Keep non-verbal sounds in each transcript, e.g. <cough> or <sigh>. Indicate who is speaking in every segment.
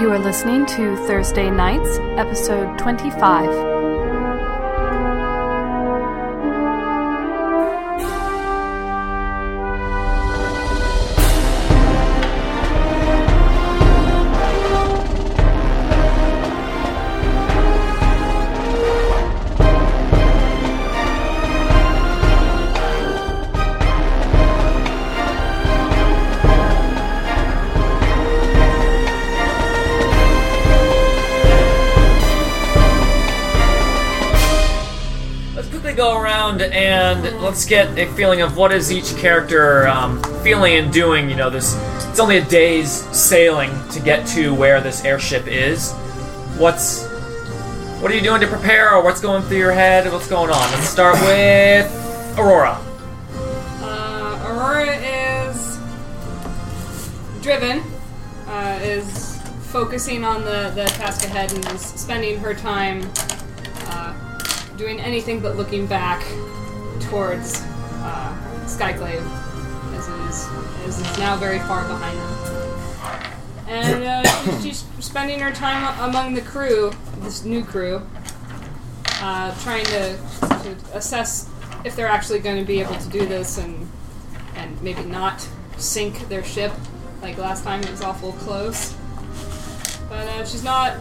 Speaker 1: You are listening to Thursday Nights, episode 25.
Speaker 2: Let's quickly go around and let's get a feeling of what is each character um, feeling and doing. You know, this it's only a day's sailing to get to where this airship is. What's what are you doing to prepare, or what's going through your head? What's going on? Let's start with Aurora.
Speaker 3: Uh, Aurora is driven, uh, is focusing on the, the task ahead and is spending her time uh, doing anything but looking back towards uh, Skyclave, as it is, as it's now very far behind them. And uh, she's <coughs> she's spending her time among the crew, this new crew, uh, trying to, to assess if they're actually going to be able to do this and and maybe not sink their ship like last time it was awful close. But uh, she's not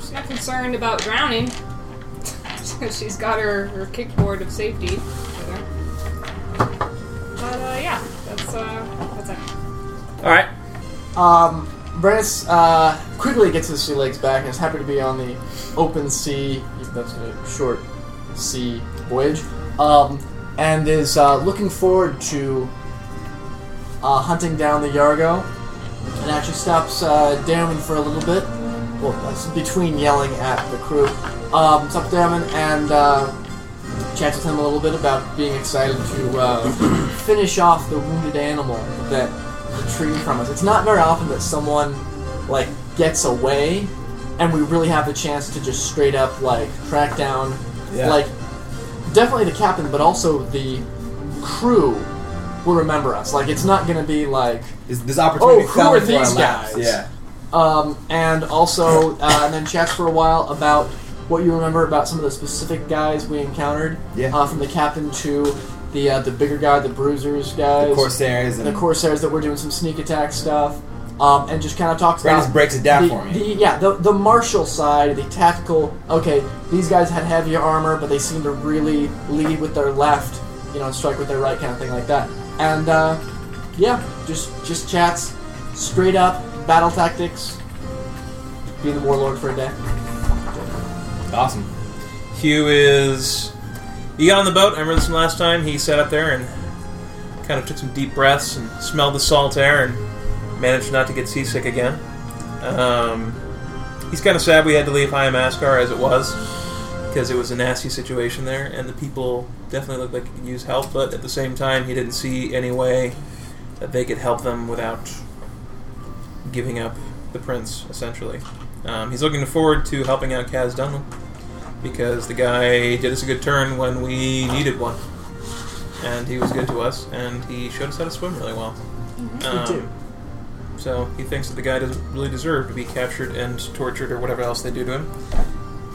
Speaker 3: she's not concerned about drowning. <laughs> she's got her, her kickboard of safety with her. But uh, yeah, that's uh, that's it.
Speaker 2: All right,
Speaker 4: Um, Brennus uh, quickly gets his sea legs back and is happy to be on the open sea, even though it's a short sea voyage, um, and is uh, looking forward to uh, hunting down the Yargo and actually stops uh, Damon for a little bit. Well, that's between yelling at the crew. Um, stops Damon and uh, chats with him a little bit about being excited to uh, <coughs> finish off the wounded animal that retrieved from us. It's not very often that someone like gets away, and we really have the chance to just straight up like track down,
Speaker 5: Yeah.
Speaker 4: like definitely the captain, but also the crew will remember us. Like it's not gonna be like
Speaker 5: Is this opportunity
Speaker 4: Oh, who
Speaker 5: fell
Speaker 4: are
Speaker 5: into our
Speaker 4: these
Speaker 5: laps.
Speaker 4: guys?
Speaker 5: Yeah.
Speaker 4: Um, and also, uh, and then chats for a while about what you remember about some of the specific guys we encountered.
Speaker 5: Yeah.
Speaker 4: Uh, from the captain to the uh, the bigger guy, the bruisers guys,
Speaker 5: The Corsairs and
Speaker 4: the Corsairs that were doing some sneak attack stuff, um, and just kind of talks
Speaker 5: Brandis
Speaker 4: about
Speaker 5: breaks it down
Speaker 4: the,
Speaker 5: for me.
Speaker 4: the- yeah, the the martial side, the tactical. Okay, these guys had heavier armor, but they seemed to really lead with their left, you know, and strike with their right, kind of thing like that. And uh, yeah, just just chats, straight up battle tactics. Be the warlord for a day.
Speaker 5: Awesome.
Speaker 6: Hugh is. He got on the boat. I remember this from last time. He sat up there and kind of took some deep breaths and smelled the salt air and managed not to get seasick again. Um, he's kind of sad we had to leave High Mascar as it was because it was a nasty situation there, and the people definitely looked like they could use help. But at the same time, he didn't see any way that they could help them without giving up the prince. Essentially, um, he's looking forward to helping out Kaz Dunlop because the guy did us a good turn when we needed one, and he was good to us, and he showed us how to swim really well.
Speaker 4: He did.
Speaker 6: Um, so he thinks that the guy doesn't really deserve to be captured and tortured or whatever else they do to him.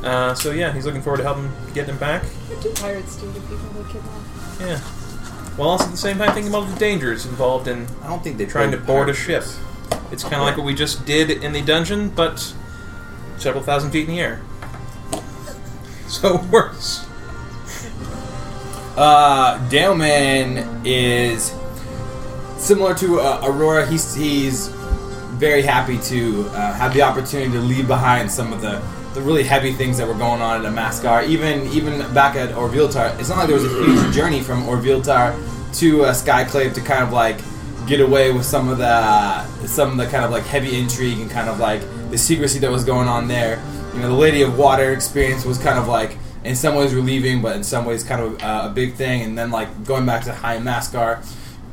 Speaker 6: Uh, so yeah, he's looking forward to helping get him back.
Speaker 3: What do pirates do to people they kidnap?
Speaker 6: Yeah. While also at the same time thinking about the dangers involved in
Speaker 5: I don't think they
Speaker 6: trying to
Speaker 5: built
Speaker 6: board a
Speaker 5: pirates.
Speaker 6: ship. It's kind of like what we just did in the dungeon, but several thousand feet in the air. So worse.
Speaker 5: Uh, Daleman is similar to uh, Aurora. He's, he's very happy to uh, have the opportunity to leave behind some of the, the really heavy things that were going on at Amaskar. Even even back at Orviltar, it's not like there was a huge journey from Orviltar to uh, Skyclave to kind of like get away with some of the some of the kind of like heavy intrigue and kind of like the secrecy that was going on there. You know, the Lady of Water experience was kind of like in some ways relieving, but in some ways kind of uh, a big thing. And then like going back to High Mascar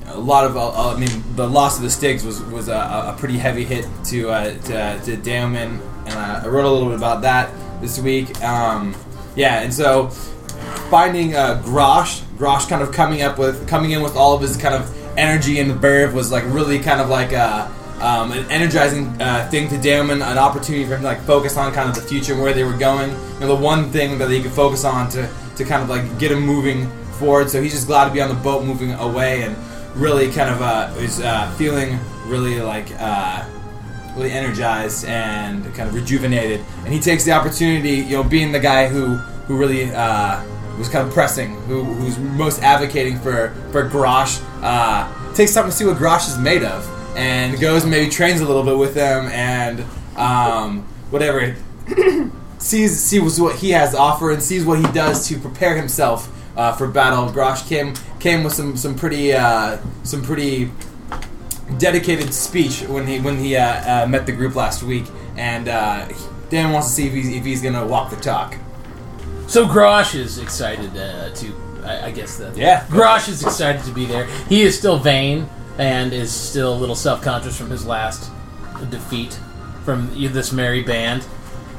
Speaker 5: a lot of uh, uh, I mean the loss of the Stigs was was a, a pretty heavy hit to uh, to, to Damon, and uh, I wrote a little bit about that this week. Um, yeah, and so finding uh, Grosh, Grosh kind of coming up with coming in with all of his kind of energy and verve was like really kind of like a um, an energizing uh, thing to Damon, an opportunity for him to like focus on kind of the future and where they were going. You know, the one thing that he could focus on to, to kind of like get him moving forward. So he's just glad to be on the boat, moving away, and really kind of uh, is uh, feeling really like uh, really energized and kind of rejuvenated. And he takes the opportunity, you know, being the guy who who really uh, was kind of pressing, who who's most advocating for for Grosh, uh, takes time to see what Grosh is made of, and goes and maybe trains a little bit with them and um, whatever. <coughs> sees sees what he has to offer and sees what he does to prepare himself uh, for battle. Grosh came came with some some pretty uh, some pretty dedicated speech when he when he uh, uh, met the group last week, and uh, Dan wants to see if he's, if he's gonna walk the talk.
Speaker 7: So Grosh is excited uh, to, I, I guess that.
Speaker 5: Yeah.
Speaker 7: Grosh is excited to be there. He is still vain and is still a little self-conscious from his last defeat from this merry band.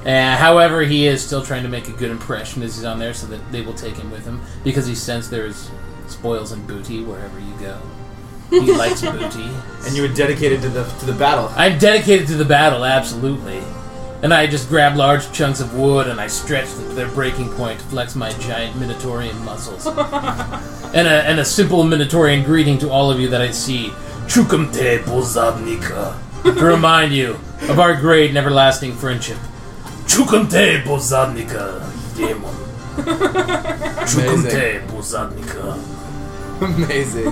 Speaker 7: Uh, however, he is still trying to make a good impression as he's on there, so that they will take him with him because he senses there is spoils and booty wherever you go. He likes booty.
Speaker 5: And you were dedicated to the to the battle.
Speaker 7: I'm dedicated to the battle, absolutely. And I just grab large chunks of wood and I stretch them to their breaking point to flex my giant Minotaurian muscles. and, a, and a simple Minotaurian greeting to all of you that I see. Chukumte Bozabnika. to remind you of our great and everlasting friendship. Chukumte Bozabnika, demon.
Speaker 2: <laughs>
Speaker 7: Chukumte Bozabnika.
Speaker 5: Amazing.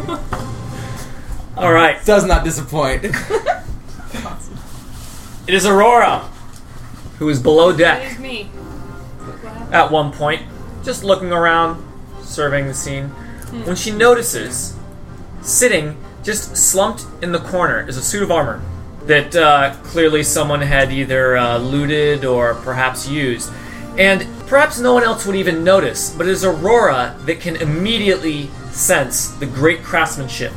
Speaker 2: All right.
Speaker 5: Does not disappoint.
Speaker 2: It is Aurora, who is below
Speaker 3: It
Speaker 2: deck
Speaker 3: is me. What happened?
Speaker 2: at one point, just looking around, surveying the scene, when she notices sitting just slumped in the corner is a suit of armor that uh, clearly someone had either uh, looted or perhaps used. And perhaps no one else would even notice, but it is Aurora that can immediately sense the great craftsmanship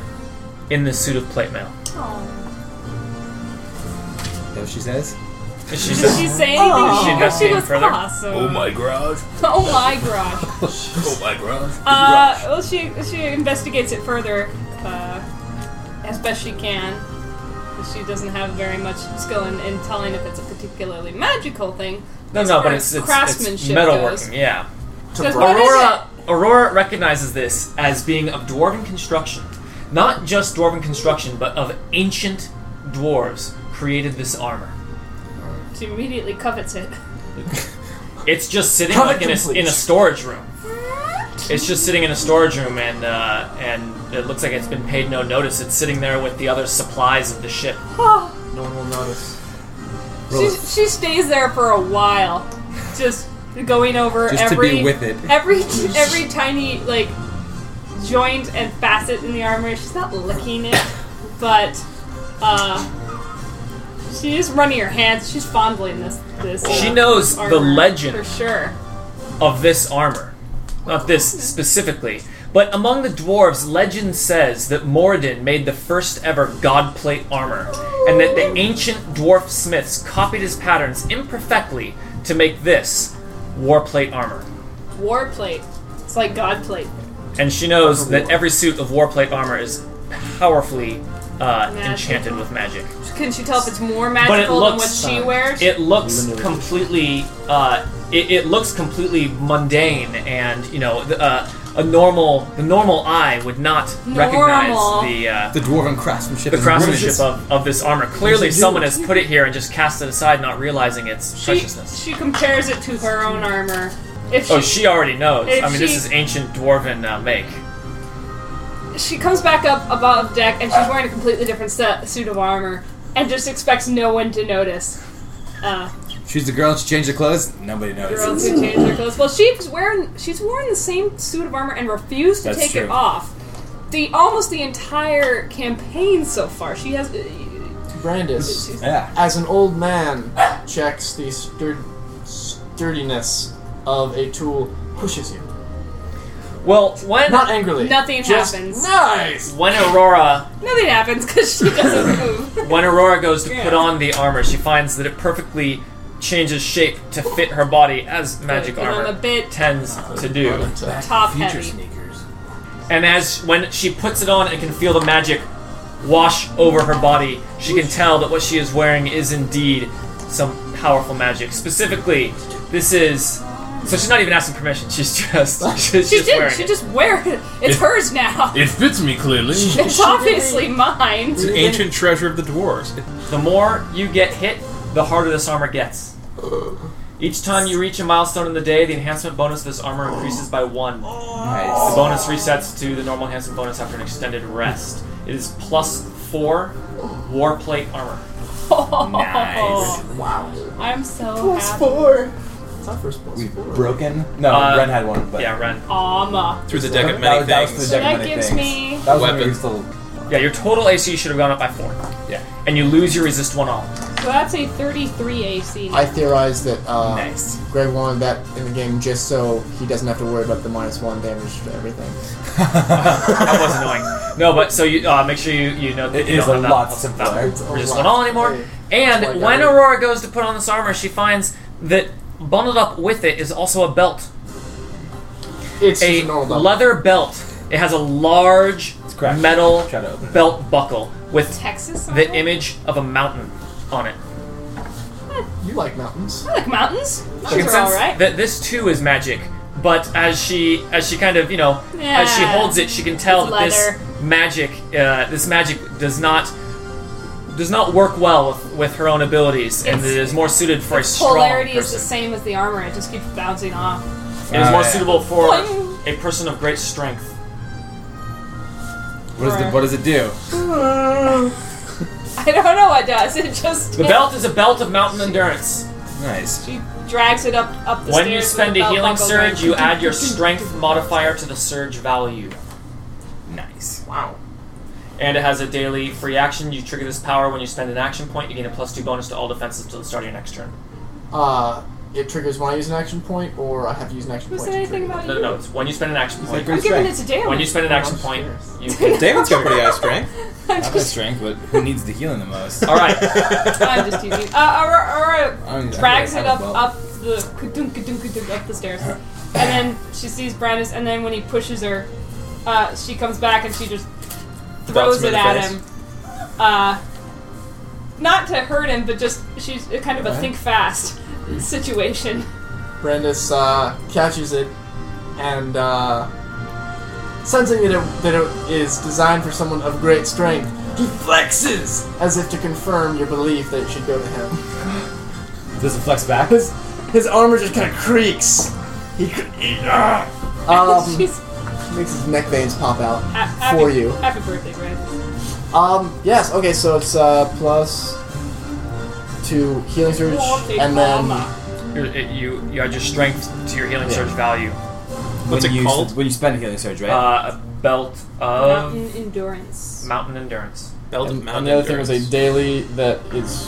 Speaker 2: in this suit of plate mail.
Speaker 5: That's what she says.
Speaker 2: And she
Speaker 3: Did
Speaker 2: says,
Speaker 3: she say anything?
Speaker 2: She
Speaker 3: She,
Speaker 2: does
Speaker 3: she
Speaker 2: seem
Speaker 3: was
Speaker 2: further.
Speaker 3: awesome.
Speaker 8: garage.
Speaker 3: <laughs> Oh my gosh.
Speaker 8: Oh my garage.
Speaker 3: Uh, well, she she investigates it further uh, as best she can. She doesn't have very much skill in, in telling if it's a particularly magical thing.
Speaker 2: no,
Speaker 3: as
Speaker 2: no,
Speaker 3: far
Speaker 2: but it's,
Speaker 3: as
Speaker 2: it's, it's
Speaker 3: craftsmanship
Speaker 2: metalworking, yeah.
Speaker 3: Goes. Says, what is
Speaker 2: Aurora Aurora recognizes this as being of dwarven construction. Not just dwarven construction, but of ancient dwarves created this armor.
Speaker 3: it? She immediately covets it. <sighs>
Speaker 2: It's just sitting
Speaker 4: Covet
Speaker 2: like in a,
Speaker 4: complete.
Speaker 2: in a storage room. It's just sitting in a storage room, and uh, and it looks like it's been paid no notice. It's sitting there with the other supplies of the ship.
Speaker 4: No one will notice.
Speaker 3: She, she stays there for a while, just going over
Speaker 5: Just to
Speaker 3: every
Speaker 5: be with it.
Speaker 2: <laughs>
Speaker 3: every every tiny like joint and facet in the armor. She's not licking it, but uh, she is running her hands. She's fondling this this. uh,
Speaker 2: She knows the
Speaker 3: armor
Speaker 2: legend.
Speaker 3: for sure.
Speaker 2: of this armor. Not this specifically, but among the dwarves, legend says that Moradin made the first ever god plate armor, and that the ancient dwarf smiths copied his patterns imperfectly to make this war plate armor.
Speaker 3: War plate. It's like god plate.
Speaker 2: And she knows that every suit of war plate armor is powerfully uh,
Speaker 3: Magical.
Speaker 2: enchanted with magic.
Speaker 3: Can she tell if it's more
Speaker 2: But it
Speaker 3: magical than what
Speaker 2: looks uh,
Speaker 3: she wears?
Speaker 2: it looks completely uh, it, it looks completely mundane and you know the, uh, a normal the normal eye would not
Speaker 3: Normal.
Speaker 2: recognize the uh,
Speaker 5: The dwarven craftsmanship.
Speaker 2: the
Speaker 5: is
Speaker 2: craftsmanship
Speaker 5: ruinous.
Speaker 2: of, of this armor. Clearly,
Speaker 5: do?
Speaker 2: someone has put it here and just cast it aside, not realizing its
Speaker 3: she,
Speaker 2: preciousness.
Speaker 3: she compares it to her own armor. If she,
Speaker 2: Oh, she already knows.
Speaker 3: If
Speaker 2: I mean, this
Speaker 3: she-
Speaker 2: is ancient dwarven uh, make.
Speaker 3: she comes back up above deck and she's wearing a completely different set, suit of armor and just expects no one to notice. Uh,
Speaker 5: She's the girl. She changed her clothes. Nobody
Speaker 3: girls
Speaker 5: notices.
Speaker 3: who change their clothes. Well, she's wearing she's worn the same suit of armor and refused to
Speaker 5: That's
Speaker 3: take it
Speaker 5: true.
Speaker 3: off. The almost the entire campaign so far, she has.
Speaker 4: Brandis,
Speaker 5: Yeah.
Speaker 4: as an old man, checks the stur- sturdiness of a tool, pushes you.
Speaker 2: Well, when
Speaker 4: Not angrily.
Speaker 3: Nothing
Speaker 4: Just
Speaker 3: happens.
Speaker 4: Nice!
Speaker 2: when Aurora
Speaker 3: Nothing happens because she doesn't move.
Speaker 2: When Aurora goes to
Speaker 3: Yeah.
Speaker 2: put on the armor, she finds that it perfectly changes shape to fit her body as magic
Speaker 3: Put on
Speaker 2: armor
Speaker 3: a bit.
Speaker 2: tends to do.
Speaker 3: Top
Speaker 7: Future
Speaker 3: heavy.
Speaker 7: sneakers.
Speaker 2: And as when she puts it on and can feel the magic wash over her body, she can tell that what she is wearing is indeed some powerful magic. Specifically, this is. So she's not even asking permission. <laughs> She's just. She's
Speaker 3: She
Speaker 2: just
Speaker 3: did.
Speaker 2: wearing
Speaker 3: She
Speaker 2: it.
Speaker 3: just wear it. It's
Speaker 9: It-
Speaker 3: hers
Speaker 6: <laughs>
Speaker 3: now.
Speaker 9: It fits me clearly.
Speaker 3: it's obviously mine.
Speaker 6: It's an ancient treasure of the dwarves.
Speaker 2: The more you get hit, the harder this armor gets. Each time you reach a milestone in the day, the enhancement bonus of this armor increases by one. The
Speaker 5: Nice.
Speaker 2: bonus resets to the normal enhancement bonus after an extended rest. It is plus four warplate armor.
Speaker 5: Nice.
Speaker 4: Wow.
Speaker 3: <laughs> I'm so
Speaker 4: Plus
Speaker 3: happy.
Speaker 4: four. It's not first plus
Speaker 5: We've
Speaker 4: four.
Speaker 5: broken. No,
Speaker 2: Uh,
Speaker 5: Ren had one. But
Speaker 2: Yeah, Ren.
Speaker 3: Alma.
Speaker 6: Through the deck of
Speaker 5: That
Speaker 6: many
Speaker 5: was- that was
Speaker 6: things.
Speaker 5: the
Speaker 3: So
Speaker 5: deck of
Speaker 3: that
Speaker 5: many
Speaker 3: gives
Speaker 5: things.
Speaker 3: me.
Speaker 5: That was when we
Speaker 6: Weapon.
Speaker 5: were still.
Speaker 2: Yeah, your total AC should have gone up by four.
Speaker 5: Yeah.
Speaker 2: And you lose your resist one all.
Speaker 3: So that's a 33 AC.
Speaker 4: I theorize that uh,
Speaker 5: Nice.
Speaker 4: Greg wanted that in the game just so he doesn't have to worry about the minus one damage to everything.
Speaker 2: <laughs> That was annoying.
Speaker 5: <laughs>
Speaker 2: No, but so you uh, make sure you, you know that
Speaker 5: It
Speaker 2: you
Speaker 5: is
Speaker 2: don't
Speaker 5: a
Speaker 2: have that
Speaker 5: lot
Speaker 2: plus
Speaker 5: simpler.
Speaker 2: that
Speaker 4: It's a
Speaker 2: resist
Speaker 4: lot.
Speaker 2: one all anymore.
Speaker 4: That's
Speaker 2: And
Speaker 4: why I
Speaker 2: when
Speaker 4: got it.
Speaker 2: Aurora goes to put on this armor, she finds that bundled up with it is also a belt.
Speaker 4: It's
Speaker 2: a
Speaker 4: just normal belt.
Speaker 2: leather belt. It has a large
Speaker 5: cracked.
Speaker 2: metal
Speaker 5: Try to open it.
Speaker 2: belt buckle with
Speaker 3: Texas. on
Speaker 2: the
Speaker 3: it?
Speaker 2: image of a mountain on it.
Speaker 4: You like mountains.
Speaker 3: I like mountains.
Speaker 2: You
Speaker 3: Mountains
Speaker 2: can
Speaker 3: are all
Speaker 2: sense
Speaker 3: right.
Speaker 2: that this too is magic, but as she as she kind of you know as she
Speaker 3: Yeah.
Speaker 2: holds it, she can tell
Speaker 3: It's
Speaker 2: that this
Speaker 3: leather.
Speaker 2: magic uh, this magic does not does not work well with, with her own abilities, and
Speaker 3: It's-
Speaker 2: it is more suited for a strong
Speaker 3: Polarity is the
Speaker 2: person.
Speaker 3: same as the armor. It just keeps bouncing off.
Speaker 2: It is more
Speaker 5: Ah, yeah.
Speaker 2: suitable for
Speaker 3: Boing.
Speaker 2: a person of great strength.
Speaker 5: What, is the, what does it do?
Speaker 2: Hmm.
Speaker 3: <laughs> I don't know what it does. It just
Speaker 2: The belt is a belt of mountain endurance.
Speaker 5: Nice.
Speaker 3: She drags it up up the stairs.
Speaker 2: When you
Speaker 3: with
Speaker 2: spend
Speaker 3: the
Speaker 2: a
Speaker 3: belt
Speaker 2: healing
Speaker 3: buckle
Speaker 2: surge,
Speaker 3: going. <laughs>
Speaker 2: you add your strength modifier to the surge value.
Speaker 5: Nice.
Speaker 2: Wow. And it has a daily free action. You trigger this power when you spend an action point. You gain a plus two bonus to all defenses until the start of your next turn.
Speaker 4: Uh, it triggers when I use an action point, or I have to use an action
Speaker 3: Who
Speaker 4: point.
Speaker 3: said
Speaker 4: to
Speaker 3: anything
Speaker 4: trigger
Speaker 3: about
Speaker 2: No,
Speaker 3: you?
Speaker 2: no, no. It's when you spend an action
Speaker 5: like
Speaker 2: point.
Speaker 3: I'm giving it
Speaker 5: Strength.
Speaker 3: to Damon.
Speaker 2: When you spend an action point, you can.
Speaker 5: Damon's got pretty high strength.
Speaker 3: <laughs> I'm
Speaker 5: I've got
Speaker 3: just,
Speaker 5: strength, but who needs the healing the most?
Speaker 2: All
Speaker 4: <laughs>
Speaker 5: <laughs>
Speaker 2: right.
Speaker 3: I'm just teasing. Uh, Aurora, Aurora
Speaker 5: I'm- I'm
Speaker 3: drags
Speaker 5: like,
Speaker 3: it
Speaker 5: I'm
Speaker 3: up
Speaker 5: well.
Speaker 3: up the ka-dunk, ka-dunk, ka-dunk, up the stairs, and then she sees Brandis, and then when he pushes her, uh, she comes back and she just throws
Speaker 6: him in
Speaker 3: it
Speaker 6: the
Speaker 3: at
Speaker 6: face.
Speaker 3: him. Uh, not to hurt him, but just she's kind of a
Speaker 5: Alright.
Speaker 3: think fast situation.
Speaker 4: Brandis uh, catches it and uh, sensing that it, that it is designed for someone of great strength, he flexes as if to confirm your belief that it should go to him.
Speaker 5: Does it flex back?
Speaker 4: His, his armor just kind of creaks. He cr-
Speaker 3: <laughs>
Speaker 4: um,
Speaker 3: she's
Speaker 4: makes his neck veins pop out
Speaker 3: ha- happy,
Speaker 4: for you.
Speaker 3: Happy birthday, Brandis.
Speaker 4: Um, yes, okay, so it's uh, plus two healing surge and then
Speaker 2: You're- it- You you add your strength to your healing
Speaker 4: Yeah.
Speaker 2: surge value.
Speaker 5: What's
Speaker 6: it
Speaker 5: you,
Speaker 6: called?
Speaker 5: When you spend a healing surge, right?
Speaker 2: Uh, a belt of
Speaker 3: mountain endurance.
Speaker 2: mountain endurance.
Speaker 6: Belt of
Speaker 4: and,
Speaker 6: mountain
Speaker 4: and the other thing was a
Speaker 6: endurance.
Speaker 4: daily that is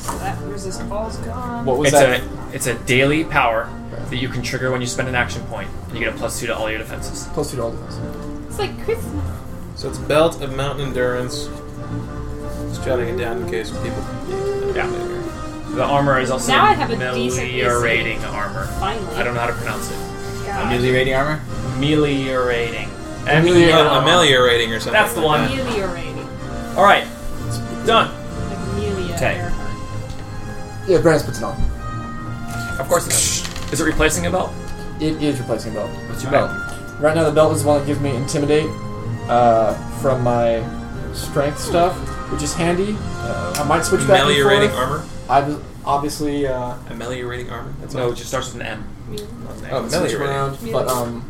Speaker 3: So that resist all's gone.
Speaker 4: what was
Speaker 2: It's
Speaker 4: that?
Speaker 2: a it's a daily power that you can trigger when you spend an action point. You get a plus two to all your defenses.
Speaker 4: Plus two to all defense.
Speaker 3: It's like Christmas.
Speaker 6: So it's Belt of Mountain Endurance. Just jotting it down in case people.
Speaker 2: Yeah. The armor is also
Speaker 3: Now I have a decent AC.
Speaker 2: ameliorating armor.
Speaker 3: Finally.
Speaker 2: I don't know how to pronounce it.
Speaker 5: Ameliorating armor?
Speaker 2: Ameliorating.
Speaker 4: Amelior-
Speaker 2: Amelior-
Speaker 6: Oh, ameliorating or something.
Speaker 2: That's the
Speaker 6: like
Speaker 2: one.
Speaker 6: that.
Speaker 3: Ameliorating.
Speaker 2: All right, done.
Speaker 3: Like Amelia
Speaker 2: Okay.
Speaker 3: Earhart.
Speaker 4: Yeah, Brandis puts it on.
Speaker 2: Of course it is. Is it replacing a belt?
Speaker 4: It is replacing the belt.
Speaker 2: What's your
Speaker 4: Belt. Right now, the belt is the one that gives me intimidate uh, from my strength stuff, which is handy. Uh, I might switch back
Speaker 6: Ameliorating
Speaker 4: and forth.
Speaker 6: armor.
Speaker 4: I obviously uh,
Speaker 6: Ameliorating armor. That's
Speaker 2: No, it just starts with an M.
Speaker 6: Oh,
Speaker 4: switch
Speaker 6: ameliorating.
Speaker 4: around,
Speaker 3: Yeah.
Speaker 4: but um,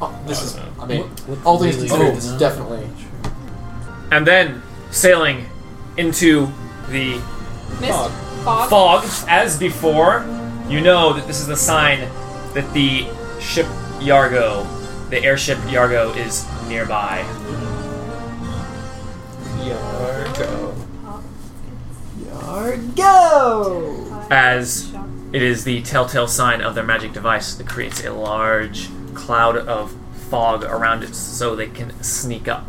Speaker 4: oh, this is. I mean,
Speaker 9: Look-
Speaker 4: all things considered,
Speaker 5: Oh.
Speaker 9: really
Speaker 4: this is
Speaker 9: good.
Speaker 4: definitely.
Speaker 2: And then sailing into the
Speaker 3: Mist
Speaker 6: Fog.
Speaker 2: fog
Speaker 3: Fog.
Speaker 2: as before. You know that this is the sign that the ship Yargo, the airship Yargo, is nearby.
Speaker 6: Yargo.
Speaker 4: Yargo!
Speaker 2: As It is the telltale sign of their magic device that creates a large cloud of fog around it so they can sneak up.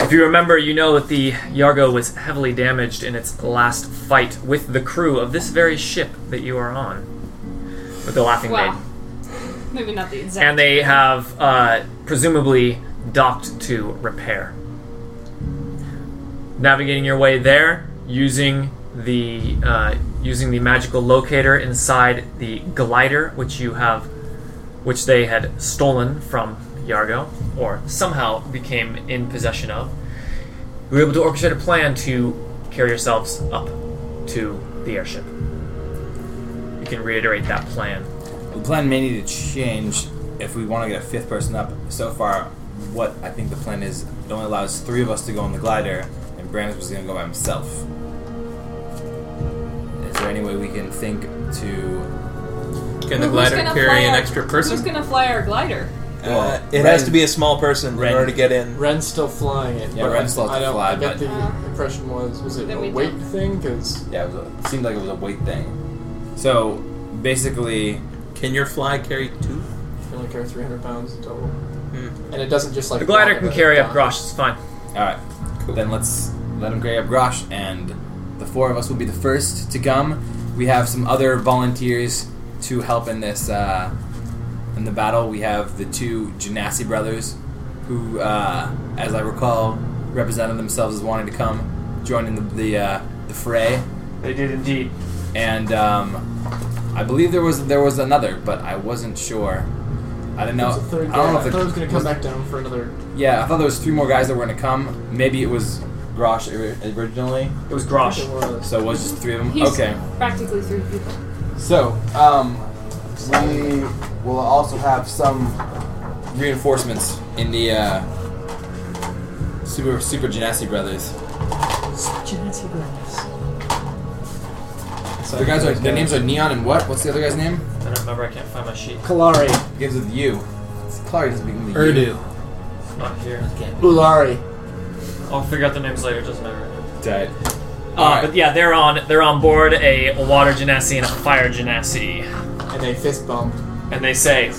Speaker 2: If you remember, you know that the Yargo was heavily damaged in its last fight with the crew of this very ship that you are on, with the Laughing
Speaker 3: Wow.
Speaker 2: Maiden.
Speaker 3: Maybe not the exact.
Speaker 2: And they have uh, presumably docked to repair. navigating your way there using the uh, using the magical locator inside the glider, which you have, which they had stolen from Yargo, or somehow became in possession of. You were able to orchestrate a plan to carry yourselves up to the airship. You can reiterate that plan.
Speaker 5: The plan may need to change if we want to get a fifth person up. So far, what I think the plan is, it only allows three of us to go on the glider, and Brandon was going to go by himself. Is there any way we can think to?
Speaker 6: Can the
Speaker 10: Who's
Speaker 6: glider
Speaker 10: gonna
Speaker 6: carry
Speaker 10: fly
Speaker 6: an
Speaker 10: our-
Speaker 6: extra
Speaker 10: Who's
Speaker 6: person?
Speaker 10: gonna fly our glider?
Speaker 5: Well,
Speaker 6: uh, it has
Speaker 5: Ren-
Speaker 6: to be a small person
Speaker 5: Ren-
Speaker 6: in order to get in.
Speaker 4: Ren's still flying it.
Speaker 5: Yeah,
Speaker 4: but
Speaker 5: Ren's still
Speaker 4: I don't.
Speaker 5: fly,
Speaker 4: I got
Speaker 5: but-
Speaker 4: the
Speaker 10: Uh,
Speaker 4: impression was was it
Speaker 10: that
Speaker 4: a
Speaker 10: we
Speaker 4: weight
Speaker 10: don't.
Speaker 4: thing? Because
Speaker 5: Yeah, it, was a, it seemed like it was a weight thing. So basically,
Speaker 6: Can your fly carry two?
Speaker 4: you only carry 300 pounds in total,
Speaker 6: Hmm.
Speaker 4: and it doesn't just like
Speaker 2: The glider
Speaker 4: walk
Speaker 2: can
Speaker 4: it
Speaker 2: carry up
Speaker 4: down.
Speaker 2: Grosh. It's fine.
Speaker 5: all right, then let's let him carry up Grosh, and the four of us will be the first to come. We have some other volunteers to help in this uh, in the battle. We have the two Janassi brothers, who, uh, as I recall, represented themselves as wanting to come, join in the the, uh, the fray.
Speaker 2: They did indeed.
Speaker 5: and um, I believe there was there was another, but I wasn't sure. I didn't know.
Speaker 4: There's a third
Speaker 5: I don't
Speaker 4: guy.
Speaker 5: know
Speaker 4: I
Speaker 5: if
Speaker 4: thought it was gonna come
Speaker 5: was-
Speaker 4: back down for another.
Speaker 5: Yeah, I thought there was three more guys that were gonna come. Maybe it was Grosh ori- originally,
Speaker 2: It was
Speaker 4: I
Speaker 2: Grosh.
Speaker 4: think it was.
Speaker 5: so it was just three of them.
Speaker 10: He's
Speaker 5: okay,
Speaker 10: practically three people.
Speaker 5: so um,
Speaker 11: We will also have some.
Speaker 5: reinforcements in the uh, super super Genasi brothers. So the guys are their names are Neon and what? What's the other guy's name?
Speaker 2: I don't remember. I can't find my sheet.
Speaker 4: Kalari,
Speaker 5: Begins with U. It's- Clark doesn't begin with U.
Speaker 7: Urdu.
Speaker 2: It's not here.
Speaker 4: Ulari.
Speaker 2: I'll figure out the names later. It doesn't matter.
Speaker 5: Died.
Speaker 2: Uh,
Speaker 5: All right.
Speaker 2: But yeah, they're on they're on board a water genasi and a fire genasi,
Speaker 4: and a fist bump.
Speaker 2: and they say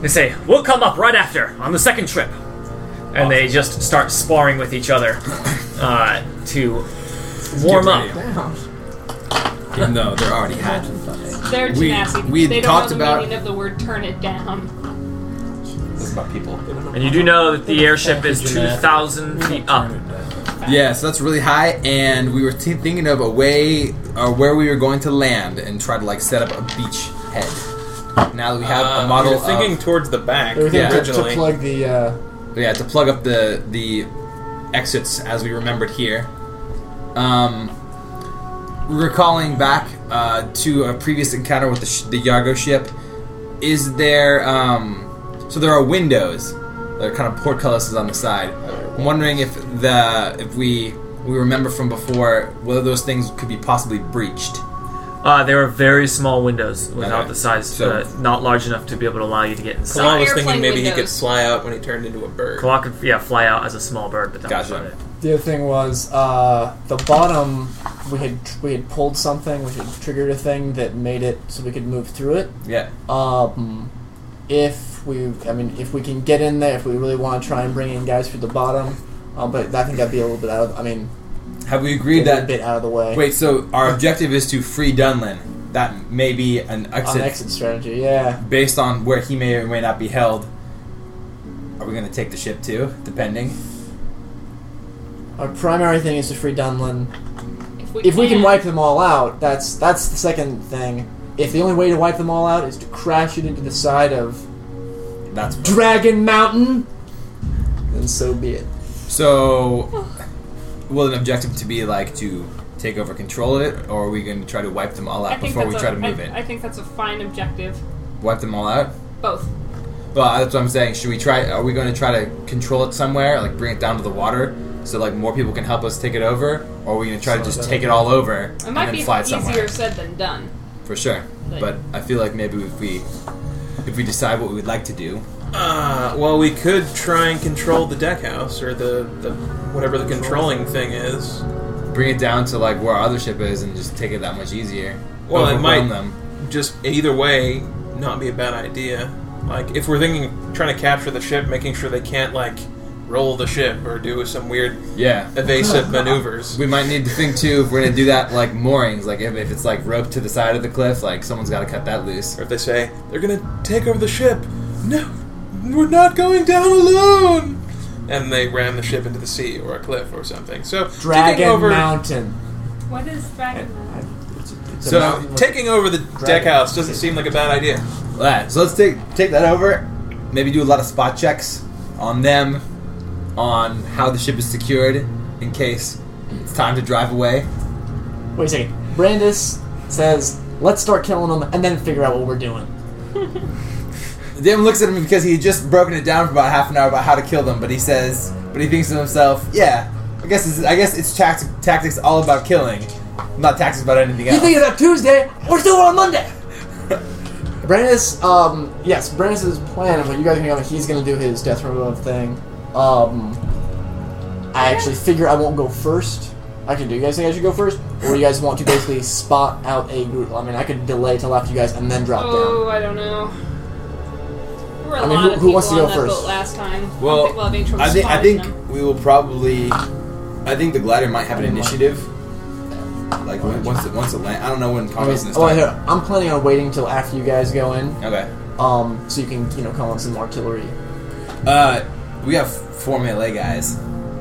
Speaker 2: they say we'll come up right after on the second trip, and they just start sparring with each other uh, to warm
Speaker 5: good
Speaker 2: up.
Speaker 5: radio.
Speaker 4: Damn.
Speaker 5: Even though they're already had.
Speaker 10: They're
Speaker 5: We-
Speaker 10: genasi.
Speaker 5: we
Speaker 10: they don't
Speaker 5: talked
Speaker 10: know the
Speaker 5: about-
Speaker 10: meaning of the word "turn it down."
Speaker 5: This is about people.
Speaker 2: And you do know that the airship is two thousand feet up.
Speaker 5: Yeah, so that's really high, and we were t- thinking of a way or where we were going to land and try to like set up a beach head. Now that we have
Speaker 6: Uh,
Speaker 5: a model,
Speaker 6: we were thinking
Speaker 5: of,
Speaker 6: towards the back
Speaker 4: They were thinking to-
Speaker 6: originally.
Speaker 4: to plug the. Uh,
Speaker 5: yeah, to plug up the the exits as we remembered here. Um, recalling back uh, to a previous encounter with the, sh- the Yargo ship, is there? Um, so there are windows. They're kind of portcullises on the side. I'm wondering if the if we we remember from before whether those things could be possibly breached.
Speaker 2: Uh, they were very small windows without
Speaker 5: Okay.
Speaker 2: the size,
Speaker 5: So-
Speaker 2: uh, not large enough to be able to allow you to get inside.
Speaker 6: Kalan was thinking
Speaker 10: Airplane
Speaker 6: maybe he could
Speaker 10: windows.
Speaker 6: fly out when he turned into a bird.
Speaker 2: Kalak could yeah fly out as a small bird, but that was
Speaker 5: Gotcha.
Speaker 2: about it.
Speaker 4: The other thing was uh, the bottom. We had we had pulled something. We had triggered a thing that made it so we could move through it.
Speaker 5: Yeah.
Speaker 4: Um, if we, I mean, if we can get in there, if we really want to try and bring in guys through the bottom, uh, but I think that'd be a little bit out. of I mean,
Speaker 5: Have we
Speaker 4: get
Speaker 5: agreed
Speaker 4: a
Speaker 5: that?
Speaker 4: bit out of the way.
Speaker 5: Wait. So our objective is to free Dunlin. That may be an
Speaker 4: on
Speaker 5: exit,
Speaker 4: exit strategy, yeah.
Speaker 5: based on where he may or may not be held. Are we going to take the ship too? Depending.
Speaker 4: Our primary thing is to free Dunlin.
Speaker 10: If we
Speaker 4: If
Speaker 10: can,
Speaker 4: we can wipe them all out, that's that's the second thing. If the only way to wipe them all out is to crash it into the side of
Speaker 5: That's fine.
Speaker 4: Dragon Mountain, then so be it.
Speaker 5: so. Will an objective to be like to take over control of it, or are we going to try to wipe them all
Speaker 10: I
Speaker 5: out
Speaker 10: think
Speaker 5: before we
Speaker 10: that's
Speaker 5: try
Speaker 10: a-
Speaker 5: to move
Speaker 10: I-
Speaker 5: it?
Speaker 10: I think that's a fine objective.
Speaker 5: wipe them all out.
Speaker 10: Both.
Speaker 5: Well, that's what I'm saying. Should we try? Are we going to try to control it somewhere, like bring it down to the water, so like more people can help us take it over, or are we going to try to just take it all over
Speaker 10: It
Speaker 5: and
Speaker 10: might
Speaker 5: then
Speaker 10: be
Speaker 5: fly it
Speaker 10: easier
Speaker 5: somewhere
Speaker 10: said than done.
Speaker 5: for sure?
Speaker 10: Like-
Speaker 5: But I feel like maybe if we if we decide what we would like to do,
Speaker 6: Uh, well, we could try and control the deck house or the, the whatever the controlling thing is.
Speaker 5: bring it down to like where our other ship is, and just take it that much easier.
Speaker 6: Well, it
Speaker 5: Overwhelm
Speaker 6: might-
Speaker 5: them.
Speaker 6: Just either way, not be a bad idea. Like if we're thinking trying to capture the ship, making sure they can't like roll the ship or do some weird
Speaker 5: Yeah.
Speaker 10: <laughs>
Speaker 6: evasive maneuvers.
Speaker 5: We might need to think too if we're gonna do that like moorings, like if, if it's like roped to the side of the cliff, like someone's got to cut that loose.
Speaker 6: Or if they say they're gonna take over the ship, no, we're not going down alone. and they ram the ship into the sea or a cliff or something. So taking
Speaker 4: Dragon
Speaker 6: over,
Speaker 4: Mountain.
Speaker 10: What is dragon?
Speaker 4: I- it's a- it's a
Speaker 6: so
Speaker 4: mountain with-
Speaker 6: taking over the deck house doesn't seem like a bad idea.
Speaker 5: All right, so let's take take that over. Maybe do a lot of spot checks on them, on how the ship is secured in case it's time to drive away.
Speaker 4: Wait a second. Brandis says, "Let's start killing them, and then figure out what we're doing."
Speaker 5: Dim looks at him because he had just broken it down for about half an hour about how to kill them, but he says, but he thinks to himself, yeah, I guess it's, I guess it's tact- tactics all about killing, not tactics about anything
Speaker 4: You
Speaker 5: else.
Speaker 4: think it's on Tuesday? We're still on
Speaker 6: <laughs>
Speaker 4: Monday. Brandis, um, yes, Brandis's plan of what you guys are gonna he's gonna do his death remove thing. Um, I actually figure I won't go first. I can do. You guys think I should go first, or you guys want to basically spot out a group? I mean, I could delay till after you guys and then drop down.
Speaker 10: Oh, I don't know. There were a
Speaker 4: I mean,
Speaker 10: lot
Speaker 4: who-
Speaker 10: of
Speaker 4: who wants to
Speaker 10: people
Speaker 4: go
Speaker 10: on that
Speaker 4: first?
Speaker 10: boat last time.
Speaker 5: Well,
Speaker 10: I think, we'll have
Speaker 5: I think I
Speaker 10: spotted
Speaker 5: think
Speaker 10: them.
Speaker 5: we will probably. I think the glider might have an initiative. Like when- once it once it land, I don't know when
Speaker 4: I mean,
Speaker 5: Congress is.
Speaker 4: oh, here, I'm planning on waiting till after you guys go in,
Speaker 5: Okay.
Speaker 4: um, so you can you know call in some artillery.
Speaker 5: Uh, we have four melee guys.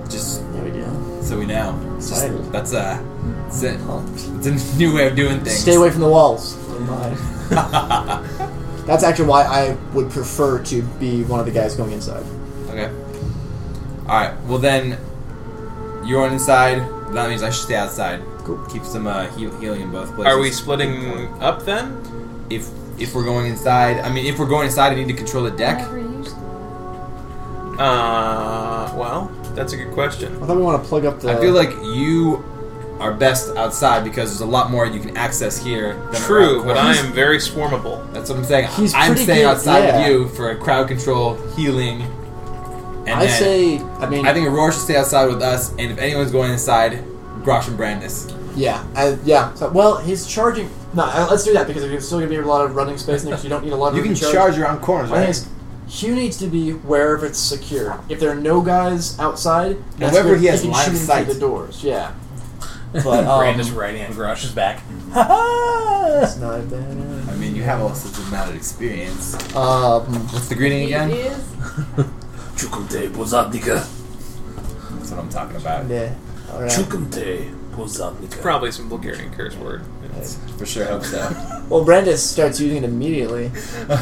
Speaker 5: Just
Speaker 4: There we go.
Speaker 5: so we know. It's just-
Speaker 4: Excited.
Speaker 5: that's a it's, a it's a new way of doing things.
Speaker 4: Stay
Speaker 5: <laughs>
Speaker 4: away from the walls. Bye.
Speaker 5: okay.
Speaker 4: That's actually why I would prefer to be one of the guys going inside.
Speaker 5: All right. Well then, you're on inside. That means I should stay outside. Cool. Keep some uh, heal- healing in both places.
Speaker 6: Are we splitting up then?
Speaker 5: If if we're going inside, I mean, if we're going inside, I need to control the deck.
Speaker 6: Uh, well, that's a good question.
Speaker 4: I thought we want to plug up the.
Speaker 5: I feel like you are best outside because there's a lot more you can access here. Than
Speaker 6: True,
Speaker 5: around
Speaker 6: but I
Speaker 5: corners.
Speaker 6: am very swarmable.
Speaker 5: That's what I'm saying.
Speaker 4: He's
Speaker 5: I'm
Speaker 4: pretty
Speaker 5: staying
Speaker 4: good,
Speaker 5: outside
Speaker 4: yeah.
Speaker 5: with you for crowd control, healing. And
Speaker 4: I
Speaker 5: then
Speaker 4: say. I mean.
Speaker 5: I think Aurora should stay outside with us, and if anyone's going inside, Grosh and Brandis.
Speaker 4: Yeah. I, yeah. So, well, he's charging. No, uh, let's do that because there's still gonna be a lot of running space next. You don't need a lot of.
Speaker 5: You
Speaker 4: room
Speaker 5: can
Speaker 4: to
Speaker 5: charge around corners,
Speaker 4: I think
Speaker 5: right?
Speaker 4: it's, Hugh needs to be wherever it's secure. If there are no guys outside, that's
Speaker 5: wherever
Speaker 4: where
Speaker 5: he has
Speaker 4: can
Speaker 5: line
Speaker 4: shoot in
Speaker 5: of sight.
Speaker 4: through the doors. Yeah. But um,
Speaker 7: <laughs> Brandis right hand, Grosh is back.
Speaker 4: it's not a bad.
Speaker 5: I mean, you have all sorts of amount of experience.
Speaker 4: Um,
Speaker 5: What's the greeting
Speaker 10: He
Speaker 5: again?
Speaker 10: is
Speaker 7: Chukumte pozadnika.
Speaker 5: That's what I'm talking about.
Speaker 4: yeah. All right.
Speaker 7: Chukumte pozadnika.
Speaker 6: Probably some Bulgarian curse word. It's-
Speaker 5: For sure, hope so.
Speaker 4: Well, Brandis starts using it immediately.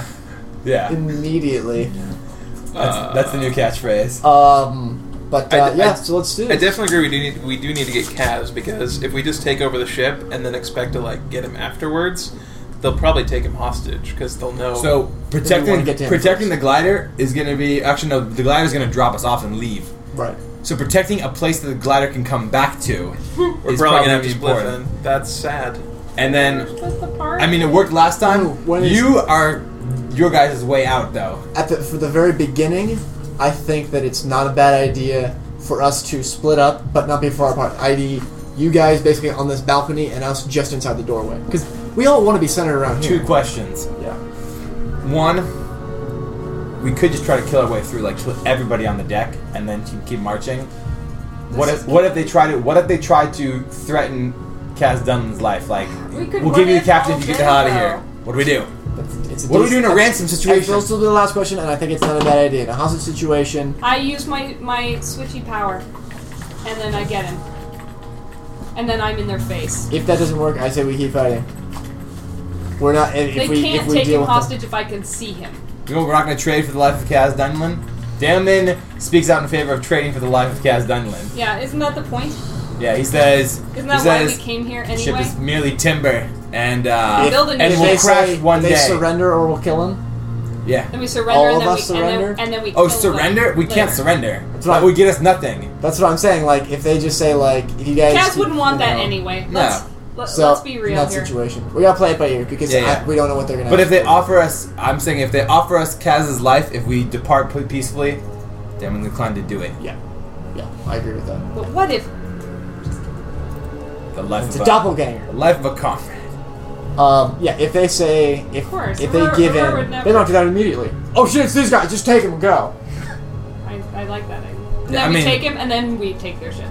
Speaker 4: <laughs>
Speaker 5: yeah,
Speaker 4: Immediately.
Speaker 6: uh,
Speaker 5: that's, that's the new catchphrase.
Speaker 4: Um, but
Speaker 6: I
Speaker 4: uh,
Speaker 6: d-
Speaker 4: yeah,
Speaker 6: I-
Speaker 4: so let's do
Speaker 6: I
Speaker 4: this.
Speaker 6: definitely agree. We do need we do need to get calves because if we just take over the ship and then expect to like get him afterwards, they'll probably take him hostage because they'll know.
Speaker 5: So
Speaker 4: wanna
Speaker 5: protecting
Speaker 4: get to him
Speaker 5: protecting
Speaker 4: first.
Speaker 5: the glider is going to be actually no, the glider is going to drop us off and leave.
Speaker 4: Right.
Speaker 5: So protecting a place that the glider can come back to
Speaker 6: we're
Speaker 5: is
Speaker 6: probably gonna have
Speaker 5: be
Speaker 6: to split.
Speaker 5: important.
Speaker 6: Then that's sad.
Speaker 5: And then
Speaker 10: That's the part.
Speaker 5: I mean it worked last
Speaker 4: Ooh,
Speaker 5: time.
Speaker 4: when is-
Speaker 5: you are your guys' way out though.
Speaker 4: At the, for the very beginning, I think that it's not a bad idea for us to split up, but not be far apart. I.e., you guys basically on this balcony and us just inside the doorway, because we all want to be centered around
Speaker 5: Two
Speaker 4: here.
Speaker 5: questions.
Speaker 4: Yeah.
Speaker 5: One, we could just try to kill our way through, like kill everybody on the deck, and then keep, keep marching. What if what if they try to what if they try to threaten Kaz Dunlin's life? Like
Speaker 10: We could
Speaker 5: we'll give
Speaker 10: run
Speaker 5: you
Speaker 10: it
Speaker 5: the captain if you get the hell out of
Speaker 10: all day,
Speaker 5: here. What do we do?
Speaker 4: That's- It's a
Speaker 5: What do we do
Speaker 4: decent-
Speaker 5: in a ransom
Speaker 4: That's
Speaker 5: situation?
Speaker 4: that's also the last question, and I think it's not a bad idea. In a hostage situation,
Speaker 10: I use my my switchy power, and then I get him, and then I'm in their face.
Speaker 4: if that doesn't work, I say we keep fighting. We're not. If,
Speaker 10: They
Speaker 4: if we,
Speaker 10: can't
Speaker 4: if we
Speaker 10: take
Speaker 4: deal
Speaker 10: him
Speaker 4: with
Speaker 10: hostage if I can see him.
Speaker 5: You know, we're not going to trade for the life of Kaz Dunlin. Damon speaks out in favor of trading for the life of Kaz Dunlin.
Speaker 10: Yeah, isn't that the point?
Speaker 5: Yeah, he says.
Speaker 10: Isn't that
Speaker 5: he
Speaker 10: why
Speaker 5: says,
Speaker 10: we came here
Speaker 5: The
Speaker 10: anyway?
Speaker 5: ship is merely timber, and uh,
Speaker 4: If-
Speaker 10: Build a new
Speaker 5: and
Speaker 10: ship.
Speaker 4: if
Speaker 5: we'll
Speaker 4: they
Speaker 5: crash
Speaker 4: say
Speaker 5: one
Speaker 4: they
Speaker 5: day.
Speaker 4: surrender or we'll kill him.
Speaker 5: yeah.
Speaker 10: Then we surrender,
Speaker 4: All
Speaker 10: and
Speaker 4: of
Speaker 10: then we
Speaker 4: us
Speaker 10: And
Speaker 4: surrender?
Speaker 10: then, and then we.
Speaker 5: Oh,
Speaker 10: kill them
Speaker 5: surrender? We can't
Speaker 10: later.
Speaker 5: surrender.
Speaker 4: That's
Speaker 5: That
Speaker 4: right.
Speaker 5: would get us nothing.
Speaker 4: That's what I'm saying. Like, if they just say, like, if you guys.
Speaker 10: Kaz wouldn't want
Speaker 4: you
Speaker 10: that
Speaker 4: know.
Speaker 10: anyway.
Speaker 5: No.
Speaker 10: Let's, let,
Speaker 4: So,
Speaker 10: let's be real
Speaker 4: in that
Speaker 10: here.
Speaker 4: situation. We gotta play it by ear because
Speaker 5: Yeah, yeah.
Speaker 4: I, we don't know what they're gonna
Speaker 5: But if
Speaker 4: ask
Speaker 5: they
Speaker 4: for.
Speaker 5: offer us, I'm saying if they offer us Kaz's life, if we depart pe- peacefully, Damon declined to do it.
Speaker 4: Yeah. Yeah, I agree with that.
Speaker 10: But what if?
Speaker 5: The life
Speaker 4: It's
Speaker 5: of
Speaker 4: a
Speaker 5: the
Speaker 4: doppelganger.
Speaker 5: life of a comrade.
Speaker 4: Um, yeah, if they say. If,
Speaker 10: Of course,
Speaker 4: if they
Speaker 10: Aurora-
Speaker 4: give
Speaker 10: Aurora
Speaker 4: in.
Speaker 10: would
Speaker 4: They
Speaker 10: never-
Speaker 4: don't do that immediately. Oh shit, it's these guys. Just take them and go. <laughs>
Speaker 10: I, I like that idea. And
Speaker 5: Yeah,
Speaker 10: then
Speaker 5: I
Speaker 10: we
Speaker 5: mean-
Speaker 10: take him, and then we take their <laughs> ship.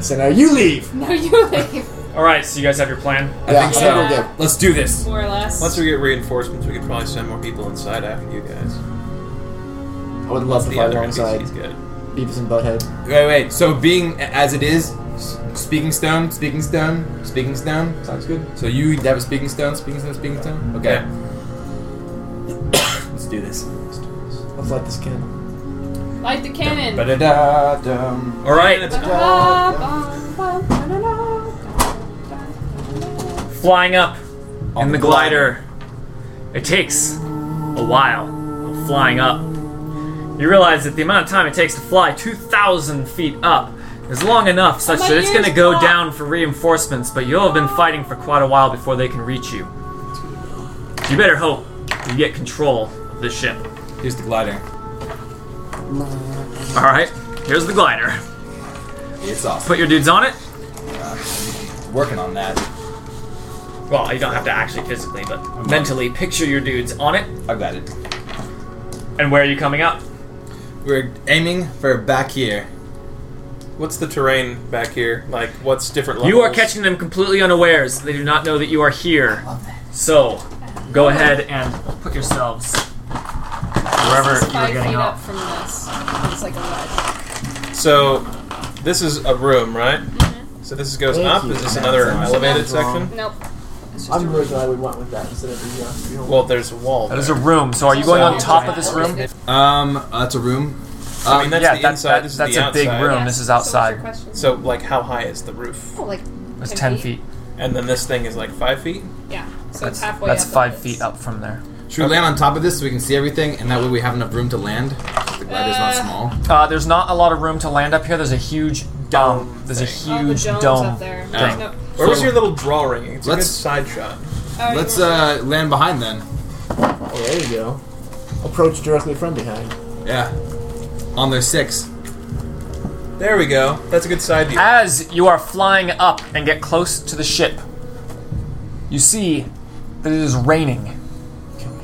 Speaker 4: So now you leave.
Speaker 10: No, you leave.
Speaker 2: All right, so you guys have your plan.
Speaker 5: I
Speaker 4: yeah,
Speaker 5: think so.
Speaker 4: I don't give.
Speaker 5: Let's do this.
Speaker 10: More or less.
Speaker 6: Once we get reinforcements, we could probably send more people inside after you guys.
Speaker 4: I would love to
Speaker 6: the
Speaker 4: fight
Speaker 6: other
Speaker 4: alongside
Speaker 6: NPC's good.
Speaker 4: Beavis and Butthead.
Speaker 5: Wait, wait. So being a- as it is, s- speaking stone, speaking stone, speaking stone.
Speaker 4: Sounds good.
Speaker 5: So you have a speaking stone, speaking stone, speaking stone. Okay. <coughs> Let's do this.
Speaker 4: Let's light this candle.
Speaker 10: Light the cannon.
Speaker 11: Ba-da-da-dum.
Speaker 2: All right, flying up in the glider. It takes a while of flying up. You realize that the amount of time it takes to fly 2,000 feet up is long enough such
Speaker 10: my
Speaker 2: that it's going to
Speaker 10: ears
Speaker 2: go
Speaker 10: pop.
Speaker 2: down for reinforcements, but you'll have been fighting for quite a while before they can reach you. You better hope you get control of the ship.
Speaker 5: Here's the glider.
Speaker 2: All right, here's the glider.
Speaker 5: It's awesome.
Speaker 2: Put your dudes on it.
Speaker 5: Working on that.
Speaker 2: Well, you don't have to actually physically, but mentally picture your dudes on it.
Speaker 5: I've got it.
Speaker 2: And where are you coming up?
Speaker 5: We're aiming for back here.
Speaker 6: What's the terrain back here? Like, what's different levels?
Speaker 2: You are catching them completely unawares. They do not know that you are here. So, go ahead and put yourselves wherever
Speaker 10: It's
Speaker 2: you are
Speaker 10: five
Speaker 2: getting
Speaker 10: feet up
Speaker 2: off.
Speaker 10: from this. It's like a ledge.
Speaker 6: So, this is a room, right? So this goes
Speaker 4: Thank
Speaker 6: up.
Speaker 4: you.
Speaker 6: Is this another
Speaker 4: That's
Speaker 6: elevated
Speaker 4: wrong.
Speaker 6: section?
Speaker 10: Nope. It's just a
Speaker 4: I'm really
Speaker 10: room.
Speaker 4: glad we went with that instead of the. Uh, freehold.
Speaker 6: Well, there's a wall.
Speaker 2: That
Speaker 6: there.
Speaker 2: is a room. So, are you going on top of this room?
Speaker 5: Um, uh, that's a room. Um,
Speaker 6: I mean, that's
Speaker 2: yeah,
Speaker 6: the
Speaker 2: that-
Speaker 6: inside.
Speaker 2: that-
Speaker 6: this is
Speaker 2: that's
Speaker 6: the
Speaker 2: a big
Speaker 6: outside.
Speaker 2: room.
Speaker 10: Yes.
Speaker 2: This is
Speaker 10: So what's your
Speaker 2: outside.
Speaker 10: question?
Speaker 6: So, like, how high is the roof?
Speaker 10: Oh, like
Speaker 2: It's 10 feet.
Speaker 6: And then this thing is like five feet.
Speaker 10: Yeah. So
Speaker 2: That's,
Speaker 10: it's halfway.
Speaker 2: that's
Speaker 10: up
Speaker 2: five
Speaker 10: at
Speaker 2: feet
Speaker 10: least.
Speaker 2: up from there.
Speaker 5: should we land on top of this so we can see everything, and that way we have enough room to land? The glider's not
Speaker 10: Uh,
Speaker 5: small.
Speaker 2: Uh, there's not a lot of room to land up here. There's a huge dome. There's a
Speaker 10: Oh, the
Speaker 2: huge
Speaker 10: dome's
Speaker 2: dome.
Speaker 10: up there.
Speaker 5: Yeah.
Speaker 10: Nope.
Speaker 6: Where was
Speaker 5: So-
Speaker 6: your little draw ringing? It's a good
Speaker 5: Let's-
Speaker 6: side shot.
Speaker 10: Oh, you
Speaker 5: Let's
Speaker 10: were-
Speaker 5: uh, land behind then.
Speaker 4: Oh, there you go. Approach directly from behind.
Speaker 5: Yeah. On their six.
Speaker 6: There we go. That's a good side view.
Speaker 2: As you are flying up and get close to the ship, you see that it is raining.
Speaker 5: Damn,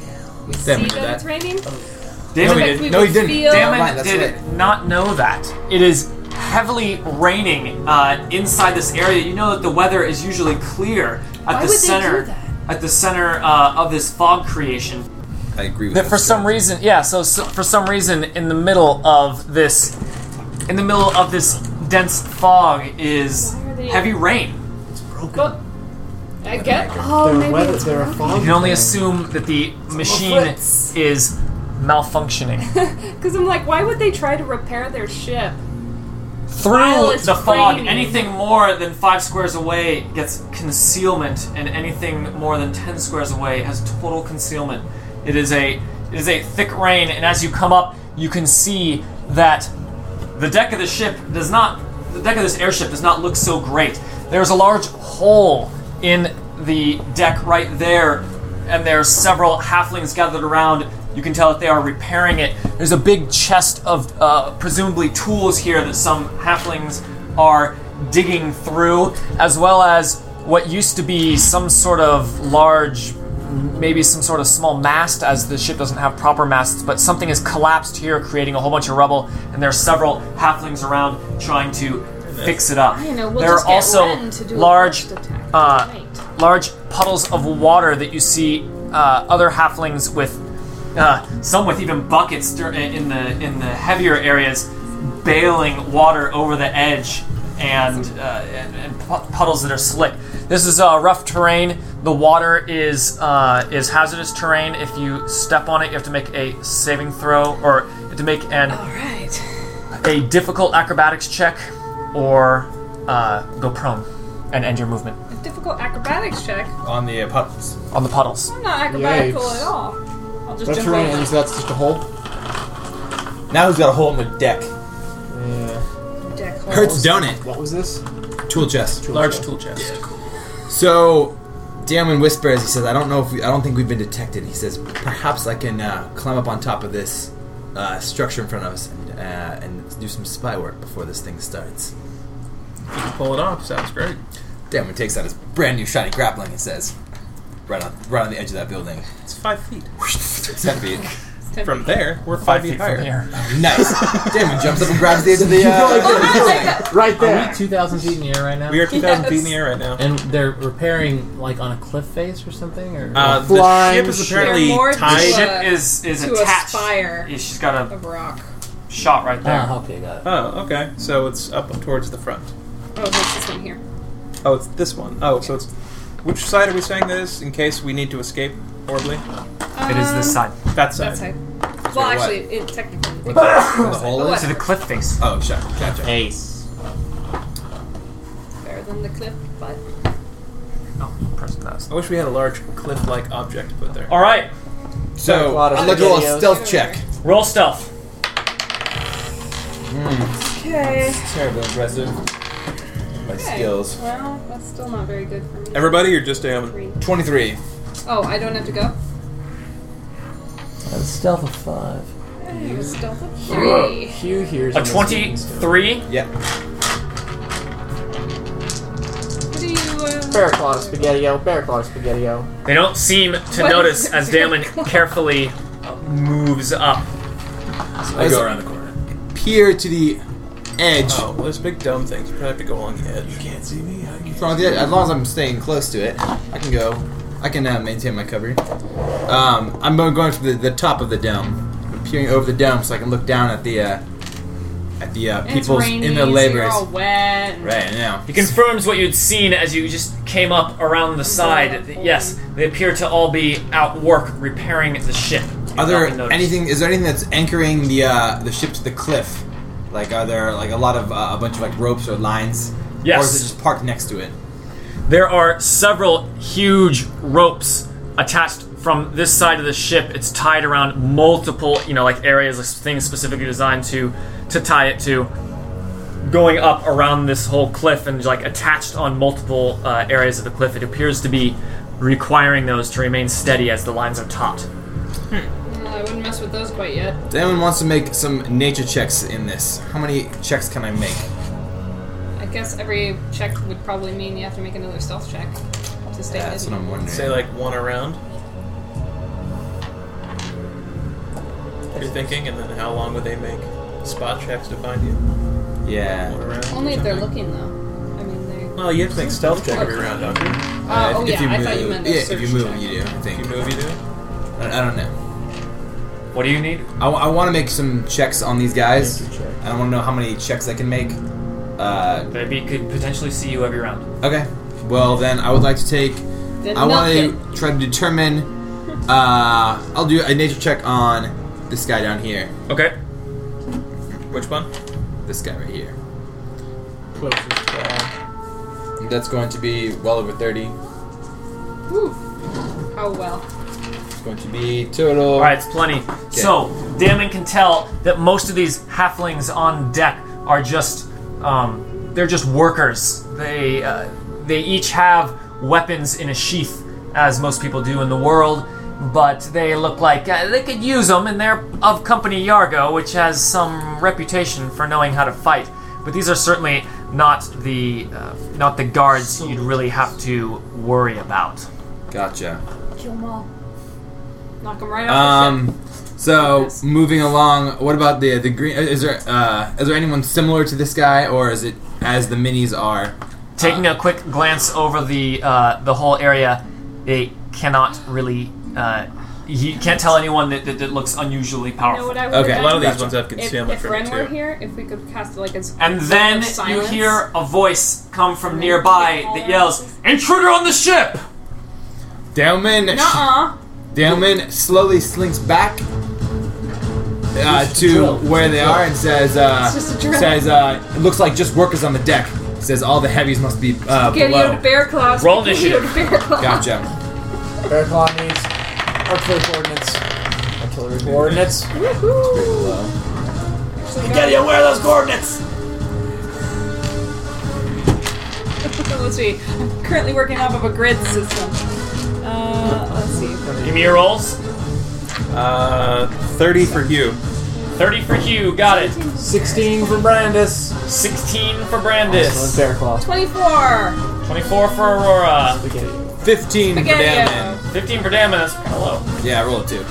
Speaker 5: we
Speaker 10: See
Speaker 5: did
Speaker 10: that it's
Speaker 5: that.
Speaker 10: raining?
Speaker 5: No, we
Speaker 10: Because
Speaker 5: didn't.
Speaker 10: we
Speaker 5: No,
Speaker 10: would
Speaker 5: he didn't.
Speaker 10: feel-
Speaker 5: Damn
Speaker 2: Damon
Speaker 5: it. That's
Speaker 2: did
Speaker 5: right.
Speaker 2: not know that. It is heavily raining uh, inside this area. You know that the weather is usually clear at
Speaker 10: Why
Speaker 2: the
Speaker 10: would they do
Speaker 2: center
Speaker 10: that?
Speaker 2: at the center uh, of this fog creation.
Speaker 5: I agree with
Speaker 2: That
Speaker 5: this
Speaker 2: for some
Speaker 5: strategy.
Speaker 2: reason, yeah. So, so for some reason, in the middle of this, in the middle of this dense fog is
Speaker 10: Why are they-
Speaker 2: heavy rain.
Speaker 10: But I get.
Speaker 4: There
Speaker 10: Oh,
Speaker 4: were
Speaker 10: maybe
Speaker 4: weather-
Speaker 10: it's
Speaker 4: there were fog
Speaker 2: You can only
Speaker 4: things.
Speaker 2: assume that the machine
Speaker 10: fritz.
Speaker 2: is malfunctioning.
Speaker 10: Because I'm like, why would they try to repair their ship? While
Speaker 2: through
Speaker 10: it's
Speaker 2: the fog,
Speaker 10: raining.
Speaker 2: anything more than five squares away gets concealment, and anything more than ten squares away has total concealment. It is a it is a thick rain, and as you come up, you can see that the deck of the ship does not the deck of this airship does not look so great. There's a large hole in the deck right there, and there's several halflings gathered around. You can tell that they are repairing it. There's a big chest of uh, presumably tools here that some halflings are digging through, as well as what used to be some sort of large maybe some sort of small mast, as the ship doesn't have proper masts, but something has collapsed here, creating a whole bunch of rubble, and there are several halflings around trying to fix it up.
Speaker 10: You know, we'll
Speaker 2: there
Speaker 10: just
Speaker 2: are
Speaker 10: get
Speaker 2: also
Speaker 10: Ren to do a
Speaker 2: large,
Speaker 10: first attack
Speaker 2: uh,
Speaker 10: tonight.
Speaker 2: large puddles of water that you see uh, other halflings with, uh, some with even buckets dur- in the in the heavier areas, bailing water over the edge and uh, and, and pu- puddles that are slick. This is uh, rough terrain. The water is uh, is hazardous terrain. If you step on it, you have to make a saving throw or you have to make an
Speaker 10: All right.
Speaker 2: a difficult acrobatics check or uh, go prone and end your movement
Speaker 10: A difficult acrobatics check.
Speaker 5: on the uh, pups.
Speaker 2: on the puddles.
Speaker 10: I'm not acrobatical
Speaker 4: Yikes.
Speaker 10: at all. I'll just
Speaker 4: That's
Speaker 10: jump
Speaker 4: terrain,
Speaker 10: over
Speaker 4: so that's just a hole.
Speaker 5: Now who's got a hole in the deck?
Speaker 4: Yeah.
Speaker 10: the deck. hole.
Speaker 5: Hurts donut.
Speaker 4: What was this?
Speaker 5: Tool
Speaker 4: <laughs>
Speaker 5: chest.
Speaker 6: Large tool chest.
Speaker 5: So, Damon whispers. He says, "I don't know if we, I don't think we've been detected." He says, "Perhaps I can uh, climb up on top of this uh, structure in front of us and, uh, and do some spy work before this thing starts."
Speaker 6: You can pull it off. Sounds great.
Speaker 5: Damon takes out his brand new shiny grappling and says, "Right on, right on the edge of that building."
Speaker 6: It's five feet.
Speaker 5: Ten feet.
Speaker 10: Ten
Speaker 6: From
Speaker 10: feet.
Speaker 6: there, we're
Speaker 2: Five
Speaker 6: five,
Speaker 2: feet
Speaker 6: higher.
Speaker 2: from here.
Speaker 5: Nice. Damon jumps up and grabs the edge of the.
Speaker 4: <laughs>
Speaker 5: Uh,
Speaker 10: Oh, I like that.
Speaker 4: Right
Speaker 7: Are
Speaker 4: there.
Speaker 7: we 2,000 feet in the air right now?
Speaker 6: We are 2,000 feet
Speaker 10: Yes.
Speaker 6: in the air right now.
Speaker 7: and they're repairing, like, on a cliff face or something? Or
Speaker 6: Uh, the
Speaker 4: Flying
Speaker 6: ship is
Speaker 4: ship.
Speaker 6: apparently
Speaker 10: They're more
Speaker 2: The
Speaker 10: to,
Speaker 6: tied.
Speaker 2: ship
Speaker 10: uh,
Speaker 2: is is
Speaker 10: to a
Speaker 2: attached.
Speaker 10: spire.
Speaker 2: Yeah, she's got a
Speaker 10: Of rock.
Speaker 2: shot right there.
Speaker 7: Ah, okay, got it.
Speaker 6: Oh, okay. So it's up towards the front.
Speaker 10: Oh, that's this one here.
Speaker 6: Oh, it's this one. Oh, so it's. Which side are we saying that is in case we need to escape horribly?
Speaker 2: It is this
Speaker 10: Um,
Speaker 2: side
Speaker 6: That side.
Speaker 10: That side. Well,
Speaker 5: what?
Speaker 10: actually, it technically.
Speaker 5: what the, the hole is?
Speaker 2: to the cliff face.
Speaker 5: Oh, shut. Gotcha.
Speaker 2: Ace.
Speaker 10: Better than the cliff, but
Speaker 2: Oh, press that.
Speaker 6: I wish we had a large cliff like object to put there.
Speaker 2: All right,
Speaker 4: There's a
Speaker 5: So
Speaker 4: lot of
Speaker 5: I'm gonna roll a
Speaker 4: videos.
Speaker 5: stealth check.
Speaker 2: roll stealth.
Speaker 10: okay.
Speaker 5: Terribly impressive. My skills.
Speaker 10: Well, that's still not very good for me.
Speaker 6: Everybody or just Damon?
Speaker 10: Three.
Speaker 5: Twenty-three.
Speaker 10: Oh, I don't have to go.
Speaker 7: That's stealth of five.
Speaker 10: Hey, stealth of three.
Speaker 4: Hugh hears
Speaker 2: A
Speaker 4: on this meeting, so-
Speaker 2: twenty-three.
Speaker 5: Yep.
Speaker 10: What do you? Uh,
Speaker 4: Bear claw to spaghetti-o, bear claw to spaghetti-o.
Speaker 2: They don't seem to
Speaker 10: What <laughs>
Speaker 2: notice
Speaker 10: is-
Speaker 2: as Damon carefully uh, moves up.
Speaker 7: I go around the corner.
Speaker 5: Peer to the edge.
Speaker 6: Oh, well, there's big dome things. You probably have to go along the edge.
Speaker 5: Can't see me. As long as, as long as I'm staying close to it, I can go. I can uh, maintain my cover. Um, I'm go- going to the, the top of the dome, I'm peering over the dome, so I can look down at the uh, at the uh,
Speaker 10: and it's
Speaker 5: people
Speaker 10: rainy,
Speaker 5: in their
Speaker 10: so you're
Speaker 5: labors.
Speaker 10: all wet. and-
Speaker 5: Right now.
Speaker 2: He confirms what you'd seen as you just came up around the side. Yes, they appear to all be out work repairing the ship. You've
Speaker 5: Are
Speaker 2: not been
Speaker 5: there
Speaker 2: noticed.
Speaker 5: anything? Is there anything that's anchoring the uh, the ship to the cliff? Like, are there like a lot of uh, a bunch of like ropes or lines? Or
Speaker 2: Yes.
Speaker 5: is it just parked next to it?
Speaker 2: There are several huge ropes attached from this side of the ship. It's tied around multiple, you know, like areas, like things specifically designed to to tie it to, going up around this whole cliff and like attached on multiple uh, areas of the cliff. It appears to be requiring those to remain steady as the lines are taut.
Speaker 10: Well, I wouldn't mess with those quite yet.
Speaker 5: If anyone wants to make some nature checks in this, how many checks can I make?
Speaker 10: I guess every check would probably mean you have to make another stealth check to stay
Speaker 5: That's what
Speaker 10: hidden.
Speaker 5: I'm wondering.
Speaker 6: Say, like, one around. What are you thinking? And then how long would they make spot checks to find you? One
Speaker 5: yeah.
Speaker 6: around? or
Speaker 10: Only if they're
Speaker 6: something?
Speaker 10: looking, though. I mean, they.
Speaker 6: Well, you have to make stealth check every round, don't you?
Speaker 10: Oh, oh yeah, I thought you meant a
Speaker 5: yeah,
Speaker 10: search
Speaker 5: if you move,
Speaker 10: check.
Speaker 5: you do. I think.
Speaker 6: If you move, you do.
Speaker 5: I, I don't know.
Speaker 2: What do you need?
Speaker 5: I, want to make some checks on these guys.
Speaker 4: Nature check.
Speaker 5: I don't want to know how many checks I can make. Uh,
Speaker 2: They could potentially see you every round.
Speaker 5: okay. Well, then I would like to take.
Speaker 10: Then
Speaker 5: I want
Speaker 10: nothing.
Speaker 5: to try to determine. Uh, I'll do a nature check on this guy down here.
Speaker 2: Okay.
Speaker 6: Which one?
Speaker 5: This guy right here.
Speaker 4: Closest guy.
Speaker 5: That's going to be well over thirty.
Speaker 10: Whew. How oh, well.
Speaker 5: It's going to be total.
Speaker 2: All right, it's plenty. So Damon can tell that most of these halflings on deck are just um, they're just workers. They uh, they each have weapons in a sheath, as most people do in the world. But they look like uh, they could use them, and they're of company Yargo, which has some reputation for knowing how to fight. But these are certainly not the uh, not the guards you'd really have to worry about.
Speaker 5: Gotcha.
Speaker 10: Kill them all. Knock them right off the ship.
Speaker 5: Um, so moving along, what about the the green? Is there uh, is there anyone similar to this guy, or is it as the minis are?
Speaker 2: Taking a quick glance over the uh, the whole area, they cannot really. Uh, you can't tell anyone that, that, that looks unusually
Speaker 10: You know
Speaker 2: powerful.
Speaker 10: what I would
Speaker 5: Okay.
Speaker 6: A lot of these
Speaker 5: Gotcha.
Speaker 6: ones have
Speaker 10: If,
Speaker 6: concealment
Speaker 10: if
Speaker 6: for me,
Speaker 10: Ren were
Speaker 6: too.
Speaker 10: here, if we could cast like a s-
Speaker 2: and
Speaker 10: zone
Speaker 2: then
Speaker 10: of
Speaker 2: you
Speaker 10: silence.
Speaker 2: hear a voice come from
Speaker 10: And then
Speaker 2: nearby
Speaker 10: you hear all
Speaker 2: that
Speaker 10: the
Speaker 2: yells,
Speaker 10: voices.
Speaker 2: "Intruder on the ship!"
Speaker 5: Delman.
Speaker 10: Nuh-uh.
Speaker 5: Delman slowly slinks back uh,
Speaker 4: Just
Speaker 5: to
Speaker 4: drill.
Speaker 5: where they are and says, uh,
Speaker 10: It's just a drill.
Speaker 5: says, uh, it looks like just workers on the deck. Says all the heavies must be uh,
Speaker 10: Get you to
Speaker 5: below.
Speaker 10: bear claws.
Speaker 2: Roll
Speaker 10: get you to bear claws.
Speaker 5: Gotcha.
Speaker 4: Bear claw needs artillery coordinates. Artillery coordinates.
Speaker 10: Woohoo! Actually, got it.
Speaker 5: where are those coordinates?
Speaker 10: <laughs> Let's see. I'm currently working off of a grid system. Uh, let's see.
Speaker 2: Give me your rolls.
Speaker 6: Uh, 30 for Hugh.
Speaker 2: Thirty for Hugh, got it.
Speaker 4: 16 for Brandis.
Speaker 2: Sixteen for
Speaker 4: So it's
Speaker 2: Brandis.
Speaker 4: bear claw.
Speaker 10: 24!
Speaker 2: Twenty-four for Aurora.
Speaker 4: Spaghetti.
Speaker 5: Fifteen for Delman.
Speaker 10: Spaghetti!
Speaker 2: Fifteen for Damon. That's kind of low.
Speaker 5: Yeah, roll it two.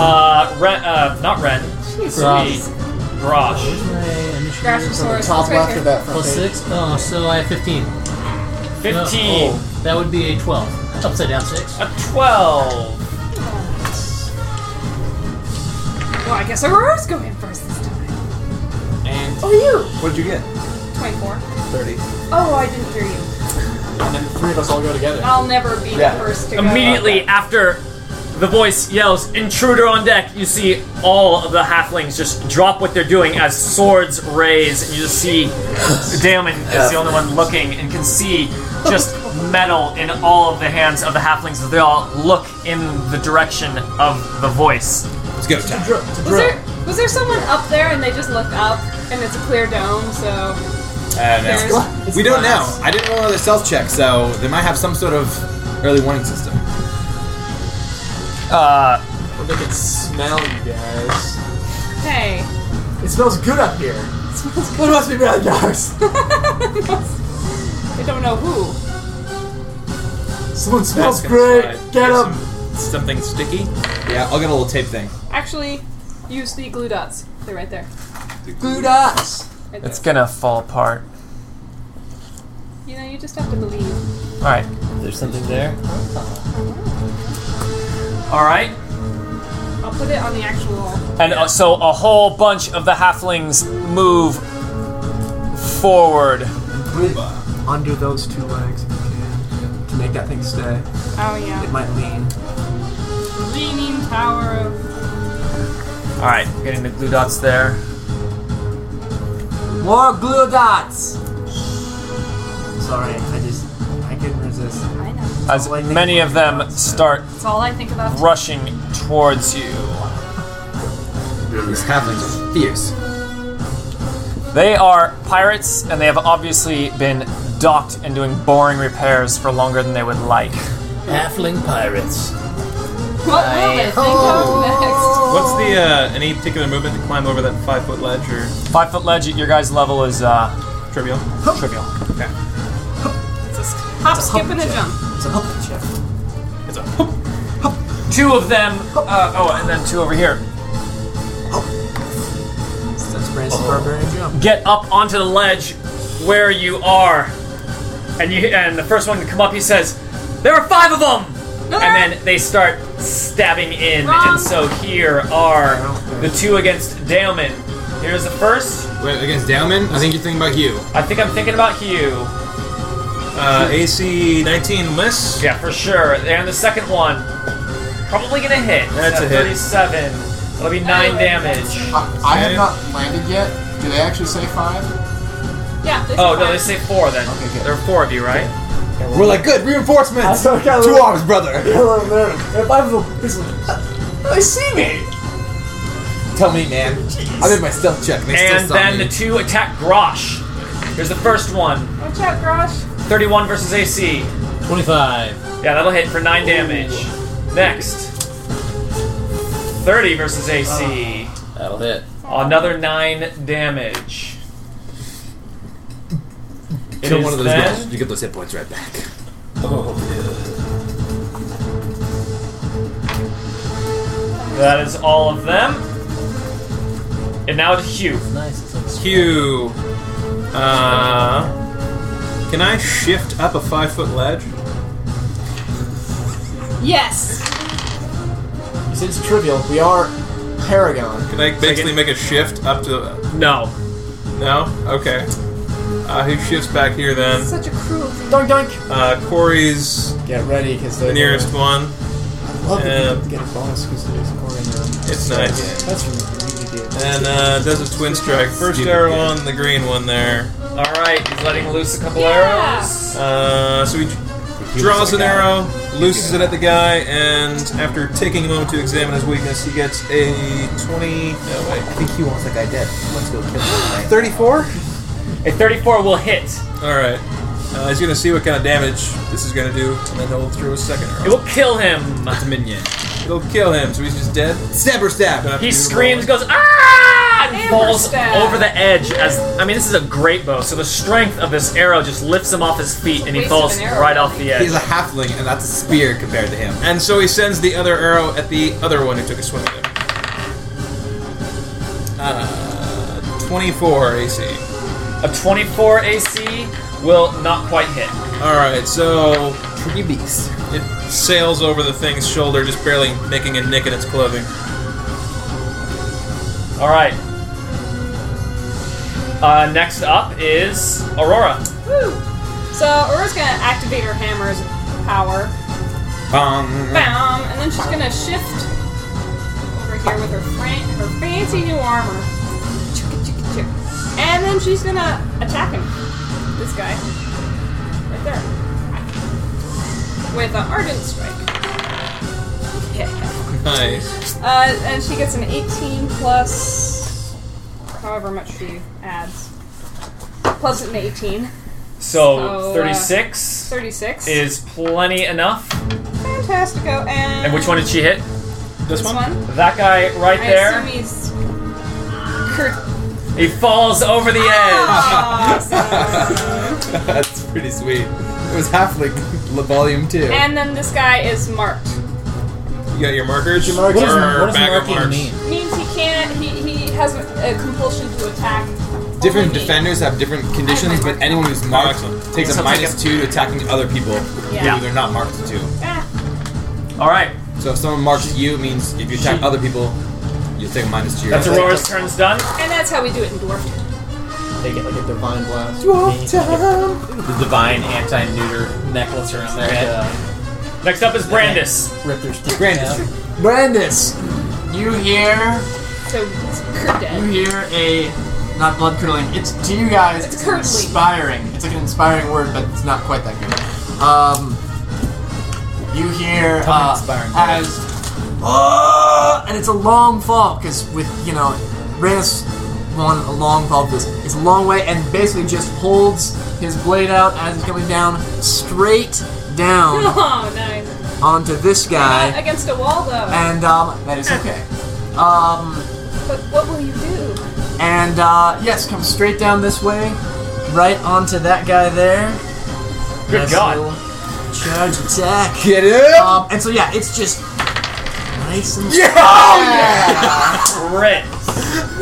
Speaker 2: Uh, Ren, uh, not Ren.
Speaker 7: Grosh.
Speaker 2: Sweet. Grosh.
Speaker 7: My initiative
Speaker 10: Grassosaurus.
Speaker 4: From the
Speaker 10: It's
Speaker 4: top
Speaker 10: right
Speaker 4: left
Speaker 10: here.
Speaker 4: of that front
Speaker 7: Plus
Speaker 4: page.
Speaker 7: six. Oh, so I have fifteen.
Speaker 2: 15.
Speaker 7: Oh, that would be a twelve. Upside down six.
Speaker 2: A 12.
Speaker 10: Well, I guess Aurora's going first this time.
Speaker 5: And
Speaker 10: Oh, you!
Speaker 5: what did you get?
Speaker 10: 24.
Speaker 5: Thirty.
Speaker 10: Oh, I didn't hear you.
Speaker 4: And then the three of us all go together.
Speaker 10: I'll never be
Speaker 5: Yeah.
Speaker 10: the first to go.
Speaker 2: Immediately after the voice yells, Intruder on deck, you see all of the halflings just drop what they're doing as swords raise, and you just see <sighs> Damon is the only one looking and can see just metal in all of the hands of the halflings as they all look in the direction of the voice.
Speaker 5: Let's go. Attack.
Speaker 4: Drill, to
Speaker 10: Was
Speaker 4: drill.
Speaker 10: there, was there someone up there and they just looked up and it's a clear dome, so.
Speaker 5: Uh, no.
Speaker 10: There's-
Speaker 5: We don't know.
Speaker 4: glass.
Speaker 5: I didn't roll another stealth check, so they might have some sort of early warning system.
Speaker 2: Uh,
Speaker 4: Well, They can smell you guys.
Speaker 10: Hey. <laughs>
Speaker 4: It smells good up here. It smells good. It must be bad guys.
Speaker 10: I don't know who.
Speaker 4: Someone smells
Speaker 6: That's
Speaker 4: great.
Speaker 6: gonna slide.
Speaker 4: Get
Speaker 6: Here's
Speaker 4: him.
Speaker 6: some- Something sticky.
Speaker 5: Yeah, I'll get a little tape thing.
Speaker 10: Actually, use the glue dots. They're right there.
Speaker 4: Glue dots.
Speaker 10: Right
Speaker 2: it's
Speaker 10: there.
Speaker 2: gonna fall apart.
Speaker 10: You know, you just have to believe.
Speaker 2: Alright.
Speaker 7: There's something there.
Speaker 2: Alright.
Speaker 10: I'll put it on the actual.
Speaker 2: And uh, so a whole bunch of the halflings move forward.
Speaker 4: Under those two legs, if you can, to make that thing stay.
Speaker 10: Oh yeah.
Speaker 4: might lean.
Speaker 10: Leaning tower of.
Speaker 2: All right, getting the glue dots there.
Speaker 4: More glue dots. Sorry, I just I couldn't resist.
Speaker 10: I know.
Speaker 2: As many of them start
Speaker 10: That's all I think about.
Speaker 2: rushing towards you.
Speaker 5: These halflings are fierce.
Speaker 2: They are pirates, and they have obviously been docked and doing boring repairs for longer than they would like.
Speaker 7: Halfling pirates.
Speaker 10: What will they think of
Speaker 6: What's the uh, any particular movement to climb over that five foot ledge or
Speaker 2: Five foot ledge at your guys' level is uh,
Speaker 6: trivial?
Speaker 2: trivial.
Speaker 10: next? Just hop, skip, and a jump.
Speaker 4: It's a help check.
Speaker 6: It's a hoop.
Speaker 2: Two of them. Uh, oh, and then two over here.
Speaker 4: That's Branson Barbarian jump.
Speaker 2: get up onto the ledge where you are, and you and the first one to come up, he says, "There are five of them," and then they start stabbing in,
Speaker 10: Wrong.
Speaker 2: and so here are the two against Daemon. Here's the first.
Speaker 5: Wait, against Dowman? I think you're thinking about you.
Speaker 2: I think I'm thinking about Hugh.
Speaker 6: Uh, AC 19 miss.
Speaker 2: Yeah, for sure. And the second one, probably gonna hit.
Speaker 6: That's
Speaker 2: So
Speaker 6: a hit.
Speaker 2: 37. That'll be nine damage.
Speaker 4: I, I have not landed yet. Do they actually say five?
Speaker 10: Yeah. They
Speaker 2: Oh
Speaker 10: survived.
Speaker 2: no, they say four then.
Speaker 4: Okay, good.
Speaker 2: There are four of you, right?
Speaker 5: We're like, good, reinforcements!
Speaker 4: I don't got
Speaker 5: Two
Speaker 4: it.
Speaker 5: arms, brother!
Speaker 4: Hello there. If I have a pistol, they see me.
Speaker 5: Tell me, man. I did my stealth check, and they still
Speaker 2: And
Speaker 5: saw
Speaker 2: then
Speaker 5: me.
Speaker 2: the two attack Grosh. Here's the first one.
Speaker 10: Watch out, Grosh.
Speaker 2: 31 versus AC.
Speaker 7: Twenty-five.
Speaker 2: Yeah, that'll hit for 9 damage. Next. 30 versus AC.
Speaker 7: That'll hit.
Speaker 5: Uh.
Speaker 2: Another 9 damage. It
Speaker 5: Kill
Speaker 2: is
Speaker 5: one of those
Speaker 2: then-
Speaker 5: guys, you get those hit points right back.
Speaker 2: That is all of them. And now to Hugh.
Speaker 7: Nice. It's like
Speaker 6: Q. Uh, can I shift up a five foot ledge?
Speaker 10: Yes.
Speaker 4: You said it's trivial. We are Paragon.
Speaker 6: Can I basically make a shift up to?
Speaker 2: No.
Speaker 6: No. Okay. Uh, he shifts back here then.
Speaker 10: Such a cruelty.
Speaker 4: Dunk dunk.
Speaker 6: Uh, Corey's
Speaker 4: Get ready, because
Speaker 6: the
Speaker 4: they're
Speaker 6: nearest one.
Speaker 4: I love that you
Speaker 6: Um,
Speaker 4: get a bonus because there's more in there.
Speaker 6: It's nice.
Speaker 4: That's really good.
Speaker 6: And uh, does a twin strike. First
Speaker 5: Stupid
Speaker 6: arrow
Speaker 5: kid.
Speaker 6: on the green one there.
Speaker 2: Alright, he's letting loose a couple
Speaker 10: Yeah.
Speaker 2: arrows.
Speaker 6: Uh, so he draws an arrow, looses it at the guy, and after taking a moment to examine his weakness, he gets a 20. No,
Speaker 5: I
Speaker 6: wait.
Speaker 5: think he wants that guy dead. Let's go kill him.
Speaker 6: 34?
Speaker 2: A 34 will hit.
Speaker 6: Alright. Uh, he's gonna see what kind of damage this is gonna do, and then he'll throw a second
Speaker 2: It
Speaker 6: arrow.
Speaker 2: will kill him.
Speaker 5: That's a minion.
Speaker 6: It'll kill him, so he's just dead.
Speaker 5: Stabber stab!
Speaker 2: He screams, goes, ah! And falls
Speaker 3: staff.
Speaker 2: over the edge as I mean this is a great bow, so the strength of this arrow just lifts him off his feet and he
Speaker 3: Waste
Speaker 2: falls
Speaker 3: of an arrow,
Speaker 2: right off
Speaker 3: really.
Speaker 2: the edge.
Speaker 5: He's a halfling, and that's a spear compared to
Speaker 4: <laughs>
Speaker 5: him.
Speaker 6: And so he sends the other arrow at the other one who took a swing at him. Uh, 24 AC.
Speaker 2: A 24 AC will not quite hit.
Speaker 6: Alright, so
Speaker 5: Pretty beast.
Speaker 6: it sails over the thing's shoulder, just barely making a nick in its clothing.
Speaker 2: All right. Uh, next up is Aurora.
Speaker 3: Woo! So Aura's gonna activate her hammer's power.
Speaker 5: Bong.
Speaker 3: Bam! And then she's gonna shift over here with her fran- her fancy new armor. Chicka, chicka, chicka. And then she's gonna attack him. This guy. Right there. With an ardent strike. Yeah.
Speaker 6: Nice.
Speaker 3: Uh, and she gets an 18 plus however much she adds. Plus an 18. So,
Speaker 2: So
Speaker 3: uh,
Speaker 2: 36
Speaker 3: 36.
Speaker 2: is plenty enough.
Speaker 3: Fantastico. And,
Speaker 2: And which one did she hit?
Speaker 6: This
Speaker 3: This
Speaker 6: one?
Speaker 3: one?
Speaker 2: That guy right
Speaker 3: I
Speaker 2: there.
Speaker 3: assume he's. Kurt.
Speaker 2: He falls over the
Speaker 3: Ah!
Speaker 2: edge.
Speaker 5: <laughs> that's pretty sweet. It was halfling, <laughs> La volume two.
Speaker 3: and then this guy is marked.
Speaker 6: You got your markers?
Speaker 4: Your markers.
Speaker 7: What does,
Speaker 6: Or
Speaker 7: what does
Speaker 6: bag of
Speaker 7: marking
Speaker 6: marks.
Speaker 7: mean?
Speaker 3: Means he can't. He, he has a compulsion to attack.
Speaker 5: different
Speaker 3: only me.
Speaker 5: defenders have different conditions, but anyone who's marked takes
Speaker 6: excellent.
Speaker 2: So
Speaker 5: a
Speaker 2: it's like
Speaker 5: minus two to attacking other people
Speaker 3: Yeah.
Speaker 5: who they're not marked to.
Speaker 3: Ah,
Speaker 2: All right.
Speaker 5: So if someone marks you, it means if you attack other people, you take a minus two.
Speaker 2: That's Aurora's turn's done.
Speaker 3: and that's how we do it in Dwarf.
Speaker 4: They get like a divine blast.
Speaker 7: The divine anti-neuter necklace around their head.
Speaker 2: Next up is Brandis.
Speaker 7: Rip their stick
Speaker 5: Brandis.
Speaker 7: down.
Speaker 4: Brandis, you hear
Speaker 3: So it's Kurt
Speaker 4: you
Speaker 2: Mm.
Speaker 3: dead.
Speaker 4: hear a not blood curdling. It's to you guys.
Speaker 3: It's
Speaker 4: It's,
Speaker 3: curdling.
Speaker 4: inspiring. It's like an inspiring word, but it's not quite that good. Um, you hear
Speaker 5: Tell me
Speaker 4: uh,
Speaker 5: inspiring word.
Speaker 4: as oh, and it's a long fall because with you know, Reyes won a long fall. This it's a long way, and basically just holds his blade out as he's coming down straight
Speaker 3: <laughs>
Speaker 4: down
Speaker 3: <laughs> Oh, nice.
Speaker 4: onto this
Speaker 3: Not
Speaker 4: guy,
Speaker 3: against a wall though.
Speaker 4: and um, that is okay. Um.
Speaker 3: But what will you do?
Speaker 4: And uh, yes, come straight down this way, right onto that guy there.
Speaker 2: Good
Speaker 4: Nice
Speaker 2: God.
Speaker 4: little Charge attack.
Speaker 5: Get it?
Speaker 4: Um, and so yeah, it's just nice and
Speaker 5: Yeah!
Speaker 2: Crit.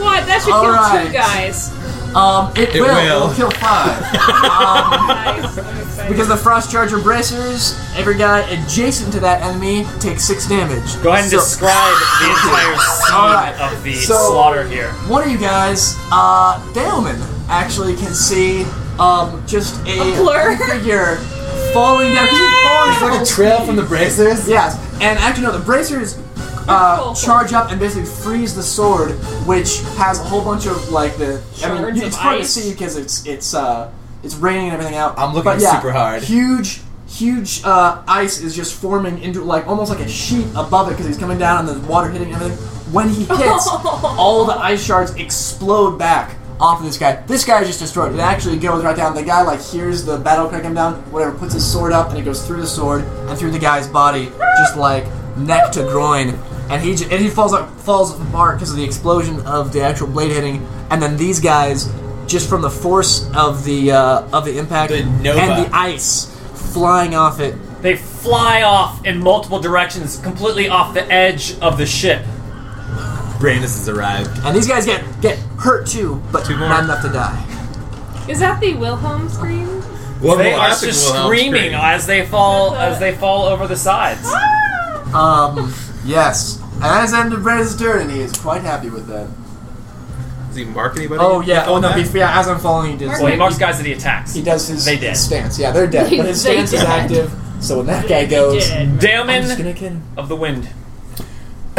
Speaker 3: What? That should
Speaker 4: All
Speaker 3: kill
Speaker 4: right.
Speaker 3: two
Speaker 4: <laughs>
Speaker 3: guys.
Speaker 4: Um, it,
Speaker 5: It
Speaker 4: will.
Speaker 5: will.
Speaker 4: It'll kill
Speaker 5: <laughs>
Speaker 4: five. um,
Speaker 3: Nice. I'm excited.
Speaker 4: because the frost charger bracers, every guy adjacent to that enemy takes six damage.
Speaker 2: Go ahead and
Speaker 4: So-
Speaker 2: describe
Speaker 4: <laughs>
Speaker 2: the entire scene
Speaker 4: All right.
Speaker 2: of the
Speaker 4: So-
Speaker 2: slaughter here.
Speaker 4: One of you guys, uh, Dailman, actually can see um, just a,
Speaker 3: A blur? <laughs>
Speaker 4: figure falling down. 'cause he's falling
Speaker 5: It's like
Speaker 4: down.
Speaker 5: a trail from the bracers.
Speaker 4: Yes, and actually no, the bracers uh,
Speaker 3: Cool.
Speaker 4: charge up and basically freeze the sword, which has a whole bunch of like the. I mean,
Speaker 3: Shards
Speaker 4: you- it's
Speaker 3: of
Speaker 4: hard
Speaker 3: ice?
Speaker 4: to see because it's it's uh it's raining and everything out.
Speaker 5: I'm looking
Speaker 4: but, yeah,
Speaker 5: super hard.
Speaker 4: Huge, huge uh, ice is just forming into like almost like a sheet above it because he's coming down and the water hitting everything. When
Speaker 3: <laughs>
Speaker 4: he hits, all the ice shards explode back off of this guy. This guy is just destroyed. It actually goes right down. The guy like hears the battle cry come down, whatever, puts his sword up, and it goes through the sword and through the guy's body, just like neck to groin. And he j- and he falls up, falls apart because of the explosion of the actual blade hitting. And then these guys, just from the force of the uh, of the impact
Speaker 5: The
Speaker 4: and
Speaker 5: nova.
Speaker 4: the ice flying off it,
Speaker 2: They fly off in multiple directions, completely off the edge of the ship.
Speaker 5: Brandis has arrived.
Speaker 4: and these guys get get hurt too, but
Speaker 6: Two more.
Speaker 4: not enough to die.
Speaker 3: Is that the Wilhelm scream?
Speaker 5: Well,
Speaker 2: They are just screaming as they fall as they fall over the sides.
Speaker 4: Um, <laughs> yes. And as end of Brandon's turn, and he is quite happy with that.
Speaker 6: Does he mark anybody?
Speaker 4: Oh yeah. Oh no.
Speaker 6: Back?
Speaker 4: Before, yeah. As I'm falling, he does.
Speaker 2: Well, he marks guys that he attacks.
Speaker 4: He does his
Speaker 2: They did.
Speaker 4: stance. Yeah, they're dead. But his
Speaker 3: They
Speaker 4: stance is
Speaker 3: did.
Speaker 4: active. So when that guy goes, I'm just
Speaker 2: Daemon
Speaker 4: gonna kill him.
Speaker 2: of the Wind.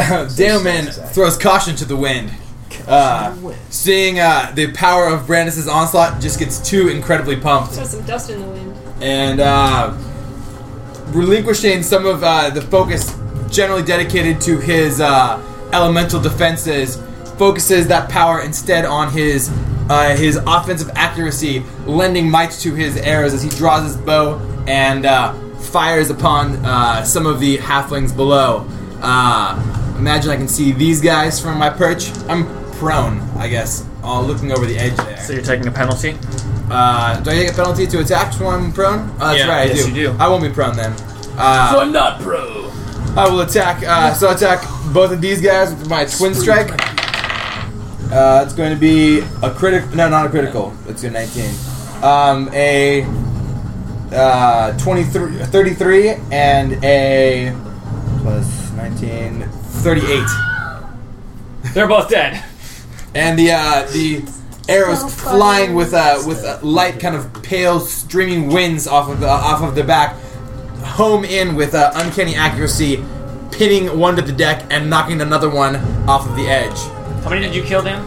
Speaker 5: <laughs> Daleman throws caution to the wind. Uh, seeing uh, the power of Brandis' onslaught just gets too incredibly pumped.
Speaker 3: Put some dust in the wind.
Speaker 5: and uh, relinquishing some of uh, the focus generally dedicated to his uh, elemental defenses, focuses that power instead on his uh, his offensive accuracy, lending might to his arrows as he draws his bow and uh, fires upon uh, some of the halflings below. Uh, imagine I can see these guys from my perch. I'm prone, I guess, uh, looking over the edge there.
Speaker 2: So you're taking a penalty.
Speaker 5: Uh, do I take a penalty to attacks when I'm prone? Oh, that's
Speaker 6: Yeah,
Speaker 5: right, I
Speaker 2: yes,
Speaker 5: do.
Speaker 2: you do.
Speaker 5: I won't be prone then.
Speaker 7: So
Speaker 5: Uh,
Speaker 7: I'm not pro.
Speaker 5: I will attack. Uh, so I attack both of these guys with my twin strike. Uh, it's going to be a critical. No, not a critical. It's a 19. Um, a uh, 23, 33 and a plus 19, 38.
Speaker 2: They're both dead.
Speaker 5: And the uh, the arrows flying with uh, with uh, light, kind of pale, streaming winds off of the uh, off of the back, home in with uh, uncanny accuracy, pinning one to the deck and knocking another one off of the edge.
Speaker 2: How many did you kill, Dan?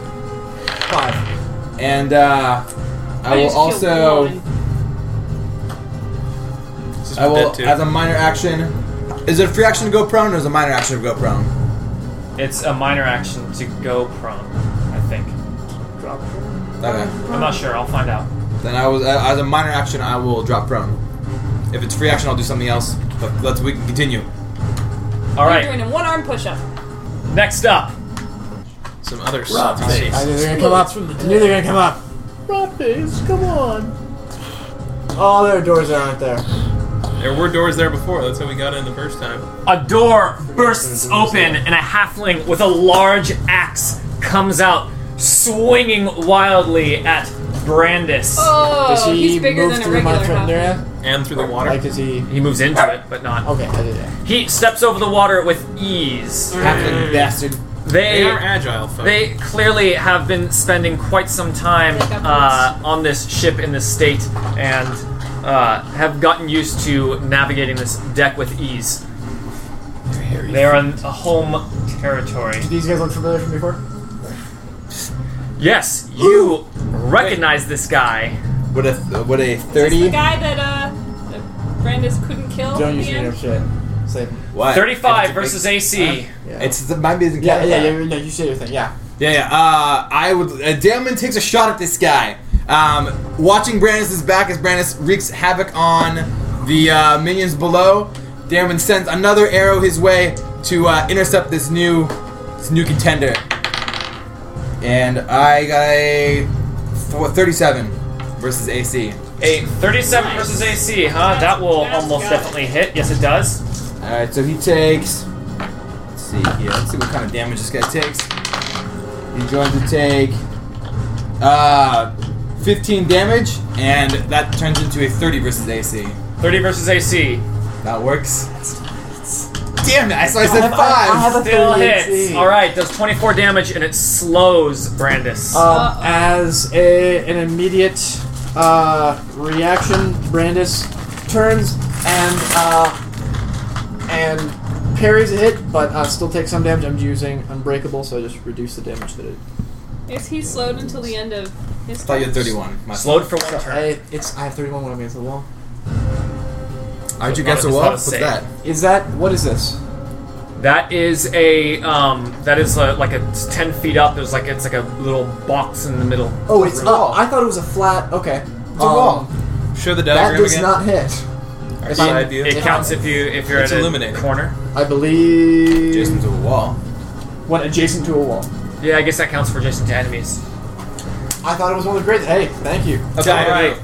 Speaker 5: Five. And uh, I,
Speaker 10: I
Speaker 5: will
Speaker 10: just killed
Speaker 5: also.
Speaker 10: one.
Speaker 6: Just
Speaker 5: I will,
Speaker 6: dead too.
Speaker 5: as a minor action. Is it a free action to go prone or is it a minor action to go prone?
Speaker 2: It's a minor action to go prone, I think.
Speaker 5: Okay.
Speaker 2: I'm not sure. I'll find out.
Speaker 5: Then I was, as a minor action, I will drop prone. If it's free action, I'll do something else. But let's we can continue.
Speaker 2: All
Speaker 10: I'm doing
Speaker 2: right.
Speaker 10: a one arm push up.
Speaker 2: Next up,
Speaker 6: Some other
Speaker 7: Rob
Speaker 6: stuff.
Speaker 7: face.
Speaker 4: I knew they were gonna come up. I knew they were gonna come up.
Speaker 7: Rob face, come on.
Speaker 4: Oh, there are doors that aren't there.
Speaker 6: There were doors there before. That's how we got in the first time.
Speaker 2: a door bursts open, and a halfling with a large axe comes out, swinging wildly at Brandis.
Speaker 10: Oh,
Speaker 4: does he
Speaker 10: he's bigger
Speaker 4: move
Speaker 10: than a
Speaker 4: through my
Speaker 10: regular
Speaker 4: threatened
Speaker 10: half.
Speaker 4: area?
Speaker 6: And through the water.
Speaker 4: Like, does he?
Speaker 2: He moves into it, but not.
Speaker 4: Okay, I did that.
Speaker 2: He steps over the water with ease.
Speaker 5: Halfling bastard.
Speaker 2: They
Speaker 6: they are agile, folks.
Speaker 2: They clearly have been spending quite some time uh, on this ship in this state and uh, have gotten used to navigating this deck with ease. They are in a home territory.
Speaker 4: Did these guys look familiar from before?
Speaker 2: Yes, you recognize this guy.
Speaker 5: What a what a
Speaker 10: Is this
Speaker 5: thirty.
Speaker 10: the guy that uh, that Brandis couldn't kill.
Speaker 4: Don't
Speaker 10: in
Speaker 4: use
Speaker 10: the
Speaker 4: made up
Speaker 10: end?
Speaker 4: shit. Save. him.
Speaker 5: What?
Speaker 2: 35
Speaker 5: It's-
Speaker 2: versus AC.
Speaker 4: Yeah.
Speaker 5: It's it might be the
Speaker 4: yeah, yeah, yeah, yeah. You say your thing. Yeah.
Speaker 5: yeah, yeah. Uh, I would. Uh, Damon takes a shot at this guy. Um, watching Brandis' back as Brandis wreaks havoc on the uh, minions below. Damon sends another arrow his way to uh, intercept this new this new contender. And I got a four, 37 versus AC.
Speaker 2: A 37 versus AC, huh? That will
Speaker 10: That's
Speaker 2: almost
Speaker 10: got it.
Speaker 2: definitely hit. Yes, it does.
Speaker 5: All right, so he takes. Let's see here. Let's see what kind of damage this guy takes. He's going to take uh, 15 damage, and that turns into a 30 versus AC.
Speaker 2: 30 versus AC.
Speaker 5: That works. Damn it! I saw I said
Speaker 4: I- I have
Speaker 5: five.
Speaker 4: a
Speaker 2: Still
Speaker 4: 30
Speaker 2: hits.
Speaker 4: AC.
Speaker 2: All right, does 24 damage and it slows Brandis.
Speaker 4: Um, as a, an immediate uh, reaction, Brandis turns and uh, and parries a hit, but uh, still takes some damage. I'm using Unbreakable, so I just reduce the damage that it.
Speaker 10: Is he slowed until the end of his
Speaker 5: I thought you
Speaker 10: turn?
Speaker 5: had 31. My
Speaker 2: Slowed for one turn.
Speaker 4: I, it's I have 31 when I'm against the wall.
Speaker 5: Aren't you
Speaker 2: Not
Speaker 5: against
Speaker 2: a-
Speaker 5: the wall?
Speaker 2: not a
Speaker 5: What's
Speaker 2: save.
Speaker 5: that?
Speaker 4: Is that what is this?
Speaker 2: That is a um, that is a, like a it's ten feet up. There's like it's like a little box in the middle.
Speaker 4: Oh, it's
Speaker 5: a wall.
Speaker 4: up. I thought it was a flat. Okay, it's
Speaker 5: a wall.
Speaker 6: Show the
Speaker 4: That
Speaker 6: diagram
Speaker 4: does
Speaker 6: again.
Speaker 4: not hit.
Speaker 6: Our
Speaker 4: if
Speaker 6: side
Speaker 4: I'm-
Speaker 6: view.
Speaker 2: It counts if you if you're
Speaker 6: It's
Speaker 2: at a
Speaker 6: illuminating.
Speaker 2: corner.
Speaker 4: I believe
Speaker 5: Jason to a wall.
Speaker 4: when adjacent to a wall.
Speaker 2: Yeah, I guess that counts for adjacent to enemies.
Speaker 4: I thought it was one of the great. Hey, thank you.
Speaker 5: Okay,
Speaker 2: All right.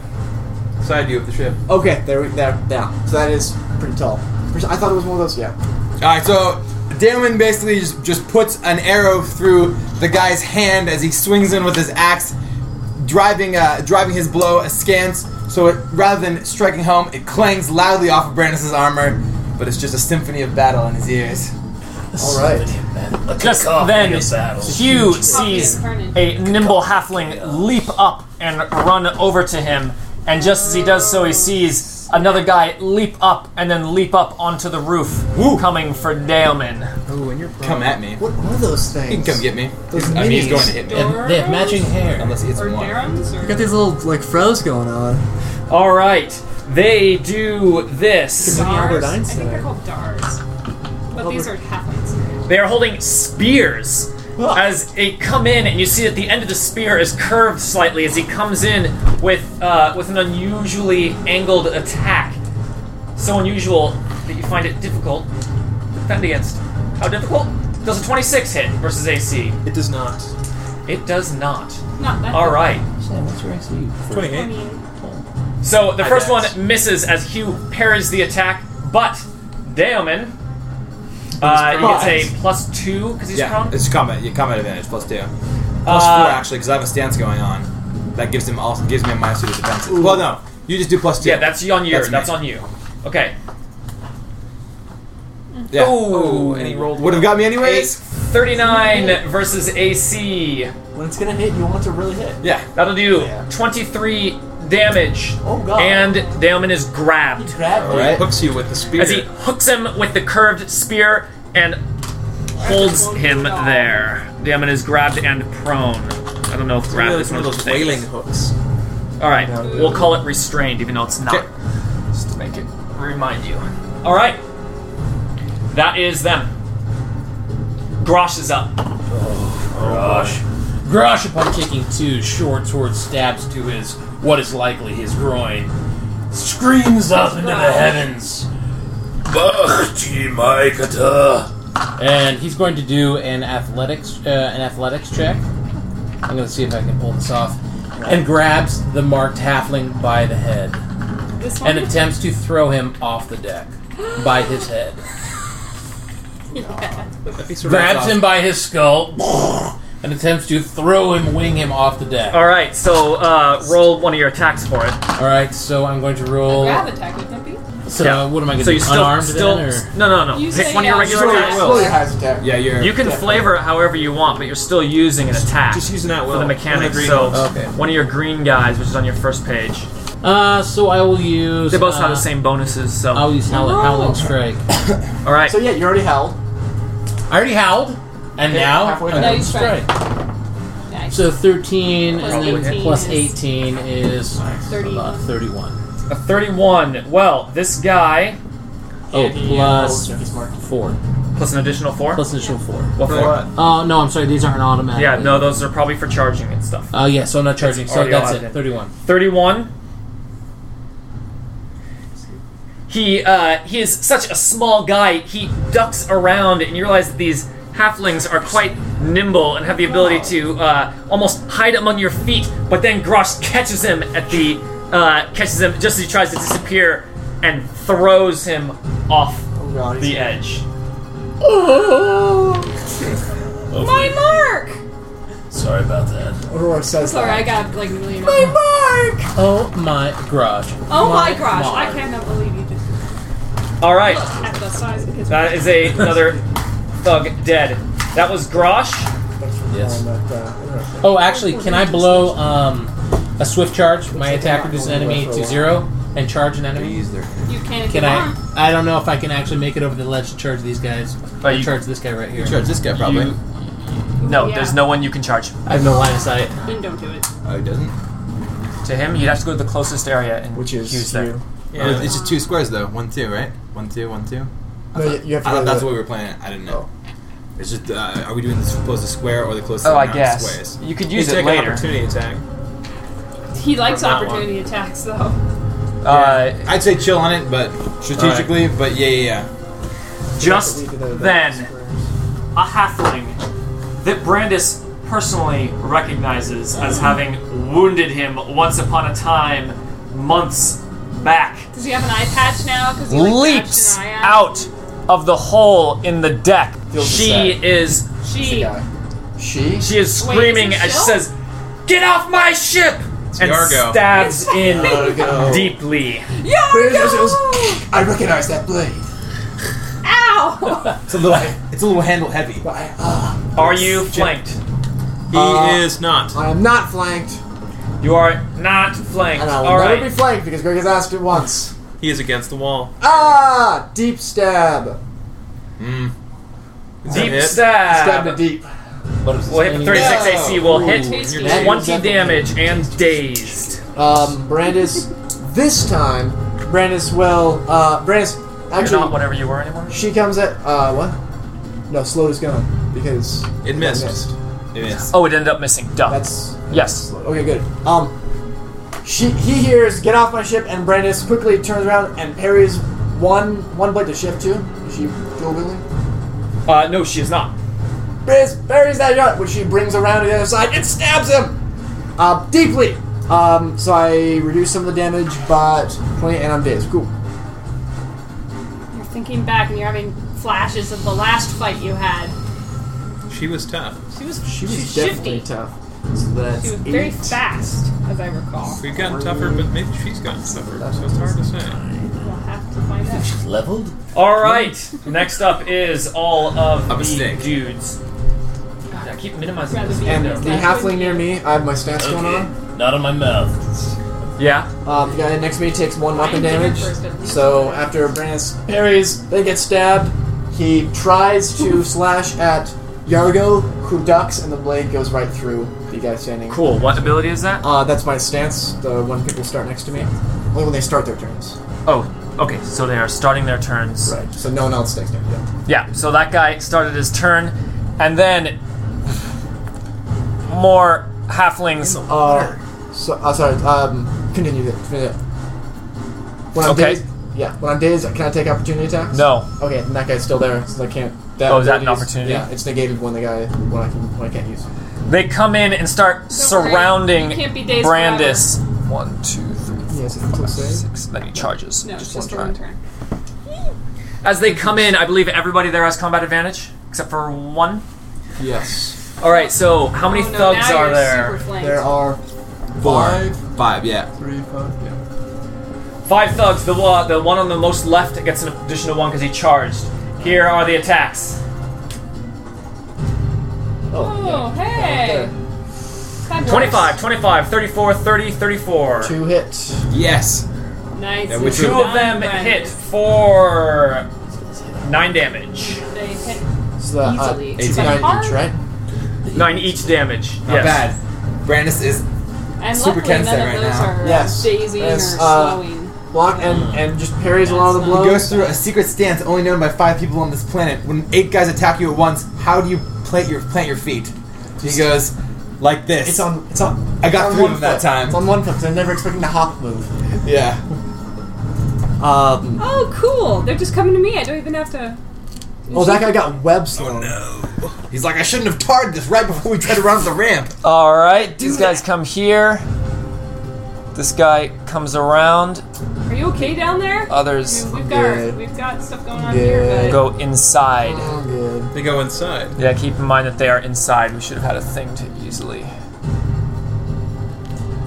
Speaker 6: Side view of the ship.
Speaker 4: Okay, there we there now. So that is pretty tall. I thought it was one of those. Yeah.
Speaker 5: All right, so Damon basically just, just puts an arrow through the guy's hand as he swings in with his axe, driving uh, driving his blow askance. So it, rather than striking home, it clangs loudly off of Brandis' armor, but it's just a symphony of battle in his ears.
Speaker 4: All right.
Speaker 2: Just
Speaker 7: Cock
Speaker 2: then,
Speaker 7: in your saddle.
Speaker 2: Hugh
Speaker 10: Coffee
Speaker 2: sees
Speaker 10: incarnate.
Speaker 2: a nimble halfling leap up and run over to him, and just as he does so, he sees another guy leap up and then leap up onto the roof,
Speaker 5: Woo.
Speaker 2: coming for Daelman.
Speaker 5: Come at me.
Speaker 4: What are those things?
Speaker 5: He can come get me.
Speaker 4: Those
Speaker 5: I mean, he's
Speaker 4: minis.
Speaker 5: going to hit me.
Speaker 7: And they have matching hair.
Speaker 5: Unless he hits
Speaker 10: Or
Speaker 5: one.
Speaker 10: Darren's? Or
Speaker 4: Got these little like froze going on.
Speaker 2: All right, they do this.
Speaker 4: Mini Albert
Speaker 10: Dars? I
Speaker 4: Einstein.
Speaker 10: think they're called Dars. But these are halflings.
Speaker 2: They are holding spears as they come in, and you see that the end of the spear is curved slightly as he comes in with uh, with an unusually angled attack. So unusual that you find it difficult to defend against. How difficult? Does a 26 hit versus AC?
Speaker 6: It does not.
Speaker 2: It does not.
Speaker 10: Not that.
Speaker 2: All right.
Speaker 7: Sam, what's your ICU?
Speaker 6: 28.
Speaker 2: So the
Speaker 6: I
Speaker 2: first
Speaker 6: guess.
Speaker 2: one misses as Hugh parries the attack, but Daemon uh,
Speaker 5: prone.
Speaker 2: gets a plus two because he's
Speaker 5: yeah,
Speaker 2: prone.
Speaker 5: it's combat. Yeah, combat advantage plus two, Plus
Speaker 2: Uh,
Speaker 5: four actually, because I have a stance going on. That gives him also gives me a minus two to defenses. Well, no, you just do plus two.
Speaker 2: Yeah, that's on you.
Speaker 5: That's
Speaker 2: That's,
Speaker 5: me.
Speaker 2: on you. Okay.
Speaker 5: yeah.
Speaker 2: Ooh,
Speaker 6: and he rolled
Speaker 5: Would have got me anyways.
Speaker 2: 39 versus AC.
Speaker 4: When it's gonna hit, you want it to really hit.
Speaker 5: Yeah,
Speaker 2: That'll do
Speaker 4: Yeah.
Speaker 2: 23 damage.
Speaker 4: Oh, God.
Speaker 2: And Daemon is grabbed
Speaker 4: Grab
Speaker 5: All
Speaker 4: me.
Speaker 5: right.
Speaker 6: Hooks you with the spear.
Speaker 2: as he hooks him with the curved spear and holds him there. Daemon is grabbed and prone. I don't know if grabbed
Speaker 6: Really,
Speaker 2: is
Speaker 6: it's one of those
Speaker 2: things.
Speaker 6: wailing hooks.
Speaker 2: All right, we'll call it restrained, even though it's not. Just to make it remind you. All right, that is them. Grosh is up.
Speaker 7: Grosh. Grosh, upon taking two short sword stabs to his what is likely his groin, screams up into the heavens. "Bhakti Maikata." And he's going to do an athletics uh, an athletics check. I'm going to see if I can pull this off. And grabs the marked halfling by the head
Speaker 10: This one.
Speaker 7: and
Speaker 10: <laughs>
Speaker 7: attempts to throw him off the deck by his head.
Speaker 6: That'd be sort of
Speaker 7: Grabs
Speaker 6: awesome.
Speaker 7: him by his skull and attempts to throw him, wing him off the deck.
Speaker 2: All right, so uh, roll one of your attacks for it.
Speaker 7: All right, so I'm going to roll.
Speaker 10: grab attack wouldn't it be?
Speaker 7: So
Speaker 2: Yeah.
Speaker 7: what am I going to
Speaker 2: So
Speaker 7: do?
Speaker 2: you still,
Speaker 7: unarmed
Speaker 2: still,
Speaker 7: then, or-
Speaker 2: no, no, no.
Speaker 10: You
Speaker 2: Pick
Speaker 10: say
Speaker 2: one of your
Speaker 10: yeah,
Speaker 2: regular
Speaker 10: you say
Speaker 2: attacks.
Speaker 10: yeah.
Speaker 4: Roll your highest attack.
Speaker 5: yeah, you're.
Speaker 2: You can flavor it however you want, but you're still using an attack
Speaker 6: Just using that
Speaker 2: for the
Speaker 6: will.
Speaker 2: mechanics.
Speaker 6: One of the
Speaker 2: So
Speaker 6: green
Speaker 7: ones. Okay.
Speaker 2: one of your green guys, which is on your first page,
Speaker 7: Uh, so I will use.
Speaker 2: they both
Speaker 7: uh,
Speaker 2: have the same bonuses. So
Speaker 7: I'll use howl-
Speaker 10: No.
Speaker 7: howling strike.
Speaker 2: all right,
Speaker 4: So yeah, you already held.
Speaker 7: I already howled, and
Speaker 4: Okay,
Speaker 7: now
Speaker 4: halfway
Speaker 7: I'm
Speaker 4: down.
Speaker 7: gonna
Speaker 10: Now you strike. Nice. <laughs>
Speaker 7: So 13 and then
Speaker 10: Plus
Speaker 7: plus
Speaker 10: 18
Speaker 7: 18 is uh,
Speaker 10: Thirty.
Speaker 7: about 31.
Speaker 2: a 31. Well, this guy
Speaker 7: Oh,
Speaker 4: And he, uh,
Speaker 7: plus
Speaker 4: rolled his mark.
Speaker 7: four,
Speaker 2: plus an additional four.
Speaker 7: plus an additional four.
Speaker 2: what
Speaker 6: For
Speaker 2: for?
Speaker 6: what?
Speaker 7: Oh no, I'm sorry. These aren't automatic.
Speaker 2: Yeah, no, those are probably for charging and stuff.
Speaker 7: Oh yeah, so I'm not charging.
Speaker 2: It's
Speaker 7: So
Speaker 2: already
Speaker 7: that's
Speaker 2: allowed in.
Speaker 7: it. 31.
Speaker 2: 31. He uh, he is such a small guy. He ducks around, and you realize that these halflings are quite nimble and have the ability to uh, almost hide among your feet. But then Grosh catches him at the uh, catches him just as he tries to disappear and throws him off
Speaker 4: Oh god. he's-
Speaker 2: the edge.
Speaker 10: My mark.
Speaker 7: Sorry about that.
Speaker 4: Aurora says
Speaker 10: Sorry, I
Speaker 4: that.
Speaker 10: got like a million. My mark.
Speaker 7: Oh my garage.
Speaker 10: Oh my gosh!
Speaker 7: mark.
Speaker 10: I cannot believe you just look
Speaker 2: All right,
Speaker 10: at the size of his.
Speaker 2: that is a,
Speaker 4: <laughs>
Speaker 2: another thug dead. That was Grosh.
Speaker 4: Thanks for
Speaker 7: Yes.
Speaker 4: calling that, uh, interesting.
Speaker 7: Oh, actually, can I blow um, a swift charge? My attack reduces an enemy to zero and charge an enemy.
Speaker 5: Use their.
Speaker 10: you can if
Speaker 7: Can
Speaker 10: you
Speaker 7: I?
Speaker 10: want.
Speaker 7: I don't know if I can actually make it over the ledge to charge these guys.
Speaker 2: But
Speaker 7: Or
Speaker 2: you-
Speaker 7: charge this guy right here.
Speaker 5: Charge this guy probably.
Speaker 2: You- no,
Speaker 10: yeah.
Speaker 2: there's no one you can charge.
Speaker 7: I have no line of sight.
Speaker 10: Then don't do it.
Speaker 5: Oh, he doesn't.
Speaker 2: To him, you'd have to go to the closest area, and
Speaker 4: Which
Speaker 2: Hugh's
Speaker 4: is
Speaker 2: there.
Speaker 4: you.
Speaker 5: Oh,
Speaker 6: Yeah.
Speaker 5: It's just two squares though. One two, right? One two, one two.
Speaker 4: No, you, you have to.
Speaker 5: I
Speaker 4: go
Speaker 5: thought
Speaker 4: to
Speaker 5: that's
Speaker 4: the-
Speaker 5: what we were playing. I didn't know. It's just, uh, are we doing this closest square or the closest
Speaker 2: Oh, I
Speaker 5: amount of
Speaker 2: guess.
Speaker 5: squares?
Speaker 2: You could
Speaker 6: You
Speaker 2: use it
Speaker 6: take an
Speaker 2: later.
Speaker 6: opportunity attack.
Speaker 10: He likes
Speaker 6: Not one.
Speaker 10: opportunity attacks though.
Speaker 2: Uh,
Speaker 5: I'd say chill on it, but strategically, but yeah, yeah,
Speaker 4: you have to
Speaker 2: just
Speaker 4: lead to the- the
Speaker 2: then,
Speaker 4: squares.
Speaker 2: a halfling that Brandis personally recognizes as having wounded him once upon a time, months back,
Speaker 10: Does he have an eye patch now? Because he like,
Speaker 2: leaps
Speaker 10: patched an eye out.
Speaker 2: out of the hole in the deck.
Speaker 4: Feels
Speaker 2: She
Speaker 4: sad.
Speaker 2: is
Speaker 10: She.
Speaker 4: Yeah. She?
Speaker 2: She is
Speaker 10: Wait,
Speaker 2: screaming
Speaker 10: is it
Speaker 2: as she
Speaker 10: Jill?
Speaker 2: says, "Get off my ship!" and
Speaker 5: Yargo.
Speaker 2: stabs in
Speaker 4: Yargo.
Speaker 2: deeply.
Speaker 10: Yargo!
Speaker 4: I recognize that blade.
Speaker 10: Ow! <laughs>
Speaker 5: yeah. It's a little, it's a little handle heavy.
Speaker 4: But I, ah,
Speaker 2: Are you flanked?
Speaker 6: He
Speaker 4: Uh,
Speaker 6: is not.
Speaker 4: I am not flanked,
Speaker 2: You are not flanked.
Speaker 4: and I will
Speaker 2: All
Speaker 4: never
Speaker 2: right.
Speaker 4: be flanked because Greg has asked it once.
Speaker 6: He is against the wall.
Speaker 4: Ah! Deep stab.
Speaker 5: Mm. Is that
Speaker 2: deep
Speaker 5: it?
Speaker 4: Stab
Speaker 2: stab.
Speaker 4: to deep.
Speaker 7: What is
Speaker 2: We'll hit the 36
Speaker 4: Yeah.
Speaker 2: AC. We'll hit
Speaker 10: Tasty.
Speaker 4: That is
Speaker 2: 20
Speaker 4: definitely-
Speaker 2: damage and dazed.
Speaker 4: Um, Brandis. this time, Brandis will. Uh, Brandis.
Speaker 2: You're not
Speaker 4: Actually,
Speaker 2: whatever you were anymore.
Speaker 4: she comes at. Uh, what? No, slowed is gone because
Speaker 5: It
Speaker 4: I
Speaker 5: missed.
Speaker 4: missed.
Speaker 5: It is.
Speaker 2: Oh, it ended up missing. Duh.
Speaker 4: That's
Speaker 2: yes.
Speaker 4: Okay, good. Um, she he hears "Get off my ship," and Brandis quickly turns around and parries one one blade to shift two. Is she dual wielding?
Speaker 2: Uh, no, she is not.
Speaker 4: Briss buries that yacht, which she brings around to the other side and stabs him uh, deeply. Um, so I reduce some of the damage, but 20, and I'm dazed. Cool.
Speaker 10: You're thinking back and you're having flashes of the last fight you had.
Speaker 6: She was tough.
Speaker 10: She was
Speaker 4: She was
Speaker 10: she's
Speaker 4: definitely
Speaker 10: shifty.
Speaker 4: tough. So that's
Speaker 10: She was very
Speaker 4: eight.
Speaker 10: fast, as I recall.
Speaker 6: We've gotten tougher, but maybe she's gotten tougher. So it's hard to say.
Speaker 10: We'll have to find out.
Speaker 7: She's leveled?
Speaker 2: All right. Next up is all of
Speaker 5: A
Speaker 2: the
Speaker 5: mistake.
Speaker 2: dudes. God, I keep minimizing
Speaker 10: Rather
Speaker 2: this
Speaker 10: be
Speaker 4: And
Speaker 2: window.
Speaker 4: the halfling near me, I have my stats going on.
Speaker 7: Not on my mouth.
Speaker 2: Yeah.
Speaker 4: Um, the guy next to me takes one
Speaker 10: Mine
Speaker 4: weapon
Speaker 10: did it
Speaker 4: damage.
Speaker 10: first, at least.
Speaker 4: So after Brannis parries, they get stabbed. He
Speaker 10: <laughs>
Speaker 4: tries to slash at Yargo, who ducks, and the blade goes right through the guy standing.
Speaker 2: Cool. What ability is that?
Speaker 4: Uh, that's my stance. The one people start next to me, only when they start their turns.
Speaker 2: Oh, okay. So they are starting their turns.
Speaker 4: Right. So no one else takes damage. Yeah.
Speaker 2: Yeah, so that guy started his turn, and then more halflings.
Speaker 4: Uh, so uh, sorry. Um, continue. It, continue it. When I'm
Speaker 2: Okay.
Speaker 4: dazed, yeah. When I'm dazed, can I take opportunity attacks?
Speaker 2: No.
Speaker 4: Okay, then that guy's still there, so I can't. That
Speaker 2: Oh, is that an
Speaker 4: ability
Speaker 2: opportunity?
Speaker 4: Yeah, it's negated when the guy when I can when I can't use. it.
Speaker 2: They come in and
Speaker 10: Don't
Speaker 2: start
Speaker 10: worry,
Speaker 2: surrounding
Speaker 10: you can't be dazed
Speaker 2: Brandis. One, two, three,
Speaker 4: He has a mental save.
Speaker 2: six. Then he charges.
Speaker 10: No, it's
Speaker 2: one
Speaker 10: just a one turn.
Speaker 2: As they come in, I believe everybody there has combat advantage except for one.
Speaker 4: Yes.
Speaker 2: All right, so how many
Speaker 10: Oh, no,
Speaker 2: thugs
Speaker 10: now
Speaker 2: are
Speaker 10: you're
Speaker 2: there?
Speaker 10: Super flanked.
Speaker 4: There are
Speaker 5: Four.
Speaker 4: five,
Speaker 5: Five, yeah.
Speaker 4: three, five. Yeah.
Speaker 2: Five thugs. The one, the one on the most left gets an additional one because he charged. Here are the attacks.
Speaker 10: Oh,
Speaker 4: yeah.
Speaker 10: hey! That works.
Speaker 2: 25, 25, 34, 30, 34.
Speaker 4: Two hit.
Speaker 5: Yes.
Speaker 10: Nice.
Speaker 5: Yeah, which
Speaker 2: Two of them
Speaker 10: Nine
Speaker 2: hit
Speaker 10: friends.
Speaker 2: for nine damage.
Speaker 10: They hit
Speaker 4: So the, uh,
Speaker 10: easily.
Speaker 4: two
Speaker 10: But
Speaker 4: nine each,
Speaker 10: hard,
Speaker 4: right?
Speaker 2: Nine each damage. yes.
Speaker 5: Not bad. Brandis is
Speaker 10: And
Speaker 5: Super
Speaker 10: luckily
Speaker 5: Kensei
Speaker 10: none of
Speaker 5: right
Speaker 10: those
Speaker 5: now.
Speaker 10: are
Speaker 4: Yes.
Speaker 10: yes. dazing
Speaker 4: Yes,
Speaker 10: or
Speaker 4: uh,
Speaker 10: slowing.
Speaker 4: Block and and just parries a lot of the
Speaker 10: That's
Speaker 5: He goes
Speaker 4: blows.
Speaker 5: through a secret stance only known by five people on this planet. When eight guys attack you at once, how do you plant your plant your feet? He goes like this.
Speaker 4: It's on. It's on.
Speaker 5: I
Speaker 4: it's
Speaker 5: got
Speaker 4: on
Speaker 5: through
Speaker 4: one
Speaker 5: them that
Speaker 4: foot.
Speaker 5: time.
Speaker 4: It's on one foot. 'cause I'm never expecting the hop move.
Speaker 5: Yeah.
Speaker 4: Um.
Speaker 10: Oh, cool! They're just coming to me. I don't even have to.
Speaker 4: Oh, that guy got web
Speaker 6: Oh,
Speaker 4: slung.
Speaker 5: He's like, I shouldn't have tarred this right before we tried to run up the <laughs> ramp.
Speaker 2: All right, these guys come here. This guy comes around.
Speaker 10: Are you okay down there?
Speaker 5: Uh,
Speaker 10: I
Speaker 2: Others
Speaker 10: mean, we've got
Speaker 4: Yeah.
Speaker 10: we've got stuff going on
Speaker 4: Yeah.
Speaker 10: here, but
Speaker 2: go inside.
Speaker 4: Oh, good.
Speaker 6: They go inside.
Speaker 2: Yeah, keep in mind that they are inside. We should have had a thing to easily.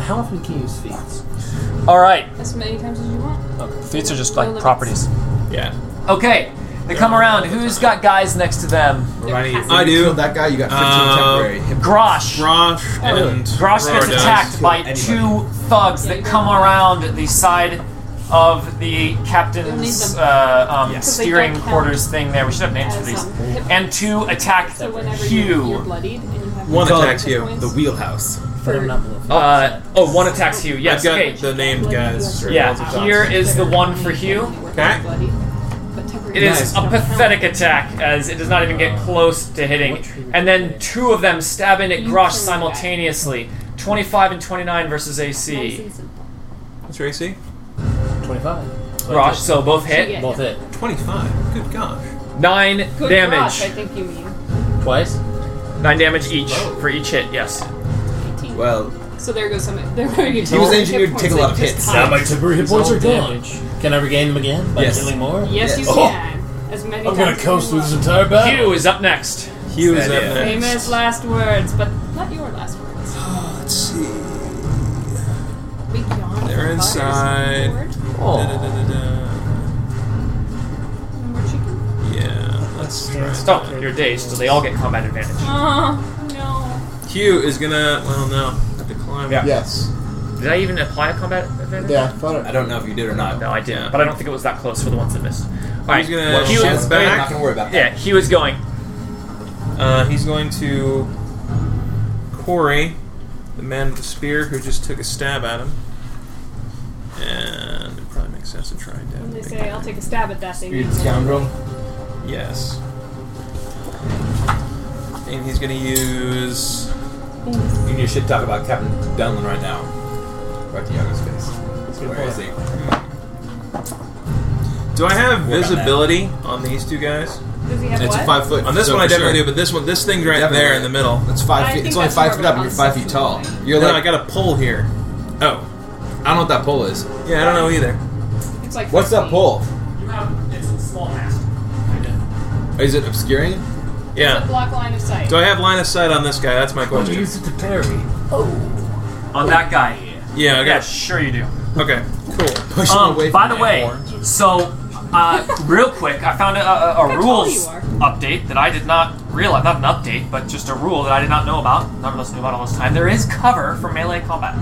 Speaker 7: How often can you use feats?
Speaker 2: All right,
Speaker 10: as many times as you want.
Speaker 2: okay. feats are just
Speaker 10: No
Speaker 2: like
Speaker 10: limits.
Speaker 2: properties.
Speaker 6: Yeah.
Speaker 2: Okay, they come around. Who's got guys next to them?
Speaker 6: I
Speaker 5: You
Speaker 6: do.
Speaker 5: killed that guy, you got 15
Speaker 6: Uh,
Speaker 5: temporary. hit points.
Speaker 2: Grosh.
Speaker 6: Grosh and
Speaker 2: Grosh
Speaker 6: Aurora
Speaker 2: gets
Speaker 6: does.
Speaker 2: attacked by
Speaker 5: Anybody.
Speaker 2: two thugs
Speaker 10: Yeah,
Speaker 2: that
Speaker 10: you
Speaker 2: come
Speaker 10: don't-
Speaker 2: around the side of the
Speaker 10: You'll need
Speaker 2: captain's
Speaker 10: them.
Speaker 2: uh, um,
Speaker 10: Because they
Speaker 2: steering
Speaker 10: don't count
Speaker 2: quarters thing there. We should have names for
Speaker 10: As,
Speaker 2: these.
Speaker 10: um, hip-
Speaker 2: And two attack
Speaker 10: so whenever you, you're
Speaker 2: Hugh.
Speaker 10: bloodied and you have
Speaker 6: One
Speaker 5: Call it
Speaker 6: attacks you.
Speaker 5: The wheelhouse.
Speaker 7: But I'm not below.
Speaker 2: Uh, oh, one attacks Hugh. Yes,
Speaker 6: I've got
Speaker 2: okay.
Speaker 6: the named guys. or
Speaker 2: Yeah,
Speaker 6: ones with dots.
Speaker 2: here is the one for Hugh.
Speaker 6: Okay.
Speaker 2: It is a pathetic attack as it does not even get close to hitting. And then two of them stab in at
Speaker 10: You
Speaker 2: Grosh
Speaker 10: kill the guy.
Speaker 2: simultaneously. 25 and 29 versus AC.
Speaker 6: What's your AC?
Speaker 7: 25.
Speaker 2: Grosh, so both
Speaker 10: Yeah.
Speaker 2: hit.
Speaker 7: Both hit.
Speaker 6: 25. Good gosh.
Speaker 2: Nine
Speaker 10: Good
Speaker 2: damage.
Speaker 10: Rush, I think you mean.
Speaker 7: Twice?
Speaker 2: Nine damage each for each hit. Yes.
Speaker 10: 18.
Speaker 5: Well,
Speaker 10: So there goes some. There go you.
Speaker 5: was engineered to take a lot of hits.
Speaker 7: Now my temporary hit points are gone. Can I regain them again by
Speaker 5: Yes.
Speaker 7: killing more?
Speaker 10: Yes, you
Speaker 7: Oh,
Speaker 10: can. As many
Speaker 7: I'm
Speaker 10: times.
Speaker 7: gonna
Speaker 10: as
Speaker 7: coast
Speaker 10: you
Speaker 7: through this
Speaker 10: want.
Speaker 7: entire battle.
Speaker 2: Hugh is up next.
Speaker 6: Hugh is
Speaker 5: Yeah.
Speaker 6: up next.
Speaker 10: Famous last words, but not your last words.
Speaker 6: Let's see.
Speaker 10: We yawn.
Speaker 6: They're inside.
Speaker 7: Oh.
Speaker 10: chicken.
Speaker 6: Yeah, let's try.
Speaker 2: Stop. You're dazed, so they all get combat advantage.
Speaker 10: Oh no.
Speaker 6: Hugh is gonna. Well, no, have to climb.
Speaker 2: Yeah.
Speaker 4: Yes.
Speaker 2: Did I even apply a combat advantage?
Speaker 4: Yeah. I thought
Speaker 5: I
Speaker 4: it.
Speaker 5: don't know if you did or not.
Speaker 2: No, I didn't.
Speaker 6: Yeah.
Speaker 2: But I don't think it was that close for the ones that missed. All right.
Speaker 6: gonna
Speaker 2: well, Hugh
Speaker 6: shout
Speaker 2: is
Speaker 6: back.
Speaker 5: I'm not going to worry about that.
Speaker 2: Yeah, Hugh is going.
Speaker 6: Uh, he's going to Corey, the man with the spear who just took a stab at him, and it probably makes sense to try and
Speaker 10: When they
Speaker 6: damage.
Speaker 10: say I'll take a stab at that, they mean
Speaker 5: You scoundrel.
Speaker 6: Yes. And he's gonna use.
Speaker 5: You need to shit talk about Captain Dunlin right now. Right to Yago's face. Where is he?
Speaker 6: Do I
Speaker 5: Work
Speaker 6: have
Speaker 5: on that.
Speaker 6: visibility on these two guys?
Speaker 10: Does he have
Speaker 5: It's
Speaker 10: what?
Speaker 5: a five foot.
Speaker 6: On this
Speaker 5: so
Speaker 6: one, I
Speaker 5: for
Speaker 6: definitely
Speaker 5: sure.
Speaker 6: do, but this one, this thing's right there
Speaker 5: Definitely.
Speaker 6: in the middle.
Speaker 5: It's
Speaker 10: I
Speaker 5: five feet.
Speaker 10: think
Speaker 5: It's only
Speaker 10: that's
Speaker 5: five
Speaker 10: more
Speaker 5: feet
Speaker 10: of a
Speaker 5: up. You're five feet tall.
Speaker 10: concept
Speaker 5: You're
Speaker 6: no,
Speaker 5: like
Speaker 6: I got a pole here.
Speaker 5: oh, I don't know what that pole is.
Speaker 6: Yeah, I don't know either.
Speaker 10: It's like
Speaker 5: What's that
Speaker 10: 50.
Speaker 5: pole?
Speaker 2: You have it's a small mast.
Speaker 5: Is it obscuring?
Speaker 10: The
Speaker 6: Yeah.
Speaker 10: block line of sight.
Speaker 6: Do I have line of sight on this guy? That's my
Speaker 7: Well,
Speaker 6: question.
Speaker 7: use it to parry.
Speaker 10: Oh.
Speaker 2: On that guy.
Speaker 6: Yeah. I
Speaker 2: Yeah,
Speaker 6: got.
Speaker 2: sure you do.
Speaker 6: Okay. Cool.
Speaker 5: Push him
Speaker 2: Um,
Speaker 5: away
Speaker 2: by
Speaker 5: from
Speaker 2: the
Speaker 5: that
Speaker 2: way,
Speaker 5: horn.
Speaker 2: so uh, real quick, I found a, a,
Speaker 10: Look
Speaker 2: a
Speaker 10: how tall
Speaker 2: rules
Speaker 10: you are.
Speaker 2: update that I did not realize. Not an update, but just a rule that I did not know about. None of us knew about all this time. There is cover for melee combat.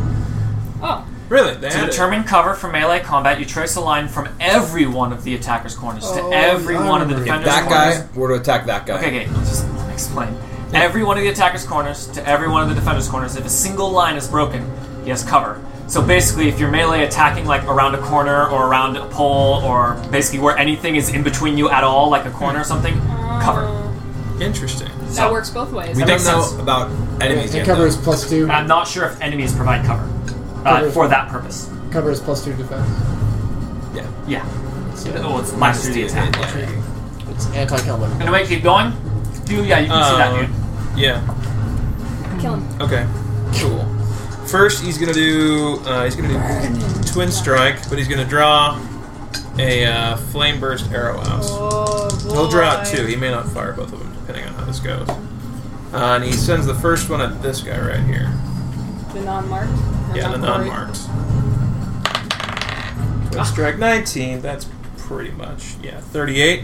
Speaker 10: Oh,
Speaker 6: Really? They
Speaker 2: To
Speaker 6: had it.
Speaker 2: determine cover for melee combat, you trace a line from every one of the attacker's corners
Speaker 10: Oh,
Speaker 2: to every one of the defender's
Speaker 5: that
Speaker 2: corners.
Speaker 5: guy were to attack that guy.
Speaker 2: Okay, okay, I'll just let me explain. Every one of the attacker's corners to every one of the defender's corners, if a single line is broken, he has cover. So basically, if you're melee attacking like around a corner or around a pole or basically where anything is in between you at all, like a corner or something, cover.
Speaker 6: Interesting.
Speaker 10: Oh, Uh, that
Speaker 2: So-
Speaker 10: works both ways.
Speaker 5: We
Speaker 2: That
Speaker 5: don't
Speaker 2: makes
Speaker 5: know
Speaker 2: sense.
Speaker 5: about enemies
Speaker 4: And
Speaker 5: yet.
Speaker 4: cover is plus two.
Speaker 2: I'm not sure if enemies provide cover uh,
Speaker 4: Cover.
Speaker 2: for that purpose.
Speaker 4: Cover is plus two defense.
Speaker 5: though. Yeah.
Speaker 2: Yeah.
Speaker 4: So
Speaker 2: Oh, it's minus
Speaker 5: Minus
Speaker 2: three
Speaker 5: two,
Speaker 2: attack.
Speaker 5: yeah.
Speaker 4: it's anti-combat.
Speaker 2: Anyway, keep going. Dude, yeah, you can see that,
Speaker 6: Um,
Speaker 2: dude.
Speaker 6: Yeah.
Speaker 10: Kill him.
Speaker 6: Okay. Cool. First, he's gonna do. Uh, he's gonna do twin strike, but he's gonna draw a uh, flame burst arrow out.
Speaker 10: Oh, boy.
Speaker 6: He'll draw out two. He may not fire both of them, depending on how this goes. Uh, and he sends the first one at this guy right here.
Speaker 10: The non-marked.
Speaker 6: Yeah, the
Speaker 10: Or
Speaker 6: non-marked. Twin strike 19. That's pretty much yeah. 38.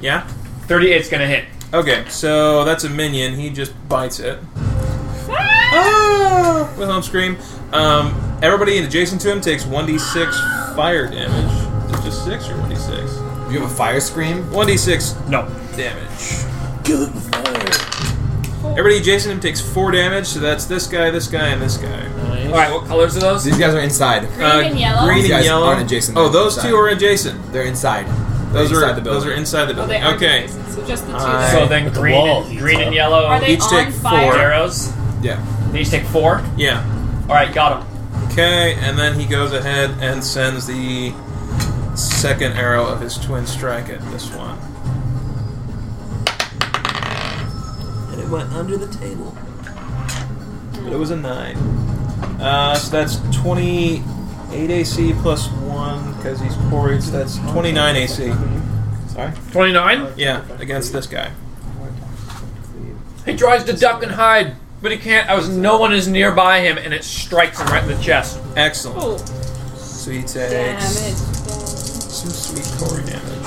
Speaker 6: Yeah.
Speaker 2: 38's gonna hit.
Speaker 6: Okay, so that's a minion. He just bites it. ah! With home scream. Um, everybody adjacent to him takes 1d6 fire damage. Is it just 6 or 1d6?
Speaker 5: You have a fire scream.
Speaker 6: 1d6
Speaker 2: No.
Speaker 6: damage.
Speaker 7: Kill it with fire.
Speaker 6: Everybody adjacent to him takes 4 damage, so that's this guy, this guy, and this guy. Uh,
Speaker 7: Nice.
Speaker 2: Alright, what colors are those?
Speaker 5: These guys are inside.
Speaker 10: Green and yellow.
Speaker 6: Green
Speaker 5: These
Speaker 6: and
Speaker 5: guys
Speaker 6: yellow.
Speaker 5: aren't adjacent,
Speaker 6: Oh,
Speaker 5: they're
Speaker 6: those
Speaker 5: inside.
Speaker 6: two are adjacent.
Speaker 5: They're inside.
Speaker 6: Those
Speaker 5: They're
Speaker 6: are
Speaker 5: inside the
Speaker 6: those
Speaker 5: building.
Speaker 6: are inside the
Speaker 10: Oh, they
Speaker 6: building.
Speaker 10: are
Speaker 6: okay.
Speaker 10: adjacent, So just the two.
Speaker 6: Uh,
Speaker 2: So then
Speaker 7: But the
Speaker 2: green,
Speaker 7: wall
Speaker 2: and,
Speaker 7: heats
Speaker 2: green
Speaker 7: up.
Speaker 2: and yellow.
Speaker 10: Are they
Speaker 6: each
Speaker 10: on
Speaker 6: take
Speaker 10: fire?
Speaker 6: four.
Speaker 2: arrows?
Speaker 5: Yeah.
Speaker 2: They each take four.
Speaker 6: Yeah.
Speaker 2: All right, got him.
Speaker 6: Okay, and then he goes ahead and sends the second arrow of his twin strike at this one. And it went under the table. But it was a nine. Uh, so that's 28 AC plus one because he's quarried, so that's 29 AC.
Speaker 5: Sorry.
Speaker 2: Twenty-nine.
Speaker 6: Yeah, against this guy.
Speaker 2: He tries to duck and hide, but he can't. I was no one is nearby him, and it strikes him right in the chest.
Speaker 6: Excellent.
Speaker 10: Oh,
Speaker 6: So he
Speaker 10: damn
Speaker 6: takes
Speaker 10: it.
Speaker 6: some sweet quarry damage.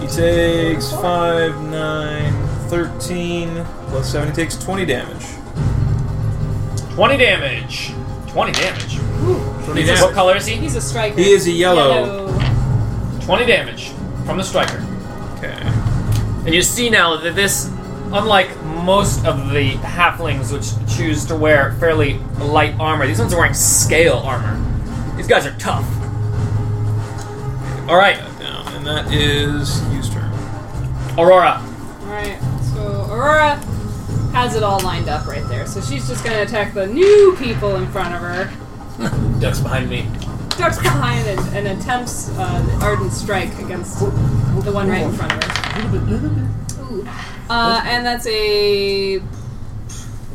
Speaker 6: He
Speaker 10: Five.
Speaker 6: takes 5, 9, 13, plus 7. He takes 20 damage.
Speaker 2: Twenty damage. Twenty damage.
Speaker 6: 20
Speaker 2: He's a- what
Speaker 6: damage.
Speaker 2: color is he?
Speaker 10: He's a striker.
Speaker 6: He is a yellow.
Speaker 2: Twenty damage from the striker.
Speaker 6: Okay.
Speaker 2: And you see now that this, unlike most of the halflings which choose to wear fairly light armor, these ones are wearing scale armor. These guys are tough. All right,
Speaker 6: That down. And that is Hugh's turn.
Speaker 2: Aurora.
Speaker 10: Alright, so Aurora has it all lined up right there. So she's just gonna attack the new people in front of her.
Speaker 7: Ducks behind me.
Speaker 10: Ducks behind and, and attempts uh, the ardent strike against the one right in front of her. Ooh. Uh, and that's a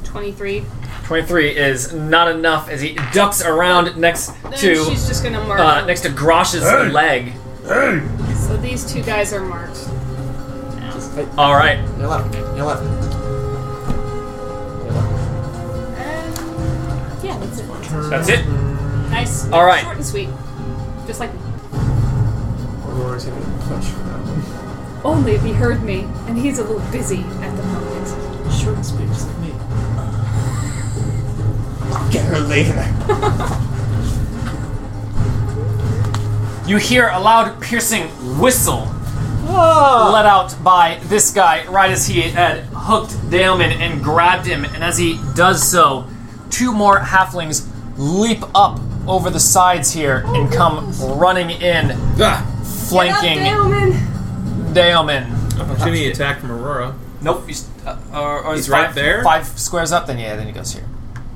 Speaker 10: 23.
Speaker 2: 23 is not enough as he ducks around next
Speaker 10: Then
Speaker 2: to
Speaker 10: she's just gonna mark.
Speaker 2: uh, next to Grosh's leg.
Speaker 10: so these two guys are marked.
Speaker 2: All right.
Speaker 4: You're left. You're left. You're left.
Speaker 10: And yeah, that's it.
Speaker 2: That's it.
Speaker 10: Nice.
Speaker 2: All right.
Speaker 10: Short and sweet. Just like
Speaker 4: Aurora's gonna punch for that one.
Speaker 10: only if he heard me, and he's a little busy at the moment.
Speaker 4: Short speech like me. I'll get her later.
Speaker 2: You hear a loud piercing whistle let out by this guy right as he had hooked Daemon and grabbed him. And as he does so, two more halflings leap up over the sides here and come running in,
Speaker 5: Ah,
Speaker 10: Get
Speaker 2: flanking
Speaker 10: up, Daemon!
Speaker 2: Daemon.
Speaker 6: Opportunity attack from Aurora.
Speaker 2: Nope, he's, uh, or, or
Speaker 6: He's
Speaker 2: five,
Speaker 6: right there?
Speaker 2: Five squares up, then yeah, then he goes here.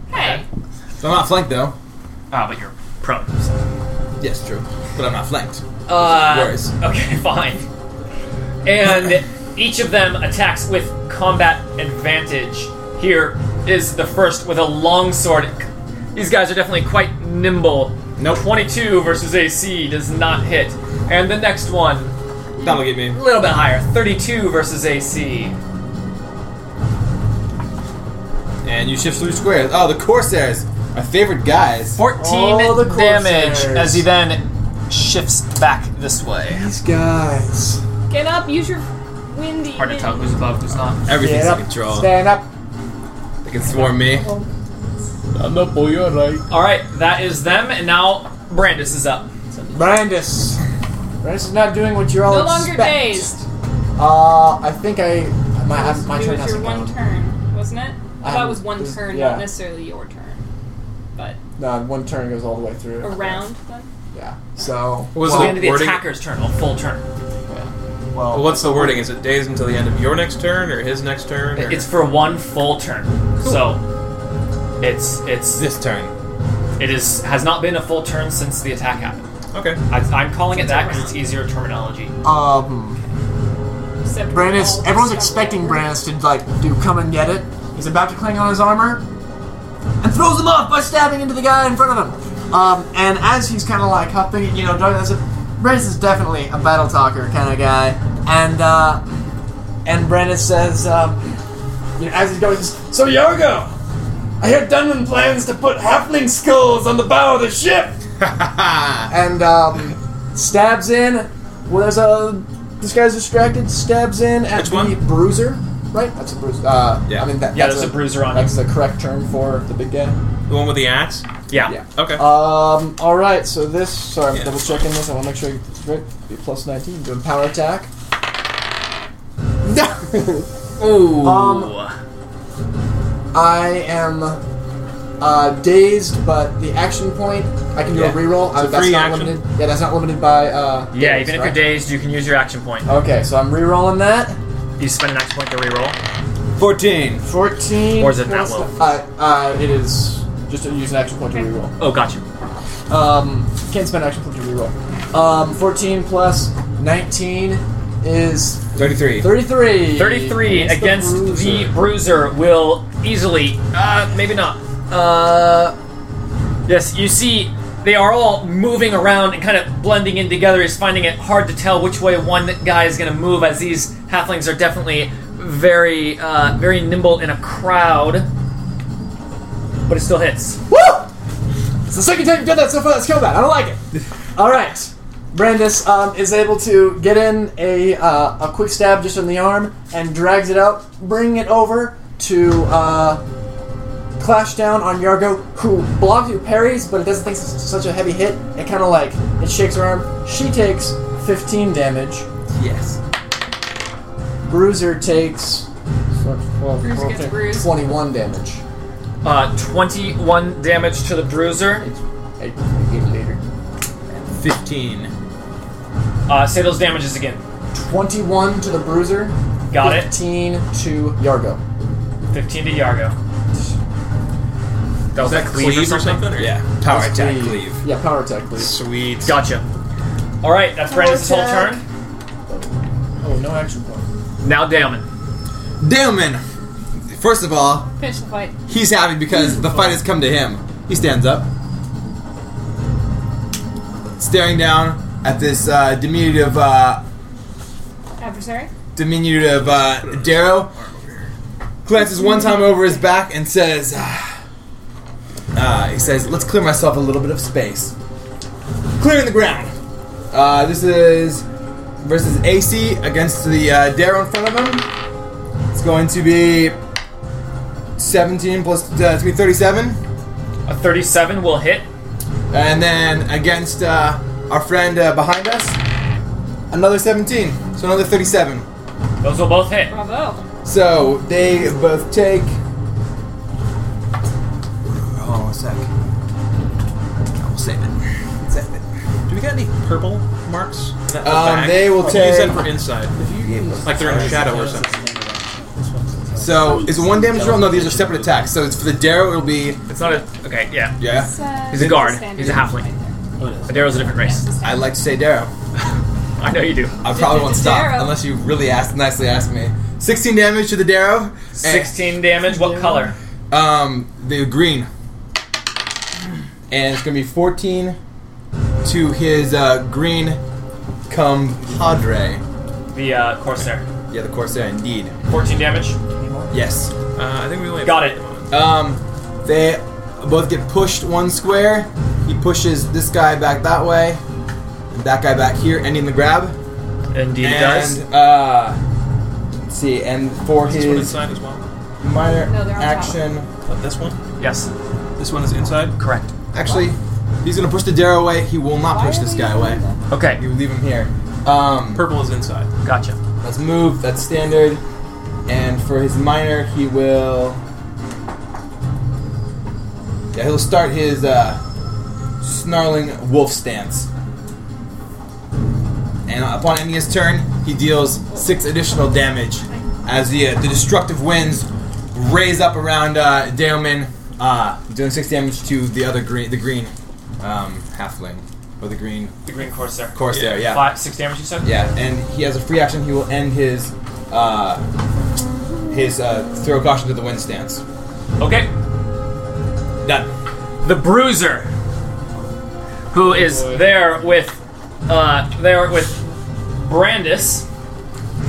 Speaker 10: Hey,
Speaker 5: so I'm not flanked though.
Speaker 2: Ah, but you're prone. so.
Speaker 5: Yes, true. But I'm not flanked.
Speaker 2: Uh,
Speaker 5: Worse.
Speaker 2: Okay, <laughs> fine. And each of them attacks with combat advantage. Here is the first with a long sword. These guys are definitely quite nimble. No,
Speaker 5: Nope.
Speaker 2: 22 versus AC does not hit. And the next one,
Speaker 5: That'll get me.
Speaker 2: a little bit higher, 32 versus AC.
Speaker 5: And you shift through squares. Oh, the Corsairs. My favorite guys.
Speaker 2: 14
Speaker 4: All the
Speaker 2: damage
Speaker 4: Corsairs.
Speaker 2: as he then shifts back this way.
Speaker 4: These guys.
Speaker 10: Get up, use your windy.
Speaker 2: Hard to tell who's above, who's not.
Speaker 5: Everything's
Speaker 4: Stand
Speaker 5: in
Speaker 4: up.
Speaker 5: control.
Speaker 4: Stand up.
Speaker 5: They can swarm me.
Speaker 7: I'm up for your right.
Speaker 2: Alright, that is them, and now Brandis is up.
Speaker 4: Brandis. Brandis is not doing what you're all
Speaker 10: No longer
Speaker 4: expect.
Speaker 10: dazed.
Speaker 4: Uh, I think I my I, my
Speaker 10: it
Speaker 4: turn
Speaker 10: was
Speaker 4: has
Speaker 10: your
Speaker 4: to
Speaker 10: one
Speaker 4: count.
Speaker 10: turn, wasn't it? I thought it
Speaker 4: Um,
Speaker 10: was one
Speaker 4: this-
Speaker 10: turn,
Speaker 4: yeah.
Speaker 10: not necessarily your turn. But
Speaker 4: No, one turn goes all the way through.
Speaker 10: around then?
Speaker 4: Yeah. So.
Speaker 6: What was
Speaker 2: Well,
Speaker 6: the
Speaker 2: the end of the
Speaker 6: wording?
Speaker 2: attacker's turn, a full turn.
Speaker 6: Well,
Speaker 4: Well,
Speaker 6: what's the wording? Is it days until the end of your next turn or his next turn? Or?
Speaker 2: It's for one full turn. So it's it's
Speaker 5: This turn.
Speaker 2: it is has not been a full turn since the attack happened.
Speaker 6: okay.
Speaker 2: I, I'm calling it that because it's easier terminology.
Speaker 4: Um,
Speaker 10: Except
Speaker 4: Brandis.
Speaker 10: all
Speaker 4: Everyone's
Speaker 10: stuff
Speaker 4: expecting
Speaker 10: over.
Speaker 4: Brandis to like do come and get it. He's about to cling on his armor, and throws him off by stabbing into the guy in front of him. Um, and as he's kind of like huffing, you know, doing this, Brandis is definitely a battle talker kind of guy, and uh, and Brandis says, um, you know, as he's going, so Yargo, I hear Dunman plans to put halfling skulls on the bow of the ship. and um, stabs in. Well, there's a this guy's distracted. Stabs in at
Speaker 6: Which
Speaker 4: the
Speaker 6: one?
Speaker 4: bruiser, right? That's a bruiser. Uh,
Speaker 5: Yeah.
Speaker 4: I mean that,
Speaker 2: Yeah,
Speaker 4: that's
Speaker 2: there's a bruiser on
Speaker 4: That's the correct term for the big guy.
Speaker 6: The one with the axe?
Speaker 2: Yeah.
Speaker 4: Yeah.
Speaker 6: Okay.
Speaker 5: Uh,
Speaker 4: Um. All right. So this. Sorry, I'm
Speaker 6: Yeah.
Speaker 4: double checking this. I want to make sure I get this right. Be plus 19. Doing power attack. <laughs> No.
Speaker 2: Ooh.
Speaker 4: Um, I am uh, dazed, but the action point I can do
Speaker 6: Yeah.
Speaker 4: a reroll.
Speaker 6: It's a
Speaker 4: Uh, that's
Speaker 6: free
Speaker 4: not
Speaker 6: action.
Speaker 4: limited. Yeah, that's not limited by. Uh,
Speaker 2: yeah, even
Speaker 4: daze,
Speaker 2: if you're
Speaker 4: right?
Speaker 2: dazed, you can use your action point.
Speaker 4: Okay, so I'm rerolling that.
Speaker 2: You spend an action point to reroll.
Speaker 5: 14.
Speaker 4: Fourteen.
Speaker 2: Or is it
Speaker 4: plus-
Speaker 2: that low?
Speaker 4: Uh, uh, it is just to use an action point to
Speaker 10: Okay.
Speaker 4: reroll.
Speaker 2: Oh, gotcha.
Speaker 4: Um, can't spend action point to reroll. Um, fourteen plus nineteen is
Speaker 5: 33.
Speaker 4: thirty-three.
Speaker 2: 33
Speaker 4: It's
Speaker 2: against the bruiser.
Speaker 4: bruiser.
Speaker 2: will easily, uh, maybe not. Uh, yes, you see, they are all moving around and kind of blending in together. He's finding it hard to tell which way one guy is going to move, as these halflings are definitely very, uh, very nimble in a crowd. But it still hits.
Speaker 4: Woo! It's the second time you've done that so far. That's combat. I don't like it. All right. Brandis um, is able to get in a, uh, a quick stab just in the arm and drags it out, bringing it over to uh, clash down on Yargo, who blocks who parries, but it doesn't think it's such a heavy hit. It kind of like it shakes her arm. She takes 15 damage.
Speaker 5: Yes.
Speaker 4: Bruiser takes
Speaker 10: Bruiser gets bruised.
Speaker 4: 21 damage.
Speaker 2: Uh, 21 damage to the bruiser.
Speaker 4: Eight, eight later.
Speaker 5: 15.
Speaker 2: Uh, say those damages again.
Speaker 4: 21 to the bruiser.
Speaker 2: Got it.
Speaker 4: 15 to Yargo.
Speaker 2: 15 to Yargo. That was
Speaker 6: Is that
Speaker 2: a cleave or
Speaker 6: cleave or
Speaker 2: something?
Speaker 6: something? Or?
Speaker 5: Yeah. Power
Speaker 4: That's
Speaker 5: attack,
Speaker 4: cleave.
Speaker 5: cleave.
Speaker 4: Yeah, power attack, please.
Speaker 5: Sweet.
Speaker 2: Gotcha. All right, that's Brandon's whole
Speaker 4: attack.
Speaker 2: turn.
Speaker 4: Oh, no action point.
Speaker 2: Now Damon.
Speaker 5: Damn it. First of all,
Speaker 10: Finish the fight.
Speaker 5: he's happy because the fight has come to him. He stands up, staring down at this uh, diminutive, uh,
Speaker 10: Adversary?
Speaker 5: diminutive uh, Darrow. Glances one time over his back and says, "Ah." uh, "He says, let's clear myself a little bit of space. Clearing the ground. Uh, this is versus AC against the uh, Darrow in front of him. It's going to be." 17 plus, uh, it's going to be 37.
Speaker 2: A 37 will hit.
Speaker 5: And then against uh, our friend uh, behind us, another 17. So another 37.
Speaker 2: Those will both hit.
Speaker 10: Bravo.
Speaker 5: So they both take. Hold on a sec. We'll save it. Save it.
Speaker 6: Do we got any purple marks? in that
Speaker 5: Um,
Speaker 6: back?
Speaker 5: they will
Speaker 6: Oh, you said
Speaker 5: take-
Speaker 6: for inside. Like they're in a shadow or something.
Speaker 5: So is it one damage roll? No, these are separate attacks. So it's for the Darrow, it'll be.
Speaker 2: It's not a. Okay, yeah.
Speaker 5: Yeah.
Speaker 2: He's a guard. He's a halfling.
Speaker 10: Right
Speaker 7: Oh, it is.
Speaker 2: Darrow's a different race.
Speaker 5: I'd like to say Darrow.
Speaker 2: I know you do.
Speaker 5: I probably won't stop
Speaker 10: Darrow.
Speaker 5: unless you really ask nicely ask me. 16 damage to the Darrow. and,
Speaker 2: 16 damage. What color?
Speaker 5: Um, the green. And it's gonna be 14 to his uh, green compadre.
Speaker 2: The uh, Corsair.
Speaker 5: Yeah, the Corsair, indeed.
Speaker 2: 14 damage.
Speaker 5: Yes.
Speaker 6: Uh, I think we only have
Speaker 2: Got
Speaker 6: five
Speaker 2: it.
Speaker 6: at the moment.
Speaker 5: Um, they both get pushed one square. He pushes this guy back that way, and that guy back here, ending the grab.
Speaker 2: Indeed, it
Speaker 5: and,
Speaker 2: does.
Speaker 5: Uh, let's see, and for
Speaker 6: Is this one
Speaker 5: his
Speaker 6: inside as well?
Speaker 5: minor
Speaker 10: No, they're on top.
Speaker 5: action,
Speaker 6: But this one?
Speaker 2: Yes.
Speaker 6: This one is inside?
Speaker 2: Correct.
Speaker 5: actually, he's gonna push the Darrow away. He will not push this guy away.
Speaker 2: Okay.
Speaker 5: You leave him here. Um,
Speaker 6: Purple is inside.
Speaker 2: Gotcha.
Speaker 5: That's move, that's standard. And for his minor, he will. Yeah, he'll start his uh, snarling wolf stance. And upon ending his turn, he deals six additional damage as the, uh, the destructive winds raise up around uh, Daemon, uh, doing six damage to the other green, the green um, halfling, or the green
Speaker 2: The green Corsair.
Speaker 5: corsair. Yeah,
Speaker 2: Five, six damage, you said?
Speaker 5: yeah, and he has a free action. He will end his uh, his uh, throw caution to the wind stance.
Speaker 2: Okay.
Speaker 5: Done.
Speaker 2: The Bruiser, who is there with, uh, there with Brandis,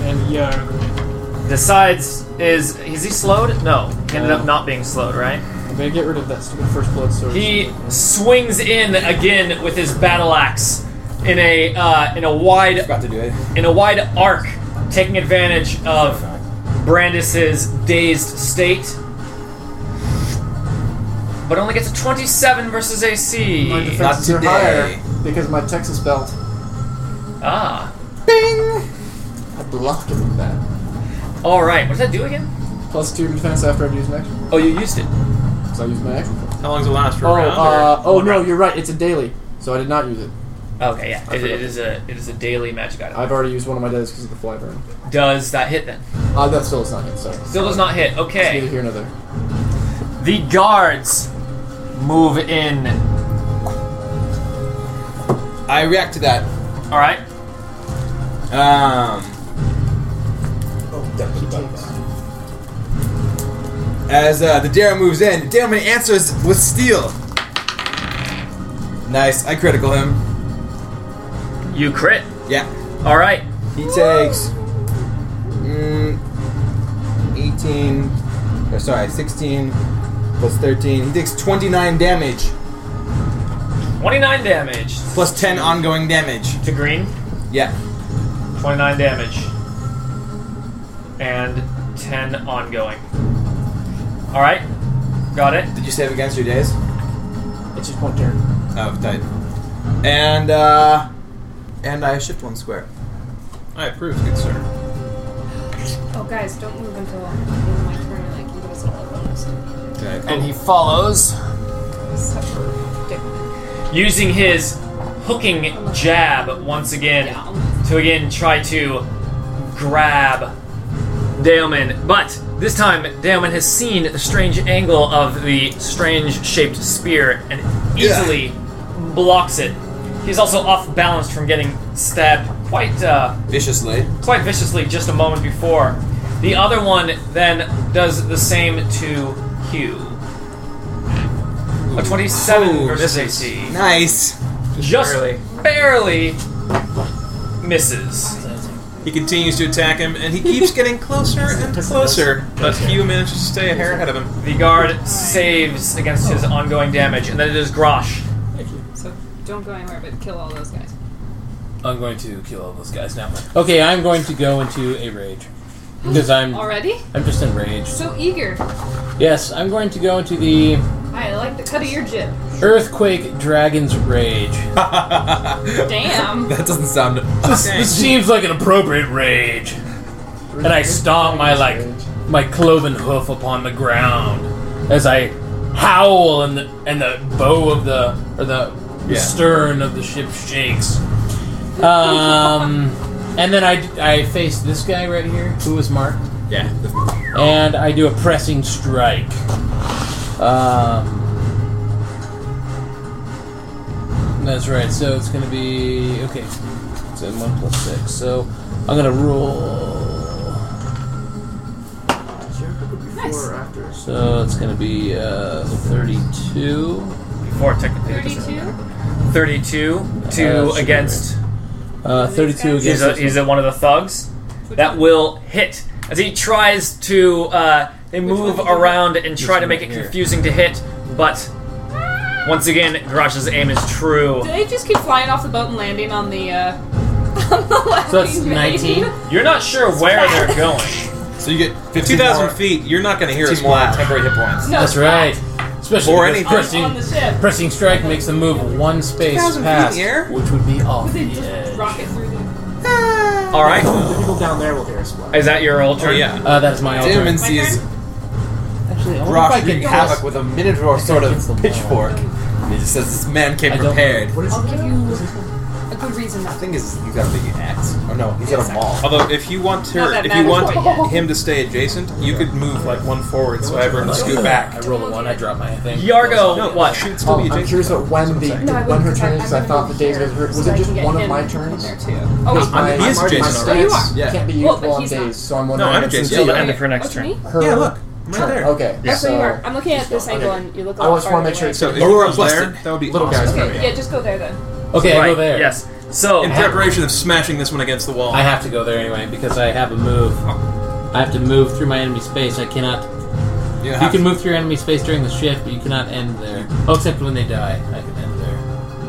Speaker 6: And yeah,
Speaker 2: decides is is he slowed? No, he ended up not being slowed, right?
Speaker 4: I'm gonna get rid of that stupid first blood sword.
Speaker 2: He swings in again with his battle axe in a uh, in a wide
Speaker 5: Forgot to do it.
Speaker 2: in a wide arc, taking advantage of Brandis's dazed state. But only gets a 27 versus AC.
Speaker 4: my defenses are
Speaker 5: today.
Speaker 4: higher because of my Texas belt.
Speaker 2: Ah.
Speaker 4: I block it with that.
Speaker 2: Alright, what does that do again?
Speaker 4: Plus two defense after I've used my action.
Speaker 2: Oh, you used it.
Speaker 4: So I use my action.
Speaker 6: how long does it last? For
Speaker 4: Oh,
Speaker 6: a round? or-
Speaker 4: uh, oh no, you're right. It's a daily, so I did not use it.
Speaker 2: Okay, yeah. It,
Speaker 4: I
Speaker 2: it
Speaker 4: forgot.
Speaker 2: is a it is a daily magic item.
Speaker 4: I've already used one of my days because of the fly burn.
Speaker 2: Does that hit then?
Speaker 4: Uh, that still is not hit. Sorry.
Speaker 2: Still does not hit.
Speaker 4: It's
Speaker 2: Okay.
Speaker 4: neither here nor there.
Speaker 2: The guards move in.
Speaker 5: I react to that.
Speaker 2: All right.
Speaker 5: Um, as uh, the Darrow moves in, Damon answers with steel. Nice. I critical him.
Speaker 2: You crit.
Speaker 5: Yeah.
Speaker 2: All right.
Speaker 5: He takes mm, 18, or sorry, 16 plus 13. He takes 29 damage,
Speaker 2: 29 damage
Speaker 5: plus 10 ongoing damage.
Speaker 2: to green.
Speaker 5: Yeah.
Speaker 2: 29 damage and 10 ongoing. All right. Got it.
Speaker 5: Did you save against your days?
Speaker 4: It's just one turn.
Speaker 5: Oh, tight. And, uh, and I shift one square.
Speaker 6: I approve, good sir.
Speaker 10: Oh, guys, don't move until it's my turn. I can give us all a bonus.
Speaker 5: Okay.
Speaker 2: And he follows
Speaker 10: Such a dick.
Speaker 2: using his hooking jab once again
Speaker 10: Yeah.
Speaker 2: to again try to grab Daemon. But this time, Daemon has seen the strange angle of the strange shaped spear and easily blocks it. He's also off balance from getting stabbed quite. Uh,
Speaker 5: Viciously.
Speaker 2: quite viciously just a moment before. The other one then does the same to Hugh. A 27
Speaker 5: Ooh,
Speaker 2: versus
Speaker 5: misses.
Speaker 2: AC.
Speaker 5: Nice.
Speaker 2: Just barely.
Speaker 6: barely.
Speaker 2: misses.
Speaker 6: He continues to attack him, and he keeps getting closer and closer, but Hugh manages to stay a hair ahead
Speaker 2: <laughs>
Speaker 6: of him.
Speaker 2: The guard saves against his ongoing damage, and then it is Grosh.
Speaker 10: So don't go anywhere, but kill all those guys.
Speaker 7: I'm going to kill all those guys now. Okay, I'm going to go into a rage because I'm
Speaker 10: Already?
Speaker 7: I'm just enraged.
Speaker 10: So eager.
Speaker 7: Yes, I'm going to go into the
Speaker 10: I like the cut of your jib.
Speaker 7: earthquake dragon's rage. <laughs>
Speaker 10: Damn.
Speaker 5: That doesn't sound.
Speaker 7: This, this seems like an appropriate rage. And I stomp my like my cloven hoof upon the ground as I howl and the and the bow of the or the, the
Speaker 5: Yeah.
Speaker 7: stern of the ship shakes. Um, and then I I face this guy right here who was marked.
Speaker 5: Yeah.
Speaker 7: and I do a pressing strike. Um, That's right. So it's going to be okay. So one plus six. So I'm going to roll.
Speaker 4: before
Speaker 10: Nice.
Speaker 4: or after?
Speaker 7: So it's going to be uh, 32.
Speaker 2: Before technically. it doesn't
Speaker 10: Thirty-two.
Speaker 2: matter. 32 to
Speaker 7: Uh, should
Speaker 2: against.
Speaker 7: Uh, 32
Speaker 10: Is
Speaker 2: He's,
Speaker 7: against.
Speaker 2: a, he's a, one of the thugs. That will hit as he tries to. Uh, they move around and try to
Speaker 7: one
Speaker 2: make
Speaker 7: right
Speaker 2: it
Speaker 7: here.
Speaker 2: confusing to hit, but once again, Garash's aim is true.
Speaker 10: Do they just keep flying off the boat and landing on the uh, <laughs> on the landing
Speaker 7: So that's
Speaker 10: bay?
Speaker 7: 19?
Speaker 2: You're not sure where they're going.
Speaker 5: <laughs> So you get 15
Speaker 6: 2,000
Speaker 5: more-
Speaker 6: feet, you're not going to hear us
Speaker 5: 15 more
Speaker 6: fly.
Speaker 5: temporary hit points.
Speaker 10: No,
Speaker 7: That's right. Especially
Speaker 6: Or
Speaker 7: because
Speaker 6: anything.
Speaker 10: On, on the
Speaker 7: pressing,
Speaker 10: ship.
Speaker 7: pressing strike makes the move one space
Speaker 6: 2,000 feet in the
Speaker 7: past,
Speaker 6: air?
Speaker 7: which would be off the
Speaker 10: They just
Speaker 7: edge.
Speaker 10: rocket through the.
Speaker 5: Ah,
Speaker 2: All right,
Speaker 4: <laughs> The people down there will hear us. well.
Speaker 2: is that your
Speaker 6: Oh,
Speaker 2: altar?
Speaker 6: yeah.
Speaker 7: Uh, that is my
Speaker 5: Damn
Speaker 7: ultimate.
Speaker 5: and sees
Speaker 7: Actually, I wonder if I
Speaker 5: Brock
Speaker 7: can
Speaker 5: wreaking
Speaker 7: cast-
Speaker 5: havoc with a minotaur sort
Speaker 7: it's the
Speaker 5: of
Speaker 7: wall.
Speaker 5: pitchfork. And he just says, This man came
Speaker 7: I don't-
Speaker 5: prepared.
Speaker 4: What is
Speaker 10: I'll
Speaker 4: it?
Speaker 10: give you a good reason
Speaker 5: I
Speaker 10: not to.
Speaker 5: think is he's got a big axe. Oh no, he's got a maul.
Speaker 6: Although, if you want
Speaker 10: Not
Speaker 6: her,
Speaker 10: that
Speaker 6: if you want
Speaker 10: matters
Speaker 3: <laughs>
Speaker 10: quite
Speaker 6: him to stay adjacent, you could move like one forward, so I have room to scoot
Speaker 7: I
Speaker 6: back.
Speaker 7: roll a one, I drop my thing.
Speaker 2: Yargo,
Speaker 6: No,
Speaker 2: what?
Speaker 6: Shoot, still
Speaker 4: Oh,
Speaker 6: be
Speaker 4: I'm
Speaker 6: adjacent.
Speaker 4: curious about when the
Speaker 10: No, I wouldn't,
Speaker 4: when her
Speaker 10: because
Speaker 4: turn is. 'cause I
Speaker 10: I'm
Speaker 4: thought
Speaker 10: gonna
Speaker 4: the days
Speaker 10: be
Speaker 4: was
Speaker 10: here
Speaker 4: was
Speaker 10: so I
Speaker 4: it just
Speaker 10: can get
Speaker 4: one of
Speaker 10: him
Speaker 4: my
Speaker 10: in
Speaker 4: turns?
Speaker 10: There too. Oh,
Speaker 4: My,
Speaker 5: He is
Speaker 4: my, my
Speaker 5: adjacent already.
Speaker 4: stats
Speaker 5: Yeah.
Speaker 4: can't be
Speaker 10: Well,
Speaker 4: used
Speaker 10: but
Speaker 4: on
Speaker 10: he's
Speaker 4: days,
Speaker 10: not.
Speaker 4: so I'm wondering
Speaker 6: No, I'm
Speaker 4: if it's
Speaker 6: adjacent.
Speaker 2: Till the
Speaker 6: Yeah.
Speaker 2: end of her next
Speaker 10: Oh, to
Speaker 2: turn.
Speaker 10: me?
Speaker 4: her
Speaker 6: Yeah, look. I'm right
Speaker 4: turn.
Speaker 6: there.
Speaker 4: Okay,
Speaker 2: Yeah.
Speaker 10: That's where you are.
Speaker 4: so
Speaker 10: I'm looking at this
Speaker 4: Okay.
Speaker 10: angle, and you look. a lot
Speaker 4: I always wanna
Speaker 10: farther
Speaker 4: make sure
Speaker 10: away.
Speaker 4: it's-
Speaker 6: So if
Speaker 5: Aurora
Speaker 6: Aurora was there,
Speaker 5: busted.
Speaker 6: that would be
Speaker 4: Little
Speaker 6: awesome.
Speaker 4: guys.
Speaker 10: Okay, yeah, just go there then.
Speaker 7: Okay, I
Speaker 2: right.
Speaker 7: go there.
Speaker 2: Yes. So
Speaker 6: In preparation of smashing this one against the wall.
Speaker 7: I have to go there anyway because I have a move. I have to move through my enemy space. I cannot.
Speaker 5: You,
Speaker 7: You
Speaker 5: have
Speaker 7: can
Speaker 5: to-
Speaker 7: move through enemy space during the shift, but you cannot end there. Oh, except when they die, I can end there.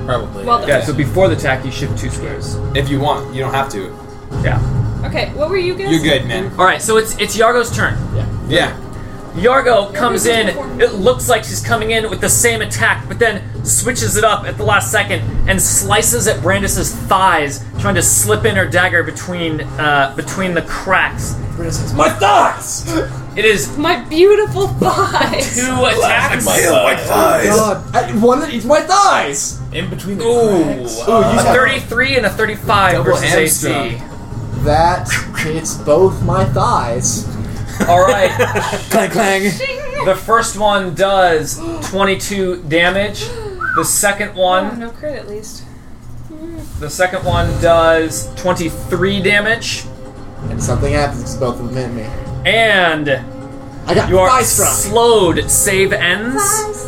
Speaker 7: Probably.
Speaker 10: Well,
Speaker 2: yeah. So before the attack, you shift two squares.
Speaker 5: if you want. You don't have to.
Speaker 2: Yeah.
Speaker 10: Okay, what were you guys?
Speaker 5: You're good, man.
Speaker 2: All right. So it's it's Yargo's turn.
Speaker 5: Yeah.
Speaker 2: Yargo comes in. It looks like she's coming in with the same attack, but then switches it up at the last second and slices at Brandis's thighs, trying to slip in her dagger between uh, between the cracks.
Speaker 5: My thoughts!
Speaker 2: It is
Speaker 10: My beautiful <laughs> thighs.
Speaker 2: <laughs> two attacks.
Speaker 5: thighs!
Speaker 4: God, I, one that eats my thighs.
Speaker 7: in between the
Speaker 2: Ooh,
Speaker 4: Ooh, you
Speaker 2: a
Speaker 4: got-
Speaker 2: 33 and a 35
Speaker 5: Double
Speaker 2: versus AC.
Speaker 5: hamstrung.
Speaker 4: That hits both my thighs.
Speaker 2: All right,
Speaker 4: <laughs>
Speaker 5: Clang clang!
Speaker 2: the first one does 22 damage. The second
Speaker 10: Oh,
Speaker 2: one,
Speaker 10: no crit at least.
Speaker 2: the second one does 23 damage,
Speaker 4: And something happens to both of them in me.
Speaker 2: and
Speaker 4: I got
Speaker 2: You are
Speaker 4: thigh struck.
Speaker 2: slowed save ends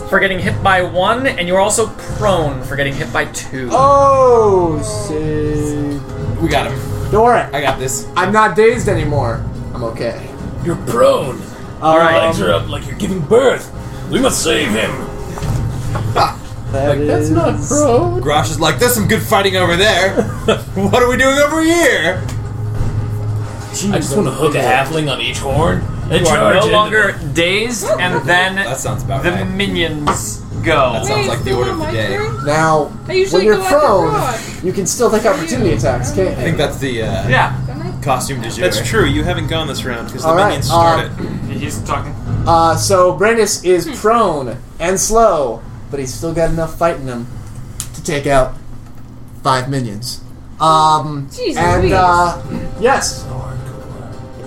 Speaker 2: for getting hit by one, and you're also prone for getting hit by two.
Speaker 4: Oh, shit.
Speaker 5: We got him.
Speaker 4: Don't worry.
Speaker 5: I got this.
Speaker 4: I'm not dazed anymore. I'm okay. Um,
Speaker 7: You're prone.
Speaker 4: All
Speaker 2: right.
Speaker 7: Legs are up like you're giving birth. We must save him.
Speaker 4: That
Speaker 7: that's
Speaker 4: is-
Speaker 7: not prone.
Speaker 5: Grosh is like, there's some good fighting over
Speaker 6: <laughs>
Speaker 5: there. what are we doing over here?
Speaker 7: I just want to hook a halfling on each horn and
Speaker 2: you are
Speaker 7: charge
Speaker 2: no
Speaker 7: into
Speaker 2: longer dazed, and then
Speaker 5: That sounds about
Speaker 2: the
Speaker 5: right.
Speaker 2: minions go.
Speaker 5: That sounds like the order of the day.
Speaker 4: Now,
Speaker 10: I usually
Speaker 4: when you're
Speaker 10: go after
Speaker 4: prone,
Speaker 10: Brock.
Speaker 4: you can still take opportunity attacks, can't
Speaker 5: I
Speaker 4: you?
Speaker 5: think that's the uh,
Speaker 2: Yeah,
Speaker 5: costume du jour.
Speaker 6: That's true. You haven't gone this round because the
Speaker 4: All right, um,
Speaker 6: minions started.
Speaker 2: he's talking.
Speaker 4: Uh, so Brandis is prone and slow, but he's still got enough fight in him to take out five minions. Um,
Speaker 10: Jeez
Speaker 4: and
Speaker 10: Louise.
Speaker 4: uh, yes,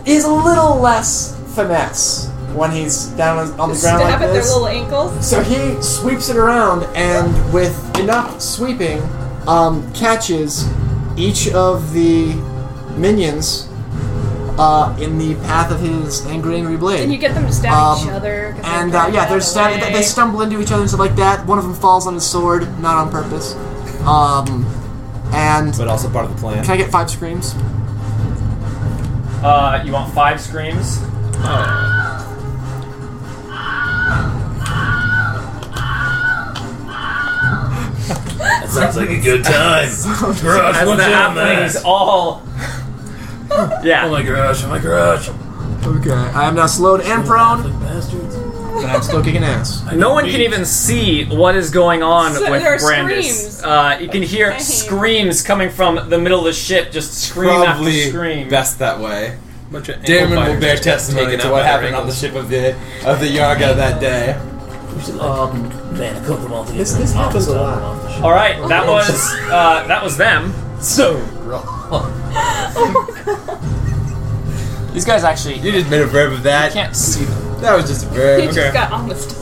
Speaker 4: is a little less finesse when he's down on, on the ground
Speaker 10: Stab
Speaker 4: like
Speaker 10: at their
Speaker 4: this.
Speaker 10: little ankles.
Speaker 4: So he sweeps it around, and with enough sweeping, um, catches each of the minions uh, in the path of his angry, angry blade.
Speaker 10: And you get them to stab each
Speaker 4: Um,
Speaker 10: other. 'cause they're
Speaker 4: And uh, yeah,
Speaker 10: dragged
Speaker 4: they're
Speaker 10: out
Speaker 4: stab-
Speaker 10: of the
Speaker 4: they
Speaker 10: way.
Speaker 3: <laughs>
Speaker 4: stumble into each other and stuff like that. One of them falls on his sword, not on purpose. Um, and
Speaker 5: But also part of the plan.
Speaker 4: can I get five screams?
Speaker 2: Uh, you want five screams?
Speaker 7: That sounds <laughs> like a good time. garage,
Speaker 2: As the
Speaker 7: what's up,
Speaker 2: halflings
Speaker 7: man?
Speaker 2: all.
Speaker 7: Oh
Speaker 2: Yeah.
Speaker 7: my garage, oh my garage.
Speaker 4: Okay, I am now slowed and prone,
Speaker 7: Halfling bastards.
Speaker 4: but I'm still kicking ass.
Speaker 2: No one can even see what is going on
Speaker 10: So
Speaker 2: with
Speaker 10: there are
Speaker 2: Brandis.
Speaker 10: screams.
Speaker 2: Uh, you can hear
Speaker 10: Dang.
Speaker 2: screams coming from the middle of the ship, just scream after
Speaker 5: Probably
Speaker 2: scream.
Speaker 5: best that way.
Speaker 6: Bunch of
Speaker 5: Damon
Speaker 6: ankle
Speaker 5: will bear
Speaker 6: biters
Speaker 5: testimony
Speaker 6: taken
Speaker 5: to
Speaker 6: out
Speaker 5: what
Speaker 6: by their
Speaker 5: happened on the
Speaker 6: ankles.
Speaker 5: ship of the of the Yarga that day.
Speaker 7: We should like, man, I cook them all together.
Speaker 4: This- this
Speaker 7: and
Speaker 4: happens a
Speaker 7: mop
Speaker 4: lot.
Speaker 7: them off the ship.
Speaker 2: All right, that
Speaker 3: Oh.
Speaker 2: was uh, that was them.
Speaker 7: So
Speaker 3: <laughs>
Speaker 7: wrong.
Speaker 2: These guys actually
Speaker 5: You just made a verb of that.
Speaker 2: can't see them.
Speaker 5: That was just a
Speaker 10: He
Speaker 2: <laughs>
Speaker 5: verb.
Speaker 10: just got almost.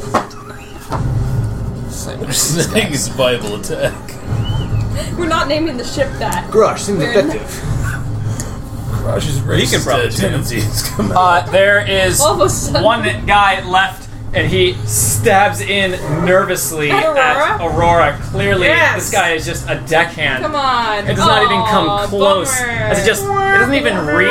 Speaker 7: Snakes Bible attack.
Speaker 3: We're not naming the ship that.
Speaker 5: Grush seems
Speaker 3: We're
Speaker 5: effective.
Speaker 7: Rush's
Speaker 6: He can probably do it.
Speaker 7: tendencies coming
Speaker 2: Uh, there is
Speaker 3: All of a sudden.
Speaker 2: one guy left, and he stabs in nervously
Speaker 3: At Aurora?
Speaker 2: at Aurora. Clearly,
Speaker 3: Yes.
Speaker 2: this guy is just a deckhand.
Speaker 3: Come on.
Speaker 2: It does not even
Speaker 3: Aw,
Speaker 2: come close.
Speaker 3: bummer.
Speaker 2: As it just, it doesn't even
Speaker 3: <laughs>
Speaker 2: reach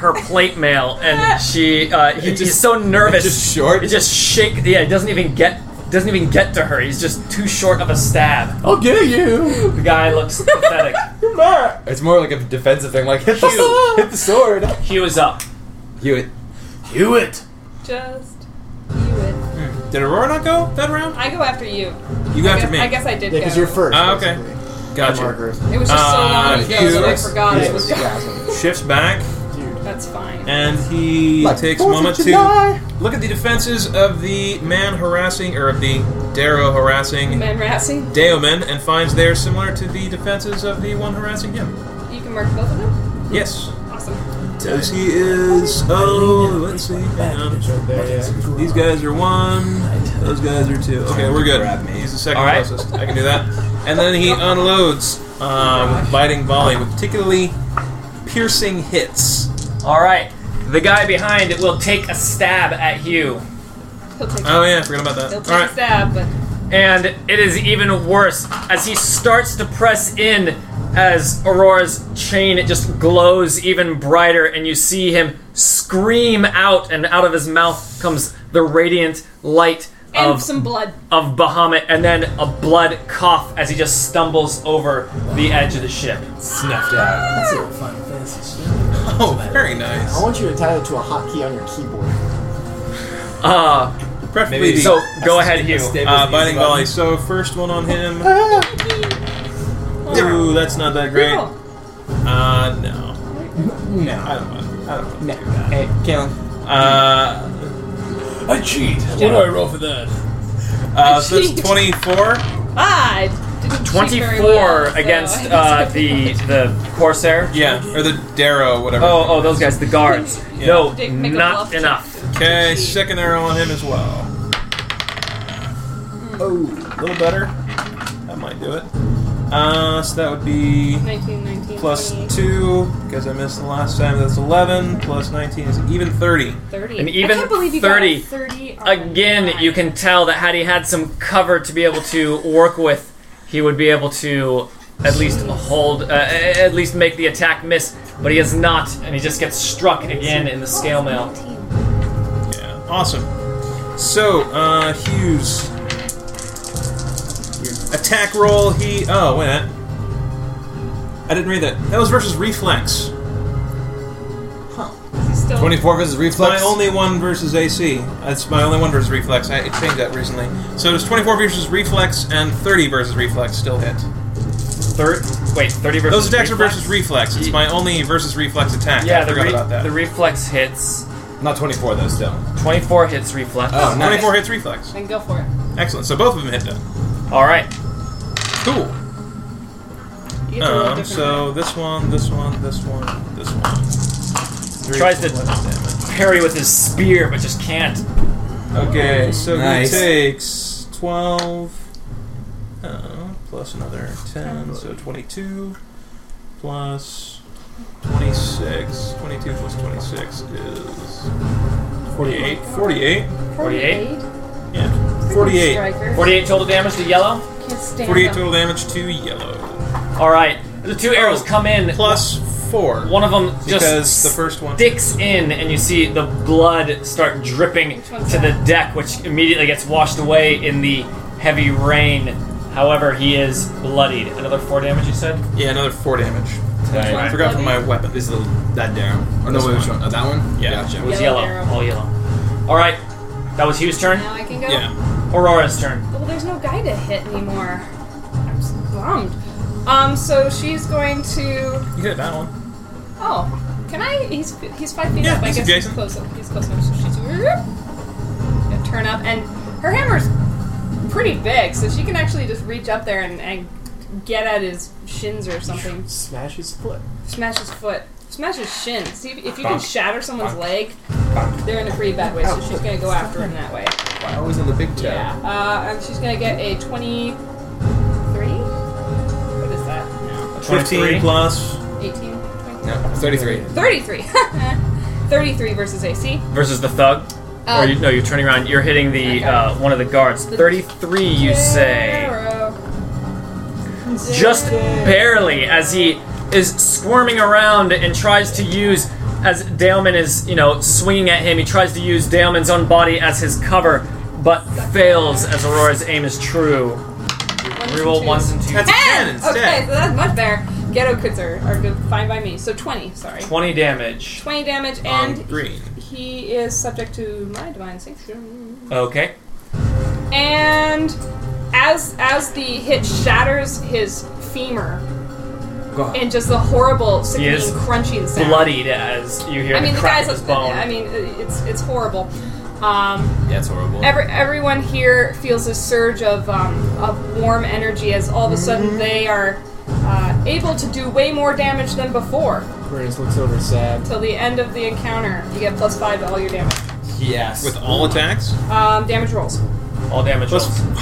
Speaker 2: her plate mail, and she, uh, he, he's so nervous.
Speaker 5: just short?
Speaker 2: It just shake. Yeah, it doesn't even get, doesn't even get to her. He's just too short of a stab.
Speaker 4: I'll get
Speaker 5: Oh.
Speaker 4: you.
Speaker 2: The guy looks pathetic.
Speaker 5: It's more like a defensive thing, like
Speaker 2: <laughs>
Speaker 5: hit the, hit the sword.
Speaker 2: Hugh is up.
Speaker 5: Hewitt.
Speaker 7: Hewitt.
Speaker 3: Just do it.
Speaker 6: Did Aurora not go that round?
Speaker 3: I go after you.
Speaker 6: You go
Speaker 3: I
Speaker 6: after
Speaker 3: guess,
Speaker 6: me.
Speaker 3: I guess I did
Speaker 4: Yeah,
Speaker 3: go.
Speaker 4: because you're first.
Speaker 6: Ah, okay.
Speaker 4: basically.
Speaker 6: Gotcha.
Speaker 4: Markers.
Speaker 3: It was just so
Speaker 6: Uh,
Speaker 3: long ago
Speaker 6: you-
Speaker 3: that I forgot it was.
Speaker 4: Yeah.
Speaker 6: Shifts back,
Speaker 3: That's fine.
Speaker 6: and he
Speaker 4: Like
Speaker 6: takes a
Speaker 4: Fourth of
Speaker 6: moment
Speaker 4: July.
Speaker 6: to look at the defenses of the man harassing, or of the Darrow harassing
Speaker 3: Man Rassi,
Speaker 6: Daomen, and finds they are similar to the defenses of the one harassing him.
Speaker 3: you can mark both of them.
Speaker 6: Yes.
Speaker 3: Awesome.
Speaker 6: As he is. Oh, let's see. Hang on. These guys are one. Those guys are two. Okay, we're good. He's the second
Speaker 2: All right.
Speaker 6: closest. I can do that. And then he unloads um, with biting volley with particularly piercing hits.
Speaker 2: All right, the guy behind will take a stab at Hugh.
Speaker 3: He'll take.
Speaker 2: Uh,
Speaker 6: Oh yeah, I forgot about that.
Speaker 3: He'll take
Speaker 6: All
Speaker 3: a
Speaker 6: right.
Speaker 3: stab, but
Speaker 2: And it is even worse as he starts to press in as Aurora's chain it just glows even brighter and you see him scream out and out of his mouth comes the radiant light
Speaker 3: and
Speaker 2: of,
Speaker 3: some blood.
Speaker 2: of Bahamut and then a blood cough as he just stumbles over the edge of the ship.
Speaker 5: Snuffed out.
Speaker 6: Oh, very nice.
Speaker 4: I want you to tie it to a hotkey on your keyboard.
Speaker 2: Uh,
Speaker 6: Preferably the
Speaker 2: so go ahead Hugh.
Speaker 6: uh, biting volley. So first one on him. Ooh, that's not that great.
Speaker 3: Reroll.
Speaker 6: Uh, no,
Speaker 5: No.
Speaker 6: I don't want. I don't.
Speaker 5: No. Hey, Kalen.
Speaker 6: Uh,
Speaker 7: I cheat. What do I roll for that?
Speaker 6: uh, so that's twenty-four.
Speaker 3: Ah, I didn't cheat very
Speaker 2: 24
Speaker 3: well, so I
Speaker 2: against
Speaker 3: guess I
Speaker 2: uh,
Speaker 3: did
Speaker 2: the
Speaker 3: not.
Speaker 2: the Corsair.
Speaker 6: Yeah, or the Darrow, whatever.
Speaker 2: Oh, oh, those guys, the
Speaker 3: <laughs>
Speaker 2: guards.
Speaker 6: Yeah.
Speaker 2: No,
Speaker 3: Dick, make a bluff
Speaker 2: not
Speaker 3: check.
Speaker 2: enough.
Speaker 6: Okay,
Speaker 3: Cheat.
Speaker 6: second arrow on him as well. Oh, a little better. That might do it. Uh, so that would be
Speaker 3: 19, 19,
Speaker 6: plus
Speaker 3: 28,
Speaker 6: two because I missed the last time. That's eleven. Plus nineteen is even thirty.
Speaker 3: 30.
Speaker 2: And even
Speaker 3: I can't believe you
Speaker 2: 30.
Speaker 3: Got a 30 on
Speaker 2: Again,
Speaker 3: that.
Speaker 2: you can tell that had he had some cover to be able to work with, he would be able to at least hold, uh, at least make the attack miss. But he is not, and he just gets struck again in the scale mail.
Speaker 6: Yeah, awesome. So, uh, Hughes. Your Attack roll, he. Oh, wait a minute. I didn't read that. That was versus reflex.
Speaker 3: He's still
Speaker 5: 24 versus reflex.
Speaker 6: My only one versus AC. That's my only one versus reflex. I I changed that recently. So it's 24 versus reflex and 30 versus reflex still hit.
Speaker 2: Third, wait, thirty versus.
Speaker 6: Those attacks are
Speaker 2: reflex?
Speaker 6: versus reflex. It's my only versus reflex attack.
Speaker 2: Yeah,
Speaker 6: I
Speaker 2: the,
Speaker 6: forgot
Speaker 2: re-
Speaker 6: about that.
Speaker 2: the reflex hits.
Speaker 5: Not 24 though, still.
Speaker 2: Twenty-four hits reflex.
Speaker 5: Oh, nice.
Speaker 6: 24 hits reflex.
Speaker 3: Then go for it.
Speaker 6: Excellent. So both of them hit then.
Speaker 2: All right.
Speaker 6: Cool.
Speaker 3: You get to roll
Speaker 6: Um,
Speaker 3: different
Speaker 6: so this one, this one, this one, this one. Three,
Speaker 2: Tries to-
Speaker 6: four, damage.
Speaker 2: Parry with his spear, but just can't.
Speaker 6: Okay, so
Speaker 5: Nice.
Speaker 6: he takes twelve. Uh, plus another ten, so twenty-two. Plus twenty-six. Twenty-two plus twenty-six is forty-eight. Forty-eight.
Speaker 2: 48?
Speaker 6: Yeah. Forty-eight.
Speaker 3: Strikers.
Speaker 2: Forty-eight total damage to yellow.
Speaker 3: Can't stand
Speaker 6: Forty-eight
Speaker 3: them.
Speaker 6: total damage to yellow.
Speaker 2: All right. The two arrows come in.
Speaker 6: Oh. Plus four.
Speaker 2: One of them just
Speaker 6: because the first one.
Speaker 2: sticks in, and you see the blood start dripping
Speaker 3: one's
Speaker 2: to the deck, which immediately gets washed away in the heavy rain. However, he is bloodied. Another four damage, you said?
Speaker 6: Yeah, another four damage. I
Speaker 2: Right.
Speaker 6: forgot from my weapon.
Speaker 5: This is the, that Darrow. Oh,
Speaker 6: This
Speaker 5: no, wait,
Speaker 6: one.
Speaker 5: which one? Oh, that one?
Speaker 6: Yeah.
Speaker 5: Gotcha.
Speaker 2: It was
Speaker 3: Yellow
Speaker 2: yellow.
Speaker 3: arrow.
Speaker 2: All yellow. All right. That was Hugh's turn.
Speaker 3: Now I can go.
Speaker 6: Yeah.
Speaker 2: Aurora's turn.
Speaker 3: Well, there's no guy to hit anymore. I'm so bummed. Um, so she's going to.
Speaker 6: You hit that one.
Speaker 3: Oh, can I? He's he's five feet
Speaker 6: Yeah,
Speaker 3: up. I
Speaker 6: he's
Speaker 3: guess he's
Speaker 6: adjacent.
Speaker 3: close up. He's close enough. So she's gonna turn up, and her hammer's pretty big, so she can actually just reach up there and, and get at his shins or something.
Speaker 4: Smash his foot.
Speaker 3: Smash his foot. Smash his shin. See if, if you can shatter someone's leg. They're in a pretty bad way, so she's gonna go after him that way.
Speaker 5: I always in the big toe.
Speaker 3: Yeah. Uh, and she's gonna get a twenty-three. What is that?
Speaker 6: 15 plus
Speaker 3: 18.
Speaker 5: No, 33.
Speaker 3: <laughs> 33. 33 versus Um, AC.
Speaker 2: versus the thug.
Speaker 3: Oh.
Speaker 2: or you, no, you're turning around. You're hitting the uh, one of the guards. Thirty-three, you say,
Speaker 3: Arrow.
Speaker 2: just barely, as he is squirming around and tries to use. As Daleman is, you know, swinging at him, he tries to use Daleman's own body as his cover, but fails as Aurora's aim is true. Reroll ones and twos.
Speaker 6: That's- Ten instead.
Speaker 3: Okay, so that's much better. Ghetto kids are, are good, fine by me. So 20, sorry.
Speaker 2: Twenty damage.
Speaker 3: 20 damage,
Speaker 2: Um,
Speaker 6: on
Speaker 3: and
Speaker 6: green.
Speaker 3: he is subject to my divine sanction.
Speaker 2: Okay.
Speaker 3: And as as the hit shatters his femur,
Speaker 5: God.
Speaker 3: and just the horrible, sickening,
Speaker 2: is
Speaker 3: crunching sound.
Speaker 2: Bloodied as you hear
Speaker 3: I mean,
Speaker 2: the
Speaker 3: the
Speaker 2: crack
Speaker 3: guys.
Speaker 2: of his bone.
Speaker 3: I mean, it's it's horrible. Um,
Speaker 5: Yeah, it's horrible.
Speaker 3: Every, everyone here feels a surge of, um, of warm energy as all of a sudden they are uh, able to do way more damage than before.
Speaker 4: Brennus looks over sad.
Speaker 3: Till the end of the encounter, you get plus five to all your damage.
Speaker 5: yes.
Speaker 6: With all attacks?
Speaker 3: Um, damage rolls.
Speaker 2: All damage
Speaker 6: Plus-
Speaker 2: rolls.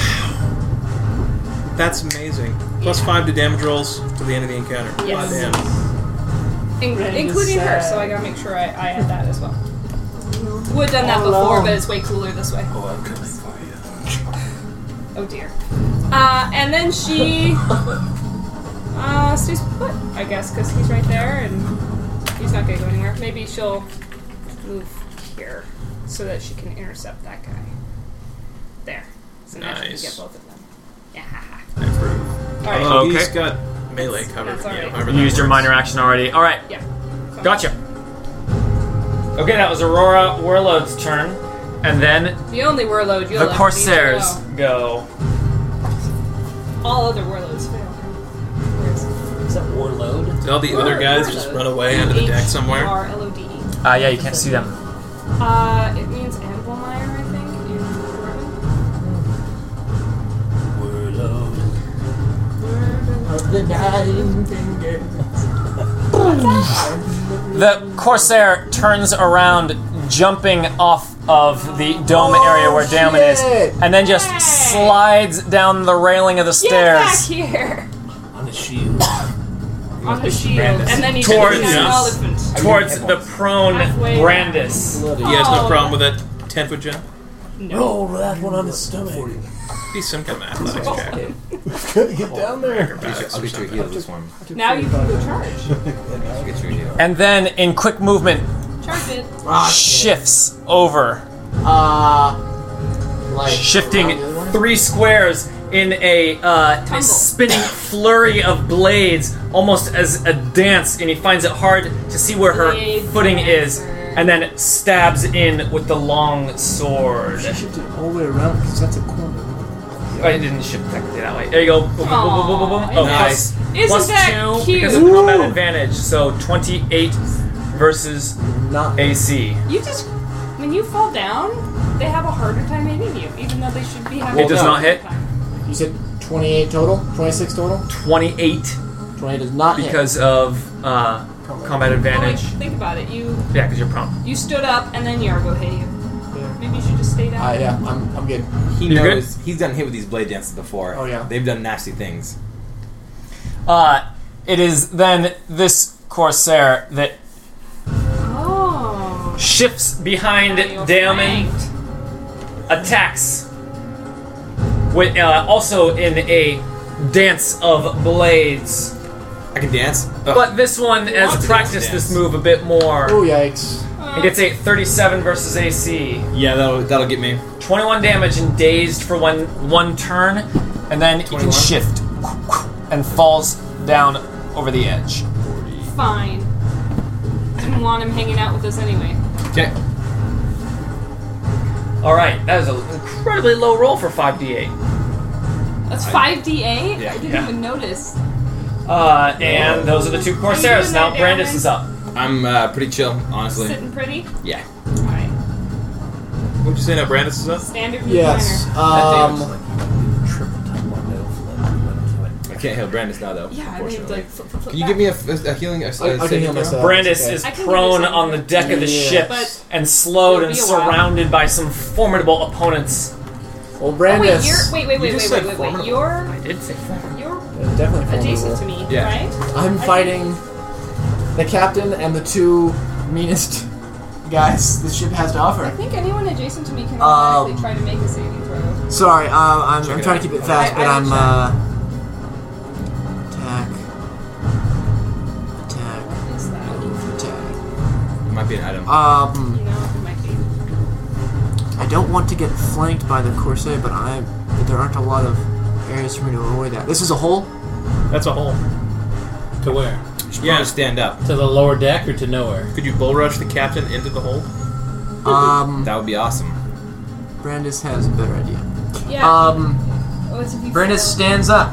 Speaker 6: That's amazing. Plus 5 to damage rolls to the end of the encounter.
Speaker 3: Yes.
Speaker 6: Goddamn.
Speaker 3: In- including her, so I gotta make sure I, I had that as well. Would have done that before, but it's way cooler this way. Oh, I'm coming for you. Oh dear. Uh, and then she uh, stays put, I guess, because he's right there and he's not gonna go anywhere. Maybe she'll move here so that she can intercept that guy. There. So now she can
Speaker 6: Nice.
Speaker 3: get both of them. Yeah. <laughs>
Speaker 6: I approve.
Speaker 3: Alright.
Speaker 6: Although
Speaker 2: Okay.
Speaker 6: he's got melee cover.
Speaker 3: That's alright.
Speaker 6: Yeah, however
Speaker 2: You
Speaker 6: that
Speaker 2: used your
Speaker 6: works.
Speaker 2: minor action already. All right.
Speaker 3: Yeah.
Speaker 2: Gotcha. Okay, that was Aurora Warlord's turn, and then
Speaker 3: The only warlord you'll
Speaker 2: the
Speaker 3: ever be
Speaker 2: Corsairs
Speaker 3: below.
Speaker 2: go.
Speaker 3: All other warlords fail.
Speaker 7: Is that Warlord?
Speaker 6: Did all the other guys just run away onto the deck somewhere?
Speaker 3: H-R-L-O-D-E.
Speaker 2: Ah, yeah, you can't see them.
Speaker 3: E. Uh, it means Amblemire, I think. in German.
Speaker 7: Warlord.
Speaker 4: Of the nine fingers.
Speaker 2: The Corsair turns around, jumping off of the dome area where Damon is,
Speaker 4: Oh, shit.
Speaker 2: and then just slides down the railing of the
Speaker 3: Get back
Speaker 2: stairs.
Speaker 3: here!
Speaker 7: On the
Speaker 3: <laughs>
Speaker 7: shield.
Speaker 3: On the shield. And then he
Speaker 2: Towards
Speaker 3: turns an
Speaker 6: us.
Speaker 3: elephant.
Speaker 2: Towards the prone
Speaker 3: Halfway.
Speaker 2: Brandis.
Speaker 4: Bloody.
Speaker 6: He has no
Speaker 3: Oh.
Speaker 6: problem with that 10 foot jump.
Speaker 7: Roll that one on the stomach.
Speaker 6: Be some kind of athletics
Speaker 3: Oh.
Speaker 4: <laughs>
Speaker 6: check.
Speaker 4: Get down there.
Speaker 6: Acrobatics
Speaker 5: I'll get
Speaker 6: or
Speaker 5: you a
Speaker 6: something.
Speaker 5: heal this one.
Speaker 3: Now you can go charge.
Speaker 5: I'll get you a heal.
Speaker 2: And then, in quick movement,
Speaker 3: Charge it.
Speaker 4: Ah, shit.
Speaker 2: shifts over
Speaker 4: Uh, like
Speaker 2: shifting
Speaker 4: around the other one?
Speaker 2: three squares in a, uh,
Speaker 3: Tumble.
Speaker 2: spinning flurry of blades, almost as a dance, and he finds it hard to see where her
Speaker 3: Blade
Speaker 2: footing is,
Speaker 3: dancer.
Speaker 2: and then stabs in with the long sword.
Speaker 4: She shifted all the way around because that's a corner.
Speaker 2: Oh, I didn't shift technically that way. There you go. Boom, boom, boom, boom, boom, boom, boom.
Speaker 3: Aw,
Speaker 2: Oh,
Speaker 5: nice.
Speaker 2: plus-
Speaker 3: Isn't
Speaker 2: plus
Speaker 3: that
Speaker 2: two
Speaker 3: cute?
Speaker 2: because of combat advantage. So twenty-eight versus
Speaker 4: Not
Speaker 2: AC.
Speaker 3: You just. When you fall down, they have a harder time hitting you, even though they should be having
Speaker 2: It does
Speaker 3: a
Speaker 2: not
Speaker 3: harder
Speaker 2: hit?
Speaker 3: time.
Speaker 4: You said 28 total? 26 total?
Speaker 2: Twenty-eight
Speaker 4: 28 does not hit.
Speaker 2: because of uh, combat
Speaker 3: Well, like,
Speaker 2: advantage.
Speaker 3: think about it. You
Speaker 2: Yeah, because you're prompt.
Speaker 3: you stood up, and then Yargo hit you.
Speaker 4: Yeah.
Speaker 3: Maybe you should just stay down.
Speaker 4: Uh, yeah, I'm, I'm good.
Speaker 5: He
Speaker 2: You're good?
Speaker 5: knows he's done hit with these blade dances before.
Speaker 4: Oh, yeah.
Speaker 5: They've done nasty things.
Speaker 2: Uh, it is then this corsair that
Speaker 3: Oh.
Speaker 2: shifts behind
Speaker 3: You're
Speaker 2: Daemon,
Speaker 3: flanked.
Speaker 2: attacks with uh, also in a dance of blades.
Speaker 5: I can dance.
Speaker 2: But this one
Speaker 6: Lots
Speaker 2: has
Speaker 6: of
Speaker 2: practiced
Speaker 6: dance.
Speaker 2: this move a bit more.
Speaker 4: Oh, yikes.
Speaker 2: It gets a 37 versus AC,
Speaker 5: Yeah, that'll that'll get me.
Speaker 2: 21 damage and dazed for one one turn, and then you can
Speaker 5: 21?
Speaker 2: shift and falls down over the edge.
Speaker 3: Fine. Didn't want him hanging out with us anyway.
Speaker 5: Okay.
Speaker 2: All right, that is an incredibly low roll for 5d8.
Speaker 3: That's 5d8?
Speaker 5: Yeah.
Speaker 3: I didn't
Speaker 2: Yeah.
Speaker 3: even notice.
Speaker 2: Uh, and those are the two corsairs. Now Brandis is up.
Speaker 5: I'm uh, pretty chill, honestly.
Speaker 3: Sitting pretty?
Speaker 5: Yeah.
Speaker 3: Alright.
Speaker 6: What'd you say now, Brandis is up?
Speaker 3: Standard
Speaker 4: Yes.
Speaker 3: recliner.
Speaker 4: Um,
Speaker 7: Triple
Speaker 5: I
Speaker 7: taekwondo.
Speaker 5: can't heal Brandis now though.
Speaker 3: Yeah, I waved
Speaker 5: unfortunately.
Speaker 3: like flip, flip, flip
Speaker 5: Can you
Speaker 3: back. Oh,
Speaker 5: give me a, a, a healing? A, a
Speaker 4: I- I can
Speaker 5: saving
Speaker 4: heal
Speaker 5: throw?
Speaker 4: myself.
Speaker 2: Brandis
Speaker 4: Okay.
Speaker 2: is
Speaker 3: I can
Speaker 2: prone
Speaker 3: do something.
Speaker 2: on the deck of the
Speaker 4: Yeah.
Speaker 2: ship
Speaker 3: But
Speaker 2: and slowed
Speaker 3: it'll
Speaker 2: and
Speaker 3: be a while.
Speaker 2: surrounded by some formidable opponents.
Speaker 4: well,
Speaker 3: Oh, wait,
Speaker 4: Brandis.
Speaker 3: you're, wait, wait,
Speaker 5: You
Speaker 3: wait,
Speaker 5: just
Speaker 3: wait,
Speaker 5: said
Speaker 3: wait, wait, wait.
Speaker 5: formidable.
Speaker 3: Your,
Speaker 2: I did say
Speaker 3: your
Speaker 4: uh, definitely
Speaker 3: adjacent to
Speaker 4: vulnerable.
Speaker 3: me,
Speaker 5: Yeah.
Speaker 3: right?
Speaker 4: I'm fighting the captain and the two meanest <laughs> guys this ship has to
Speaker 3: I
Speaker 4: offer.
Speaker 3: think anyone adjacent to me can automatically
Speaker 4: Um,
Speaker 3: try to make a saving throw.
Speaker 4: Sorry, uh, I'm, I'm
Speaker 5: it
Speaker 4: trying
Speaker 5: out.
Speaker 4: to keep it fast,
Speaker 3: I-
Speaker 4: but
Speaker 3: I
Speaker 4: I'm
Speaker 3: will
Speaker 4: uh, attack, uh, attack,
Speaker 3: Is that,
Speaker 4: attack.
Speaker 5: It might be an item.
Speaker 4: Um,
Speaker 3: you know, it might be.
Speaker 4: I don't want to get flanked by the corsair, but I but there aren't a lot of areas for me to avoid that. This is a hole.
Speaker 6: That's a hole.
Speaker 7: To where?
Speaker 5: You should probably stand up.
Speaker 7: To the lower deck or to nowhere?
Speaker 6: Could you bull rush the captain into the hole?
Speaker 4: Um,
Speaker 5: That would be awesome.
Speaker 4: Brandis has a better idea.
Speaker 3: Yeah.
Speaker 5: uh,
Speaker 4: Um,
Speaker 3: oh, it's a big
Speaker 4: Brandis
Speaker 3: fail.
Speaker 4: stands up.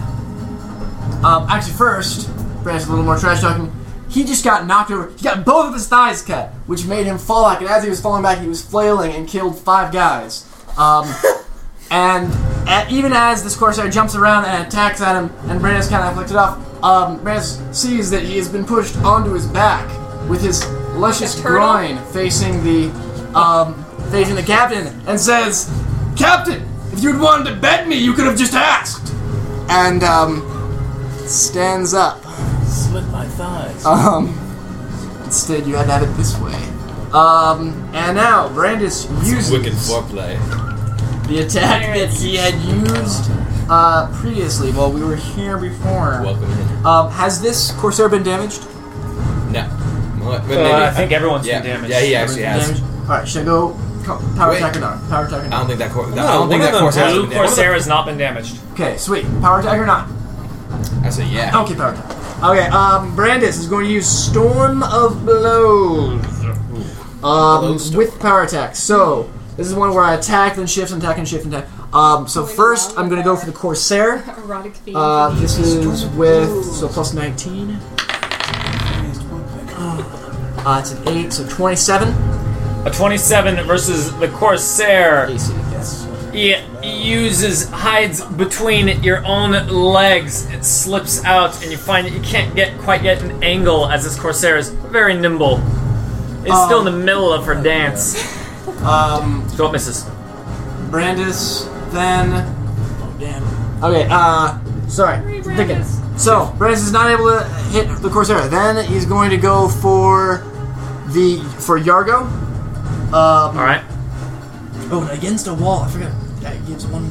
Speaker 4: Um, actually, first, Brandis a little more trash talking. He just got knocked over. He got both of his thighs cut, which made him fall back. And as he was falling back, he was flailing and killed five guys. Um, and a even as this corsair jumps around and attacks at him, and Brandis kind of flicked it off, um, Brandis sees that he has been pushed onto his back with his luscious
Speaker 3: The turtle?
Speaker 4: groin facing the um, facing the captain, and says, "Captain, if you'd wanted to bet me, you could have just asked." And um, stands up.
Speaker 7: Slit my thighs.
Speaker 4: Um, instead, you had to have it this way. Um, and now Brandis uses
Speaker 5: Wicked foreplay.
Speaker 4: the attack that he had used uh, previously while we were here before.
Speaker 5: Welcome in.
Speaker 4: Um, has this Corsair been damaged?
Speaker 5: No. Well, maybe.
Speaker 2: Uh, I think everyone's
Speaker 5: yeah.
Speaker 2: been damaged.
Speaker 5: Yeah, he actually has.
Speaker 4: Damaged? Alright, should I go co- power
Speaker 5: Wait. Um,
Speaker 4: attack or not? Power attack or
Speaker 5: I
Speaker 4: not?
Speaker 5: don't think that course. I
Speaker 6: No,
Speaker 5: don't
Speaker 6: one
Speaker 5: think
Speaker 6: of
Speaker 5: that
Speaker 6: them
Speaker 5: course has
Speaker 2: Blue
Speaker 5: been damaged.
Speaker 2: Corsair has not been damaged.
Speaker 4: Okay, sweet. Power attack or not?
Speaker 5: I say yeah.
Speaker 4: Okay, power attack. Okay, um, Brandis is going to use Storm of Blows. Um,
Speaker 5: Blowstorm.
Speaker 4: with power attack. So, this is one where I attack, then shift, and attack, and shift, and attack. Um, so first, I'm gonna go for the Corsair.
Speaker 3: Erotic theme.
Speaker 4: Uh, this is with so plus 19. Uh, it's an 8, so 27.
Speaker 2: A 27 versus the Corsair.
Speaker 4: AC, yes.
Speaker 2: It uses, hides between your own legs. It slips out, and you find that you can't get quite yet an angle as this Corsair is very nimble. It's still in
Speaker 3: Oh.
Speaker 2: the middle of her dance.
Speaker 4: Um,
Speaker 2: So it misses.
Speaker 4: Brandis, then. Oh, damn. Okay, uh, sorry. Thinking. So, Brandis is not able to hit the Corsair. Then he's going to go for the. for Yargo. Um,
Speaker 2: Alright.
Speaker 4: Oh, against a wall. I forgot. That gives one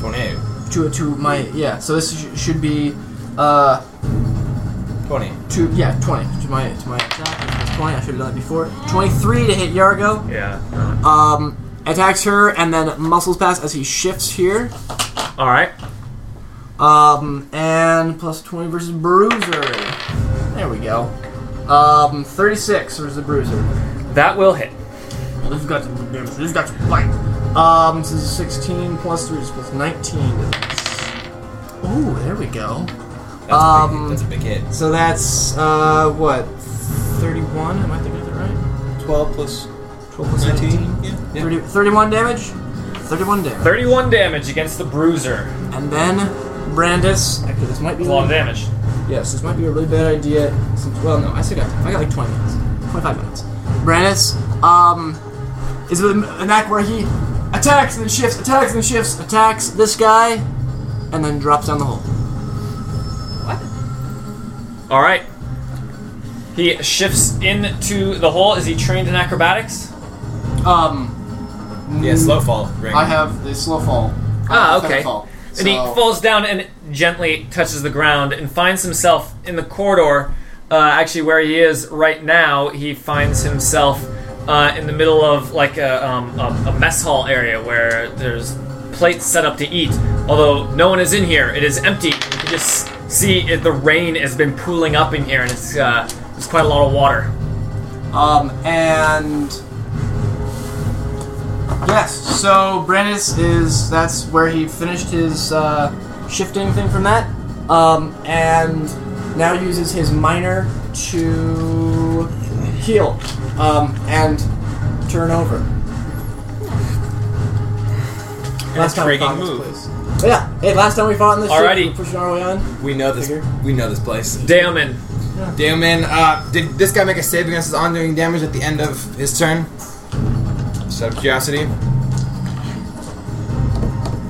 Speaker 5: Tornado.
Speaker 4: to, to my. Yeah, so this sh- should be. Uh,
Speaker 5: Twenty.
Speaker 4: Two, yeah, 20 to my to my attack. It's 20. I should have done it before. 23 to hit Yargo.
Speaker 2: Yeah.
Speaker 4: Um, attacks her and then muscles pass as he shifts here.
Speaker 2: Alright.
Speaker 4: Um, and plus 20 versus Bruiser. There we go. Um, 36 versus the Bruiser.
Speaker 2: That will hit.
Speaker 4: Well, this has got some damage. This has got some bite. Um, this is 16 plus 3 is plus 19. Ooh, there we go.
Speaker 5: That's,
Speaker 4: Um,
Speaker 5: a big, that's a big hit.
Speaker 4: So that's uh what? 31. Am I thinking of it right?
Speaker 6: 12 plus
Speaker 4: 12 plus 19.
Speaker 6: 19? Yeah.
Speaker 5: Yeah.
Speaker 4: 30, 31 damage. 31 damage.
Speaker 2: 31 damage against the Bruiser.
Speaker 4: And then Brandis. Actually, this might be.
Speaker 2: It's a lot of damage.
Speaker 4: Yes, this might be a really bad idea. Since, well, no, I still got. I got like 20 minutes. 25 minutes. Brandis um, is with an act where he attacks and then shifts, attacks and then shifts, attacks this guy, and then drops down the hole.
Speaker 2: Alright. He shifts into the hole. Is he trained in acrobatics?
Speaker 4: Um,
Speaker 5: Yeah, slow fall. Ring.
Speaker 4: I have the slow fall.
Speaker 2: Ah,
Speaker 4: Uh,
Speaker 2: okay.
Speaker 4: fall.
Speaker 2: And he
Speaker 4: So-
Speaker 2: falls down and gently touches the ground and finds himself in the corridor. Uh, actually, where he is right now, he finds himself uh, in the middle of like a, um, a, a mess hall area where there's plates set up to eat. Although no one is in here, it is empty. You can just see it, the rain has been pooling up in here, and it's uh, there's quite a lot of water.
Speaker 4: Um, and yes, so Brandis is that's where he finished his uh, shifting thing from that, um, and now uses his minor to heal um, and turn over. Last time we fought in this
Speaker 6: move.
Speaker 4: place. Oh, Yeah. Hey, last time we fought in this ship,
Speaker 2: Alrighty.
Speaker 4: we were pushing our way on.
Speaker 5: we know this.
Speaker 4: Figure.
Speaker 5: We know this place.
Speaker 2: Damon,
Speaker 5: Damn man, uh, did this guy make a save against his ongoing damage at the end of his turn? Just out of curiosity.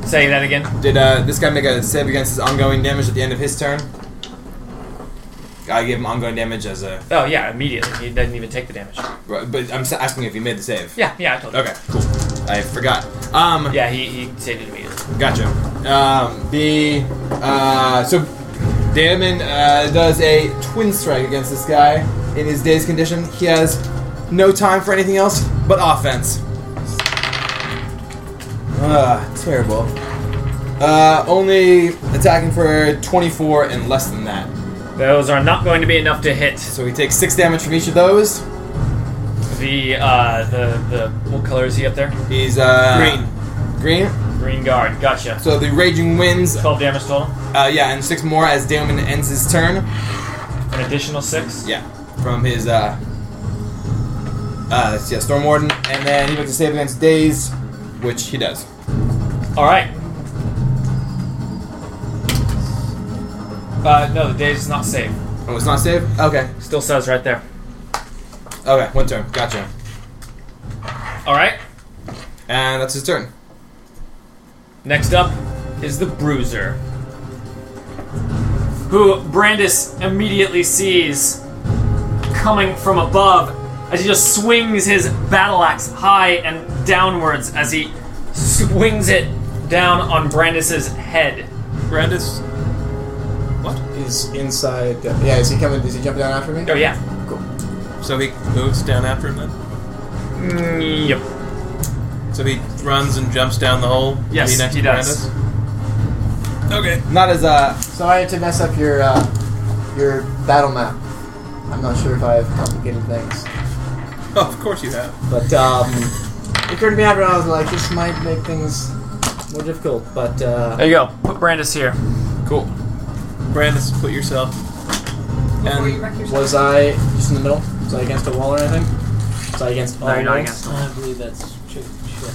Speaker 2: Say that again.
Speaker 5: Did uh, this guy make a save against his ongoing damage at the end of his turn? I gave him ongoing damage as a.
Speaker 2: Oh yeah, immediately. He doesn't even take the damage.
Speaker 5: But I'm s- asking if he made the save.
Speaker 2: Yeah, yeah, I told you.
Speaker 5: Okay, cool. I forgot. Um,
Speaker 2: Yeah, he, he saved it immediately.
Speaker 5: Gotcha. Um, the uh, so Damon uh, does a twin strike against this guy in his dazed condition. He has no time for anything else but offense. Ah, terrible. Uh, only attacking for 24 and less than that.
Speaker 2: Those are not going to be enough to hit.
Speaker 5: So he takes six damage from each of those.
Speaker 2: The uh the the what color is he up there?
Speaker 5: He's uh, Green. Green.
Speaker 2: Green guard. Gotcha.
Speaker 5: So the raging winds.
Speaker 2: Twelve damage total.
Speaker 5: Uh, yeah, and six more as Damon ends his turn.
Speaker 2: An additional six.
Speaker 5: Yeah, from his uh, uh, yeah, Storm Warden, and then he makes a save against Daze, which he does.
Speaker 2: All right. Uh, no, the daze is not saved.
Speaker 5: Oh, it's not save. Okay,
Speaker 2: Still says right there.
Speaker 5: okay, one turn. Gotcha.
Speaker 2: All right.
Speaker 5: And that's his turn.
Speaker 2: Next up is the Bruiser, who Brandis immediately sees coming from above as he just swings his battle axe high and downwards as he swings it down on Brandis's head.
Speaker 6: Brandis.
Speaker 4: He's inside. The, yeah, is he coming? Is he jumping down after me?
Speaker 2: Oh yeah.
Speaker 6: So he moves down after him then.
Speaker 2: Mm, yep.
Speaker 6: So he runs and jumps down the hole.
Speaker 2: Yes,
Speaker 6: Is next
Speaker 2: he
Speaker 6: to
Speaker 2: does.
Speaker 6: Brandis? Okay.
Speaker 5: Not as uh,
Speaker 4: So I had to mess up your uh, your battle map. I'm not sure if I have complicated things,
Speaker 6: Oh, <laughs> of course you have.
Speaker 4: but um, it occurred to me after I was like, this might make things more difficult. But uh,
Speaker 2: There you go. Put Brandis here.
Speaker 5: cool.
Speaker 6: Brandis, put
Speaker 2: <laughs>
Speaker 6: yourself.
Speaker 3: Before
Speaker 6: And
Speaker 3: you wreck yourself.
Speaker 4: was uh, I just in the middle? Was I against a wall or anything? Was I against all
Speaker 2: No, you're not
Speaker 4: walls?
Speaker 2: against him.
Speaker 7: I believe that's check, check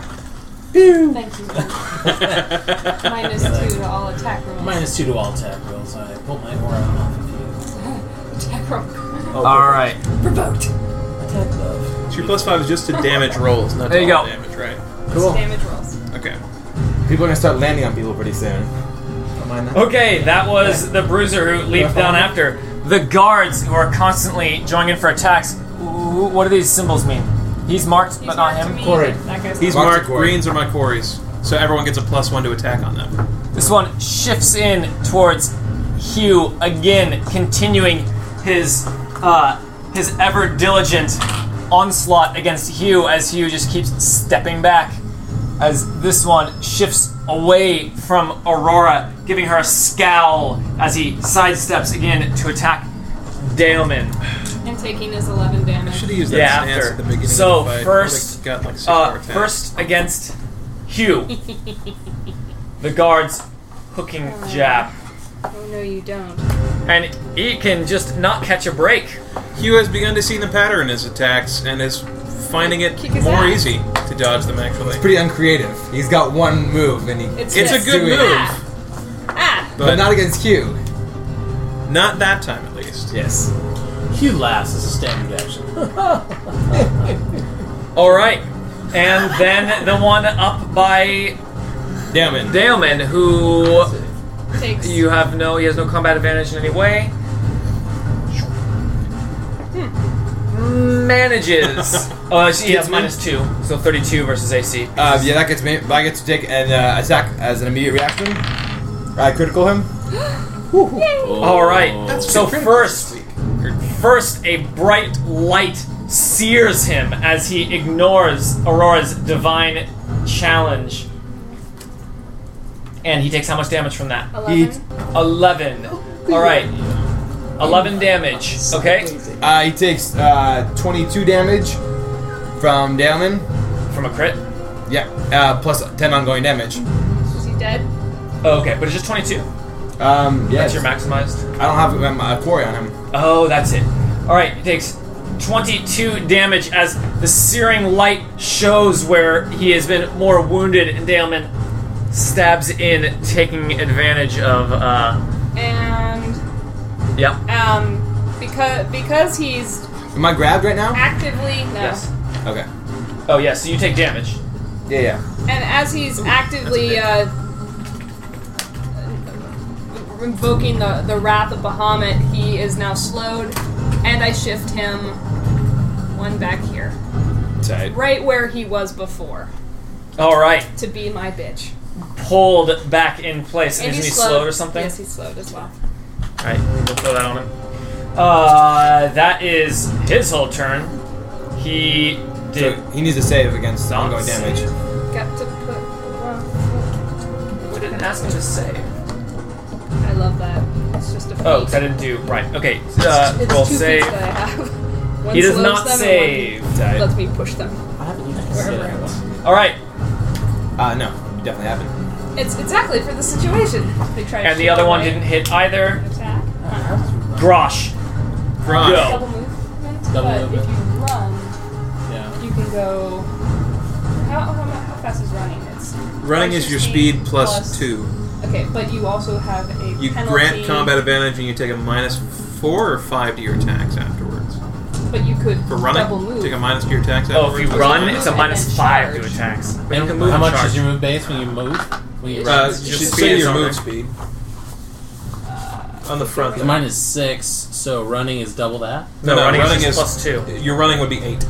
Speaker 3: <laughs> Thank you. Minus
Speaker 4: <laughs>
Speaker 3: two to all attack rolls.
Speaker 7: Minus two to all attack rolls. I put my aura on.
Speaker 3: <laughs> attack roll.
Speaker 4: Oh,
Speaker 2: All right.
Speaker 3: Revoked.
Speaker 7: Attack love.
Speaker 6: so your plus five is just to damage rolls, not
Speaker 2: There
Speaker 6: to
Speaker 2: you
Speaker 6: all
Speaker 2: go.
Speaker 6: damage, right?
Speaker 4: Cool.
Speaker 3: Damage rolls.
Speaker 6: Okay.
Speaker 5: People are gonna start landing on people pretty soon.
Speaker 4: Don't mind that.
Speaker 2: Okay, that was the bruiser who leaped down after. The guards who are constantly joining in for attacks. Wh- What do these symbols mean? He's marked,
Speaker 3: He's
Speaker 2: but not
Speaker 3: marked
Speaker 2: him.
Speaker 3: to me,
Speaker 4: Corey.
Speaker 3: That guy's
Speaker 6: He's
Speaker 5: Mark to
Speaker 6: marked
Speaker 5: quarry.
Speaker 6: greens or my quarries, so everyone gets a plus one to attack on them.
Speaker 2: This one shifts in towards Hugh again, continuing his uh, his ever diligent onslaught against Hugh as Hugh just keeps stepping back. As this one shifts away from Aurora, giving her a scowl as he sidesteps again to attack Daemon.
Speaker 3: and taking his 11 damage.
Speaker 6: Should have used that
Speaker 2: Yeah,
Speaker 6: stance
Speaker 2: after.
Speaker 6: at the beginning.
Speaker 2: So,
Speaker 6: of the fight.
Speaker 2: first,
Speaker 6: Probably got like six more
Speaker 2: Uh,
Speaker 6: attacks.
Speaker 2: first against Hugh. the guard's hooking jab.
Speaker 10: Oh no, you don't.
Speaker 2: And he can just not catch a break.
Speaker 6: Hugh has begun to see the pattern in his attacks and is finding it
Speaker 3: Kick his
Speaker 6: more
Speaker 3: ass.
Speaker 6: easy to dodge them. Actually,
Speaker 5: Pretty uncreative. He's got one move, and he
Speaker 3: It's,
Speaker 6: it's a
Speaker 3: this.
Speaker 6: good
Speaker 5: Do it.
Speaker 6: move,
Speaker 3: Ah!
Speaker 5: but
Speaker 6: but
Speaker 5: not against Q.
Speaker 6: not that time at least.
Speaker 5: Yes.
Speaker 7: Hugh laughs as a standard action.
Speaker 2: <laughs> All right. And then the one up by
Speaker 5: Damn it.
Speaker 2: Daemon, who
Speaker 3: Takes.
Speaker 2: you have no, he has no combat advantage in any way. Manages. Oh, she has minus two, so thirty-two versus AC.
Speaker 5: Uh, yeah, that gets me. I get to take an uh, attack as an immediate reaction. I critical him.
Speaker 2: All right. so
Speaker 5: pretty critical
Speaker 2: first, first a bright light sears him as he ignores Aurora's divine challenge, and he takes how much damage from that?
Speaker 3: 11.
Speaker 5: He
Speaker 2: Eleven. All right. Eleven damage. Okay.
Speaker 5: Uh, he takes uh, 22 damage from Damon.
Speaker 2: From a crit.
Speaker 5: Yeah, uh, plus 10 ongoing damage.
Speaker 3: Is he dead?
Speaker 2: Okay, but it's just twenty-two.
Speaker 5: Um, yeah,
Speaker 2: That's your maximized.
Speaker 5: I don't have um, a quarry on him.
Speaker 2: Oh, that's it. All right. He takes. 22 damage as the searing light shows where he has been more wounded, and Daemon stabs in, taking advantage of. Uh,
Speaker 3: And.
Speaker 2: yep.
Speaker 3: Um. Because, because he's
Speaker 5: Am I grabbed right now?
Speaker 3: actively. No.
Speaker 2: Yes.
Speaker 5: Okay.
Speaker 2: Oh yeah. So you take damage.
Speaker 5: Yeah, yeah.
Speaker 3: And as he's actively uh, invoking the, the wrath of Bahamut, he is now slowed, and I shift him one back here.
Speaker 5: Tight.
Speaker 3: Right where he was before,
Speaker 2: All right,
Speaker 3: to be my bitch.
Speaker 2: pulled back in place. And Isn't he slowed or something?
Speaker 3: Yes, he's slowed as well.
Speaker 2: All right, we'll throw that on him. Uh, that is his whole turn. He did.
Speaker 5: So he needs to save against ongoing damage.
Speaker 3: Got to put. well,
Speaker 2: we didn't ask him to save.
Speaker 3: I love that. It's just a feat.
Speaker 2: Oh, 'cause I didn't do right. Okay, uh,
Speaker 3: It's
Speaker 2: roll
Speaker 3: two
Speaker 2: save.
Speaker 3: feats that I have. <laughs> One
Speaker 2: He does
Speaker 3: slows
Speaker 2: not
Speaker 3: them and
Speaker 2: save.
Speaker 3: one
Speaker 5: Tight.
Speaker 3: Lets me push them.
Speaker 4: I haven't used it
Speaker 3: Wherever
Speaker 4: yet.
Speaker 3: I want.
Speaker 2: All right,
Speaker 5: Uh, no, you definitely haven't.
Speaker 3: It's exactly for the situation. They try to
Speaker 2: and the
Speaker 3: shoot
Speaker 2: other one
Speaker 3: away.
Speaker 2: didn't hit either.
Speaker 3: attack.
Speaker 2: Grosh,
Speaker 6: Grunge.
Speaker 2: Go.
Speaker 3: Double movement,
Speaker 7: Double
Speaker 3: but
Speaker 7: movement.
Speaker 3: if you run,
Speaker 7: Yeah.
Speaker 3: you can go. How, how, mu- how fast is running? It's
Speaker 6: Running is your speed plus, plus two.
Speaker 3: okay, but you also have a
Speaker 6: You
Speaker 3: penalty,
Speaker 6: grant combat advantage and you take a minus four or five to your attacks afterwards.
Speaker 3: but you could
Speaker 6: For running,
Speaker 3: double move.
Speaker 6: take a minus to your attacks
Speaker 2: Oh, if
Speaker 6: afterwards.
Speaker 2: you run, it's a
Speaker 3: And
Speaker 2: minus
Speaker 3: then
Speaker 2: five to
Speaker 3: charge.
Speaker 2: attacks. But you
Speaker 7: And
Speaker 2: can move
Speaker 7: how
Speaker 2: and
Speaker 7: much
Speaker 2: charge.
Speaker 7: is your move base when you move? When you
Speaker 6: Uh,
Speaker 7: run?
Speaker 6: you
Speaker 2: Your
Speaker 6: should
Speaker 2: speed
Speaker 6: say
Speaker 2: is
Speaker 6: your
Speaker 2: on
Speaker 6: move
Speaker 2: there.
Speaker 6: speed. On the front.
Speaker 7: So
Speaker 6: there.
Speaker 7: mine is six, so running is double that.
Speaker 2: No, running is just plus two.
Speaker 6: Your running would be eight.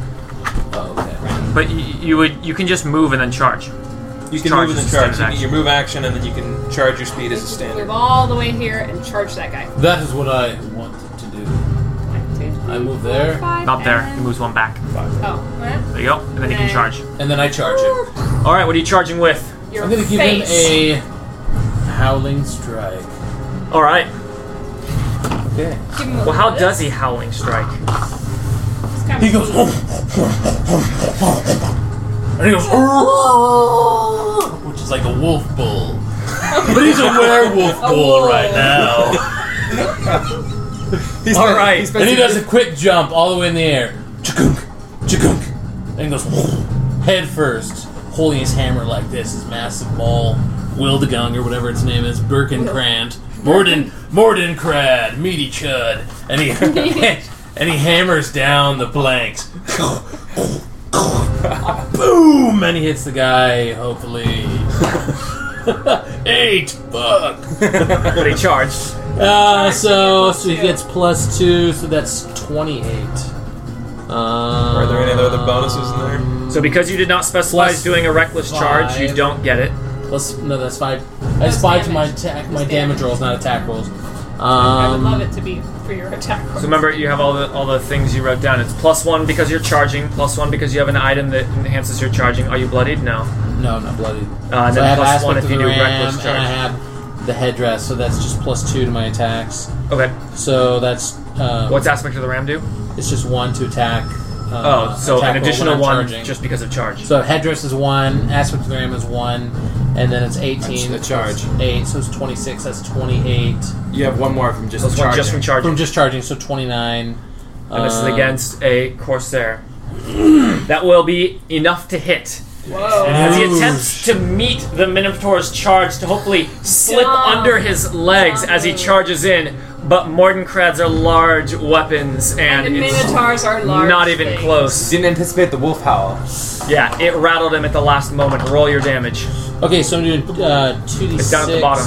Speaker 7: Oh, okay.
Speaker 2: But you, you would you can just move and then charge.
Speaker 6: You can
Speaker 2: Charge
Speaker 6: move and
Speaker 2: is
Speaker 6: then
Speaker 2: a standard
Speaker 6: charge. You get
Speaker 2: action.
Speaker 6: your move action, and then you can charge your speed as a
Speaker 3: Move <laughs>
Speaker 6: standard.
Speaker 3: all the way here and charge that guy.
Speaker 7: That is what I wanted to do.
Speaker 3: One, two, three,
Speaker 7: I move there.
Speaker 3: five,
Speaker 2: Not there. He
Speaker 3: and-
Speaker 2: moves one back.
Speaker 3: Oh, eh,
Speaker 2: There you go, and then you can
Speaker 3: Okay.
Speaker 2: charge.
Speaker 7: And then I charge it.
Speaker 2: All right, what are you charging with?
Speaker 3: your
Speaker 7: I'm gonna give him
Speaker 3: face.
Speaker 7: a howling strike.
Speaker 2: All right.
Speaker 7: Okay.
Speaker 3: Give him a
Speaker 2: Well, how
Speaker 3: lettuce.
Speaker 2: does he howling strike?
Speaker 3: It's kind
Speaker 7: He
Speaker 3: of
Speaker 7: goes, "Oh,
Speaker 3: neat.
Speaker 7: and he goes, "Arrgh," which is like a wolf bull, but he's a werewolf bull
Speaker 3: wolf.
Speaker 7: right <laughs> now.
Speaker 5: He's
Speaker 2: All right.
Speaker 5: he's
Speaker 7: And he does a quick jump all the way in the air, chakunk, chakunk, and goes "Oh, head first, holding his hammer like this. His massive maul, Wildegung or whatever its name is, Birkenkrant, Morden, Mordenkrad, Meaty Chud, and he <laughs> and he hammers down the blanks. <laughs> Boom! And he hits the guy. Hopefully, <laughs> eight. Fuck.
Speaker 6: <laughs>
Speaker 2: But he charged.
Speaker 7: Uh, so so he gets plus two, so that's twenty-eight. Um, Are
Speaker 6: Are there any other bonuses in there?
Speaker 2: So because you did not specify
Speaker 7: Plus
Speaker 2: as doing a reckless charge, you
Speaker 7: five.
Speaker 2: don't get it.
Speaker 7: Plus, no, that's five. That's five to my attack, my
Speaker 3: That's
Speaker 7: damage
Speaker 3: damage.
Speaker 7: rolls, not attack rolls. Um,
Speaker 3: I would love it to be for your attack.
Speaker 2: So remember, you have all the all the things you wrote down. It's plus one because you're charging, plus one because you have an item that enhances your charging. Are you bloodied? No.
Speaker 7: No, not bloody.
Speaker 2: Uh, and
Speaker 7: so I
Speaker 2: then
Speaker 7: have
Speaker 2: plus
Speaker 7: aspect
Speaker 2: one if
Speaker 7: of
Speaker 2: you
Speaker 7: the
Speaker 2: do
Speaker 7: ram,
Speaker 2: reckless
Speaker 7: and I
Speaker 2: charge.
Speaker 7: have the headdress, so that's just plus two to my attacks.
Speaker 2: Okay.
Speaker 7: So that's um,
Speaker 2: What's aspect of the ram do?
Speaker 7: It's just one to attack.
Speaker 2: Oh,
Speaker 7: Uh,
Speaker 2: so an
Speaker 7: attack roll when
Speaker 2: additional
Speaker 7: I'm
Speaker 2: one
Speaker 7: charging.
Speaker 2: just because of charge.
Speaker 7: So headdress is one, aspect of the ram is one, and then it's eighteen.
Speaker 5: the charge.
Speaker 7: plus Eight, so it's twenty-six. That's twenty-eight
Speaker 5: You have one more from just
Speaker 2: plus one
Speaker 5: charging.
Speaker 2: just from charging.
Speaker 7: from just charging. So twenty-nine.
Speaker 2: and this is
Speaker 3: Uh,
Speaker 7: Um,
Speaker 2: against a corsair. that will be enough to hit.
Speaker 3: Whoa.
Speaker 2: As he attempts to meet the Minotaur's charge to hopefully slip
Speaker 3: Dumb.
Speaker 2: under his legs as he
Speaker 3: Dumb.
Speaker 2: charges in, but Mordenkrads are large weapons and,
Speaker 3: The
Speaker 2: it's
Speaker 3: minotaurs are large.
Speaker 2: not even
Speaker 3: things.
Speaker 2: close.
Speaker 5: Didn't anticipate the wolf howl.
Speaker 2: Yeah, it rattled him at the last moment. Roll your damage.
Speaker 7: Okay, so I'm doing uh, two d six.
Speaker 2: It's down at the bottom.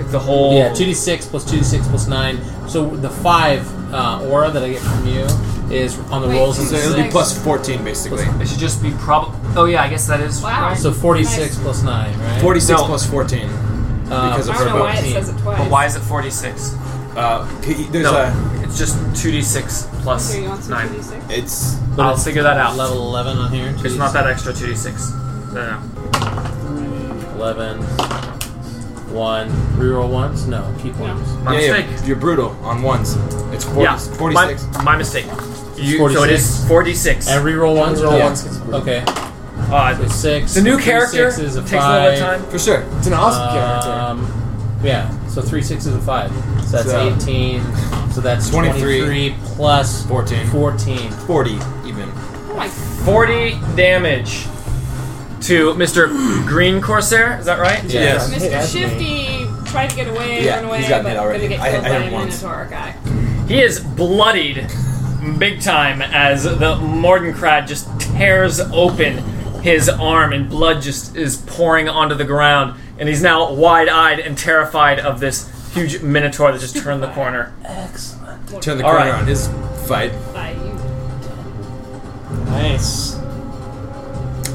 Speaker 2: It's the whole.
Speaker 7: Yeah, two d six plus two d six plus nine. So the five uh, aura that I get from you is on the
Speaker 3: Wait,
Speaker 7: rolls.
Speaker 3: two
Speaker 7: Is
Speaker 5: So it'll be
Speaker 3: Six.
Speaker 5: plus 14, basically.
Speaker 2: It should just be probably. Oh yeah, I guess that is.
Speaker 3: Wow.
Speaker 2: right.
Speaker 7: so forty six plus nine, right?
Speaker 5: 46
Speaker 2: No.
Speaker 5: plus 14.
Speaker 7: Uh,
Speaker 5: because
Speaker 3: I
Speaker 5: of
Speaker 3: don't know why it
Speaker 5: 14.
Speaker 3: says it twice.
Speaker 2: But why is it forty-six?
Speaker 5: Uh, c- there's
Speaker 2: No, it's just two d six plus
Speaker 3: Here, you want some
Speaker 2: nine.
Speaker 3: 2d6?
Speaker 5: a. It's.
Speaker 7: But
Speaker 2: I'll
Speaker 7: it's
Speaker 2: figure that out.
Speaker 7: Level eleven on here.
Speaker 2: It's not that extra two d six. Uh, No, no.
Speaker 7: 11, 1. Reroll once? No, keep ones.
Speaker 2: My
Speaker 5: yeah, yeah,
Speaker 2: mistake.
Speaker 5: you're brutal on ones. It's 40,
Speaker 2: Yeah,
Speaker 5: 46.
Speaker 2: My, my mistake. You, so it
Speaker 7: 46.
Speaker 2: is 46.
Speaker 7: And reroll once?
Speaker 4: Roll
Speaker 5: Yeah.
Speaker 4: once, it's brutal.
Speaker 7: Okay.
Speaker 2: Uh,
Speaker 7: So 6.
Speaker 2: the new character
Speaker 7: Three six is a
Speaker 2: takes
Speaker 7: 5.
Speaker 2: a little bit of time.
Speaker 5: For sure.
Speaker 4: It's an
Speaker 7: Uh,
Speaker 4: awesome character.
Speaker 7: Um, yeah, so 3 6 is a 5. So that's
Speaker 5: So-
Speaker 7: 18. So that's
Speaker 5: 23.
Speaker 7: 23, plus
Speaker 5: 14.
Speaker 7: 14.
Speaker 5: 40, even.
Speaker 3: Oh my
Speaker 2: 40 damage to Mr. Green Corsair. Is that right?
Speaker 5: Yeah.
Speaker 6: Yes.
Speaker 4: Hey,
Speaker 3: Mr.
Speaker 4: that's
Speaker 3: Shifty tried to get away,
Speaker 5: Yeah,
Speaker 3: run away,
Speaker 5: he's gotten
Speaker 3: but
Speaker 5: hit already.
Speaker 3: gonna
Speaker 5: I-
Speaker 3: get killed
Speaker 5: I
Speaker 3: by
Speaker 5: hit
Speaker 3: a
Speaker 5: him once.
Speaker 3: Minotaur guy.
Speaker 2: He is bloodied big time as the Mordenkrad just tears open his arm, and blood just is pouring onto the ground. And he's now wide eyed and terrified of this huge minotaur that just turned the corner.
Speaker 5: Turn the
Speaker 2: All
Speaker 5: corner
Speaker 2: right.
Speaker 5: on his fight.
Speaker 10: Bye, you.
Speaker 4: Nice.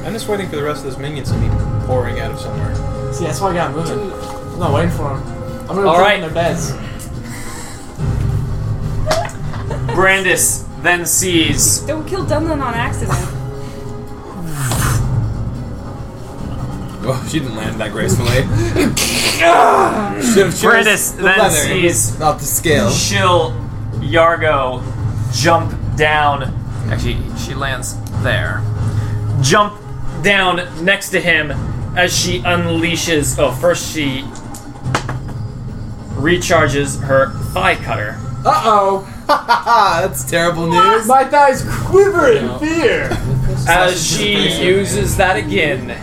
Speaker 6: I'm just waiting for the rest of those minions to be pouring out of somewhere.
Speaker 4: See, that's why I got moving. I'm not waiting for him. I'm gonna
Speaker 2: All
Speaker 4: put
Speaker 2: right.
Speaker 4: them in their beds.
Speaker 2: Brandis then sees
Speaker 3: Don't kill Dunlin on accident.
Speaker 2: <laughs>
Speaker 5: Well, she didn't land that
Speaker 6: <laughs>
Speaker 5: gracefully. Shiv- shivers
Speaker 2: Brandis
Speaker 5: the
Speaker 2: then
Speaker 5: leather,
Speaker 2: sees-
Speaker 5: not the scale.
Speaker 2: Shill Yargo jump down. Actually, she lands there. Jump down next to him as she unleashes. Oh, first she recharges her thigh cutter.
Speaker 5: Uh oh. <laughs> That's terrible news.
Speaker 4: My thighs quiver in fear.
Speaker 2: As she uses that again,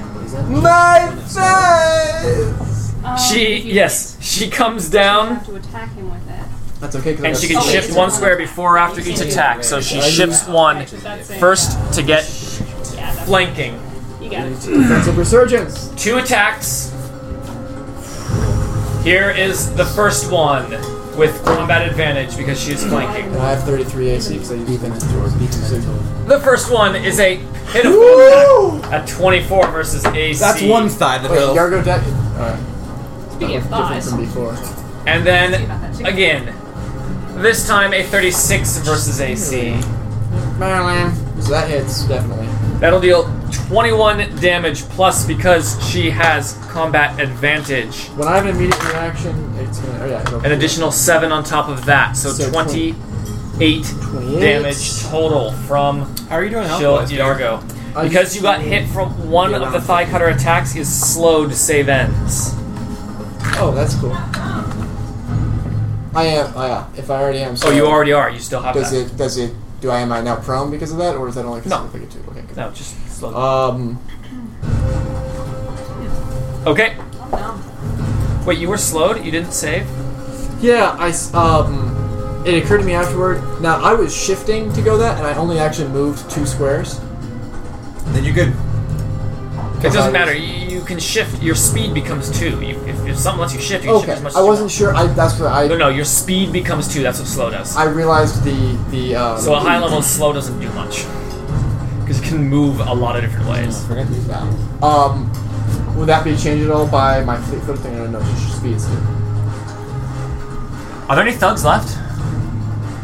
Speaker 5: My face.
Speaker 3: Um,
Speaker 2: she yes Um, she comes down
Speaker 3: to attack him with it.
Speaker 4: That's okay. 'cause I
Speaker 2: and
Speaker 4: got
Speaker 2: she can
Speaker 4: six.
Speaker 2: shift one square before or after each attack. So she shifts one
Speaker 10: That's it.
Speaker 2: first to get
Speaker 10: Yeah, that's
Speaker 2: flanking.
Speaker 10: You got it.
Speaker 4: Defensive resurgence.
Speaker 2: two attacks. Here is the first one with combat advantage because she is flanking.
Speaker 4: And I have 33 AC because I used them as
Speaker 2: The first one is a pitiful attack at 24 versus AC.
Speaker 5: That's one side of the
Speaker 4: Wait,
Speaker 5: hill.
Speaker 4: Yargo deck. Alright,
Speaker 10: Speaking of
Speaker 4: different
Speaker 10: thighs,
Speaker 4: from before.
Speaker 2: And then again, this time a 36 versus AC.
Speaker 4: Maryland. So that hits definitely.
Speaker 2: That'll deal 21 damage plus because she has combat advantage.
Speaker 4: When I have an immediate reaction, it's gonna. Oh yeah. it'll-
Speaker 2: An additional 7 on top of that, so,
Speaker 4: So
Speaker 2: 28
Speaker 4: 28.
Speaker 2: damage total from
Speaker 5: How are you doing?
Speaker 2: She'll
Speaker 5: health-wise?
Speaker 2: Yargo.
Speaker 4: I
Speaker 2: Because
Speaker 4: just-
Speaker 2: you got hit from one
Speaker 4: Yeah,
Speaker 2: of the
Speaker 4: round.
Speaker 2: thigh cutter attacks is slowed save ends.
Speaker 4: Oh, that's cool. I am. I am. If I already am.
Speaker 2: Oh, you
Speaker 4: so-
Speaker 2: already are. You still have
Speaker 4: Does
Speaker 2: that.
Speaker 4: it? Does it? Do I am I now prone because of that, or is that only?
Speaker 2: No.
Speaker 4: Figure two. Okay. Good.
Speaker 2: No, just slow.
Speaker 4: Um.
Speaker 2: okay. Wait, you were slowed. You didn't save.
Speaker 4: Yeah, I s- um, it occurred to me afterward. Now I was shifting to go that, and I only actually moved two squares.
Speaker 5: Then you're good.
Speaker 2: It
Speaker 4: I was-
Speaker 2: doesn't matter. You, you can shift. Your speed becomes two. You, if, if something lets you shift, you can
Speaker 4: Okay,
Speaker 2: shift as much.
Speaker 4: I
Speaker 2: as you
Speaker 4: wasn't
Speaker 2: want.
Speaker 4: sure. I that's what I
Speaker 2: No, no. Your speed becomes two. That's what slow does.
Speaker 4: I realized the the um,
Speaker 2: so a high level slow doesn't do much because it can move a lot of different ways.
Speaker 4: Forget these now. Um, would that be changed at all by my fleet foot thing? I don't know. it's just Speeds.
Speaker 2: Are there any thugs left?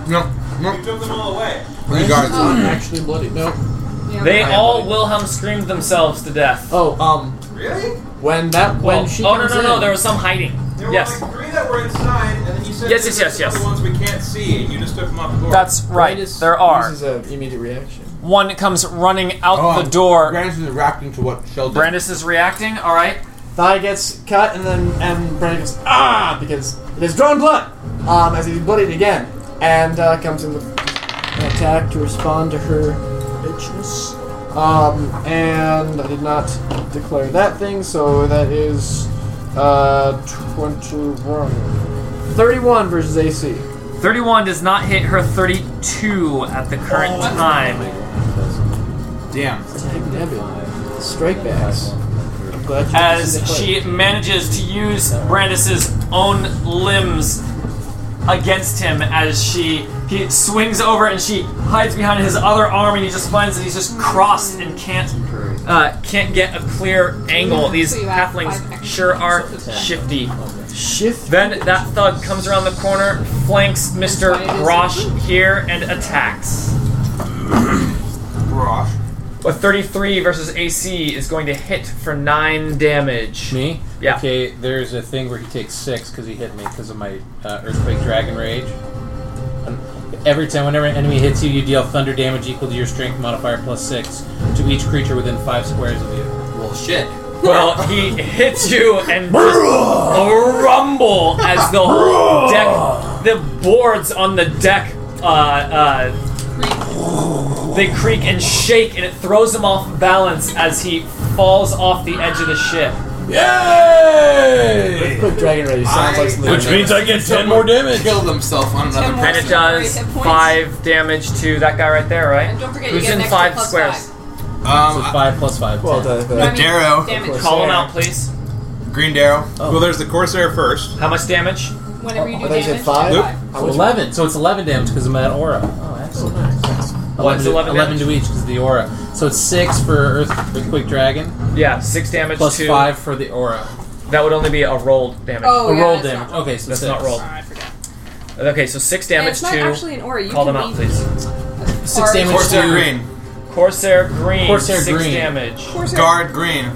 Speaker 5: No. No.
Speaker 6: took them all away.
Speaker 5: Regards.
Speaker 4: not actually bloody. Oh, No.
Speaker 2: They
Speaker 4: I am
Speaker 2: all
Speaker 4: ready.
Speaker 2: Wilhelm screamed themselves to death.
Speaker 4: Oh, um,
Speaker 6: Really?
Speaker 4: when that when
Speaker 2: Well,
Speaker 4: she
Speaker 2: oh no
Speaker 4: comes
Speaker 2: no no!
Speaker 4: in-
Speaker 2: There was some hiding. yes.
Speaker 6: three that were inside, and then you said
Speaker 2: Yes, yes, yes, yes.
Speaker 6: ones we can't see, and you just took them off the board.
Speaker 2: That's right.
Speaker 4: Brandis
Speaker 2: There are.
Speaker 4: uses an immediate reaction.
Speaker 2: One comes running out
Speaker 5: Oh,
Speaker 2: the door.
Speaker 5: Brandis is reacting to what Sheldon.
Speaker 2: Brandis is reacting. All right.
Speaker 4: Thigh gets cut, and then and Brandon goes ah because there's drawn blood. Um, as he's bloodied again, and uh, comes in with an attack to respond to her bitchness. Um, and I did not declare that thing, so that is uh 21, 31 versus AC.
Speaker 2: 31 does not hit her 32 at the current time.
Speaker 5: Damn.
Speaker 4: Take damage. Strike backs. I'm glad you
Speaker 2: As she manages to use Brandis's own limbs against him as she he swings over and she hides behind his other arm and he just finds that he's just crossed and can't uh, can't get a clear angle. These halflings sure are shifty.
Speaker 4: shift
Speaker 2: Then that thug comes around the corner, flanks Mr. Grosh here, and attacks.
Speaker 5: Brosh.
Speaker 2: A 33 versus AC is going to hit for 9 damage.
Speaker 7: Me?
Speaker 2: Yeah.
Speaker 7: Okay, there's a thing where he takes six because he hit me because of my uh, Earthquake Dragon Rage. And every time, whenever an enemy hits you, you deal thunder damage equal to your strength modifier plus six to each creature within five squares of you.
Speaker 5: Well, shit.
Speaker 2: Well, he hits you and just a rumble as the whole deck, the boards on the deck, uh, uh, they creak and shake, and it throws him off balance as he falls off the edge of the ship.
Speaker 5: Yay!
Speaker 4: quick dragon ready sounds like something.
Speaker 5: Which means I get ten more damage. Killed himself on another
Speaker 3: more
Speaker 2: And it
Speaker 3: damage.
Speaker 2: does
Speaker 5: person.
Speaker 3: Hit points.
Speaker 2: five damage to that guy right there, right?
Speaker 3: And don't forget,
Speaker 2: Who's
Speaker 3: you get
Speaker 2: in
Speaker 3: an extra
Speaker 2: five
Speaker 3: plus
Speaker 2: squares?
Speaker 3: Five.
Speaker 5: Um,
Speaker 7: So
Speaker 5: I-
Speaker 7: five plus five.
Speaker 4: Well,
Speaker 7: ten.
Speaker 4: the,
Speaker 3: No, I mean,
Speaker 5: Darrow.
Speaker 3: Damage.
Speaker 2: Call them out, please.
Speaker 5: Green Darrow.
Speaker 6: Well, there's the Corsair first.
Speaker 2: How much damage?
Speaker 3: Whenever you do
Speaker 4: I thought you
Speaker 3: damage.
Speaker 4: said five?
Speaker 3: Nope.
Speaker 4: How much-
Speaker 7: eleven. So it's eleven damage because of that aura. Oh, excellent.
Speaker 2: What's 11 damage?
Speaker 7: 11 to each because of the aura. So it's six for Earth Earthquake Dragon,
Speaker 2: Yeah, six damage
Speaker 7: plus
Speaker 2: to
Speaker 7: five for the aura.
Speaker 2: That would only be a rolled damage.
Speaker 3: Oh,
Speaker 7: Or
Speaker 3: yeah,
Speaker 7: roll
Speaker 3: that's
Speaker 7: damage.
Speaker 3: Not,
Speaker 7: Okay, so
Speaker 2: That's
Speaker 7: six.
Speaker 2: not rolled.
Speaker 3: I forgot.
Speaker 2: Okay, so six
Speaker 3: And
Speaker 2: damage
Speaker 3: it's not
Speaker 2: to.
Speaker 3: actually an aura. You
Speaker 2: call
Speaker 3: can
Speaker 2: them out,
Speaker 3: leave
Speaker 2: please.
Speaker 3: as
Speaker 7: Six
Speaker 3: far
Speaker 7: damage.
Speaker 3: as-
Speaker 5: Corsair
Speaker 7: to-
Speaker 5: Green.
Speaker 2: Corsair green.
Speaker 7: Corsair
Speaker 2: six
Speaker 7: green.
Speaker 2: damage.
Speaker 3: Corsair
Speaker 5: Guard Green.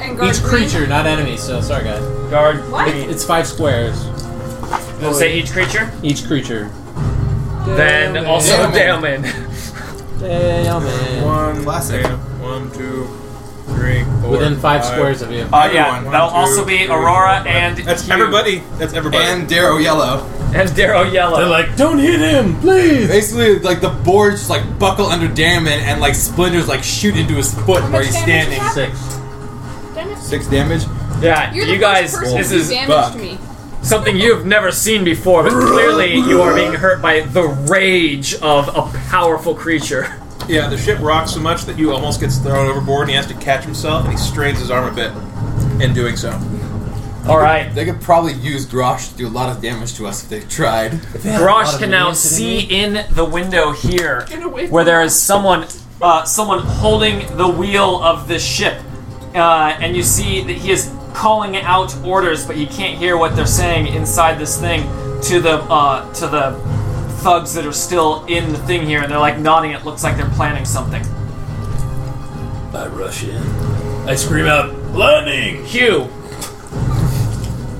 Speaker 3: and guard
Speaker 7: Each
Speaker 3: green.
Speaker 7: creature, not enemy. So sorry, guys.
Speaker 2: Guard
Speaker 3: What?
Speaker 2: green.
Speaker 7: It's five squares.
Speaker 2: Did it say each creature?
Speaker 7: Each creature.
Speaker 2: Then also
Speaker 5: Damn
Speaker 2: Dailman.
Speaker 7: Damn it.
Speaker 6: One,
Speaker 5: Classic.
Speaker 6: two, one, two, three, four,
Speaker 7: Within five
Speaker 6: five.
Speaker 7: squares of you.
Speaker 2: Uh, yeah,
Speaker 5: Everyone.
Speaker 2: that'll
Speaker 5: One, two,
Speaker 2: also be
Speaker 5: three,
Speaker 2: Aurora and
Speaker 6: That's
Speaker 2: you.
Speaker 6: everybody. That's everybody.
Speaker 5: And Darrow Yellow.
Speaker 2: <laughs> and Darrow Yellow.
Speaker 7: They're like, don't hit him, please.
Speaker 5: Basically, like the boards just like buckle under Darman and like splinters like shoot into his foot where he's
Speaker 3: much damage
Speaker 5: standing.
Speaker 3: is
Speaker 7: Six.
Speaker 5: Six damage.
Speaker 2: yeah,
Speaker 3: You're the
Speaker 2: you guys,
Speaker 3: first person
Speaker 2: this
Speaker 3: who
Speaker 2: is
Speaker 3: damaged
Speaker 5: Buck.
Speaker 3: me.
Speaker 2: something you've never seen before, but clearly you are being hurt by the rage of a powerful creature. <laughs>
Speaker 6: yeah, the ship rocks so much that you almost gets thrown overboard, and he has to catch himself, and he strains his arm a bit in doing so.
Speaker 2: All right,
Speaker 5: They could probably use Grosh to do a lot of damage to us if they tried.
Speaker 2: Grosh can now
Speaker 7: Automation,
Speaker 2: see in the window here,
Speaker 3: away from
Speaker 2: where there is someone, uh, someone holding the wheel of this ship, uh, and you see that he is calling out orders, but you can't hear what they're saying inside this thing to the uh, to the thugs that are still in the thing here, and they're like nodding. It looks like they're planning something.
Speaker 7: I rush in. I scream out, lightning,
Speaker 2: Hugh,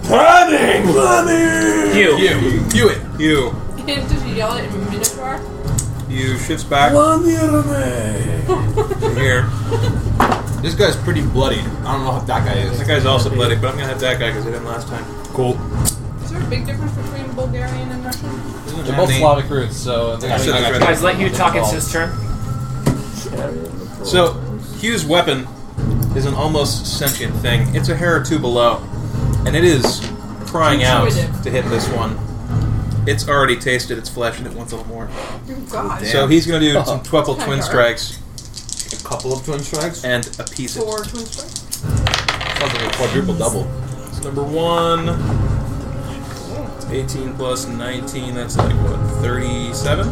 Speaker 7: lightning, lightning.
Speaker 2: Hugh,
Speaker 5: You, you it.
Speaker 6: You,
Speaker 3: And did you yell it in Minotaur?
Speaker 6: you shifts back
Speaker 7: One enemy.
Speaker 6: from here.
Speaker 5: This guy's pretty bloodied. I don't know how that guy
Speaker 6: That
Speaker 5: is.
Speaker 6: guy's also bloody, but I'm gonna have that guy because I didn't last time.
Speaker 5: Cool.
Speaker 3: Is there a big difference between Bulgarian and Russian?
Speaker 7: They're both Slavic roots, so they're
Speaker 5: I got you.
Speaker 2: guys, let Hugh talk. It's his turn.
Speaker 6: So, Hugh's weapon is an almost sentient thing. It's a hair or two below, and it is crying out
Speaker 3: Intuitive.
Speaker 6: to hit this one. It's already tasted its flesh and it wants a little more.
Speaker 3: Oh, gosh.
Speaker 5: Damn.
Speaker 6: So he's gonna
Speaker 7: <laughs>
Speaker 6: do some twelve
Speaker 3: Kinda
Speaker 6: twin
Speaker 3: dark.
Speaker 6: strikes
Speaker 5: A couple of twin strikes.
Speaker 6: and a piece it.
Speaker 3: Four twin strikes.
Speaker 5: Sounds like a quadruple double.
Speaker 6: It's number one. It's 18 plus 19, that's like what, 37?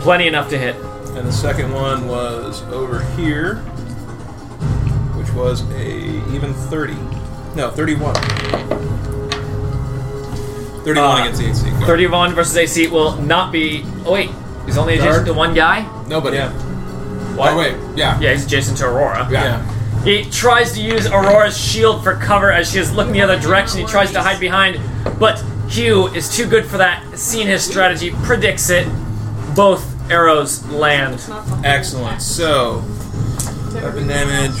Speaker 2: Plenty enough to hit.
Speaker 6: And the second one was over here, which was a even 30. No, 31. 31
Speaker 2: Uh,
Speaker 6: against the AC. Go.
Speaker 2: Thirty-one versus AC will not be. Oh wait, he's only adjacent
Speaker 5: Guard?
Speaker 2: to one guy.
Speaker 5: Nobody.
Speaker 6: Yeah.
Speaker 2: What?
Speaker 5: Oh wait. Yeah.
Speaker 2: Yeah, he's adjacent to Aurora.
Speaker 5: Yeah.
Speaker 2: He tries to use Aurora's shield for cover as she is looking the other direction. He tries to hide behind, but Hugh is too good for that. Seeing his strategy, predicts it. Both arrows land.
Speaker 6: Excellent. So, weapon damage.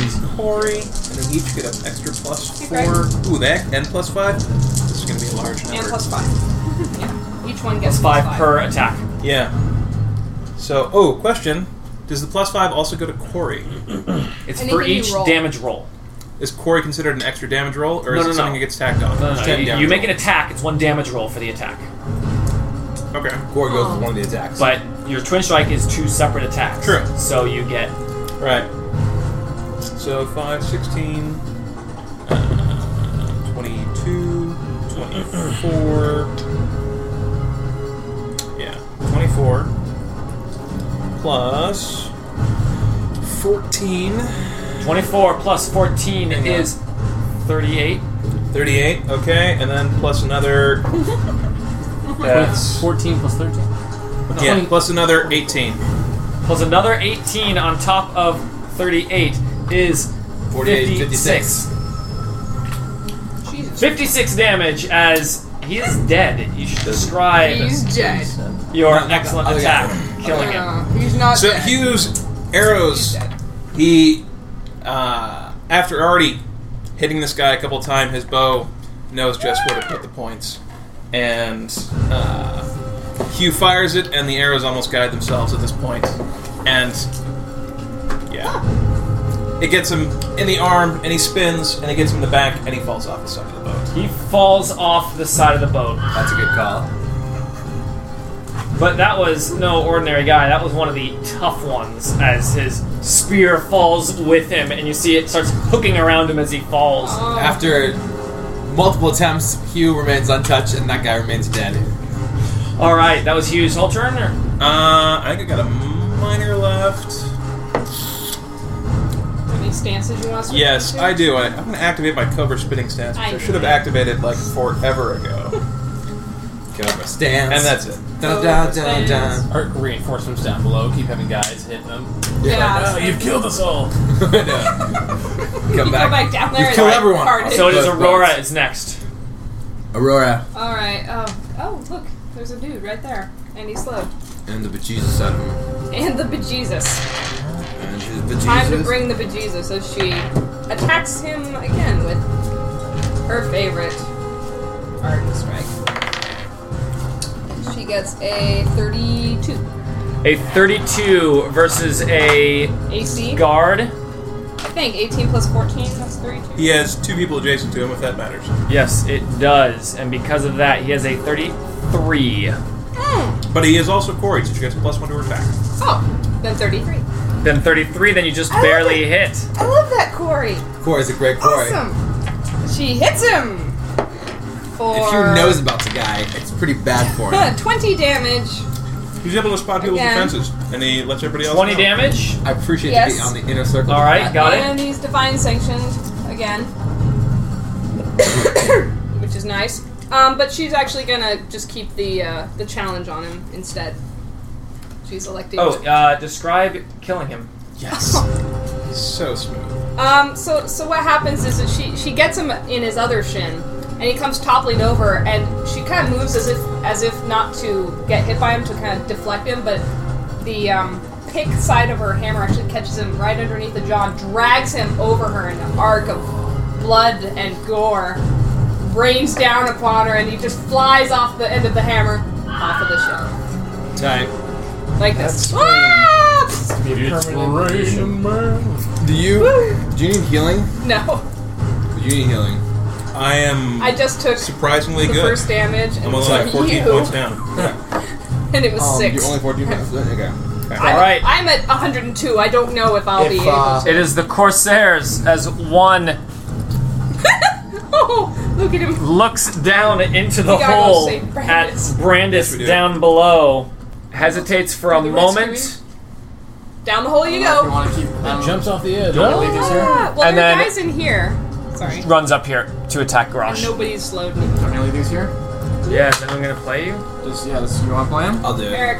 Speaker 6: He's Corey. And they each get an extra plus
Speaker 3: Okay.
Speaker 6: four. Ooh, that and plus five. This is gonna be a large number.
Speaker 3: And plus five. <laughs> yeah. Each one gets
Speaker 2: Five per attack.
Speaker 6: Yeah. So, oh, question: Does the plus five also go to Corey?
Speaker 2: Mm-hmm. It's
Speaker 3: And
Speaker 2: for
Speaker 3: even you
Speaker 2: each
Speaker 3: roll.
Speaker 2: damage roll.
Speaker 6: Is Corey considered an extra damage roll, or
Speaker 2: No,
Speaker 6: is
Speaker 2: no, no.
Speaker 6: it something that gets tacked on?
Speaker 2: No, no,
Speaker 6: It's
Speaker 2: no,
Speaker 6: ten
Speaker 2: you,
Speaker 6: damage
Speaker 2: you make an
Speaker 6: roll.
Speaker 2: attack. It's one damage roll for the attack,
Speaker 6: Okay.
Speaker 5: Gore goes with one of the attacks.
Speaker 2: but your twin strike is two separate attacks.
Speaker 6: True.
Speaker 2: So you get
Speaker 6: Right. So 5, 16, uh, 22, 24. Yeah, 24. Plus 14.
Speaker 2: twenty-four plus fourteen
Speaker 6: Hang on.
Speaker 2: is thirty-eight.
Speaker 6: 38, okay, and then plus another. That's.
Speaker 7: Fourteen plus thirteen.
Speaker 6: Yeah, plus another 18.
Speaker 2: plus another 18 on top of 38 is
Speaker 5: 48,
Speaker 2: 56.
Speaker 5: 56.
Speaker 2: 56 damage as he is dead. You should describe
Speaker 3: He's dead.
Speaker 2: your
Speaker 5: No, no,
Speaker 2: excellent
Speaker 7: oh,
Speaker 5: other guy.
Speaker 2: attack killing him.
Speaker 3: Uh, he's not
Speaker 6: So
Speaker 3: dead.
Speaker 6: Hughes
Speaker 3: He's
Speaker 6: arrows.
Speaker 3: dead.
Speaker 6: He, uh, after already hitting this guy a couple times, his bow knows just where to put the points, and uh, Hugh fires it, and the arrows almost guide themselves at this point, and yeah, it gets him in the arm, and he spins, and it gets him in the back, and he falls off the side of the boat.
Speaker 2: He falls off the side of the boat.
Speaker 5: That's a good call.
Speaker 2: But that was no ordinary guy. That was one of the tough ones as his spear falls with him, and you see it starts hooking around him as he falls.
Speaker 5: Oh.
Speaker 3: Oh.
Speaker 5: After multiple attempts, Hugh remains untouched, and that guy remains dead.
Speaker 2: All right, that was Hugh's whole turn. Or?
Speaker 6: Uh, I think I got a minor left.
Speaker 3: Any stances you want to switch
Speaker 6: Yes,
Speaker 3: to?
Speaker 6: I do. I, I'm going to activate my Cobra Spitting Stance, which I,
Speaker 3: I
Speaker 6: should have activated like forever ago.
Speaker 5: Cobra stance.
Speaker 6: and that's it.
Speaker 5: Dun, dun, dun, dun. <laughs>
Speaker 7: Or reinforcements down below. Keep having guys hit them.
Speaker 3: Yeah.
Speaker 7: Oh, you've killed us all.
Speaker 3: <laughs>
Speaker 5: Come
Speaker 3: You go back down there
Speaker 5: You've
Speaker 3: and
Speaker 5: killed
Speaker 3: like,
Speaker 5: everyone.
Speaker 3: party.
Speaker 2: So it is
Speaker 5: Both
Speaker 2: Aurora
Speaker 5: bullets.
Speaker 2: is next.
Speaker 5: Aurora.
Speaker 3: All right. Oh, oh, look, there's a dude right there, and he's slowed,
Speaker 5: And the bejesus out of him.
Speaker 3: and the bejesus.
Speaker 5: And his
Speaker 3: Time to
Speaker 5: bejesus.
Speaker 3: bring the bejesus as she attacks him again with her favorite ardent strike. She gets a 32
Speaker 2: A 32 versus a
Speaker 3: AC.
Speaker 2: guard.
Speaker 3: I think 18 plus 14. That's 32.
Speaker 6: He has two people adjacent to him, if that matters.
Speaker 2: Yes, it does. And because of that, he has a 33.
Speaker 6: But he is also quarried, so she gets plus one to her attack.
Speaker 3: Oh, then 33.
Speaker 2: Then 33, then you just
Speaker 3: I
Speaker 2: barely hit.
Speaker 3: I love that Corey.
Speaker 5: Corey's a great Corey.
Speaker 3: Awesome. She hits him for
Speaker 5: If Hugh
Speaker 3: <laughs>
Speaker 5: knows about the guy, it's pretty bad for him.
Speaker 3: 20 damage.
Speaker 6: He's able to spot people's
Speaker 3: Again.
Speaker 6: defenses, and he lets everybody else
Speaker 2: 20
Speaker 6: know.
Speaker 2: damage.
Speaker 5: I appreciate
Speaker 3: Yes.
Speaker 5: you being on the inner circle.
Speaker 2: All right, got it.
Speaker 3: and he's divine sanctioned again, <coughs> which is nice. Um, but she's actually gonna just keep the uh, the challenge on him instead. She's electing.
Speaker 2: Oh, uh, describe killing him.
Speaker 5: <laughs>
Speaker 6: So smooth.
Speaker 3: Um, so so what happens is that she she gets him in his other shin, and he comes toppling over, and she kind of moves as if as if not to get hit by him to kind of deflect him, but the um, pick side of her hammer actually catches him right underneath the jaw, drags him over her in an arc of blood and gore, rains down upon her, and he just flies off the end of the hammer off of the shell
Speaker 5: Time.
Speaker 3: like this.
Speaker 4: That's
Speaker 3: Ah!
Speaker 4: Inspiration,
Speaker 5: Do you do you need healing?
Speaker 3: <laughs> No,
Speaker 5: Do you need healing?
Speaker 6: I am
Speaker 3: I just took
Speaker 6: surprisingly
Speaker 3: the
Speaker 6: good.
Speaker 3: first damage, and
Speaker 6: I'm only
Speaker 3: it's
Speaker 6: like 14
Speaker 3: you.
Speaker 6: points down.
Speaker 3: <laughs>
Speaker 6: <laughs>
Speaker 3: and it was
Speaker 5: Um,
Speaker 3: six.
Speaker 5: You're only 14 <laughs> pounds. Okay.
Speaker 3: I'm,
Speaker 2: All right.
Speaker 3: I'm at 102. I don't know if I'll be
Speaker 4: If,
Speaker 3: able
Speaker 4: uh,
Speaker 3: to. <laughs>
Speaker 2: It is the Corsairs as one
Speaker 3: Oh, look at him.
Speaker 2: looks down into the
Speaker 3: We gotta go
Speaker 2: hole
Speaker 3: save Brandis.
Speaker 2: at Brandis
Speaker 6: Yes, we do.
Speaker 2: down below, hesitates for a
Speaker 3: The rescue
Speaker 2: moment,
Speaker 3: Down the hole you
Speaker 4: If you
Speaker 3: go.
Speaker 4: want to keep, um,
Speaker 7: Jumps off the edge. Oh,
Speaker 4: wanna leave this here?
Speaker 3: Ah, well,
Speaker 2: And
Speaker 3: there
Speaker 2: then-
Speaker 3: are guys in here. Sorry.
Speaker 2: runs up here to attack Grosh.
Speaker 3: Nobody's slowed me.
Speaker 4: Don't you leave these here?
Speaker 2: Yeah, is anyone gonna play you?
Speaker 4: Just yeah, this, you want to play him?
Speaker 5: I'll do it.
Speaker 3: Eric,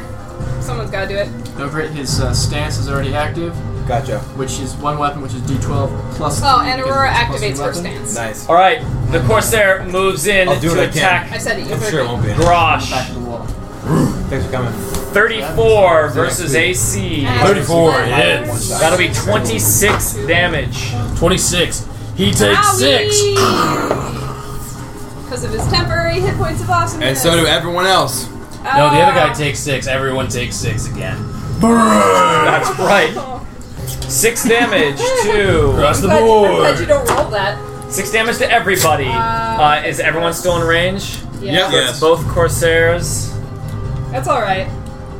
Speaker 3: someone's got to do it.
Speaker 4: Don't forget his uh, stance is already active,
Speaker 5: Gotcha.
Speaker 4: which is one weapon, which is D12 plus.
Speaker 3: Oh,
Speaker 4: three,
Speaker 3: and
Speaker 4: because
Speaker 3: Aurora
Speaker 4: it's a plus
Speaker 3: activates
Speaker 4: three
Speaker 3: her
Speaker 4: weapon.
Speaker 3: stance.
Speaker 5: Nice.
Speaker 2: All right, the Corsair moves in
Speaker 5: I'll do
Speaker 2: to
Speaker 5: what I can.
Speaker 3: I
Speaker 2: attack
Speaker 3: said it. You
Speaker 5: I'm
Speaker 3: heard
Speaker 5: sure it
Speaker 3: me.
Speaker 5: won't be. enough.
Speaker 4: Back
Speaker 2: Grosh.
Speaker 4: to the wall.
Speaker 5: Thanks for coming.
Speaker 2: 34 versus
Speaker 5: next week.
Speaker 2: AC.
Speaker 3: And
Speaker 7: 34
Speaker 3: one
Speaker 7: hits.
Speaker 3: more.
Speaker 2: That'll be 26 damage.
Speaker 7: 26. He takes six.
Speaker 3: Because of his temporary hit points of awesomeness.
Speaker 5: And so do everyone else.
Speaker 7: No, the other guy takes six. Everyone takes six again.
Speaker 2: That's
Speaker 3: Oh.
Speaker 2: right. Six damage to
Speaker 7: Across the
Speaker 3: I'm glad, I'm glad you
Speaker 7: board.
Speaker 3: don't roll that.
Speaker 2: six damage to everybody. Uh, is everyone still in range?
Speaker 3: Yeah.
Speaker 5: Yeah.
Speaker 6: Yes.
Speaker 2: Both Corsairs.
Speaker 3: That's all right.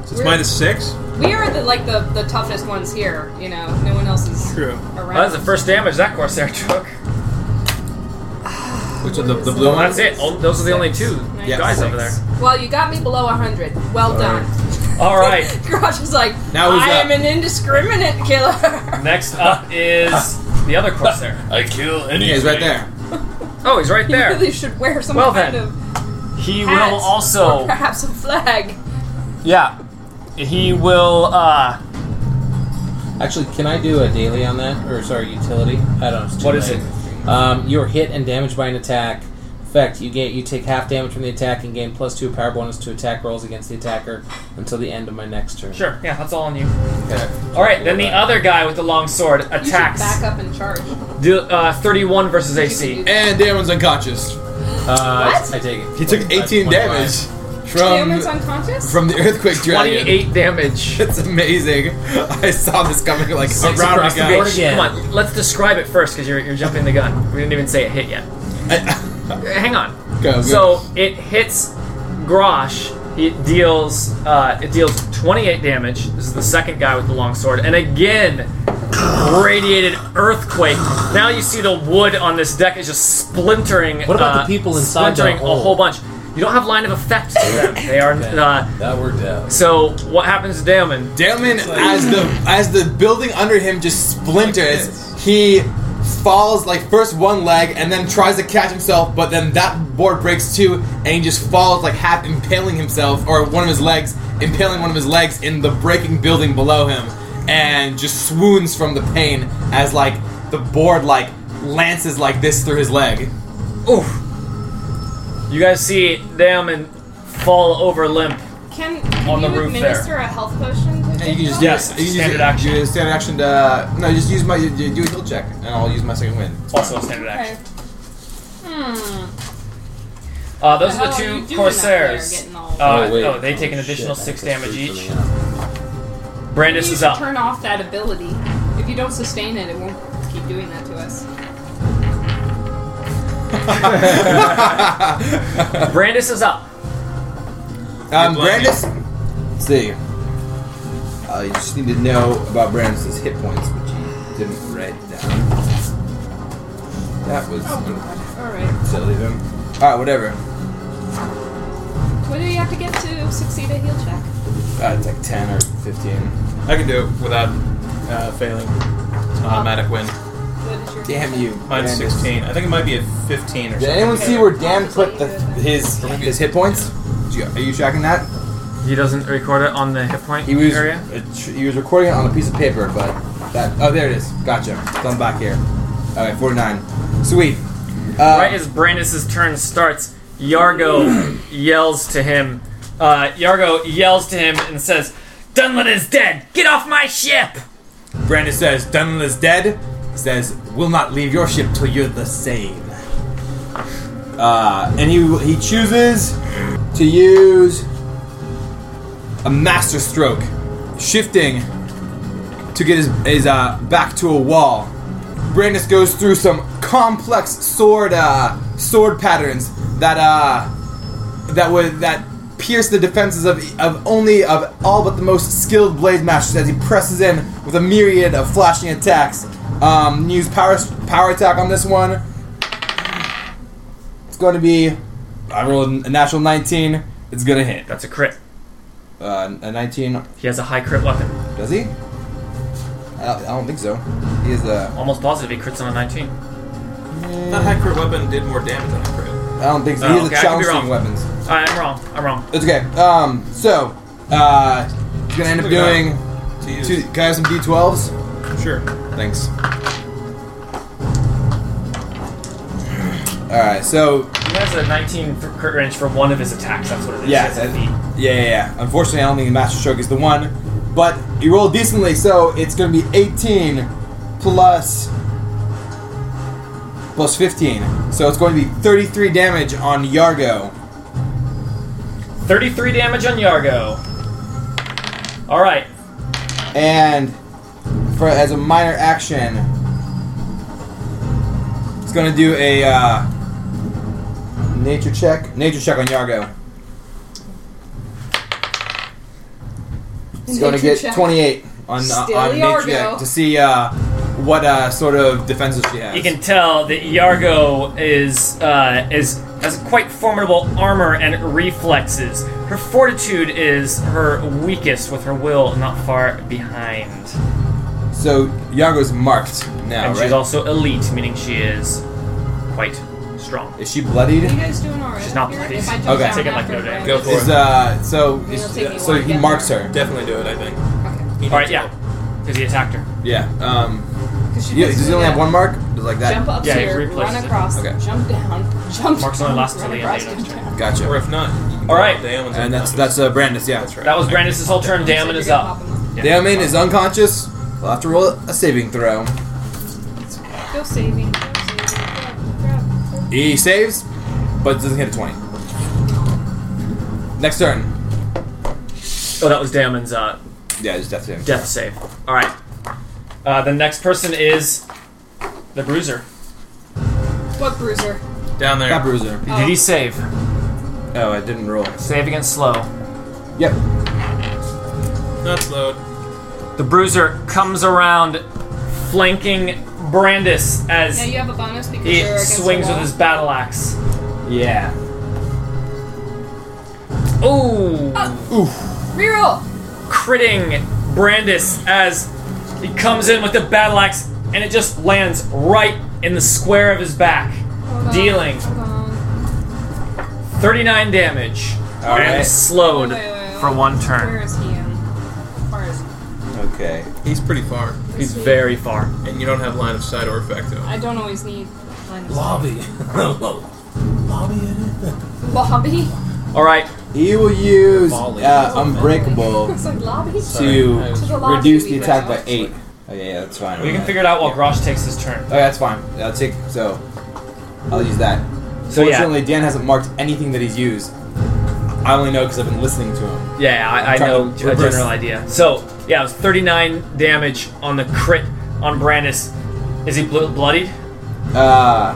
Speaker 6: So it's minus six?
Speaker 3: We are the like the, the toughest ones here. You know, no one else is
Speaker 6: True.
Speaker 3: around.
Speaker 2: Well, Oh, that's the first damage that Corsair <laughs> took.
Speaker 5: Which are the, the blue
Speaker 2: That's
Speaker 5: ones?
Speaker 2: it. Oh, those are the only two
Speaker 3: Yeah.
Speaker 2: guys over there.
Speaker 3: Well, you got me below 100. Well done.
Speaker 2: All right.
Speaker 3: <laughs> Garage is like,
Speaker 5: Now who's
Speaker 3: I
Speaker 5: up?
Speaker 3: am an indiscriminate killer.
Speaker 2: Next up is the other Corsair.
Speaker 7: I kill anything.
Speaker 5: Yeah, he's right there.
Speaker 2: Oh, he's right
Speaker 3: <laughs> <laughs> You
Speaker 2: there.
Speaker 3: really should wear some
Speaker 2: Well
Speaker 3: kind
Speaker 2: then. Oh.
Speaker 3: of
Speaker 2: He
Speaker 3: hat
Speaker 2: will
Speaker 3: or
Speaker 2: also.
Speaker 3: perhaps a flag.
Speaker 2: Yeah. He will. uh...
Speaker 7: Actually, can I do a daily on that? Or, sorry, utility? I don't know. It's too
Speaker 2: What is
Speaker 7: late. Um, you're hit and damaged by an attack. Effect, you get you take half damage from the attack and gain plus two power bonus to attack rolls against the attacker until the end of my next turn.
Speaker 2: Sure. Yeah, that's all on you.
Speaker 5: Okay.
Speaker 2: All right. Then the other guy with the long sword
Speaker 3: You should back
Speaker 2: attacks.
Speaker 3: up and charge.
Speaker 2: Do, uh, 31 versus AC.
Speaker 5: And Damon's unconscious.
Speaker 7: Uh,
Speaker 3: What?
Speaker 7: I take it.
Speaker 5: He took 18 damage
Speaker 3: Damon's
Speaker 5: from
Speaker 3: unconscious?
Speaker 5: <laughs> from the earthquake dragon.
Speaker 2: 28 damage.
Speaker 5: It's amazing. <laughs> I saw this coming like
Speaker 7: Six
Speaker 5: around
Speaker 7: across
Speaker 5: the
Speaker 7: the board.
Speaker 5: guy.
Speaker 2: Bitch, Come on, let's describe it first because you're, you're jumping the gun. We didn't even say it hit yet. Uh, Hang on.
Speaker 5: <laughs> Go, go.
Speaker 2: So it hits Grosh. He It deals uh, it deals 28 damage. This is the second guy with the long sword, and again, radiated earthquake. Now you see the wood on this deck is just splintering.
Speaker 7: What about
Speaker 2: uh,
Speaker 7: the people inside the
Speaker 2: Splintering a
Speaker 7: hole?
Speaker 2: whole bunch. You don't have line of effect to them. They are. Uh,
Speaker 7: that worked out.
Speaker 2: so what happens to Damon?
Speaker 5: Damon, as the as the building under him just splinters, he falls like first one leg and then tries to catch himself, but then that board breaks too, and he just falls like half impaling himself or one of his legs, impaling one of his legs in the breaking building below him, and just swoons from the pain as like the board like lances like this through his leg.
Speaker 2: Oof. You guys see Damon fall over limp.
Speaker 3: Can, can
Speaker 2: On
Speaker 3: you
Speaker 2: the roof there.
Speaker 3: administer a health potion? To
Speaker 5: And you can just
Speaker 2: Yes,
Speaker 5: do it. You can
Speaker 2: standard
Speaker 5: just,
Speaker 2: action.
Speaker 5: You can standard action to uh, no, just use my you, you do a heal check, and I'll use my second <laughs> win.
Speaker 2: Also a standard
Speaker 3: Okay.
Speaker 2: action.
Speaker 3: Hmm.
Speaker 2: Uh, those
Speaker 3: The
Speaker 2: are
Speaker 3: hell are
Speaker 2: the
Speaker 3: you doing up
Speaker 2: two
Speaker 3: there
Speaker 2: corsairs.
Speaker 3: getting all-
Speaker 2: Uh,
Speaker 7: wait.
Speaker 2: oh, they take an
Speaker 7: Oh,
Speaker 2: additional
Speaker 7: shit,
Speaker 2: six
Speaker 7: I have
Speaker 2: damage
Speaker 7: to
Speaker 2: each.
Speaker 7: shoot something
Speaker 2: Brandis
Speaker 3: Maybe you
Speaker 2: is
Speaker 3: should
Speaker 2: up.
Speaker 3: Turn off that ability. If you don't sustain it, it won't keep doing that to us.
Speaker 2: Brandis is up.
Speaker 5: Um,
Speaker 6: Good luck.
Speaker 5: Brandis. Let's see. Uh, you just need to know about Brandis' hit points, which you didn't write down. That was
Speaker 2: Oh.
Speaker 3: Alright.
Speaker 5: silly of him. Alright, whatever.
Speaker 3: What do you have to get to succeed a heal check?
Speaker 5: Uh, it's like 10 or 15.
Speaker 6: I can do it without uh, failing. It's an automatic win.
Speaker 3: What is your
Speaker 5: Damn you.
Speaker 6: Mine's
Speaker 5: Brandis.
Speaker 6: 16. I think it might be a 15 or
Speaker 5: Did
Speaker 6: something.
Speaker 5: anyone see where Dan put the, his his hit points? Did you- Are you tracking that?
Speaker 2: He doesn't record it on the hit point
Speaker 5: He was
Speaker 2: area.
Speaker 5: it- he was recording it on a piece of paper, but that oh there it is. Gotcha. It's on back here. Alright, 49. Sweet. Uh,
Speaker 2: right as Brandis' turn starts, Yargo yells to him. Uh, Yargo yells to him and says, "Dunlin is dead. Get off my ship."
Speaker 5: Brandis says, Dunlin is dead. Says, will not leave your ship till you're the same. Uh, and he he chooses to use a master stroke, shifting to get his, his uh, back to a wall. Brandis goes through some complex sword uh, sword patterns that uh, that would that pierce the defenses of, of only of all but the most skilled blade masters as he presses in with a myriad of flashing attacks. Um, use power power attack on this one. It's going to be. I rolled a natural 19. It's going to hit.
Speaker 2: That's a crit.
Speaker 5: Uh, a 19.
Speaker 2: He has a high crit weapon.
Speaker 5: Does he? I don't, I don't think so. He is a.
Speaker 2: Almost positive he crits on a 19.
Speaker 6: That high crit weapon did more damage than a crit.
Speaker 5: I don't think so.
Speaker 2: Oh,
Speaker 5: He has
Speaker 2: okay,
Speaker 5: a
Speaker 2: I could be wrong.
Speaker 5: challenging weapons.
Speaker 2: Alright, I'm wrong. I'm wrong.
Speaker 5: It's okay. Um, so uh, he's gonna end up
Speaker 6: Look at
Speaker 5: doing.
Speaker 6: To use.
Speaker 5: Two, can I have some d12s?
Speaker 6: Sure.
Speaker 5: Thanks. Alright, so
Speaker 2: He has a 19 for crit range for one of his attacks. That's what it is.
Speaker 5: Yeah,
Speaker 2: He has a
Speaker 5: that-
Speaker 2: feat.
Speaker 5: yeah, yeah, yeah. Unfortunately, I don't think the Master Stroke is the one, but you rolled decently, so it's going to be 18 plus plus 15, so it's going to be 33 damage on Yargo.
Speaker 2: 33 damage on Yargo. Alright.
Speaker 5: And for as a minor action, it's gonna do a uh, nature check. Nature check on Yargo. It's gonna
Speaker 3: Nature
Speaker 5: get
Speaker 3: check.
Speaker 5: 28 on uh,
Speaker 3: Still
Speaker 5: on nature
Speaker 3: Yargo.
Speaker 5: check to see uh, what uh, sort of defenses she has.
Speaker 2: You can tell that Yargo is uh, is has quite formidable armor and reflexes. Her fortitude is her weakest, with her will not far behind.
Speaker 5: so Yargo's marked now,
Speaker 2: and
Speaker 5: right?
Speaker 2: she's also elite, meaning she is quite strong.
Speaker 5: is she bloodied?
Speaker 3: You guys doing alright?
Speaker 2: She's not
Speaker 3: here?
Speaker 2: bloody.
Speaker 3: If I jump
Speaker 5: Okay.
Speaker 3: down
Speaker 2: Take it like
Speaker 3: after
Speaker 2: no
Speaker 3: the
Speaker 2: day.
Speaker 3: break-
Speaker 6: Go for
Speaker 5: Is
Speaker 6: it.
Speaker 5: uh so
Speaker 3: It'll
Speaker 5: is-
Speaker 3: take me a
Speaker 5: so
Speaker 3: while to
Speaker 5: he
Speaker 3: get
Speaker 5: marks
Speaker 3: there.
Speaker 5: her.
Speaker 6: Definitely do it, I think. He needs
Speaker 2: Alright,
Speaker 6: it.
Speaker 2: yeah. Because he attacked her.
Speaker 5: Yeah. Um.
Speaker 3: Cause she
Speaker 5: Yeah,
Speaker 3: puts
Speaker 5: does he
Speaker 3: me
Speaker 5: only have
Speaker 3: down.
Speaker 5: one mark? Does like that?
Speaker 3: Jump up
Speaker 2: Yeah, he
Speaker 3: here,
Speaker 2: replaces
Speaker 3: run
Speaker 2: it.
Speaker 3: across,
Speaker 5: Okay.
Speaker 3: jump down, <laughs> jump
Speaker 2: Marks
Speaker 3: down,
Speaker 2: only last till
Speaker 3: run
Speaker 2: the end
Speaker 3: across,
Speaker 2: of
Speaker 3: jump
Speaker 2: the
Speaker 3: down.
Speaker 5: Gotcha.
Speaker 6: Or if not, you can
Speaker 2: All right.
Speaker 6: go Damon
Speaker 5: And that's
Speaker 6: up.
Speaker 5: that's uh, Brandis, yeah. That's
Speaker 2: That was Brandis' whole turn. Damon is up.
Speaker 5: Damon is unconscious. We'll have to roll a saving throw.
Speaker 3: Go saving, go saving, grab, grab.
Speaker 5: He saves, but doesn't hit a 20. Next turn.
Speaker 2: Oh, that was Damon's uh,
Speaker 5: Yeah, just death saving.
Speaker 2: death save. All right. Uh, the next person is the Bruiser.
Speaker 3: What bruiser?
Speaker 6: down there.
Speaker 3: Oh.
Speaker 5: Got bruiser.
Speaker 2: Did he save?
Speaker 5: Oh, I didn't roll.
Speaker 2: Save against slow.
Speaker 11: Yep.
Speaker 6: That's load.
Speaker 2: The bruiser comes around, flanking Brandis
Speaker 10: Now
Speaker 2: as
Speaker 10: you have a bonus because
Speaker 2: he
Speaker 10: you're against
Speaker 2: swings
Speaker 10: the
Speaker 2: with
Speaker 10: wall.
Speaker 2: his battle axe.
Speaker 5: Yeah.
Speaker 2: Ooh,
Speaker 10: Oh. Reroll.
Speaker 2: critting Brandis as he comes in with the battle axe, and it just lands right in the square of his back, dealing
Speaker 10: Hold on.
Speaker 2: 39 damage.
Speaker 5: All
Speaker 2: and
Speaker 5: right.
Speaker 2: slowed
Speaker 10: Wait, wait, wait,
Speaker 2: for
Speaker 10: wait.
Speaker 2: one turn.
Speaker 10: Where is he in? How
Speaker 3: Um,
Speaker 10: far is he?
Speaker 5: Okay.
Speaker 6: He's pretty far,
Speaker 2: He's very far.
Speaker 6: and you don't have line of sight or effect though.
Speaker 10: I don't always need line of sight.
Speaker 7: Lobby. Lobby in it?
Speaker 10: Lobby?
Speaker 2: All right,
Speaker 5: He will use
Speaker 7: Volley.
Speaker 3: <laughs>
Speaker 5: uh, Unbreakable
Speaker 10: It's like lobby?
Speaker 5: to
Speaker 7: I was-
Speaker 10: the lobby
Speaker 5: reduce
Speaker 10: we
Speaker 5: the attack
Speaker 10: went.
Speaker 5: by eight. Okay, yeah, that's fine.
Speaker 2: we can figure it out while Grosh takes his turn.
Speaker 5: Okay, Oh, that's fine. I'll take so. I'll use that.
Speaker 2: So, yeah.
Speaker 5: Fortunately, Dan hasn't marked anything that he's used. I only know because I've been listening to him.
Speaker 2: Yeah, I, I
Speaker 5: I'm trying
Speaker 2: know a
Speaker 5: to reverse.
Speaker 2: general idea. So, yeah, it was 39 damage on the crit on Brandis. Is he blo- bloodied?
Speaker 5: Uh,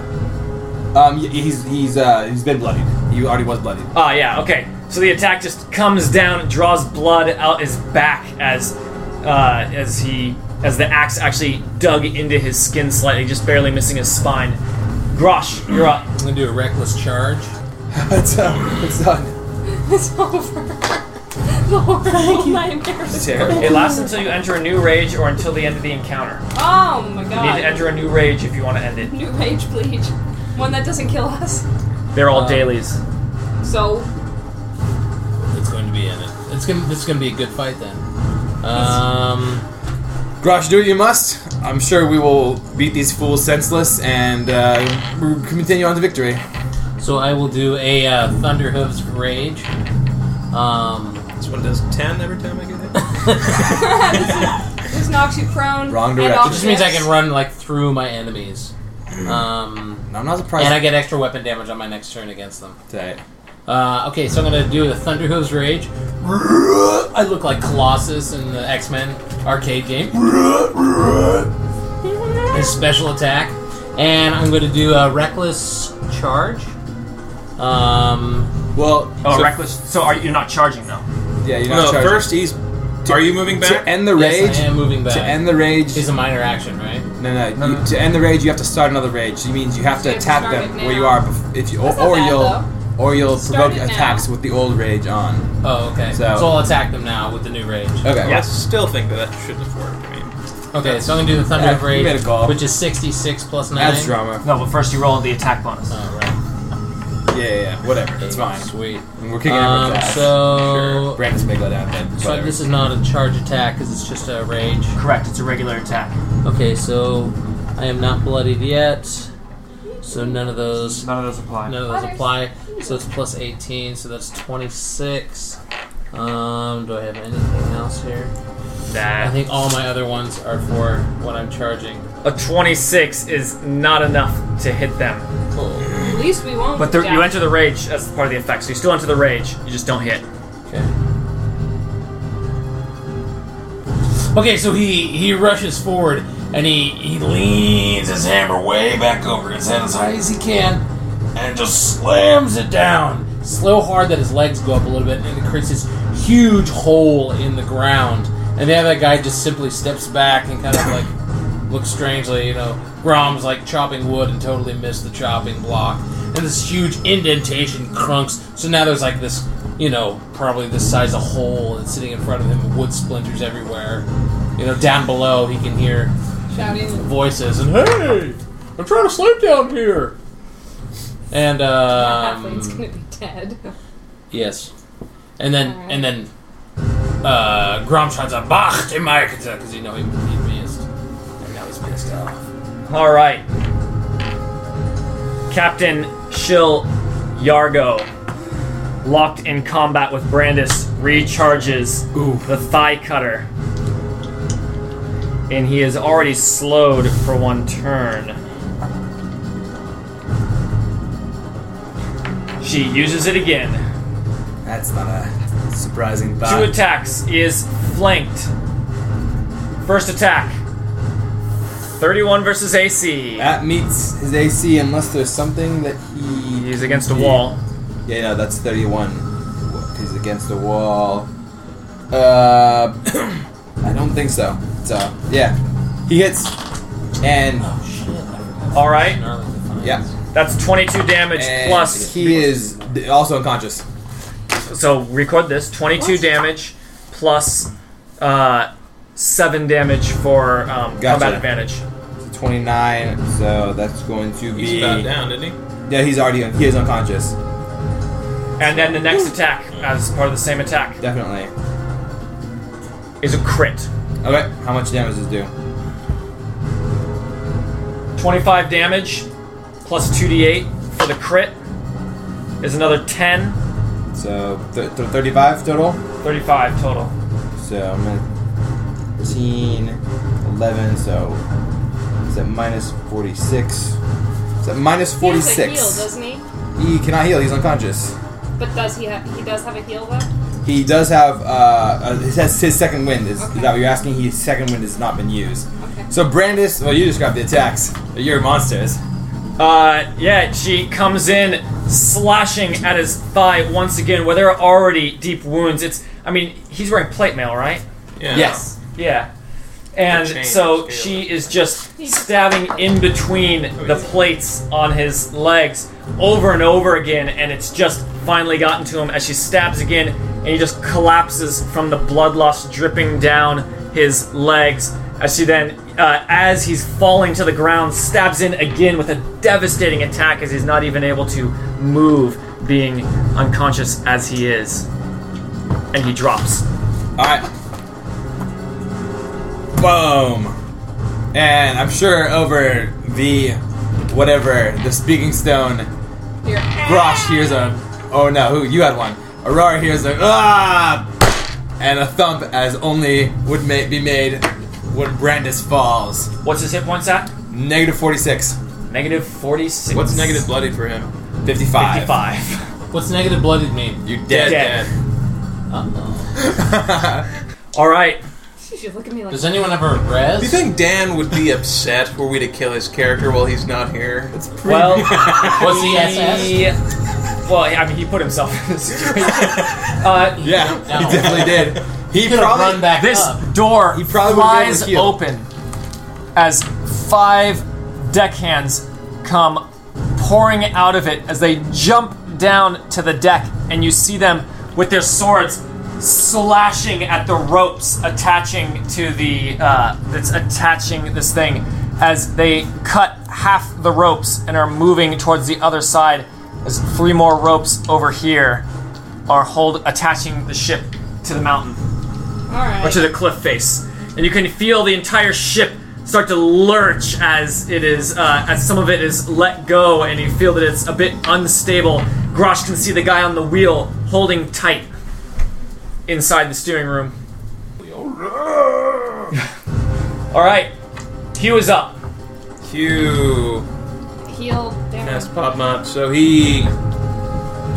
Speaker 5: um, y- he's he's uh, he's been bloodied. He already was bloodied. <laughs>
Speaker 2: Ah, yeah, okay. So the attack just comes down and draws blood out his back as uh, as he as the axe actually dug into his skin slightly, just barely missing his spine. Grosh, you're up.
Speaker 7: I'm gonna do a reckless charge.
Speaker 5: it's uh, it's done.
Speaker 10: It's over. <laughs> the horrible nightmare.
Speaker 5: Terrible.
Speaker 2: It lasts until you enter a new rage or until the end of the encounter.
Speaker 10: Oh my
Speaker 2: You need to
Speaker 3: Ah.
Speaker 10: god.
Speaker 2: enter a new rage if you want to end it.
Speaker 10: New rage, please. One that doesn't kill us.
Speaker 2: They're all
Speaker 7: Um,
Speaker 2: dailies.
Speaker 10: So,
Speaker 7: It's going to be in it. It's gonna. This is gonna be a good fight then. Um,
Speaker 5: Grosh, do what you must. I'm sure we will beat these fools senseless and uh, we'll continue on to victory.
Speaker 7: so I will do a uh, Thunderhoof's rage. Um, <laughs>
Speaker 6: This one does ten every time I get hit.
Speaker 10: this knocks you prone.
Speaker 5: Wrong
Speaker 10: and
Speaker 5: direction.
Speaker 10: off
Speaker 5: It
Speaker 7: It just means I
Speaker 10: this.
Speaker 7: can run like through my enemies. Um,
Speaker 5: And I'm not surprised.
Speaker 7: and I get extra weapon damage on my next turn against them.
Speaker 5: that.
Speaker 7: Uh, okay, so I'm gonna do a Thunderhoof's Rage. I look like Colossus in the X Men arcade game. A special attack, and I'm gonna do a Reckless Charge. Um,
Speaker 5: Well,
Speaker 2: Oh,
Speaker 5: so-
Speaker 2: reckless. So are you, you're not charging though?
Speaker 5: Yeah, you're
Speaker 6: No,
Speaker 5: not charged.
Speaker 6: first he's. Are you moving
Speaker 5: to
Speaker 6: back?
Speaker 5: end the rage.
Speaker 7: yes, I am moving back.
Speaker 5: to end the rage,
Speaker 7: is a minor action, right?
Speaker 5: no, no, you, to end the rage, you have to start another rage. It means you have to
Speaker 10: You have to
Speaker 5: attack
Speaker 10: start
Speaker 5: them
Speaker 10: it
Speaker 5: where you
Speaker 10: now.
Speaker 5: are, bef- if you, or,
Speaker 10: That's not
Speaker 5: or
Speaker 10: bad,
Speaker 5: you'll,
Speaker 10: though.
Speaker 5: or you'll
Speaker 10: Start
Speaker 5: provoke
Speaker 10: it now.
Speaker 5: attacks with the old rage on.
Speaker 7: Oh, okay.
Speaker 5: So-
Speaker 7: I'll attack them now with the new rage.
Speaker 5: Okay.
Speaker 6: I
Speaker 2: Yeah.
Speaker 6: still think that that shouldn't have worked. I mean,
Speaker 7: Okay, so I'm gonna do the
Speaker 5: Yeah,
Speaker 7: Thunderhoof's
Speaker 5: you made a call.
Speaker 7: Rage, which is 66 plus nine.
Speaker 5: That's drama.
Speaker 2: No, but first you roll the attack bonus.
Speaker 7: All right.
Speaker 5: Yeah, yeah, yeah, whatever. It's
Speaker 7: Um,
Speaker 5: fine.
Speaker 7: Sweet.
Speaker 5: And we're kicking
Speaker 7: Um,
Speaker 5: everyone's ass.
Speaker 7: so-
Speaker 5: Sure. Brandis may go down then.
Speaker 7: So
Speaker 5: whatever.
Speaker 7: this is not a charge attack because it's just a rage.
Speaker 2: Correct. It's a regular attack.
Speaker 7: Okay, so I am not bloodied yet, so none of those
Speaker 2: None of those apply.
Speaker 7: none of those apply. So it's plus 18, so that's 26. Um, do I have anything else here? I
Speaker 2: Nah.
Speaker 7: think all my other ones are for what I'm charging.
Speaker 2: A 26 is not enough to hit them.
Speaker 7: Cool.
Speaker 10: At least we won't.
Speaker 2: But there, you
Speaker 10: die.
Speaker 2: enter the rage as part of the effect, so you still enter the rage. You just don't hit.
Speaker 7: Okay. Okay, so he he rushes forward and he he leans his hammer way back over his head as high as he can, and just slams it down so hard that his legs go up a little bit and it creates this huge hole in the ground. And the other guy just simply steps back and kind of like looks strangely, you know, Grom's like chopping wood and totally missed the chopping block. And this huge indentation crunks. So now there's like this, you know, probably this size of hole that's sitting in front of him, wood splinters everywhere. You know, down below he can hear Um,
Speaker 10: Shouting.
Speaker 7: voices and hey, I'm trying to sleep down here. And
Speaker 10: Halfling's
Speaker 3: <laughs>
Speaker 7: um,
Speaker 10: gonna be dead. <laughs>
Speaker 7: yes, and then
Speaker 10: Alright.
Speaker 7: and then uh, Grom shouts out "Bach dem because uh, you know he, he missed, and now he's pissed off.
Speaker 2: All right. Captain Shill Yargo, locked in combat with Brandis, recharges the thigh cutter. And he is already slowed for one turn. She uses it again.
Speaker 5: That's not a surprising
Speaker 2: Two
Speaker 5: thought.
Speaker 2: attacks is flanked. First attack 31 versus AC.
Speaker 5: That meets his AC unless there's something that he.
Speaker 2: He's against a wall.
Speaker 5: Yeah, no, that's 31. He's against the wall. Uh, <clears throat> I don't think so. So yeah, he hits, and
Speaker 2: All right,
Speaker 5: yeah,
Speaker 2: that's 22 damage
Speaker 5: and
Speaker 2: plus.
Speaker 5: he is d- also unconscious.
Speaker 2: So record this: 22 damage plus uh, seven damage for um, combat
Speaker 5: Gotcha.
Speaker 2: advantage.
Speaker 5: Twenty nine. So that's going to
Speaker 6: He's
Speaker 5: be
Speaker 6: about down, didn't he?
Speaker 5: yeah. He's already un- he is unconscious.
Speaker 2: And then the next attack, as part of the same attack,
Speaker 5: Definitely.
Speaker 2: is a crit.
Speaker 5: Okay. How much damage does it do?
Speaker 2: 25 damage plus 2d8 for the crit is another 10,
Speaker 5: So th- th- thirty five total.
Speaker 2: 35 total.
Speaker 5: So I'm gonna 13, 11, so is that minus 46? Is that minus
Speaker 3: He has a heal,
Speaker 5: 46?
Speaker 3: doesn't he?
Speaker 5: He cannot heal, he's unconscious.
Speaker 3: But does he have? He does have a heal though.
Speaker 5: He does have, uh, uh his, his, his second wind, is,
Speaker 3: Okay.
Speaker 5: is that what you're asking? His second wind has not been used.
Speaker 3: Okay.
Speaker 5: So Brandis, well you just grabbed the attacks, you're monsters.
Speaker 2: Uh, yeah, she comes in slashing at his thigh once again where there are already deep wounds. It's, I mean, he's wearing plate mail, right?
Speaker 6: Yeah.
Speaker 5: Yes.
Speaker 2: Yeah. And
Speaker 6: It's a chain,
Speaker 2: so
Speaker 6: scale.
Speaker 2: she is just stabbing in between the plates on his legs over and over again, and it's just finally gotten to him as she stabs again, and he just collapses from the bloodlust dripping down his legs. As she then, uh, as he's falling to the ground, stabs in again with a devastating attack as he's not even able to move, being unconscious as he is. And he drops.
Speaker 5: Alright. Boom. And I'm sure over the whatever, the speaking stone
Speaker 3: Here.
Speaker 10: <laughs>
Speaker 5: Grosh hears a oh no, who you had one. Aurora hears a ah, and a thump as only would ma- be made when Brandis falls.
Speaker 2: What's his hit points at?
Speaker 5: Negative 46,
Speaker 2: Negative 46.
Speaker 6: What's negative bloody for him?
Speaker 5: 55.
Speaker 2: 55.
Speaker 7: What's negative blooded mean?
Speaker 5: You're dead.
Speaker 2: Dead.
Speaker 7: Uh-oh.
Speaker 2: All right.
Speaker 3: She's look at me like.
Speaker 7: Does anyone ever res?
Speaker 6: Do you think Dan would be upset were we to kill his character while he's not here?
Speaker 2: Well,
Speaker 7: <laughs> What's E the SS?
Speaker 2: he, well, I mean, he put himself in this situation. Uh,
Speaker 5: yeah,
Speaker 7: No.
Speaker 5: he definitely did. He
Speaker 7: Could have run
Speaker 5: probably
Speaker 7: back
Speaker 2: this
Speaker 7: up.
Speaker 2: door
Speaker 5: He probably would've been able to
Speaker 2: flies
Speaker 5: heal.
Speaker 2: open as five deckhands come pouring out of it as they jump down to the deck, and you see them with their swords slashing at the ropes attaching to the uh, that's attaching this thing as they cut half the ropes and are moving towards the other side as three more ropes over here are hold attaching the ship to the mountain
Speaker 3: All right.
Speaker 2: or to the cliff face, and you can feel the entire ship start to lurch as it is uh, as some of it is let go, and you feel that it's a bit unstable. Grosh can see the guy on the wheel holding tight inside the steering room. All right, Hugh is up.
Speaker 6: Q.
Speaker 3: heal damage.
Speaker 6: That's Pop Mop. So he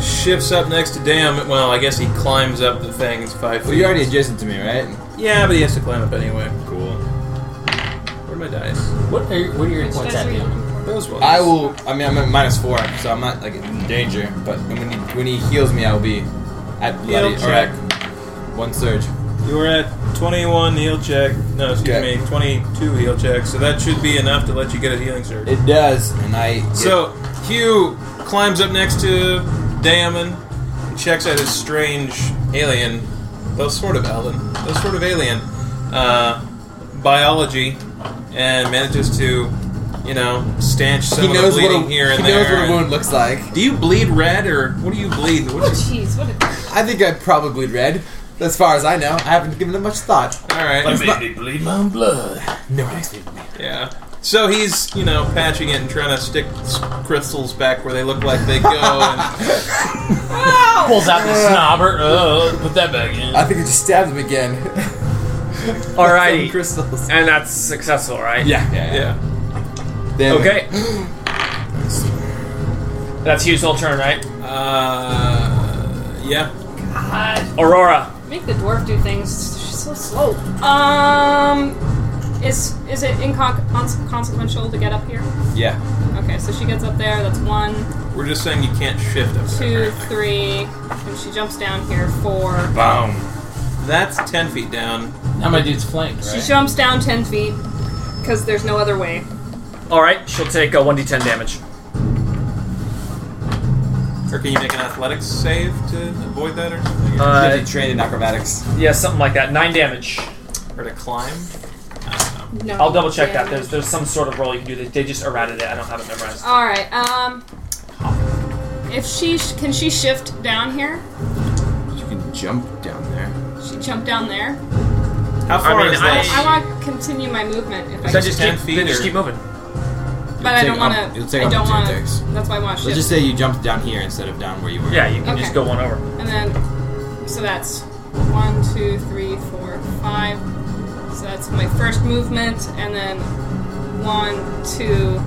Speaker 6: shifts up next to Dam. Well, I guess he climbs up the thing. It's
Speaker 5: Well,
Speaker 6: five feet.
Speaker 5: you're already adjacent to me, right?
Speaker 6: Yeah, but he has to climb up anyway. Cool. Where are my dice?
Speaker 7: What are, your- what are your points at? Leon?
Speaker 6: Those ones.
Speaker 5: I will. I mean, I'm at minus four, so I'm not like in danger. But when he, when he heals me, I will be at bloody
Speaker 6: Heal
Speaker 5: or at one surge.
Speaker 6: You were at 21 heal check. No, excuse
Speaker 5: Okay.
Speaker 6: me, 22 heal check. So that should be enough to let you get a healing surge.
Speaker 5: It does, and I get-
Speaker 6: So Hugh climbs up next to Damon and checks out his strange alien, though sort of alien, though sort of alien uh, biology, and manages to, you know, stanch some
Speaker 5: he
Speaker 6: of the
Speaker 5: knows what
Speaker 6: bleeding
Speaker 5: a,
Speaker 6: here and
Speaker 5: he knows
Speaker 6: there.
Speaker 5: what a wound looks like.
Speaker 6: do you bleed red or what do you bleed?
Speaker 3: Oh
Speaker 6: What
Speaker 5: <laughs>
Speaker 6: is,
Speaker 3: jeez, what a
Speaker 5: I think I probably read. As far as I know, I haven't given it much thought.
Speaker 6: all right,
Speaker 7: bleed my own blood.
Speaker 5: No, actually,
Speaker 6: yeah. So he's you know patching it and trying to stick s- crystals back where they look like they go.
Speaker 5: <laughs>
Speaker 6: And,
Speaker 7: Pulls out the snobber. Oh, put that back in.
Speaker 5: I think I just stabbed him again. <laughs> Some
Speaker 2: Alrighty,
Speaker 5: crystals.
Speaker 2: and that's successful, right?
Speaker 5: Yeah, yeah.
Speaker 6: yeah.
Speaker 5: Then-
Speaker 2: Okay. That's Hugh's whole turn, right?
Speaker 6: Uh, yeah.
Speaker 2: Aurora.
Speaker 3: make the dwarf do things. She's so slow.
Speaker 10: Um,
Speaker 3: Is is it inconsequential to get up here?
Speaker 5: Yeah.
Speaker 3: Okay, so she gets up there. That's one,
Speaker 6: We're just saying you can't shift up there.
Speaker 3: two, three, and she jumps down here. Four.
Speaker 5: Boom.
Speaker 6: That's ten feet down.
Speaker 7: Now my dude's flanked,
Speaker 3: She
Speaker 7: right?
Speaker 3: jumps down 10 feet because there's no other way.
Speaker 2: All right, she'll take uh, a 1d10 damage.
Speaker 6: Or can you make an athletics save to avoid that or something?
Speaker 5: You
Speaker 2: Uh,
Speaker 5: have to train in acrobatics.
Speaker 2: yeah, something like that. Nine damage.
Speaker 6: or to climb?
Speaker 3: No.
Speaker 2: I'll double check that. There's
Speaker 3: damage.
Speaker 2: there's some sort of roll you can do. They, they just errated it. I don't have it memorized.
Speaker 3: All right. Um, if she sh- can she shift down here?
Speaker 5: You can jump down there.
Speaker 3: She jumped down there.
Speaker 6: How far
Speaker 2: mean,
Speaker 6: is that?
Speaker 3: I want to continue my movement if
Speaker 2: Then
Speaker 3: I can,
Speaker 6: Is
Speaker 2: just
Speaker 6: 10
Speaker 2: keep,
Speaker 6: feet
Speaker 2: then just
Speaker 6: or-
Speaker 2: keep moving.
Speaker 3: but I don't
Speaker 5: It'll
Speaker 3: want
Speaker 5: take up- it'll
Speaker 3: to.
Speaker 5: take
Speaker 3: I
Speaker 5: up
Speaker 3: don't
Speaker 5: two
Speaker 3: want
Speaker 5: ticks.
Speaker 3: to. That's why I want to
Speaker 5: Let's just
Speaker 3: shift.
Speaker 5: say you jumped down here instead of down where you were.
Speaker 2: Yeah, you can
Speaker 3: Okay.
Speaker 2: just go one over.
Speaker 3: And then, so that's one, two, three, four, five. So that's my first movement, and then one, two.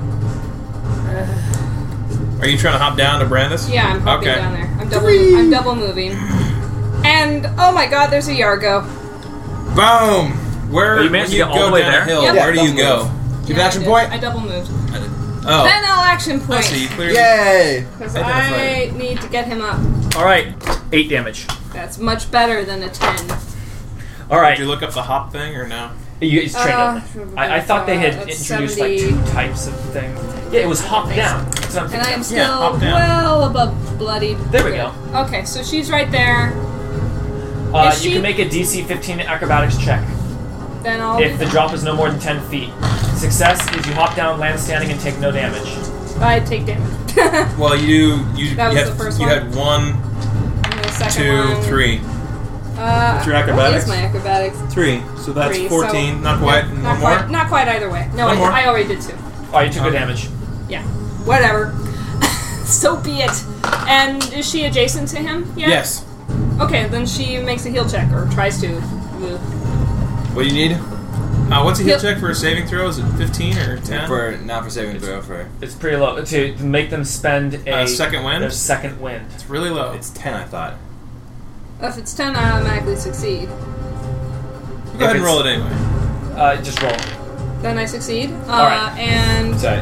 Speaker 6: Are you trying to hop down to Brandis?
Speaker 3: Yeah, I'm hopping
Speaker 6: Okay.
Speaker 3: down there. I'm double. I'm double moving. And oh my God, there's a Yargo.
Speaker 5: Boom!
Speaker 6: Where
Speaker 2: Oh, you
Speaker 6: when
Speaker 2: managed to
Speaker 6: you
Speaker 2: get all the
Speaker 6: go
Speaker 2: way
Speaker 6: down
Speaker 2: there?
Speaker 6: a hill,
Speaker 3: Yep.
Speaker 6: where do you
Speaker 5: Yeah,
Speaker 6: go?
Speaker 5: Keep
Speaker 3: Yeah, I
Speaker 5: action
Speaker 3: did.
Speaker 5: point.
Speaker 3: I double moved. Then
Speaker 6: Oh.
Speaker 3: I'll action point.
Speaker 6: So you clearly
Speaker 5: Yay!
Speaker 3: Because
Speaker 6: Then
Speaker 3: I
Speaker 6: it's
Speaker 3: need to get him up.
Speaker 2: All right, eight damage.
Speaker 3: That's much better than a 10.
Speaker 2: All
Speaker 6: Did
Speaker 2: right,
Speaker 6: you look up the hop thing or no?
Speaker 2: you, it's trained
Speaker 10: Uh,
Speaker 2: up. I, I thought they
Speaker 3: Uh,
Speaker 2: had
Speaker 10: that's
Speaker 2: introduced
Speaker 10: 70.
Speaker 2: like two types of thing. Yeah, it was hop down. That's what I'm
Speaker 3: And I
Speaker 2: thinking
Speaker 3: am
Speaker 2: of.
Speaker 3: still
Speaker 6: hop down.
Speaker 3: well above bloodied.
Speaker 2: There we go.
Speaker 3: Okay, so she's right there.
Speaker 2: Uh,
Speaker 3: Is
Speaker 2: you
Speaker 3: she-
Speaker 2: can
Speaker 3: Oh.
Speaker 2: make a DC 15 acrobatics check.
Speaker 3: Then I'll.
Speaker 2: If the drop is no more than 10 feet, success is you hop down, land standing, and take no damage.
Speaker 3: I take damage. <laughs> and
Speaker 6: Well, you you
Speaker 3: That
Speaker 6: you,
Speaker 3: was
Speaker 6: had,
Speaker 3: the first
Speaker 6: you
Speaker 3: one?
Speaker 6: had one,
Speaker 3: the second
Speaker 6: two,
Speaker 3: one-
Speaker 6: three,
Speaker 3: Uh,
Speaker 6: What's your
Speaker 3: What
Speaker 6: acrobatics?
Speaker 3: is my acrobatics?
Speaker 6: three. So that's
Speaker 3: Three, so-
Speaker 6: fourteen. not quite. and
Speaker 3: Not
Speaker 6: one more.
Speaker 3: quite, not quite either way. No,
Speaker 6: One
Speaker 3: I,
Speaker 6: more.
Speaker 3: I already did two.
Speaker 2: All right, Oh, you took no
Speaker 6: Okay.
Speaker 2: damage.
Speaker 3: Yeah. Whatever. <laughs> so be it. And is she adjacent to him? Yet?
Speaker 5: Yes.
Speaker 3: Okay, then she makes a heal check, or tries to. Ugh.
Speaker 5: What do you need?
Speaker 6: Uh, what's a heal
Speaker 3: Yep.
Speaker 6: check for a saving throw? Is it fifteen or ten?
Speaker 5: For not for saving throw for
Speaker 2: It's pretty low. To make them spend a
Speaker 6: Uh, second wind?
Speaker 2: Their second wind.
Speaker 6: It's really low.
Speaker 5: it's ten, I thought.
Speaker 3: If it's 10, I automatically succeed.
Speaker 6: Go ahead and roll it anyway.
Speaker 2: Uh, just roll.
Speaker 3: Then I succeed. Uh,
Speaker 2: Alright.
Speaker 3: And
Speaker 5: Sorry.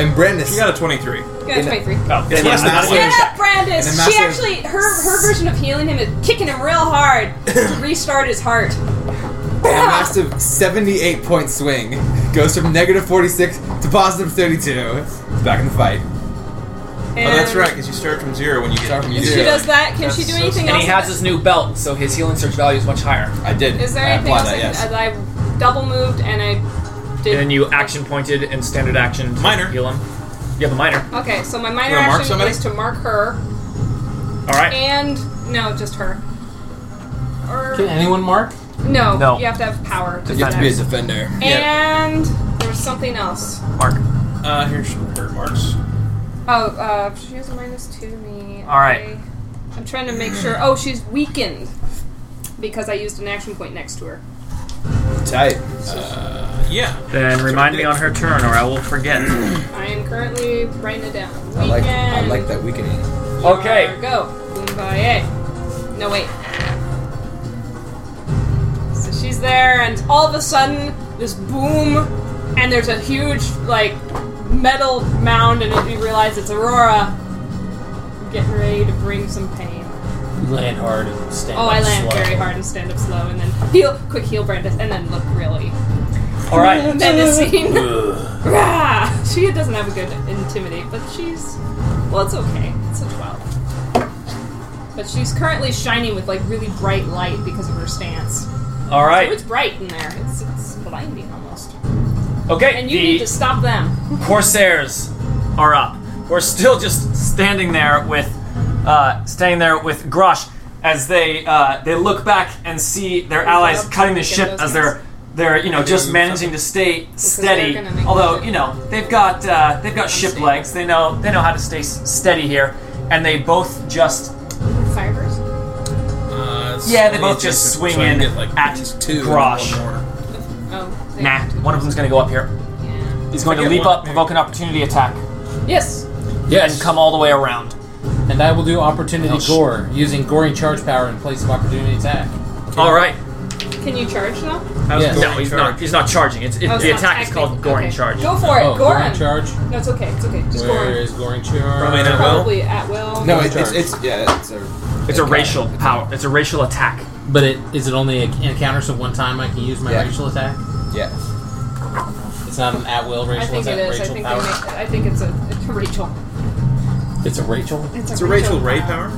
Speaker 5: And Brandis.
Speaker 6: You got a twenty-three.
Speaker 3: yeah, 23.
Speaker 2: Oh, <laughs>
Speaker 5: It's
Speaker 2: yeah,
Speaker 5: less
Speaker 2: I'm not
Speaker 5: massive.
Speaker 2: even-
Speaker 3: Get up, Brandis!
Speaker 5: And a
Speaker 3: She
Speaker 5: massive-
Speaker 3: actually, her her version of healing him is kicking him real hard to restart his heart.
Speaker 5: a massive seventy-eight point swing. Goes from negative forty-six to positive thirty-two. Back in the fight.
Speaker 6: Oh, that's
Speaker 3: And
Speaker 6: right, because you start from zero when you get.
Speaker 5: Start from
Speaker 6: you
Speaker 3: She
Speaker 5: zero.
Speaker 3: does that. Can she
Speaker 6: That's
Speaker 3: do
Speaker 6: so
Speaker 3: anything
Speaker 2: And
Speaker 3: else?
Speaker 2: he has his new belt, so his healing surge value is much higher.
Speaker 5: I did.
Speaker 3: is there
Speaker 5: I
Speaker 3: anything
Speaker 5: applaud
Speaker 3: else?
Speaker 5: that,
Speaker 3: I, can, as
Speaker 5: yes.
Speaker 3: I double moved and I
Speaker 2: And
Speaker 3: did.
Speaker 2: then you action pointed and standard action to
Speaker 6: Minor.
Speaker 2: heal him. You have a minor.
Speaker 3: okay, so my minor
Speaker 6: wanna mark
Speaker 3: action
Speaker 6: somebody?
Speaker 3: is to mark her
Speaker 2: All right.
Speaker 3: and no, just her. Or
Speaker 7: Can anyone mark?
Speaker 3: no,
Speaker 2: No.
Speaker 3: you have to have power. To
Speaker 5: You have to be a
Speaker 3: do that.
Speaker 5: defender.
Speaker 3: And there's something else.
Speaker 2: Mark.
Speaker 6: Uh, here's her marks.
Speaker 3: Oh, uh, she has a minus two to me.
Speaker 2: All right.
Speaker 3: I, am trying to make sure. Oh, she's weakened because I used an action point next to her.
Speaker 5: Tight.
Speaker 6: Uh, Yeah.
Speaker 2: Then remind me on her turn, or I will
Speaker 6: <clears throat>
Speaker 2: forget.
Speaker 3: I am currently writing it down. Weakened.
Speaker 5: I like. I like that weakening.
Speaker 2: okay.
Speaker 3: Go. Kumbaya. No, wait. So she's there, and all of a sudden, this boom, and there's a huge, like, metal mound, and it- you realize it's Aurora getting ready to bring some pain.
Speaker 7: You land hard and stand
Speaker 3: Oh,
Speaker 7: up
Speaker 3: I land
Speaker 7: slow.
Speaker 3: very hard and stand up slow, and then heal, quick heal Brandis, and then look really
Speaker 2: All right.
Speaker 3: menacing. Rah! She doesn't have a good intimidate, but she's well, it's okay. It's a twelve. But she's currently shining with like really bright light because of her stance.
Speaker 2: All
Speaker 3: So
Speaker 2: right.
Speaker 3: it's bright in there. It's it's blinding almost.
Speaker 2: Okay.
Speaker 3: And you
Speaker 2: the-
Speaker 3: need to stop them.
Speaker 2: Corsairs are up. We're still just standing there with, uh, standing there with Grosh as they uh, they look back and see their allies
Speaker 3: up,
Speaker 2: cutting the
Speaker 3: get
Speaker 2: ship
Speaker 3: those
Speaker 2: as they're they're you know just managing to stay steady.
Speaker 3: they're gonna make
Speaker 2: Although
Speaker 3: it.
Speaker 2: you know they've got uh, they've got ship
Speaker 3: Unstable.
Speaker 2: legs. They know they know how to stay s- steady here, and they both just
Speaker 3: Fibers.
Speaker 6: Uh,
Speaker 2: yeah they
Speaker 6: so
Speaker 2: both
Speaker 6: it's
Speaker 2: just swing
Speaker 6: trying
Speaker 2: in
Speaker 6: to get, like,
Speaker 2: at
Speaker 5: two and
Speaker 2: Grosh.
Speaker 3: Oh. they
Speaker 2: Nah,
Speaker 3: have to-
Speaker 2: one of them's gonna go up here.
Speaker 3: Yeah.
Speaker 2: He's going to
Speaker 6: Forget
Speaker 2: leap
Speaker 6: one,
Speaker 2: up,
Speaker 6: maybe.
Speaker 2: provoke an opportunity attack,
Speaker 3: Yes.
Speaker 7: <laughs> Yes.
Speaker 2: and come all the way around.
Speaker 7: And I will do opportunity gore, using goring charge power in place of opportunity attack.
Speaker 2: All right.
Speaker 3: Can you charge now?
Speaker 6: How's
Speaker 7: Yes.
Speaker 2: No, he's not. He's not charging. It's, it,
Speaker 3: Oh, it's
Speaker 2: the
Speaker 3: not
Speaker 2: attack is called
Speaker 3: technically-
Speaker 2: Goring
Speaker 3: okay.
Speaker 2: Charge.
Speaker 3: Go for it,
Speaker 7: oh,
Speaker 3: Goran.
Speaker 7: goring charge.
Speaker 3: No, it's okay. It's okay. Just
Speaker 7: Where
Speaker 3: Goran.
Speaker 7: is goring charge?
Speaker 6: Probably not.
Speaker 3: Probably at will.
Speaker 5: No,
Speaker 7: Goring
Speaker 5: it, it's it's
Speaker 7: charge.
Speaker 5: yeah. It's a
Speaker 2: It's a racial power. It's a racial attack.
Speaker 7: But it is it only an encounter, so one time I can use my
Speaker 5: Yeah.
Speaker 7: racial attack?
Speaker 5: Yeah.
Speaker 7: It's not an at will racial
Speaker 10: I think it
Speaker 7: attack.
Speaker 10: is. I
Speaker 7: racial
Speaker 10: think, they
Speaker 7: power.
Speaker 10: make, I think it's a, it's a Rachel.
Speaker 7: It's a racial.
Speaker 6: It's a Rachel Ray power.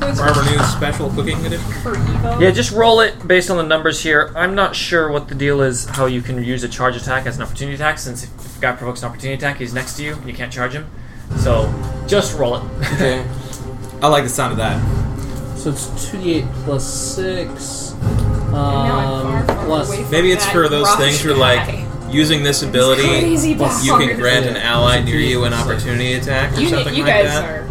Speaker 6: Barbara News special cooking edition.
Speaker 10: For Evo.
Speaker 2: Yeah, just roll it based on the numbers here. I'm not sure what the deal is. How you can use a charge attack as an opportunity attack, since if if a guy provokes an opportunity attack, he's next to you. and You can't charge him. So just roll it.
Speaker 4: Okay.
Speaker 5: I like the sound of that.
Speaker 7: So it's 2d8 plus 6.
Speaker 10: now I'm
Speaker 7: Um,
Speaker 10: far, far
Speaker 7: plus.
Speaker 10: away from
Speaker 6: Maybe it's
Speaker 10: that
Speaker 6: for those
Speaker 10: rock
Speaker 6: things you're like
Speaker 10: guy.
Speaker 6: using this ability.
Speaker 10: crazy bastard.
Speaker 6: You can grant an
Speaker 7: Yeah.
Speaker 6: ally near you an opportunity attack or
Speaker 10: You,
Speaker 6: something
Speaker 10: you
Speaker 6: like
Speaker 10: guys
Speaker 6: that.
Speaker 10: are.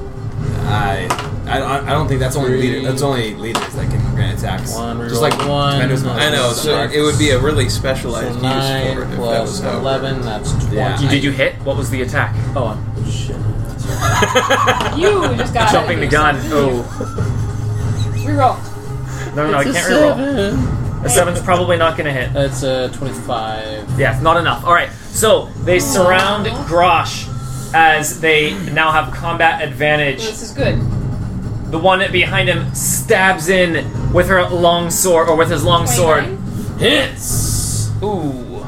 Speaker 5: I, I, I don't think that's only
Speaker 7: Three.
Speaker 5: leader. That's only leaders that can grant attacks.
Speaker 7: One, we
Speaker 5: Just
Speaker 7: roll
Speaker 5: like
Speaker 7: one.
Speaker 5: defenders and
Speaker 6: I know,
Speaker 5: offenders.
Speaker 6: so it would be a really specialized <laughs>
Speaker 7: So
Speaker 6: use
Speaker 7: nine
Speaker 6: for it if that
Speaker 7: plus
Speaker 6: was how it worked.
Speaker 7: 11, that's 20.
Speaker 5: Yeah.
Speaker 2: You- Did you hit? What was the attack?
Speaker 7: Oh, I'm- shit.
Speaker 10: You just got
Speaker 2: Jumping the gun. Oh
Speaker 10: Reroll.
Speaker 2: no, no, no I
Speaker 7: It's a
Speaker 2: can't reroll.
Speaker 7: seven.
Speaker 2: A seven's probably not gonna hit.
Speaker 7: That's a 25.
Speaker 2: Yeah, not enough. All right, so they surround Grosh as they now have combat advantage.
Speaker 10: This is good.
Speaker 2: The one behind him stabs in with her long sword, or with his long sword.
Speaker 10: 29?
Speaker 7: Hits!
Speaker 2: Ooh.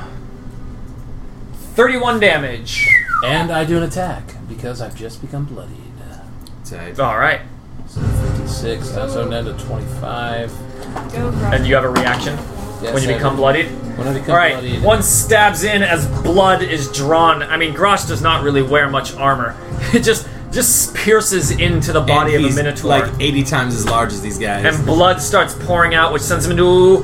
Speaker 2: 31 damage.
Speaker 7: And I do an attack because I've just become bloodied.
Speaker 5: Tight.
Speaker 2: Alright.
Speaker 7: So 56, uh, so down to
Speaker 10: Go,
Speaker 7: 25.
Speaker 10: Grosh.
Speaker 2: And you have a reaction
Speaker 7: Yes,
Speaker 2: when you
Speaker 7: I
Speaker 2: become
Speaker 7: do.
Speaker 2: bloodied?
Speaker 7: When I become
Speaker 2: Alright.
Speaker 7: bloodied.
Speaker 2: One stabs in as blood is drawn. I mean, Grosh does not really wear much armor. <laughs> It just just pierces into the
Speaker 5: And
Speaker 2: body of a
Speaker 5: he's
Speaker 2: minotaur.
Speaker 5: Like 80 times as large as these guys.
Speaker 2: and blood starts pouring out, which sends him into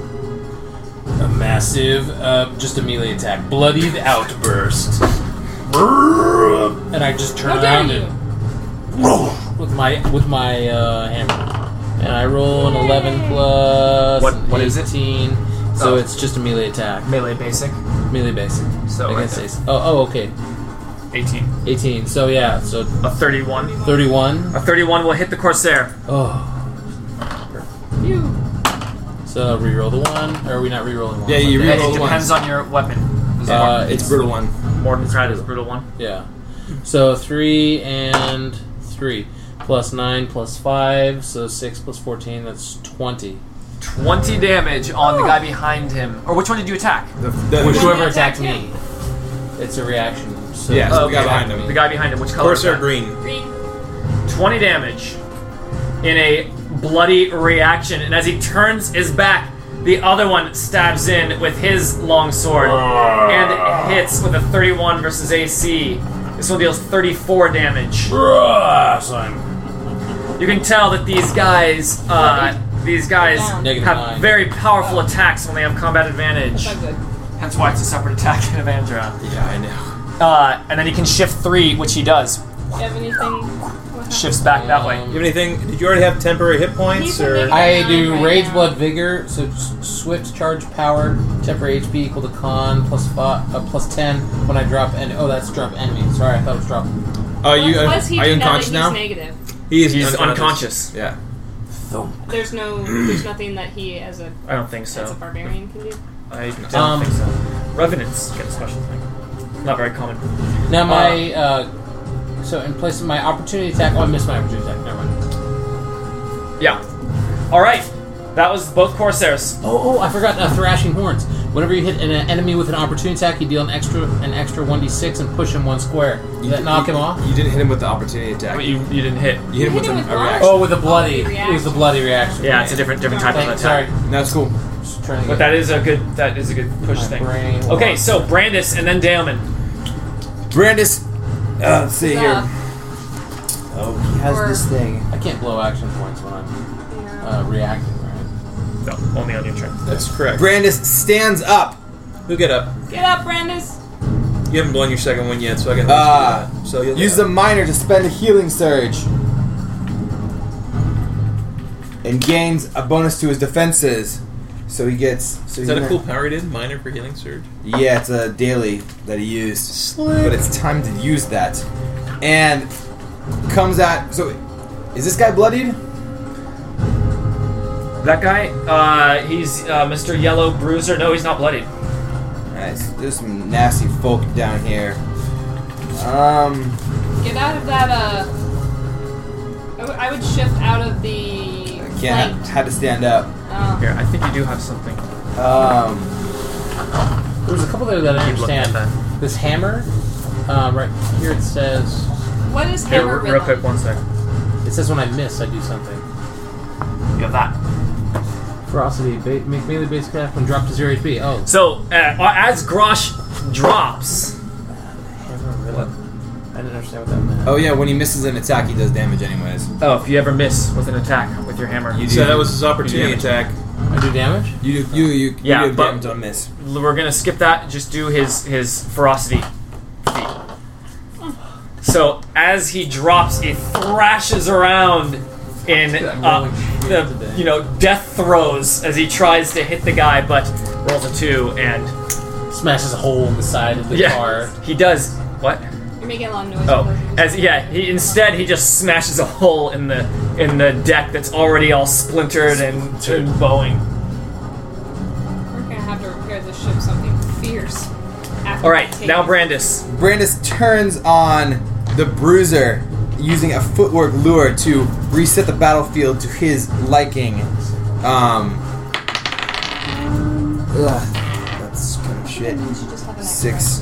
Speaker 7: A massive, uh, just a melee attack. Bloodied outburst. And I just turn
Speaker 10: How dare
Speaker 7: around
Speaker 10: you?
Speaker 7: and with my with my uh, hammer, and I roll an eleven plus
Speaker 2: What- what is it?
Speaker 7: eighteen. So
Speaker 2: Oh.
Speaker 7: it's just a melee attack,
Speaker 2: melee basic.
Speaker 7: melee basic.
Speaker 2: So
Speaker 7: against
Speaker 2: right
Speaker 7: ace. Oh, oh, okay,
Speaker 2: 18.
Speaker 7: eighteen. So yeah, so
Speaker 2: A 31.
Speaker 7: thirty-one.
Speaker 2: A 31 will hit the Corsair.
Speaker 7: Oh,
Speaker 10: You.
Speaker 7: so reroll the one. Or are we not rerolling one?
Speaker 5: yeah, you
Speaker 2: It
Speaker 5: reroll
Speaker 2: depends
Speaker 5: once.
Speaker 2: on your weapon.
Speaker 7: Uh,
Speaker 5: It's brutal one.
Speaker 2: Morden tried his brutal one.
Speaker 7: Yeah. So three and three plus nine plus five, so six plus fourteen. That's twenty.
Speaker 2: 20 damage on the guy behind him. Or which one did you attack?
Speaker 5: The, the,
Speaker 7: Whoever
Speaker 10: attacked
Speaker 7: attacked me, it's a reaction. So
Speaker 5: Yeah, so the guy
Speaker 2: okay.
Speaker 5: behind him.
Speaker 2: The guy behind him. Which color? is
Speaker 6: Corsair
Speaker 2: that?
Speaker 6: Green.
Speaker 10: Green.
Speaker 2: 20 damage in a bloody reaction. And as he turns his back, the other one stabs in with his long sword and hits with a 31 versus AC. This one deals 34 damage. You can tell that these guys, uh, these guys
Speaker 7: Negative
Speaker 2: have
Speaker 7: nine.
Speaker 2: very powerful attacks when they have combat advantage.
Speaker 10: Not good.
Speaker 2: Hence why it's a separate attack in Evandra.
Speaker 5: Yeah, I know.
Speaker 2: Uh, and then he can shift three, which he does.
Speaker 10: You have anything? What happened?
Speaker 2: Shifts back that way.
Speaker 7: Um,
Speaker 6: You have anything? Did you already have temporary hit points
Speaker 10: He's
Speaker 6: or?
Speaker 10: amazing.
Speaker 7: I do
Speaker 10: Right
Speaker 7: Rage
Speaker 10: now.
Speaker 7: Blood Vigor, so s- swift charge power, temporary HP equal to con plus five, uh, plus ten when I drop and oh that's drop enemy. Sorry, I thought it was drop.
Speaker 5: Are you
Speaker 6: uh,
Speaker 10: What was he
Speaker 5: are you
Speaker 10: doing
Speaker 5: unconscious
Speaker 10: now?
Speaker 5: now?
Speaker 10: that He's negative.
Speaker 5: He is
Speaker 2: He's unconscious.
Speaker 5: Yeah.
Speaker 10: There's no. There's nothing that he as a
Speaker 2: I don't think
Speaker 10: as a
Speaker 2: so.
Speaker 10: barbarian can do.
Speaker 2: I don't
Speaker 7: Um,
Speaker 2: think so. Revenants get a special thing. Not very common.
Speaker 7: Now my uh, so in place of my opportunity attack. Oh, I missed my opportunity attack. Never mind.
Speaker 2: Yeah. All right. That was both Corsairs.
Speaker 7: Oh, oh, I forgot uh, thrashing horns. Whenever you hit an enemy with an opportunity attack, you deal an extra an extra one d six and push him one square. Does that
Speaker 5: did-
Speaker 7: knock
Speaker 5: you,
Speaker 7: him off?
Speaker 5: You didn't hit him with the opportunity attack.
Speaker 2: But
Speaker 5: you,
Speaker 2: you, you didn't hit.
Speaker 5: hit him
Speaker 10: You
Speaker 5: with,
Speaker 10: hit him
Speaker 5: a,
Speaker 10: with
Speaker 5: a
Speaker 10: what?
Speaker 5: reaction.
Speaker 7: Oh, with a bloody.
Speaker 10: Reaction.
Speaker 7: It was a bloody reaction.
Speaker 2: Yeah, it's a different different type of
Speaker 7: Thank-
Speaker 2: attack.
Speaker 7: Sorry,
Speaker 5: That's cool.
Speaker 7: just trying to
Speaker 2: But
Speaker 7: get
Speaker 2: that is a good that is a good push
Speaker 7: My
Speaker 2: thing.
Speaker 7: brain
Speaker 2: Okay,
Speaker 7: lost.
Speaker 2: so Brandis and then Daemon.
Speaker 5: Brandis. Uh, let's see here.
Speaker 10: Uh,
Speaker 5: Oh, he has
Speaker 10: Or-
Speaker 5: this thing.
Speaker 7: I can't blow action points when I'm
Speaker 10: yeah.
Speaker 7: uh, reacting, right?
Speaker 2: No, only on your turn.
Speaker 6: That's correct.
Speaker 5: Brandis stands up.
Speaker 6: Who get up?
Speaker 10: Get up, Brandis.
Speaker 6: You haven't blown your second one yet, so I can.
Speaker 5: Ah.
Speaker 6: so you'll
Speaker 5: Use the miner to spend a healing surge. And gains a bonus to his defenses. So he gets. So
Speaker 6: Is that a cool power he did? Minor for healing surge.
Speaker 5: Yeah, it's a daily that he used. But it's time to use that. And comes at. So, is this guy bloodied?
Speaker 2: That guy, uh, he's uh, Mr. Yellow Bruiser. No, he's not bloodied.
Speaker 5: Alright, so there's some nasty folk down here. Um.
Speaker 10: Get out of that. Uh, I, w- I would shift out of the
Speaker 5: Can't
Speaker 3: Flanked.
Speaker 5: had to stand up.
Speaker 3: Oh.
Speaker 2: Here, I think you do have something.
Speaker 5: Um,
Speaker 7: There was a couple there that I
Speaker 2: Keep looking at
Speaker 7: understand. This hammer, um, right here it says
Speaker 3: What is
Speaker 2: Here,
Speaker 3: hammer
Speaker 2: r- real
Speaker 3: rhythm?
Speaker 2: quick, one sec.
Speaker 7: it says when I miss I do something.
Speaker 2: You have that.
Speaker 7: Ferocity, ba- make melee base attack when dropped to zero HP. Oh,
Speaker 2: So uh, as Grosh drops,
Speaker 7: hammer rhythm. I didn't understand what that meant.
Speaker 5: oh yeah, when he misses an attack, he does damage anyways.
Speaker 2: oh, if you ever miss with an attack with your hammer,
Speaker 5: You do.
Speaker 6: So that was his opportunity
Speaker 5: Yeah.
Speaker 6: attack.
Speaker 2: Oh.
Speaker 7: I do damage.
Speaker 5: You do. You you,
Speaker 2: Yeah,
Speaker 5: you do
Speaker 2: but-
Speaker 5: damage on miss.
Speaker 2: we're gonna skip that. and Just do his his ferocity feat. So as he drops, it thrashes around in uh, the you know death throes as he tries to hit the guy, but rolls a two and
Speaker 7: Smashes a hole in the side of the
Speaker 2: yeah,
Speaker 7: car.
Speaker 2: he does what?
Speaker 3: You're making a lot of noise.
Speaker 2: Oh, as yeah, he instead he just smashes a hole in the in the deck that's already all splintered and, and bowing.
Speaker 3: We're gonna have to repair this ship something fierce. after
Speaker 2: All right,
Speaker 3: we take
Speaker 2: now
Speaker 3: it.
Speaker 2: Brandis.
Speaker 5: Brandis turns on the bruiser using a footwork lure to reset the battlefield to his liking. Um, ugh, that's kind of shit. Six.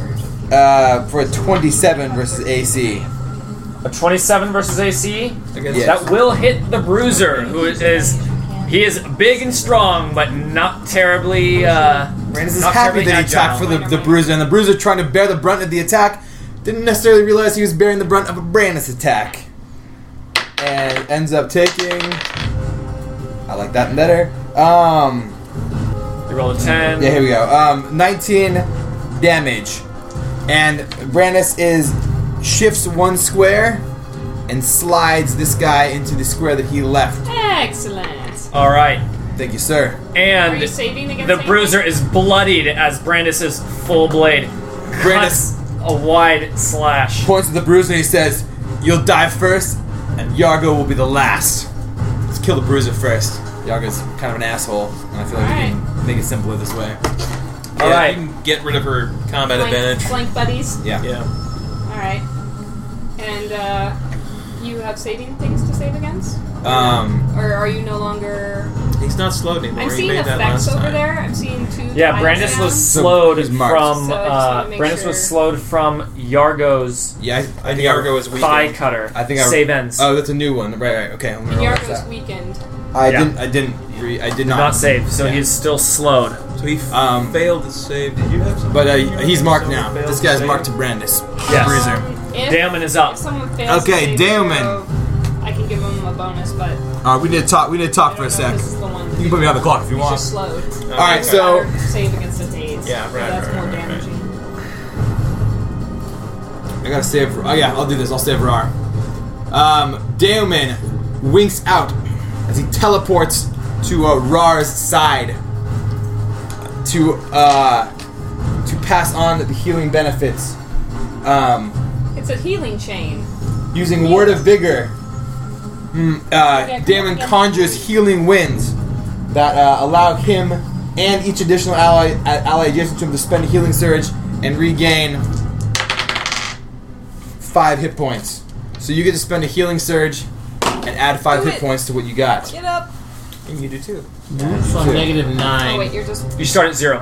Speaker 5: Uh, for a 27 versus AC.
Speaker 2: A 27 versus AC.
Speaker 5: Yes.
Speaker 2: That will hit the bruiser, who is he is big and strong, but not terribly. Uh,
Speaker 5: Brandis is
Speaker 2: not
Speaker 5: happy
Speaker 2: terribly
Speaker 5: that he
Speaker 2: agile.
Speaker 5: attacked for the, the bruiser, and the bruiser trying to bear the brunt of the attack didn't necessarily realize he was bearing the brunt of a Brandis attack. And ends up taking. I like that better. Um,
Speaker 2: You roll a 10.
Speaker 5: Yeah, here we go. Um, 19 damage. And Brandis is shifts one square and slides this guy into the square that he left.
Speaker 3: Excellent.
Speaker 2: All right,
Speaker 5: Thank you, sir.
Speaker 3: Are you
Speaker 2: and
Speaker 3: saving against
Speaker 2: the
Speaker 3: anything?
Speaker 2: bruiser is bloodied as Brandis's full blade
Speaker 5: Brandis
Speaker 2: cuts a wide slash.
Speaker 5: points at the bruiser and he says, You'll die first, and Yargo will be the last. Let's kill the bruiser first. Yargo's kind of an asshole, and I feel like we can make it simpler this way.
Speaker 2: All
Speaker 6: yeah,
Speaker 2: right.
Speaker 6: You can get rid of her combat
Speaker 3: Flank,
Speaker 6: advantage.
Speaker 3: flank buddies.
Speaker 5: Yeah.
Speaker 6: Yeah.
Speaker 3: All right. And uh, you have saving things to save against,
Speaker 5: Um,
Speaker 3: or are you no longer?
Speaker 6: He's not slowed anymore.
Speaker 3: I'm
Speaker 6: he
Speaker 3: seeing
Speaker 6: made that
Speaker 3: effects
Speaker 6: last
Speaker 3: over
Speaker 6: time.
Speaker 3: there. I'm seeing two.
Speaker 2: Yeah,
Speaker 3: tiles
Speaker 2: Brandis
Speaker 3: down.
Speaker 2: was
Speaker 5: So
Speaker 2: slowed
Speaker 5: he's
Speaker 2: from
Speaker 5: marked.
Speaker 2: um,
Speaker 3: So I just
Speaker 2: uh,
Speaker 3: wanna make
Speaker 2: Brandis was
Speaker 3: sure-
Speaker 2: slowed from Yargo's
Speaker 5: yeah, I, I
Speaker 6: And
Speaker 5: think I-
Speaker 6: Yargo was weak.
Speaker 2: thigh cutter.
Speaker 5: I think I-
Speaker 2: save ends.
Speaker 5: Oh, that's a new one. Right, right. Okay, I'm gonna roll that.
Speaker 3: Yargo's weakened.
Speaker 5: I
Speaker 2: Yeah.
Speaker 5: didn't. I didn't. Re- I did not.
Speaker 2: not save, so
Speaker 5: Yeah.
Speaker 2: he's still slowed.
Speaker 6: So he f-
Speaker 5: Um,
Speaker 6: failed to save. Did you have something?
Speaker 5: But uh,
Speaker 6: You were
Speaker 5: he's
Speaker 6: gonna
Speaker 5: marked
Speaker 6: say
Speaker 5: now.
Speaker 6: failed
Speaker 5: This guy's
Speaker 6: save?
Speaker 5: marked to Brandis.
Speaker 2: Yes.
Speaker 5: Bruiser.
Speaker 3: If,
Speaker 2: Damon is up.
Speaker 3: if someone fails, to
Speaker 5: Okay,
Speaker 3: save
Speaker 5: Damon.
Speaker 3: throw, I can give him a bonus, but
Speaker 5: Uh, we need to talk. We need to
Speaker 3: I
Speaker 5: talk
Speaker 3: don't
Speaker 5: for a
Speaker 3: know
Speaker 5: sec.
Speaker 3: if this is the one.
Speaker 5: You can put me on the clock if you
Speaker 3: He's
Speaker 5: want.
Speaker 3: just slowed.
Speaker 5: All right. So
Speaker 3: Better save against the daze.
Speaker 6: Yeah, right,
Speaker 3: That's
Speaker 6: right,
Speaker 3: more
Speaker 6: right, right, right.
Speaker 3: damaging.
Speaker 5: I gotta save. Oh yeah, I'll do this. I'll save Rar. Um, Daemon winks out as he teleports to uh, Rar's side to uh, to pass on the healing benefits. Um,
Speaker 3: It's a healing chain.
Speaker 5: using Word of Vigor, mm, uh,
Speaker 3: come
Speaker 5: Damon
Speaker 3: on, yeah.
Speaker 5: conjures healing winds that uh, allow him and each additional ally, uh, ally adjacent to him to spend a healing surge and regain five hit points. So you get to spend a healing surge and add five
Speaker 3: Do
Speaker 5: hit
Speaker 3: it.
Speaker 5: points to what you got.
Speaker 3: Get up.
Speaker 6: And you do too.
Speaker 7: Boots on
Speaker 5: Two.
Speaker 7: negative nine.
Speaker 3: Oh wait, you're just
Speaker 2: You start at zero.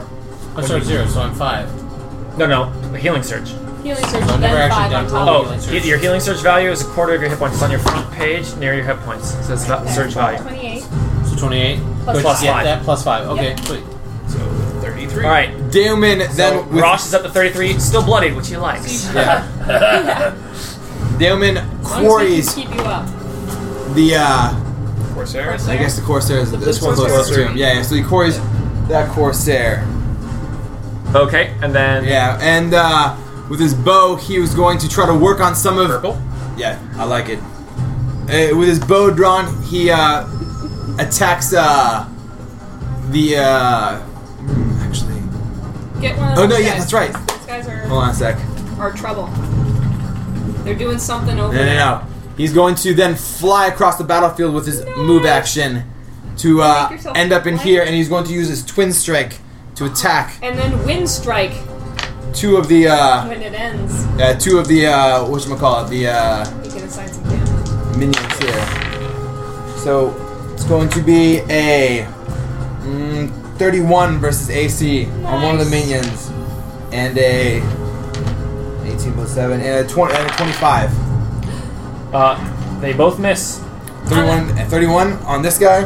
Speaker 7: I start at zero, so I'm five.
Speaker 2: No, no, the healing surge.
Speaker 3: healing surge.
Speaker 7: I've
Speaker 3: and
Speaker 7: never
Speaker 3: Then
Speaker 7: actually
Speaker 3: five on
Speaker 7: done
Speaker 3: top.
Speaker 7: roll.
Speaker 2: Oh,
Speaker 7: Healing surge.
Speaker 2: your healing surge value is a quarter of your hit points. It's on your front page near your hit points. It says va- surge Oh, value.
Speaker 3: Twenty-eight.
Speaker 7: So 28. Plus,
Speaker 2: Plus
Speaker 7: get
Speaker 2: five.
Speaker 7: that plus five. Okay,
Speaker 3: Yep.
Speaker 7: sweet.
Speaker 6: So 33.
Speaker 2: All right,
Speaker 5: Daemon then with
Speaker 2: Rosh is up to 33, still bloodied, which he
Speaker 3: <laughs>
Speaker 2: likes.
Speaker 5: <laughs> yeah.
Speaker 3: As long
Speaker 5: Daemon
Speaker 3: as we can
Speaker 5: quarries
Speaker 3: Keep you up.
Speaker 5: the uh,
Speaker 6: Corsair.
Speaker 5: I guess the Corsair is this
Speaker 6: one's
Speaker 5: one's closer
Speaker 6: closer.
Speaker 5: to him. Yeah, yeah, so he quarries that Corsair.
Speaker 2: Okay, and then
Speaker 5: Yeah, and uh, with his bow, he was going to try to work on some of.
Speaker 2: purple.
Speaker 5: Yeah, I like it. Uh, with his bow drawn, he uh, attacks uh, the. Uh, hmm, actually,
Speaker 3: Get one of
Speaker 5: oh
Speaker 3: those
Speaker 5: no, yeah,
Speaker 3: guys.
Speaker 5: that's right.
Speaker 3: These guys are,
Speaker 5: Hold on a sec.
Speaker 3: are trouble. They're doing something over
Speaker 5: No, no,
Speaker 3: there.
Speaker 5: no. He's going to then fly across the battlefield with his move action to
Speaker 3: Make
Speaker 5: uh,
Speaker 3: yourself
Speaker 5: end up in
Speaker 3: fly.
Speaker 5: here, and he's going to use his twin strike to attack
Speaker 3: And then wind strike
Speaker 5: two of the uh,
Speaker 3: when it ends.
Speaker 5: uh, two of the uh, whatchamacallit, the. Uh,
Speaker 3: You can assign some damage.
Speaker 5: minions here. So going to be a mm, 31 versus AC on one of the minions, and a 18 plus 7 and a 20 and a 25.
Speaker 2: Uh, they both miss.
Speaker 5: 31, and 31 on this guy.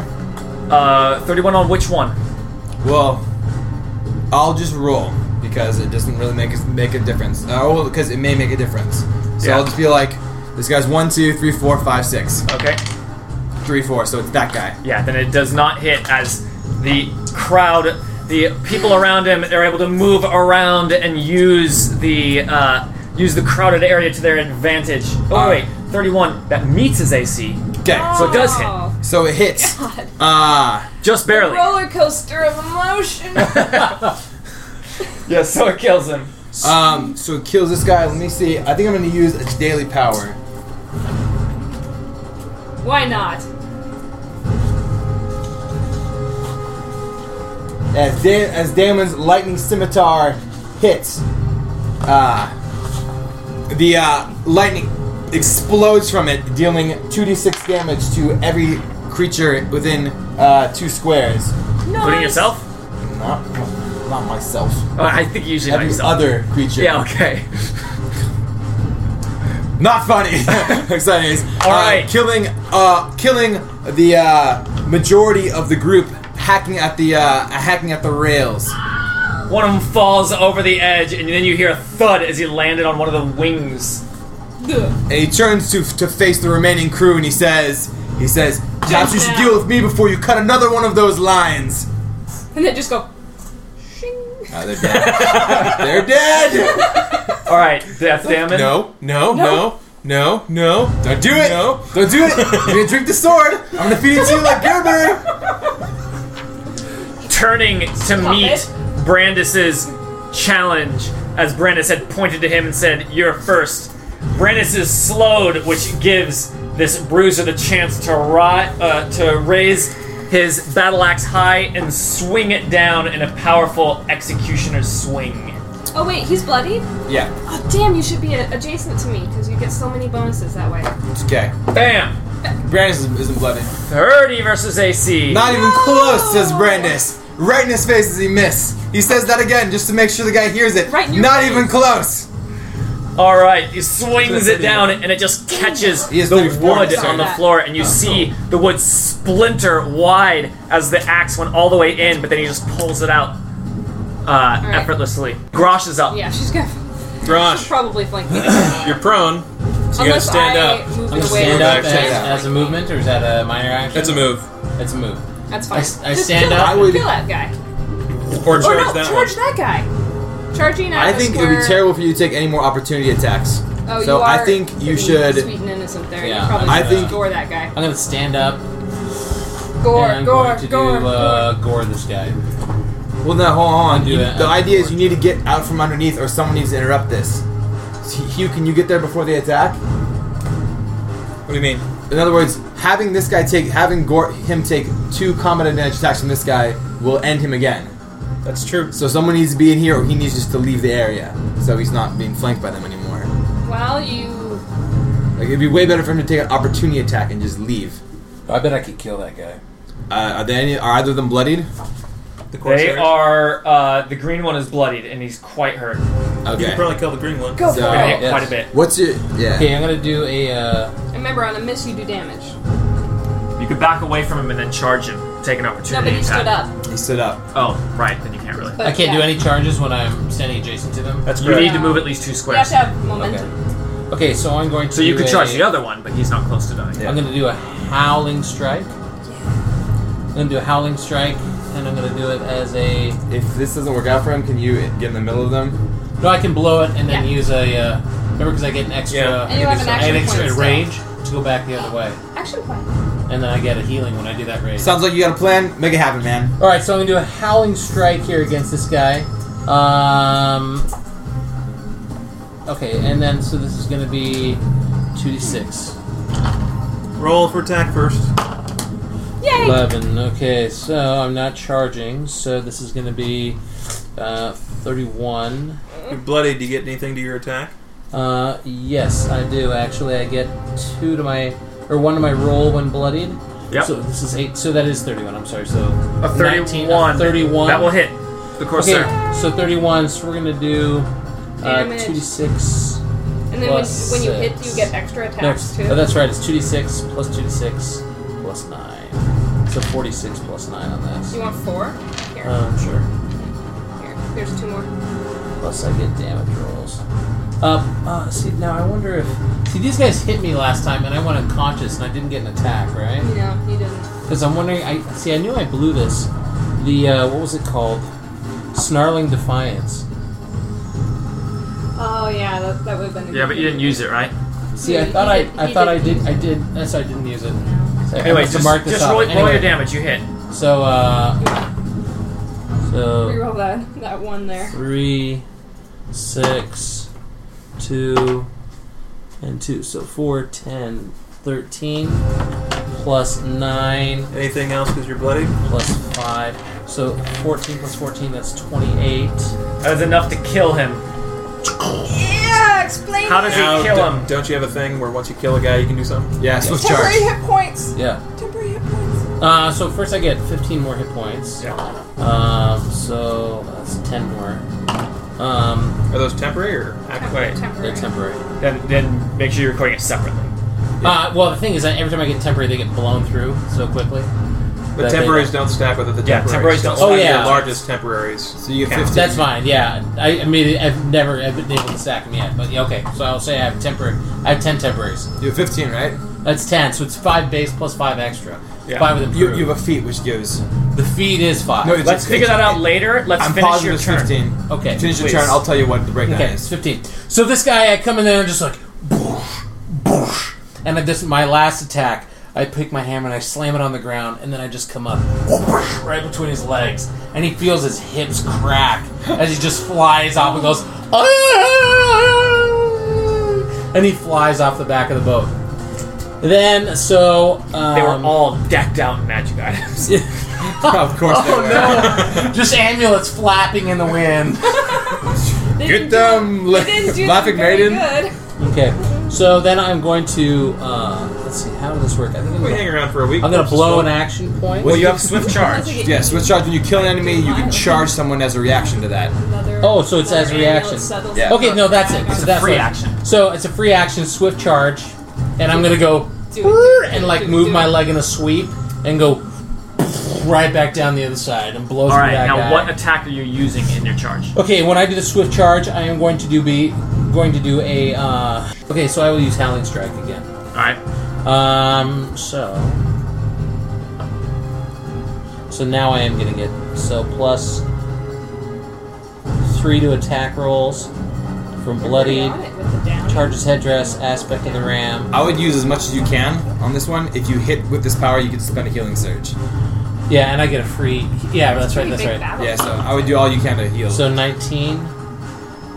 Speaker 2: Uh, 31 on which one?
Speaker 5: Well, I'll just roll because it doesn't really make us make a difference. Uh, well, because it may make a difference. So
Speaker 2: Yeah.
Speaker 5: I'll just be like, this guy's one, two, three, four, five, six,
Speaker 2: Okay.
Speaker 5: three, four. So it's that guy.
Speaker 2: Yeah, then it does not hit as the crowd, the people around him, they're able to move around and use the uh, use the crowded area to their advantage. Oh
Speaker 5: Uh,
Speaker 2: wait, 31 that meets his AC,
Speaker 5: Okay.
Speaker 2: so it does hit
Speaker 3: Oh,
Speaker 5: So it hits. Ah.
Speaker 2: just barely.
Speaker 3: roller coaster of emotion.
Speaker 2: Yeah, so it kills him.
Speaker 5: Um, so it kills this guy. Let me see. I think I'm going to use a daily power.
Speaker 3: Why not?
Speaker 5: As, da- as Damon's lightning scimitar hits, uh, the uh, lightning explodes from it, dealing 2d6 damage to every creature within uh, two squares.
Speaker 2: Including yourself?
Speaker 5: Not, not myself.
Speaker 2: Oh, I think you usually not
Speaker 5: Every
Speaker 2: yourself.
Speaker 5: other creature.
Speaker 2: Yeah, okay.
Speaker 5: Not funny. <laughs> Exciting.
Speaker 2: All right.
Speaker 5: killing, uh, killing the uh, majority of the group, hacking at the uh, hacking at the rails.
Speaker 2: One of them falls over the edge, and then you hear a thud as he landed on one of the wings.
Speaker 5: And he turns to to face the remaining crew, and he says, he says, "Perhaps you should deal with me before you cut another one of those lines."
Speaker 10: And then just go.
Speaker 5: Uh, they're <laughs> dead. they're dead.
Speaker 2: All right, death damage.
Speaker 5: No, no, no, no, no. Don't do it. No. Don't do it. You're gonna drink the sword. I'm gonna feed it to you like Gerber.
Speaker 2: turning to meet Brandis's challenge as Brandis had pointed to him and said, You're first. Brandis is slowed, which gives this bruiser the chance to, ri- uh, to raise his battle axe high and swing it down in a powerful executioner's swing.
Speaker 3: Oh wait, he's bloodied.
Speaker 5: Yeah.
Speaker 3: Oh damn, you should be a- adjacent to me because you get so many bonuses that way.
Speaker 5: Okay.
Speaker 2: Bam!
Speaker 5: Brandis isn't- isn't blooded.
Speaker 2: 30 versus AC.
Speaker 5: Not even close, says Brandis. Right in his face as he miss. He says that again just to make sure the guy hears it.
Speaker 3: Right in your
Speaker 5: Not
Speaker 3: face.
Speaker 5: even close.
Speaker 2: All right, he swings it down, and it just catches
Speaker 5: He is
Speaker 2: the
Speaker 5: 34,
Speaker 2: wood
Speaker 5: sorry.
Speaker 2: on the floor, and you see the wood splinter wide as the axe went all the way in, but then he just pulls it out uh, effortlessly. Grosh is up.
Speaker 10: Yeah, she's gonna
Speaker 3: <laughs>
Speaker 6: Throsh,
Speaker 10: probably flank me.
Speaker 6: you're prone, so you gotta
Speaker 10: Unless
Speaker 6: stand
Speaker 10: I
Speaker 6: up.
Speaker 10: move
Speaker 7: I'm
Speaker 10: it
Speaker 7: just
Speaker 10: away.
Speaker 7: stand
Speaker 5: Yeah,
Speaker 7: up
Speaker 5: yeah,
Speaker 7: as,
Speaker 5: yeah.
Speaker 7: as a movement, or is that a minor action?
Speaker 6: That's a move.
Speaker 7: That's a move.
Speaker 10: That's
Speaker 7: I,
Speaker 10: fine.
Speaker 7: s- I stand
Speaker 3: kill
Speaker 7: up.
Speaker 3: that,
Speaker 5: would-
Speaker 3: kill that guy.
Speaker 6: Or
Speaker 10: Oh,
Speaker 6: charge
Speaker 3: Or no,
Speaker 6: that
Speaker 3: charge
Speaker 6: one.
Speaker 3: that guy. Charging at
Speaker 5: I
Speaker 3: the
Speaker 5: think it
Speaker 3: square.
Speaker 5: would be terrible for you to take any more opportunity attacks.
Speaker 10: Oh,
Speaker 5: so
Speaker 10: you
Speaker 5: I
Speaker 10: are
Speaker 5: think you
Speaker 10: pretty
Speaker 5: should.
Speaker 10: Sweet and innocent there.
Speaker 7: Yeah,
Speaker 10: you probably
Speaker 5: I
Speaker 10: should
Speaker 5: think-
Speaker 10: gore that guy.
Speaker 7: I'm gonna stand up
Speaker 10: Gore,
Speaker 7: and I'm
Speaker 10: gore,
Speaker 7: going to
Speaker 10: gore.
Speaker 7: do uh, gore this guy.
Speaker 5: Well, no, hold on.
Speaker 7: Do
Speaker 5: You-
Speaker 7: that
Speaker 5: the
Speaker 7: after
Speaker 5: idea is
Speaker 7: work.
Speaker 5: you need to get out from underneath, or someone needs to interrupt this. So, Hugh, can you get there before they attack?
Speaker 6: What do you mean?
Speaker 5: In other words, having this guy take, having Gor- him take two combat advantage attacks from this guy will end him again.
Speaker 6: That's true.
Speaker 5: So someone needs to be in here, or he needs just to leave the area, so he's not being flanked by them anymore.
Speaker 10: Well, you.
Speaker 5: Like it'd be way better for him to take an opportunity attack and just leave.
Speaker 7: I bet I could kill that guy.
Speaker 5: Uh, are there any? Are either of them bloodied?
Speaker 6: The
Speaker 2: They
Speaker 6: Corsair.
Speaker 2: are. Uh, the green one is bloodied, and he's quite hurt.
Speaker 6: You
Speaker 5: Okay.
Speaker 6: can probably kill the green one.
Speaker 3: Go
Speaker 5: So-
Speaker 3: for
Speaker 2: Been
Speaker 3: it.
Speaker 2: hit
Speaker 7: yes.
Speaker 2: Quite a bit.
Speaker 5: What's your? Yeah.
Speaker 7: Okay, I'm gonna do a. Uh,
Speaker 10: Remember, on a miss, you do damage.
Speaker 2: You could back away from him and then charge him, take an
Speaker 10: No,
Speaker 2: opportunity.
Speaker 10: but he
Speaker 2: attack.
Speaker 10: stood up.
Speaker 5: He stood up.
Speaker 2: Oh, right. Then you can't really.
Speaker 10: But
Speaker 7: I can't
Speaker 10: yeah.
Speaker 7: do any charges when I'm standing adjacent to them.
Speaker 6: That's
Speaker 2: You
Speaker 6: great.
Speaker 2: need to move at least two
Speaker 10: You have
Speaker 2: squares.
Speaker 10: to have
Speaker 7: Okay.
Speaker 10: momentum.
Speaker 7: Okay, so I'm going to.
Speaker 2: So you could
Speaker 7: do
Speaker 2: charge
Speaker 7: a-
Speaker 2: the other one, but he's not close to dying.
Speaker 5: Yeah.
Speaker 7: I'm gonna do a howling strike. I'm gonna do a howling strike, and I'm gonna do it as a.
Speaker 5: If this doesn't work out for him, can you get in the middle of them?
Speaker 7: No, I can blow it and then
Speaker 10: Yeah.
Speaker 7: use a. Uh, remember, because I get an extra.
Speaker 6: Yeah.
Speaker 10: And you have an
Speaker 7: I get
Speaker 10: action
Speaker 7: extra
Speaker 10: point
Speaker 7: range to go back the other way,
Speaker 10: Action point.
Speaker 7: and then I get a healing when I do that range.
Speaker 5: Sounds like you got a plan. Make it happen, man.
Speaker 7: All right, so I'm gonna do a howling strike here against this guy. Um. Okay, and then so this is gonna be two d six.
Speaker 6: Roll for attack first.
Speaker 7: 11. Okay, so I'm not charging, so this is going to be uh, 31.
Speaker 6: You're bloodied. Do you get anything to your attack?
Speaker 7: Uh, yes, I do, actually. I get two to my, or one to my roll when bloodied,
Speaker 2: Yep.
Speaker 7: So this is eight. So that is thirty-one. I'm sorry. So
Speaker 2: A
Speaker 7: 19, a
Speaker 2: 31.
Speaker 7: 31.
Speaker 2: That will hit the
Speaker 7: Okay.
Speaker 2: Corsair.
Speaker 7: So thirty-one. So we're gonna do uh,
Speaker 3: Damage.
Speaker 7: two d six.
Speaker 3: And then when,
Speaker 7: Plus
Speaker 3: when you hit,
Speaker 7: six.
Speaker 3: you get extra attacks
Speaker 7: Next.
Speaker 3: too.
Speaker 7: Oh, that's right. It's two d six plus two d six plus nine. So forty-six plus nine on
Speaker 3: you
Speaker 7: that.
Speaker 3: want four? Here,
Speaker 7: Um, sure. Uh.
Speaker 3: here. Here's two more.
Speaker 7: Plus I get damage rolls. Uh, uh, see now I wonder if see these guys hit me last time and I went unconscious and I didn't get an attack, right?
Speaker 3: No, he didn't.
Speaker 7: Because I'm wondering. I see. I knew I blew this. The uh, what was it called? Snarling Defiance.
Speaker 3: Oh yeah, that, that would have been.
Speaker 2: Yeah, but you didn't use it, right?
Speaker 7: See, I
Speaker 3: You-
Speaker 7: thought
Speaker 3: you
Speaker 7: I,
Speaker 3: did-
Speaker 7: I
Speaker 3: you
Speaker 7: thought
Speaker 3: did-
Speaker 7: I did. I did. That's why I didn't use it. So I
Speaker 2: Anyway,
Speaker 7: must have
Speaker 2: just,
Speaker 7: marked this
Speaker 2: just
Speaker 7: off.
Speaker 2: roll, roll
Speaker 7: Anyway,
Speaker 2: your damage. You hit.
Speaker 7: So, uh, so
Speaker 3: Reroll that that one there.
Speaker 7: three, six, two, and two. So four, ten, thirteen, plus nine,
Speaker 6: Anything else because you're bloody?
Speaker 7: plus five. So fourteen plus fourteen. That's twenty-eight.
Speaker 2: That was enough to kill him.
Speaker 3: Yeah, explain.
Speaker 2: How does
Speaker 6: Now,
Speaker 2: he kill
Speaker 6: don't-
Speaker 2: him?
Speaker 6: Don't you have a thing where once you kill a guy, you can do something?
Speaker 5: Yeah, so it's
Speaker 3: temporary
Speaker 5: charged.
Speaker 3: hit points.
Speaker 7: Yeah.
Speaker 3: Temporary hit points.
Speaker 7: Uh, so first I get 15 more hit points.
Speaker 2: Yeah.
Speaker 7: Um, so that's 10 more. Um,
Speaker 6: Are those temporary or active?
Speaker 2: Wait.
Speaker 3: Temporary.
Speaker 7: they're temporary.
Speaker 2: Then, then make sure you're recording it separately.
Speaker 7: Uh, well, the thing is that every time I get temporary, they get blown through so quickly.
Speaker 6: The
Speaker 7: That they-
Speaker 6: temporaries don't stack with it. The
Speaker 2: Yeah, temporaries don't
Speaker 7: stack. Oh, yeah.
Speaker 6: The largest temporaries.
Speaker 5: So you get
Speaker 2: Count.
Speaker 5: 15.
Speaker 7: That's fine. Yeah. I, I mean, I've never I've been able to stack them yet, but yeah, okay. So I'll say I have temporary. I have 10 temporaries.
Speaker 5: You have 15, right?
Speaker 7: That's 10. So it's five base plus five extra.
Speaker 2: Yeah.
Speaker 7: Five with
Speaker 5: You,
Speaker 7: improved.
Speaker 5: you have a feat which gives.
Speaker 7: the feed is five.
Speaker 5: No, it's-
Speaker 2: Let's figure that out later. Let's
Speaker 5: I'm
Speaker 2: finish
Speaker 5: positive
Speaker 2: your
Speaker 5: it's
Speaker 2: turn.
Speaker 5: 15.
Speaker 7: okay.
Speaker 5: Finish your
Speaker 2: Please.
Speaker 5: turn. I'll tell you what the breakdown
Speaker 7: Okay, it's
Speaker 5: is. <laughs>
Speaker 7: 15. So this guy, I come in there and just like, boosh, boosh. And at this, my last attack, I pick my hammer and I slam it on the ground, and then I just come up, whoosh, right between his legs. And he feels his hips crack as he just flies off and goes, "Ah!" and he flies off the back of the boat. Then, so. Um,
Speaker 2: They were all decked out in magic items.
Speaker 5: of course.
Speaker 7: Oh no! <laughs> just amulets flapping in the wind.
Speaker 5: Get them, la-
Speaker 3: Didn't do
Speaker 5: <laughs> laughing
Speaker 3: very
Speaker 5: maiden.
Speaker 3: Good.
Speaker 7: Okay, so then I'm going to. Uh, let's see, how does this work? I think I'm
Speaker 6: We
Speaker 7: gonna-
Speaker 6: hang around for a week.
Speaker 7: I'm gonna
Speaker 6: Let's just
Speaker 7: blow
Speaker 6: go.
Speaker 7: an action point.
Speaker 5: Well, you have
Speaker 2: Swift charge.
Speaker 5: Yes, with charge, when you kill an enemy, you can charge someone as a reaction to that.
Speaker 3: Another-
Speaker 7: Oh, so it's as
Speaker 3: another amulet
Speaker 7: reaction.
Speaker 3: settles
Speaker 5: Yeah.
Speaker 3: the
Speaker 7: Okay, no, that's it.
Speaker 3: back
Speaker 7: So
Speaker 3: on-
Speaker 7: that's
Speaker 2: free
Speaker 7: what-
Speaker 2: action.
Speaker 7: So it's a free action, swift charge, and I'm gonna go
Speaker 3: Do it, do it,
Speaker 7: and
Speaker 3: do
Speaker 7: like
Speaker 3: it,
Speaker 7: move
Speaker 3: do
Speaker 7: my
Speaker 3: it.
Speaker 7: leg in a sweep and go right back down the other side and blow
Speaker 2: All
Speaker 7: through
Speaker 2: right.
Speaker 7: that
Speaker 2: Now,
Speaker 7: guy.
Speaker 2: what attack are you using in your charge?
Speaker 7: okay, when I do the swift charge, I am going to do be going to do a. Uh, okay, so I will use howling strike again.
Speaker 2: All right.
Speaker 7: Um, so. So now I am getting it. So plus three to attack rolls from bloodied,
Speaker 3: On it with the down.
Speaker 7: charges headdress, aspect of the ram.
Speaker 5: I would use as much as you can on this one. If you hit with this power, you can spend a healing surge.
Speaker 7: Yeah, and I get a free. Yeah, that's right,
Speaker 3: Pretty
Speaker 7: that's
Speaker 3: big
Speaker 7: right.
Speaker 3: battle.
Speaker 5: Yeah, so I would do all you can to heal.
Speaker 7: So 19. Um,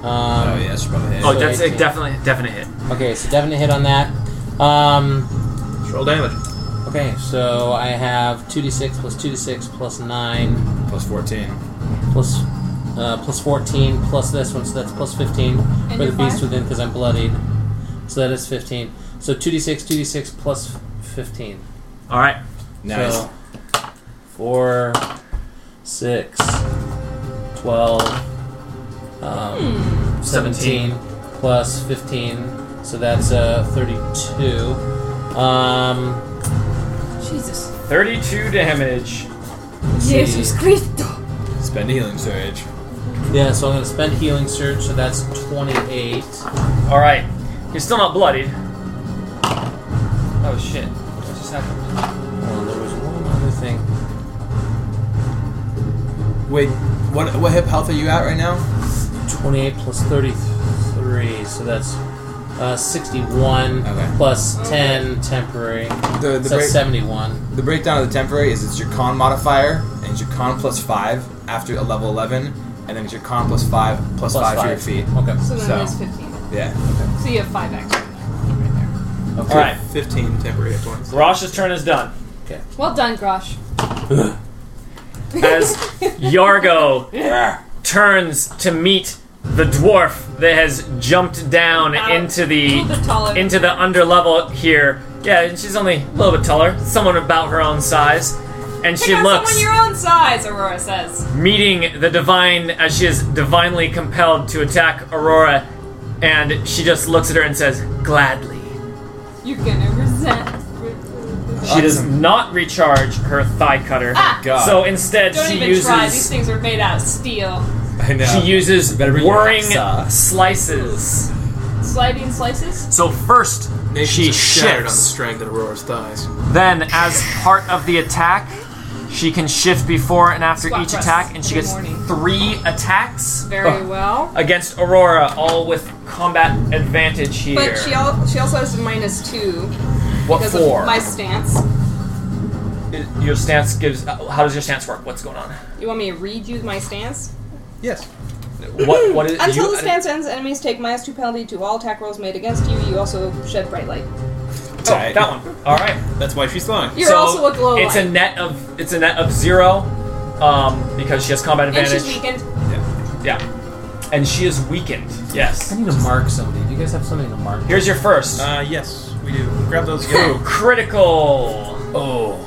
Speaker 5: oh yeah, that's probably hit.
Speaker 2: Oh,
Speaker 7: So
Speaker 2: that's a
Speaker 7: 18.
Speaker 2: definitely definite hit.
Speaker 7: Okay, so definite hit on that. Um,
Speaker 6: Just Roll damage.
Speaker 7: okay, so I have 2d6 plus 2d6 plus 9.
Speaker 5: Plus 14.
Speaker 7: plus uh, plus 14 plus this one so that's plus 15 for
Speaker 3: your
Speaker 7: the beast
Speaker 3: five?
Speaker 7: within because i'm bloodied so that is 15 so 2d6 2d6 plus 15
Speaker 2: All right.
Speaker 5: Nice.
Speaker 7: so 4 6 12 um,
Speaker 3: Hmm.
Speaker 7: 17 plus 15 so that's uh, 32 um,
Speaker 3: Jesus.
Speaker 2: Thirty-two damage.
Speaker 7: let's see.
Speaker 3: Jesus Christo.
Speaker 5: Spend a healing surge.
Speaker 7: yeah so i'm going to spend healing surge so that's 28
Speaker 2: All right. You're still not bloodied. Oh shit! What just happened?
Speaker 7: oh, there was one other thing
Speaker 5: Wait, what what hip health are you at right now?
Speaker 7: 28 plus 33, so that's uh, 61
Speaker 5: Okay.
Speaker 7: plus 10 temporary.
Speaker 5: The the,
Speaker 7: so that's
Speaker 5: break,
Speaker 7: 71.
Speaker 5: the breakdown of the temporary is it's your con modifier and it's your con plus five after a level eleven, and then it's your con plus five plus,
Speaker 7: Plus
Speaker 5: five, to your feet.
Speaker 7: Okay.
Speaker 3: So then
Speaker 5: So.
Speaker 3: that's fifteen.
Speaker 5: Yeah.
Speaker 3: So you have five extra.
Speaker 2: All right.
Speaker 6: 15 temporary hit points.
Speaker 2: Rosh's turn is done.
Speaker 3: Well done, Grosh.
Speaker 2: As Yargo turns to meet the dwarf that has jumped down
Speaker 3: Out.
Speaker 2: into
Speaker 3: A
Speaker 2: the
Speaker 3: little bit taller.
Speaker 2: into the underlevel here Yeah, and she's only a little bit taller, someone about her own size, and she
Speaker 12: Pick out
Speaker 2: looks
Speaker 12: someone your own size, Aurora says.
Speaker 2: meeting the divine as she is divinely compelled to attack Aurora, and she just looks at her and says, "Gladly."
Speaker 12: You're gonna resent.
Speaker 2: She does not recharge her thigh cutter,
Speaker 12: Ah!
Speaker 5: God.
Speaker 2: so instead
Speaker 12: Don't
Speaker 2: she
Speaker 12: even
Speaker 2: uses
Speaker 12: try. These things are made out of steel.
Speaker 5: I know.
Speaker 2: she uses
Speaker 5: Better bring
Speaker 2: whirring
Speaker 5: your axe. uh,
Speaker 2: slices.
Speaker 12: Sliding slices?
Speaker 2: So first she
Speaker 6: Nations are shattered on the
Speaker 2: shifts.
Speaker 6: strength of Aurora's thighs.
Speaker 2: Then, as part of the attack, she can shift before and after
Speaker 12: Squat
Speaker 2: each
Speaker 12: press
Speaker 2: attack, and she
Speaker 12: every
Speaker 2: gets
Speaker 12: morning.
Speaker 2: three attacks
Speaker 3: Very well.
Speaker 2: against Aurora, all with combat advantage here.
Speaker 3: But she, al- she also has a minus two
Speaker 2: what
Speaker 3: because
Speaker 2: for?
Speaker 3: of my stance.
Speaker 2: your stance gives. uh, How does your stance work? What's going on?
Speaker 3: You want me to read you my stance?
Speaker 6: Yes.
Speaker 2: What? What is? Uh,
Speaker 3: Until
Speaker 2: you,
Speaker 3: the stance ends, enemies take minus two penalty to all attack rolls made against you. You also shed bright light.
Speaker 2: Oh, that one. All right.
Speaker 6: That's why she's flying.
Speaker 3: You're
Speaker 2: So,
Speaker 3: also a glow
Speaker 2: It's a
Speaker 3: light.
Speaker 2: net of. It's a net of zero, um, because she has combat
Speaker 3: and she's
Speaker 2: advantage.
Speaker 3: weakened.
Speaker 2: yeah, and she is weakened. Yes.
Speaker 7: I need to mark somebody. Do you guys have something to mark?
Speaker 2: Here's your first.
Speaker 6: Uh, yes, we do. Grab those.
Speaker 2: Ooh,
Speaker 6: Go.
Speaker 2: critical.
Speaker 7: Oh,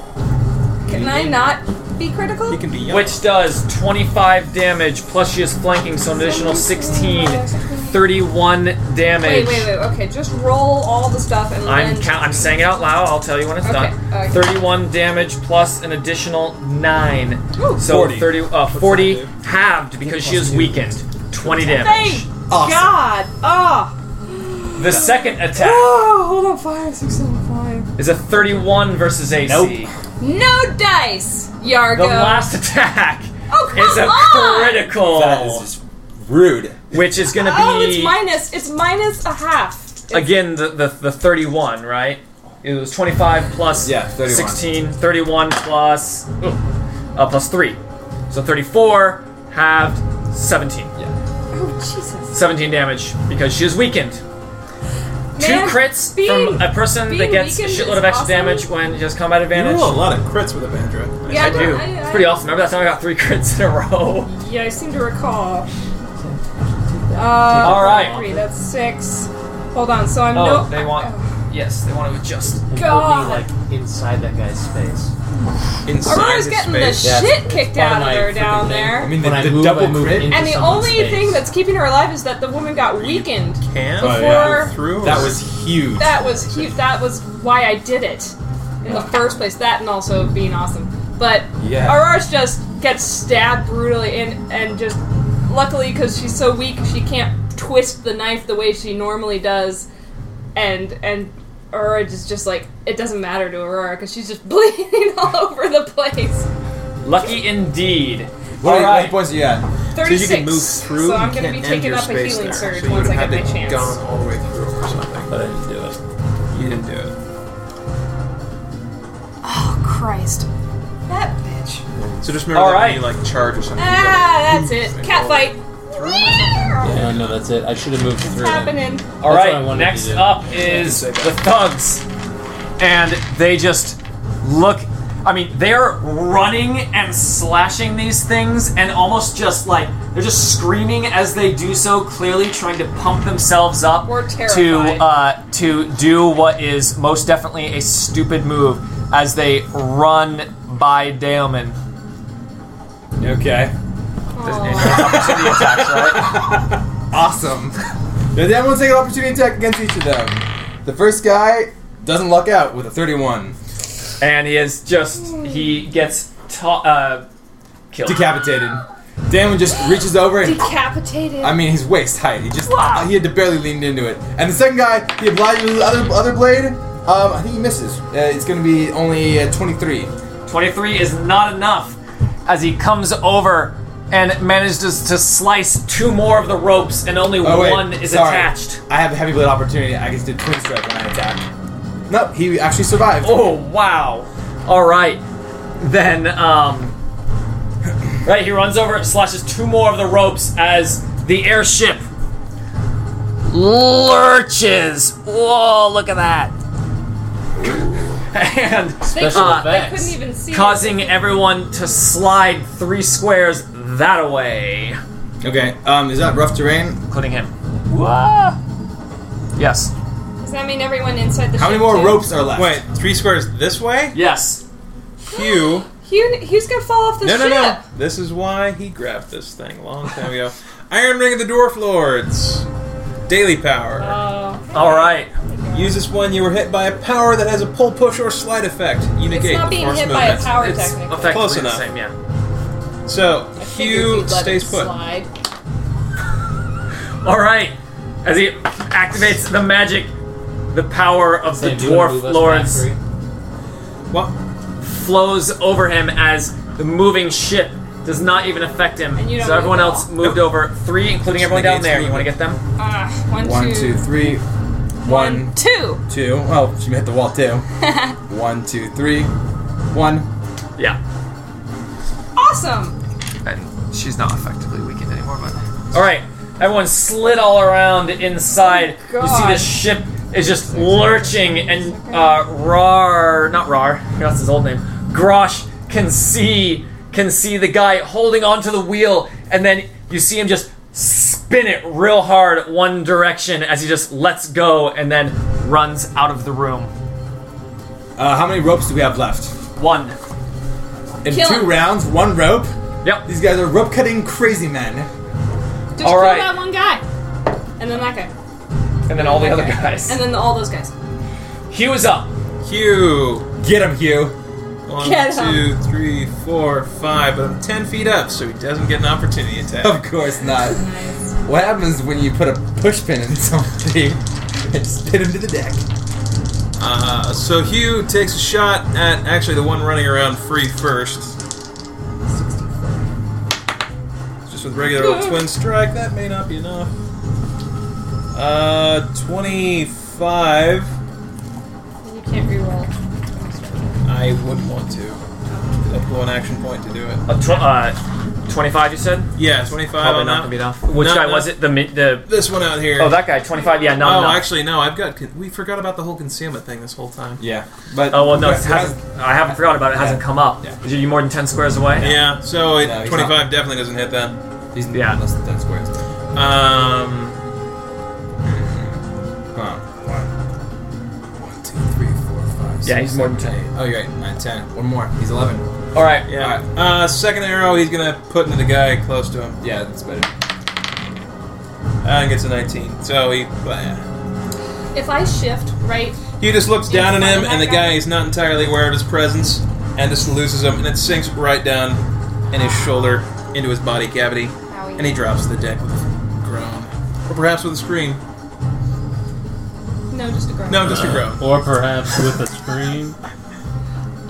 Speaker 3: Can I not be critical?
Speaker 6: He can be young.
Speaker 2: which does 25 damage plus she is flanking so an additional 16 31 damage
Speaker 3: Wait, wait, wait. Okay, just roll all the stuff and
Speaker 2: I'm
Speaker 3: then.
Speaker 2: count, I'm saying it out loud I'll tell you when it's
Speaker 3: Okay,
Speaker 2: done
Speaker 3: okay.
Speaker 2: 31 damage plus an additional 9 so
Speaker 5: 40.
Speaker 2: 30 uh, 40
Speaker 5: that,
Speaker 2: halved because she is weakened 20 damage
Speaker 3: Thank God! Oh!
Speaker 2: the second attack
Speaker 3: <gasps> Oh, hold on. Five, six, seven, five.
Speaker 2: is a 31 versus AC
Speaker 7: Nope.
Speaker 3: No dice, Yargo.
Speaker 2: the last <laughs> attack
Speaker 3: oh, come <laughs>
Speaker 2: is a
Speaker 3: on!
Speaker 2: critical
Speaker 5: That is just rude.
Speaker 2: which is gonna be
Speaker 3: Oh, it's minus. It's minus a half. It's-
Speaker 2: again the, the the 31 right it was 25 plus
Speaker 5: Yeah, 31.
Speaker 2: 16 31 plus ooh, uh, plus 3 so 34 halved 17
Speaker 3: Oh, Jesus.
Speaker 2: 17 damage because she is weakened
Speaker 3: Man,
Speaker 2: two crits
Speaker 3: being-
Speaker 2: from a person that
Speaker 3: being
Speaker 2: gets a
Speaker 3: weakened
Speaker 2: shitload
Speaker 3: is
Speaker 2: of extra
Speaker 3: awesome.
Speaker 2: damage when she has combat advantage
Speaker 6: roll a lot of crits with a Vandra.
Speaker 3: Yeah,
Speaker 2: I do.
Speaker 3: I,
Speaker 2: it's pretty awesome. Remember that time I got three <laughs> crits in a row?
Speaker 3: Yeah, I seem to recall. Uh,
Speaker 2: All right.
Speaker 3: Three, that's six. Hold on, so I'm
Speaker 2: Oh,
Speaker 3: no.
Speaker 2: they want. Yes, they want to adjust.
Speaker 7: and
Speaker 3: God.
Speaker 7: put me like inside that guy's face.
Speaker 6: Inside
Speaker 3: Aurora's
Speaker 6: his
Speaker 3: getting
Speaker 6: space.
Speaker 3: the
Speaker 7: Yeah,
Speaker 3: shit kicked
Speaker 7: part of
Speaker 3: out of
Speaker 7: my
Speaker 3: her
Speaker 7: freaking
Speaker 3: down
Speaker 7: thing.
Speaker 5: I
Speaker 3: there.
Speaker 5: mean, the,
Speaker 7: When I
Speaker 5: the
Speaker 7: move,
Speaker 5: double
Speaker 7: I move
Speaker 5: crit.
Speaker 7: into
Speaker 3: And the
Speaker 7: someone's
Speaker 3: only
Speaker 7: face.
Speaker 3: thing that's keeping her alive is that the woman got weakened.
Speaker 6: Can
Speaker 3: Oh,
Speaker 5: yeah.
Speaker 6: Go through.
Speaker 5: That
Speaker 6: or-
Speaker 5: was huge.
Speaker 3: That was huge. That was why I did it in the first place. That and also being awesome. But
Speaker 5: Yeah.
Speaker 3: Aurora's just gets stabbed brutally and and just luckily because she's so weak she can't twist the knife the way she normally does, and and Aurora is just like it doesn't matter to Aurora because she's just <laughs> bleeding all over the place.
Speaker 2: Lucky indeed.
Speaker 5: What,
Speaker 2: All
Speaker 5: what
Speaker 2: right.
Speaker 5: points you at?
Speaker 3: Thirty
Speaker 6: So you can
Speaker 3: six.
Speaker 6: move through.
Speaker 3: I'm gonna
Speaker 6: you can't
Speaker 3: be
Speaker 6: end
Speaker 3: taking
Speaker 6: your
Speaker 3: up a
Speaker 6: space
Speaker 3: healing
Speaker 6: there,
Speaker 3: surge
Speaker 6: so you
Speaker 3: once I get
Speaker 6: would've had
Speaker 3: my
Speaker 6: to
Speaker 3: chance.
Speaker 6: Gone all the way through or something.
Speaker 7: But I didn't do it.
Speaker 6: You didn't do it.
Speaker 3: Oh Christ, that bitch.
Speaker 6: So just remember
Speaker 2: All
Speaker 6: that
Speaker 2: right.
Speaker 6: when you like charge or something.
Speaker 3: Ah, that's it. Cat fight.
Speaker 7: Yeah, no, that's it. I should have moved through.
Speaker 3: It's happening.
Speaker 2: All
Speaker 7: That's what I
Speaker 2: right,
Speaker 7: wanted
Speaker 2: next
Speaker 7: to do.
Speaker 2: up is the thugs, and they just look. I mean, they're running and slashing these things, and almost just like they're just screaming as they do so, clearly trying to pump themselves up
Speaker 3: We're
Speaker 2: to
Speaker 3: terrified.
Speaker 2: uh, to do what is most definitely a stupid move as they run by Daleman.
Speaker 5: Okay.
Speaker 2: Opportunity attacks, right?
Speaker 5: Awesome. <laughs> Does anyone take an opportunity attack against each of them? The first guy doesn't luck out with a 31.
Speaker 2: And he is just he gets ta- uh, killed.
Speaker 5: Decapitated. Damon just reaches over and
Speaker 3: Decapitated.
Speaker 5: I mean, he's waist height. He just
Speaker 3: Wow.
Speaker 5: he had to barely leaned into it. And the second guy, he applied with his other other blade. Um, I think he misses. Uh, it's gonna be only uh, 23.
Speaker 2: 23 is not enough as he comes over and manages to, to slice two more of the ropes and only
Speaker 5: Oh
Speaker 2: one
Speaker 5: wait,
Speaker 2: is
Speaker 5: sorry.
Speaker 2: attached.
Speaker 5: I have a heavy blade opportunity. I just did twin strike when I attack. Nope, he actually survived.
Speaker 2: Oh, wow. All right. Then, um. Right, he runs over, slashes two more of the ropes as the airship lurches. Whoa, look at that. <laughs> and
Speaker 7: Special
Speaker 2: uh,
Speaker 3: I
Speaker 7: effects.
Speaker 3: couldn't even see.
Speaker 2: causing everyone to slide three squares that away.
Speaker 5: Okay, um, is that rough terrain?
Speaker 2: including him. Yes.
Speaker 3: Does that mean everyone inside the
Speaker 5: How many
Speaker 3: ship,
Speaker 5: more
Speaker 3: too?
Speaker 5: ropes are left?
Speaker 6: Wait, three squares this way?
Speaker 2: Yes.
Speaker 6: Hugh.
Speaker 3: Hugh, Hugh's gonna fall off the
Speaker 6: No,
Speaker 3: ship.
Speaker 6: no, no. This is why he grabbed this thing a long time ago. Iron Ring of the Dwarf Lords. Daily power.
Speaker 3: Oh,
Speaker 2: All right.
Speaker 6: Use this one. You were hit by a power that has a pull, push, or slide effect. You
Speaker 3: it's
Speaker 6: negate
Speaker 3: not
Speaker 6: the
Speaker 3: being
Speaker 6: force
Speaker 3: hit by
Speaker 6: movement.
Speaker 3: a power
Speaker 2: It's
Speaker 3: technically.
Speaker 2: effectively
Speaker 6: Close
Speaker 2: the
Speaker 6: enough.
Speaker 2: same. Yeah.
Speaker 6: So
Speaker 10: Figured
Speaker 6: Hugh
Speaker 10: you'd let
Speaker 6: stays
Speaker 10: it
Speaker 6: put.
Speaker 10: Slide.
Speaker 2: All right. As he activates the magic, the power of the
Speaker 7: Sam, do you wanna
Speaker 2: dwarf
Speaker 7: move us
Speaker 2: lords
Speaker 7: back three?
Speaker 6: Well,
Speaker 2: flows over him as the moving ship does not even affect him.
Speaker 3: you don't
Speaker 2: So everyone
Speaker 3: move at
Speaker 2: else moved over three, including
Speaker 6: Just
Speaker 2: everyone down
Speaker 6: negates
Speaker 2: there. You want to
Speaker 6: movement.
Speaker 2: get them?
Speaker 3: Ah, one,
Speaker 5: One, two,
Speaker 3: two,
Speaker 5: three. One,
Speaker 3: two.
Speaker 5: two. Oh, she hit the wall too. One, two, three. One.
Speaker 2: Yeah.
Speaker 3: Awesome.
Speaker 13: And she's not effectively weakened anymore, but
Speaker 2: All right. Everyone slid all around inside. you see
Speaker 3: God.
Speaker 2: this ship is just lurching, and uh, Rar, not Rar, that's his old name. Grosh can see can see the guy holding onto the wheel, and then you see him just spin it real hard one direction as he just lets go and then runs out of the room.
Speaker 5: Uh, how many ropes do we have left?
Speaker 2: One.
Speaker 5: In
Speaker 3: Kill
Speaker 5: two
Speaker 3: him.
Speaker 5: rounds, one rope.
Speaker 2: Yep.
Speaker 5: These guys are rope cutting crazy men.
Speaker 3: Just
Speaker 2: All
Speaker 3: kill
Speaker 2: right.
Speaker 3: that one guy, and then that guy,
Speaker 2: And then all the other
Speaker 3: Okay.
Speaker 2: guys.
Speaker 3: and then all those guys.
Speaker 2: Hugh is up.
Speaker 6: Hugh.
Speaker 5: Get him, Hugh.
Speaker 6: One,
Speaker 3: Get
Speaker 6: two,
Speaker 3: him.
Speaker 6: three, four, five. But I'm ten feet up, so he doesn't get an opportunity
Speaker 5: Of
Speaker 6: attack.
Speaker 5: course not. What happens when you put a push pin in <laughs> something and spin him to the deck?
Speaker 6: Uh, so Hugh takes a shot at actually the one running around free first. Just with regular old
Speaker 2: <laughs>
Speaker 6: twin strike, that may not be enough. Uh, 25.
Speaker 3: You can't reroll.
Speaker 6: I would want to. I'll pull an action point to do it.
Speaker 2: A tw- uh, 25, you said?
Speaker 6: Yeah, 25
Speaker 2: Probably
Speaker 6: on
Speaker 2: not
Speaker 6: that.
Speaker 2: gonna be enough. Which
Speaker 6: No,
Speaker 2: guy
Speaker 6: no.
Speaker 2: was it? The mi- the
Speaker 6: This one out here.
Speaker 2: oh that guy 25. Yeah, no,
Speaker 6: oh,
Speaker 2: no.
Speaker 6: actually, no. I've got. con- We forgot about the whole concealment thing this whole time.
Speaker 5: Yeah, but
Speaker 2: Oh well, no, it
Speaker 5: But-
Speaker 2: hasn't. I haven't forgotten about it. It hasn't
Speaker 5: Yeah.
Speaker 2: come up.
Speaker 5: Yeah.
Speaker 2: Is you more than ten squares away?
Speaker 6: Yeah. So it,
Speaker 5: No, he's
Speaker 6: 25
Speaker 5: not.
Speaker 6: definitely doesn't hit that.
Speaker 5: He's
Speaker 2: Yeah.
Speaker 5: less than ten squares.
Speaker 6: Um,
Speaker 5: Come on. One, one, two, three, four, five,
Speaker 2: Yeah,
Speaker 5: six,
Speaker 2: he's more than
Speaker 5: seven,
Speaker 2: ten.
Speaker 5: eight. Oh, you're right. Nine, ten. One more. He's eleven.
Speaker 2: All right.
Speaker 6: yeah. Uh, second arrow. He's gonna put into the guy close to him.
Speaker 5: Yeah, that's better.
Speaker 6: Uh, and gets a 19. So he. but, yeah.
Speaker 3: If I shift right,
Speaker 6: He just looks down at
Speaker 3: Yeah,
Speaker 6: him,
Speaker 3: that
Speaker 6: and the
Speaker 3: guy.
Speaker 6: guy is not entirely aware of his presence, and just loses him, and it sinks right down in his shoulder into his body cavity, and he drops to the deck with a groan, or perhaps with a scream.
Speaker 3: no, just a girl.
Speaker 6: No, just a groan.
Speaker 7: Or perhaps with
Speaker 2: <laughs>
Speaker 7: a scream.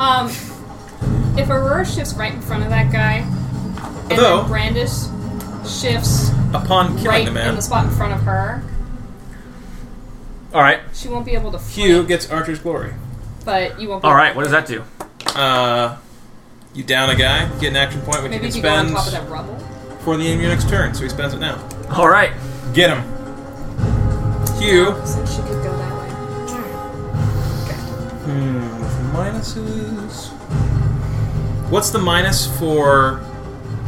Speaker 3: Um, if Aurora shifts right in front of that guy, and
Speaker 6: Although-
Speaker 3: then Brandish shifts
Speaker 6: Upon killing
Speaker 3: right
Speaker 6: the man,
Speaker 3: in the spot in front of her,
Speaker 2: All right.
Speaker 3: she won't be able to.
Speaker 6: Hugh
Speaker 3: Flip,
Speaker 6: gets Archer's glory.
Speaker 3: but you won't. Be
Speaker 2: All
Speaker 3: able
Speaker 2: right.
Speaker 3: to
Speaker 2: What does that do?
Speaker 6: Uh, you down a guy, get an action point, which
Speaker 3: Maybe
Speaker 6: you
Speaker 3: if
Speaker 6: can
Speaker 3: you go on
Speaker 6: spend
Speaker 3: top of that rubble.
Speaker 6: for the end of your next turn. So he spends it now.
Speaker 2: All right.
Speaker 5: Get him.
Speaker 6: Hugh.
Speaker 3: So she could go that
Speaker 6: Hmm. Minuses. What's the minus for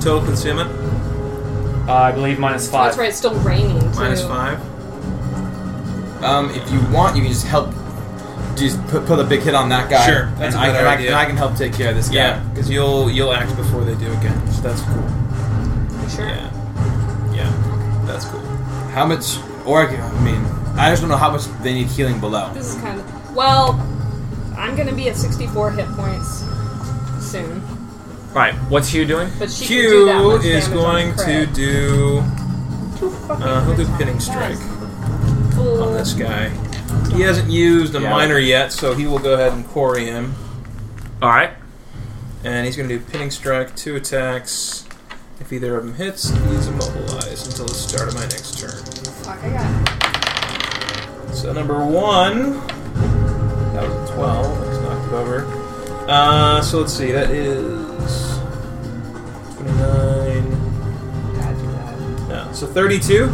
Speaker 6: total concealment?
Speaker 2: Uh, I believe minus
Speaker 3: way.
Speaker 2: five.
Speaker 3: That's right. It's still raining. Too.
Speaker 6: Minus five.
Speaker 5: Um, if you want, you can just help. Just put, put a big hit on that guy.
Speaker 6: Sure, that's
Speaker 5: and
Speaker 6: a
Speaker 5: I,
Speaker 6: better
Speaker 5: and I-
Speaker 6: idea.
Speaker 5: and I can help take care of this guy.
Speaker 6: Yeah, because you'll you'll act before they do again. So that's cool.
Speaker 3: Sure.
Speaker 6: Yeah. Yeah. That's cool.
Speaker 5: How much? Or I can- I mean, I just don't know how much they need healing below.
Speaker 3: This is kind of well. I'm gonna be at 64 hit points soon,
Speaker 2: All right. What's Hugh doing?
Speaker 3: but she can do that
Speaker 6: Q
Speaker 3: much
Speaker 6: is
Speaker 3: damage on
Speaker 6: going to
Speaker 3: crit.
Speaker 6: do.
Speaker 3: Two fucking
Speaker 6: Uh, he'll do
Speaker 3: crits on
Speaker 6: pinning
Speaker 3: that.
Speaker 6: strike
Speaker 3: Full-
Speaker 6: on this guy. He hasn't used a
Speaker 5: Yeah.
Speaker 6: miner yet, so he will go ahead and quarry him.
Speaker 2: All right.
Speaker 6: And he's going to do pinning strike, two attacks. If either of them hits, he's immobilized until the start of my next turn.
Speaker 3: Fuck, I got
Speaker 6: So number one, that was a twelve. I just knocked it over. Uh, so let's see. That is twenty-nine. No, so thirty-two.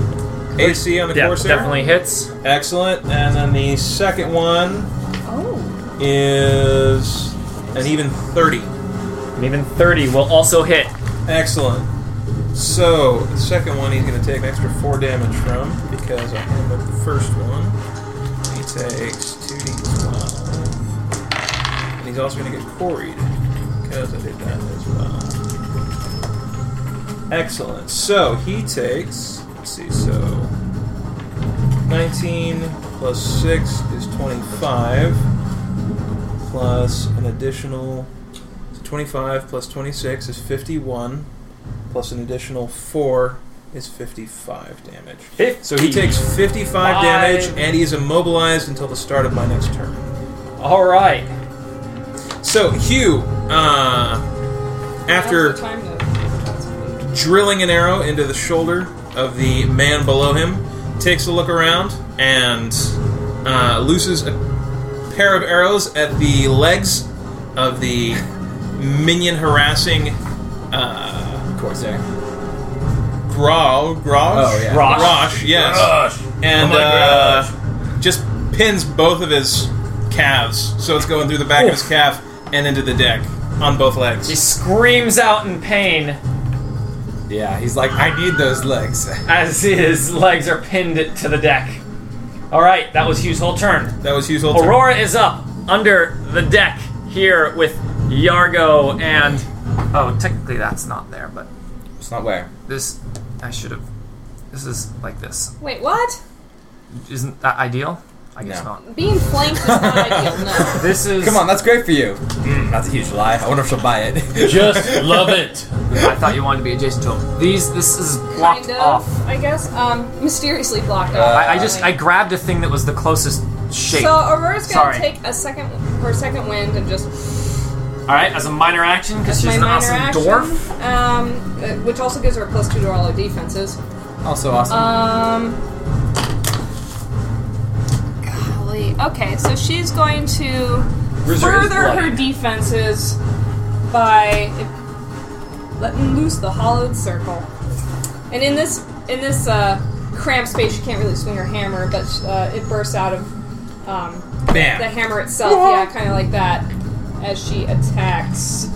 Speaker 6: AC on the
Speaker 2: Yeah,
Speaker 6: Corsair.
Speaker 2: definitely hits.
Speaker 6: Excellent. And then the second one
Speaker 3: Oh,
Speaker 6: is an even thirty.
Speaker 2: And even thirty will also hit.
Speaker 6: Excellent. So, the second one he's going to take an extra 4 damage from because I hammered the first one. It's takes 2d12. And he's also going to get quarried, because I did that as well. Excellent. So he takes, let's see, so 19 plus 6 is 25, plus an additional, so 25 plus 26 is 51, plus an additional 4 is 55 damage. So he takes 55 damage,
Speaker 2: Five.
Speaker 6: and he is immobilized until the start of my next turn.
Speaker 2: All right.
Speaker 6: So Hugh, uh, after
Speaker 10: Now's the time to-
Speaker 6: drilling an arrow into the shoulder of the man below him, takes a look around and uh, looses a pair of arrows at the legs of the minion harassing uh,
Speaker 5: Corsair.
Speaker 6: Grog. Grosh?
Speaker 5: Oh, yeah.
Speaker 2: Grosh.
Speaker 6: Grosh, yes. And
Speaker 7: Oh my
Speaker 6: uh, just pins both of his calves. So it's going through the back of his
Speaker 2: Oof.
Speaker 6: calf and into the deck on both legs.
Speaker 2: She screams out in pain
Speaker 5: Yeah, he's like, I need those legs. <laughs>
Speaker 2: as his legs are pinned to the deck. All right, that was Hugh's whole turn.
Speaker 6: That was Hugh's whole turn.
Speaker 2: Aurora is up under the deck here with Yargo and.
Speaker 13: Oh, technically that's not there, but
Speaker 5: It's not where.
Speaker 13: this I should have. This is like this.
Speaker 3: Wait, what?
Speaker 13: Isn't that ideal? I guess
Speaker 5: No.
Speaker 13: not.
Speaker 3: Being flanked is not
Speaker 6: <laughs>
Speaker 3: ideal.
Speaker 5: <laughs>
Speaker 3: No.
Speaker 2: This is.
Speaker 5: Come on, that's great for you. Mm, that's a huge lie. I wonder if she'll buy it. <laughs>
Speaker 7: Just love it.
Speaker 13: I thought you wanted to be adjacent to him. These, this is blocked
Speaker 3: Kind of,
Speaker 13: off. Uh,
Speaker 3: I guess. Um, mysteriously blocked off.
Speaker 13: I, I just, I grabbed a thing that was the closest shape.
Speaker 3: So Aurora's gonna
Speaker 13: Sorry.
Speaker 3: take a second her second wind and just
Speaker 2: All right, as a minor action because she's
Speaker 3: my
Speaker 2: an
Speaker 3: minor
Speaker 2: awesome
Speaker 3: action,
Speaker 2: dwarf.
Speaker 3: um, uh, which also gives her a plus two to all her defenses.
Speaker 5: also awesome.
Speaker 3: Um, golly. Okay, so she's going to
Speaker 2: Reserve is
Speaker 3: further
Speaker 2: bloody.
Speaker 3: her defenses by letting loose the hollowed circle. And in this in this uh, cramped space, she can't really swing her hammer, but uh, it bursts out of um, the
Speaker 6: Bam.
Speaker 3: hammer itself, yeah, kind of like that, as she attacks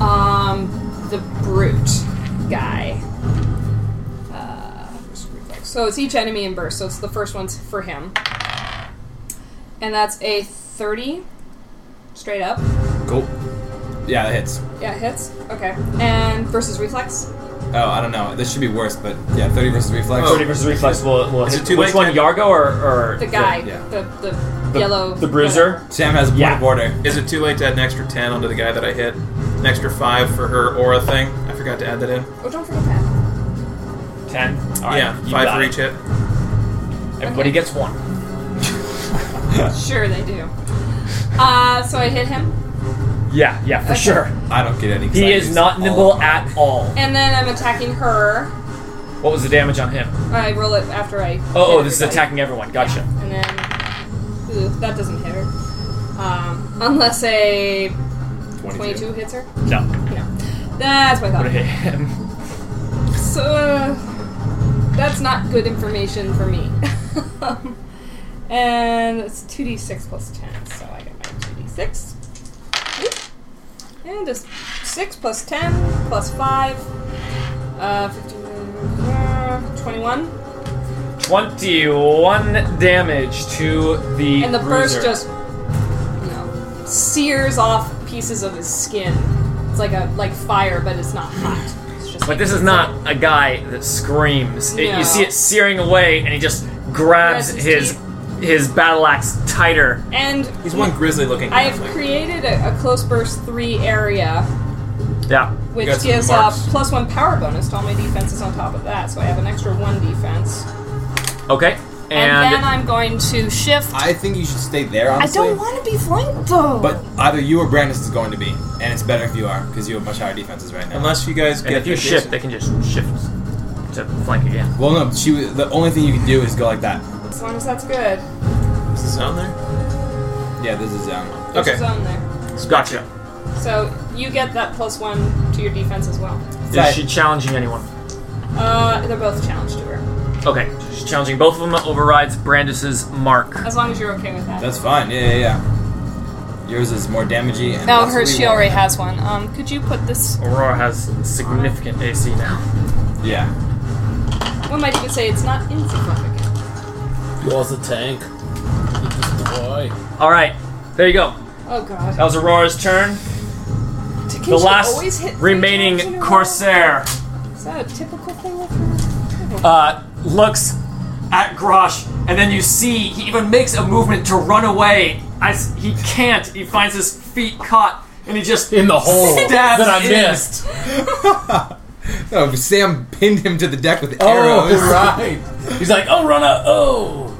Speaker 3: um, the brute guy. Uh, so it's each enemy in burst, so it's the first one's for him. And that's a 30 straight up.
Speaker 5: cool. Yeah, that hits.
Speaker 3: Yeah, it hits. Okay. And versus reflex.
Speaker 5: Oh, I don't know. This should be worse, but yeah, 30 versus reflex.
Speaker 2: 30 versus reflex will, will
Speaker 6: Is it
Speaker 2: hit.
Speaker 6: too
Speaker 2: Which
Speaker 6: late
Speaker 2: one,
Speaker 6: to-
Speaker 2: Yargo or. or
Speaker 3: The guy,
Speaker 5: yeah.
Speaker 3: the, the,
Speaker 2: the-
Speaker 3: yellow.
Speaker 2: The bruiser?
Speaker 5: Sam has one
Speaker 2: Yeah.
Speaker 5: of order.
Speaker 6: Is it too late to add an extra 10 onto the guy that I hit? An extra 5 for her aura thing? I forgot to add that in.
Speaker 3: Oh, don't forget that.
Speaker 2: 10. All right,
Speaker 6: yeah,
Speaker 2: you
Speaker 6: 5
Speaker 2: got
Speaker 6: for
Speaker 2: it.
Speaker 6: each hit.
Speaker 2: Everybody gets one.
Speaker 3: Sure, they do. Uh, so I hit him.
Speaker 2: Yeah, yeah, for
Speaker 3: Okay.
Speaker 2: sure.
Speaker 5: I don't get any. 'cause I
Speaker 2: He is
Speaker 5: use
Speaker 2: not
Speaker 5: all
Speaker 2: nimble
Speaker 5: of mine.
Speaker 2: at all.
Speaker 3: And then I'm attacking her.
Speaker 2: What was the damage on him?
Speaker 3: I roll it after I.
Speaker 2: Oh, oh,
Speaker 3: hit
Speaker 2: this is
Speaker 3: everybody.
Speaker 2: attacking everyone. Gotcha.
Speaker 3: Yeah, And then. Ooh, that doesn't hit her. Um, unless a
Speaker 5: 22.
Speaker 3: 22 hits her.
Speaker 2: No,
Speaker 3: No. That's what I
Speaker 2: would have
Speaker 3: thought.
Speaker 2: hit him.
Speaker 3: So, uh, that's not good information for me. <laughs> and it's 2d6 plus 10, so I get my 2d6. Oop. And it's 6 plus 10 plus 5. Uh, 15, uh, 21.
Speaker 2: 21 damage to the
Speaker 3: And the
Speaker 2: bruiser.
Speaker 3: burst just, you know, sears off pieces of his skin. It's like a like fire, but it's not hot. It's just.
Speaker 2: But this is not a guy that screams. It,
Speaker 3: No.
Speaker 2: you see it searing away, and he just grabs
Speaker 3: Grabs his
Speaker 2: his his battle axe tighter.
Speaker 3: And
Speaker 6: He's one grizzly looking
Speaker 3: I have
Speaker 6: halfling.
Speaker 3: created a, a close burst three area,
Speaker 2: Yeah.
Speaker 3: which
Speaker 6: You got some
Speaker 3: gives a
Speaker 6: marks.
Speaker 3: plus one power bonus to all my defenses on top of that, so I have an extra one defense.
Speaker 2: Okay. And,
Speaker 3: And, then I'm going to shift.
Speaker 5: I think you should stay there,
Speaker 3: I
Speaker 5: honestly.
Speaker 3: don't want to be flanked though.
Speaker 5: But either you or Brandis is going to be, and it's better if you are because you have much higher defenses right now.
Speaker 6: Unless you guys
Speaker 2: and
Speaker 6: get
Speaker 2: if you shift, they can
Speaker 6: adjacent-
Speaker 2: just shift to flank again.
Speaker 5: well, no, she. was- The only thing you can do is go like that.
Speaker 3: as long as that's good,
Speaker 6: Is the zone there?
Speaker 5: Yeah, this is um, down.
Speaker 3: there's
Speaker 6: Okay.
Speaker 3: a zone there.
Speaker 2: Gotcha.
Speaker 3: So you get that plus one to your defense as well.
Speaker 2: Is she challenging anyone?
Speaker 3: Uh, they're both challenged to her.
Speaker 2: Okay. She's challenging both of them. Overrides Brandis's mark.
Speaker 3: As long as you're okay with that.
Speaker 5: That's fine. Yeah, yeah, yeah. Yours is more damagey. And
Speaker 3: no,
Speaker 5: less
Speaker 3: Oh, her she
Speaker 5: reward.
Speaker 3: already has one. Um, could you put this?
Speaker 2: Aurora has significant AC now.
Speaker 5: Yeah.
Speaker 3: One might even say it's not insignificant.
Speaker 7: You also tank. You boy.
Speaker 2: All right, there you go.
Speaker 3: Oh god.
Speaker 2: That was Aurora's turn.
Speaker 3: Can
Speaker 2: The
Speaker 3: she
Speaker 2: last
Speaker 3: always hit three times in a
Speaker 2: remaining
Speaker 3: row?
Speaker 2: corsair
Speaker 3: Is that a typical thing with her?
Speaker 2: uh, looks at Grosh, and then you see he even makes a movement to run away. As he can't, he finds his feet caught, and he just
Speaker 7: In the hole <laughs>
Speaker 2: stabs
Speaker 7: that I
Speaker 2: in.
Speaker 7: missed.
Speaker 5: No, Sam pinned him to the deck with arrows.
Speaker 7: Oh, right. He's like, oh, run up. Oh.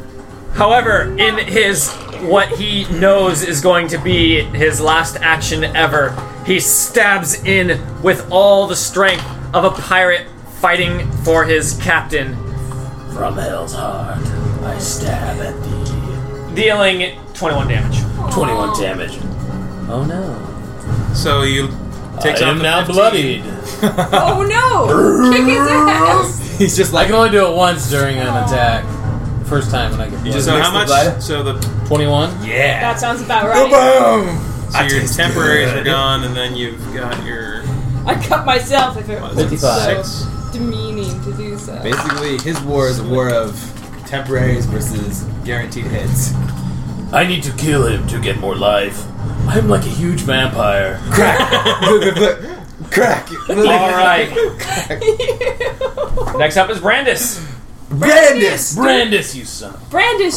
Speaker 2: However, in his what he knows is going to be his last action ever, he stabs in with all the strength of a pirate fighting for his captain,
Speaker 7: From hell's heart, I stab at thee.
Speaker 2: dealing 21 damage.
Speaker 7: Uh,
Speaker 3: Oh.
Speaker 7: 21 damage. Oh, no.
Speaker 6: So you takes
Speaker 7: I
Speaker 6: off
Speaker 7: am
Speaker 6: the
Speaker 7: now
Speaker 6: 15. <laughs>
Speaker 7: bloodied.
Speaker 3: Oh no! Kick his ass!
Speaker 5: He's just
Speaker 7: I
Speaker 5: like
Speaker 7: can only do it once during an attack. First time when I get bloodied.
Speaker 5: just-
Speaker 6: So
Speaker 5: Mix
Speaker 6: how
Speaker 5: the
Speaker 6: much?
Speaker 5: blood.
Speaker 6: so the
Speaker 7: Twenty-one.
Speaker 5: yeah.
Speaker 3: That sounds about right.
Speaker 5: Boom.
Speaker 6: so your temporaries are gone, and then you've got your
Speaker 3: I cut myself if it was
Speaker 7: Fifty-five.
Speaker 3: so demeaning to do so. <laughs>
Speaker 5: Basically, his war is a war of temporaries versus guaranteed hits.
Speaker 7: I need to kill him to get more life. I'm like a huge vampire.
Speaker 5: <laughs> Crack. Crack.
Speaker 2: All right. Next up is Brandis.
Speaker 5: Brandis.
Speaker 7: Brandis, you son.
Speaker 3: Brandish!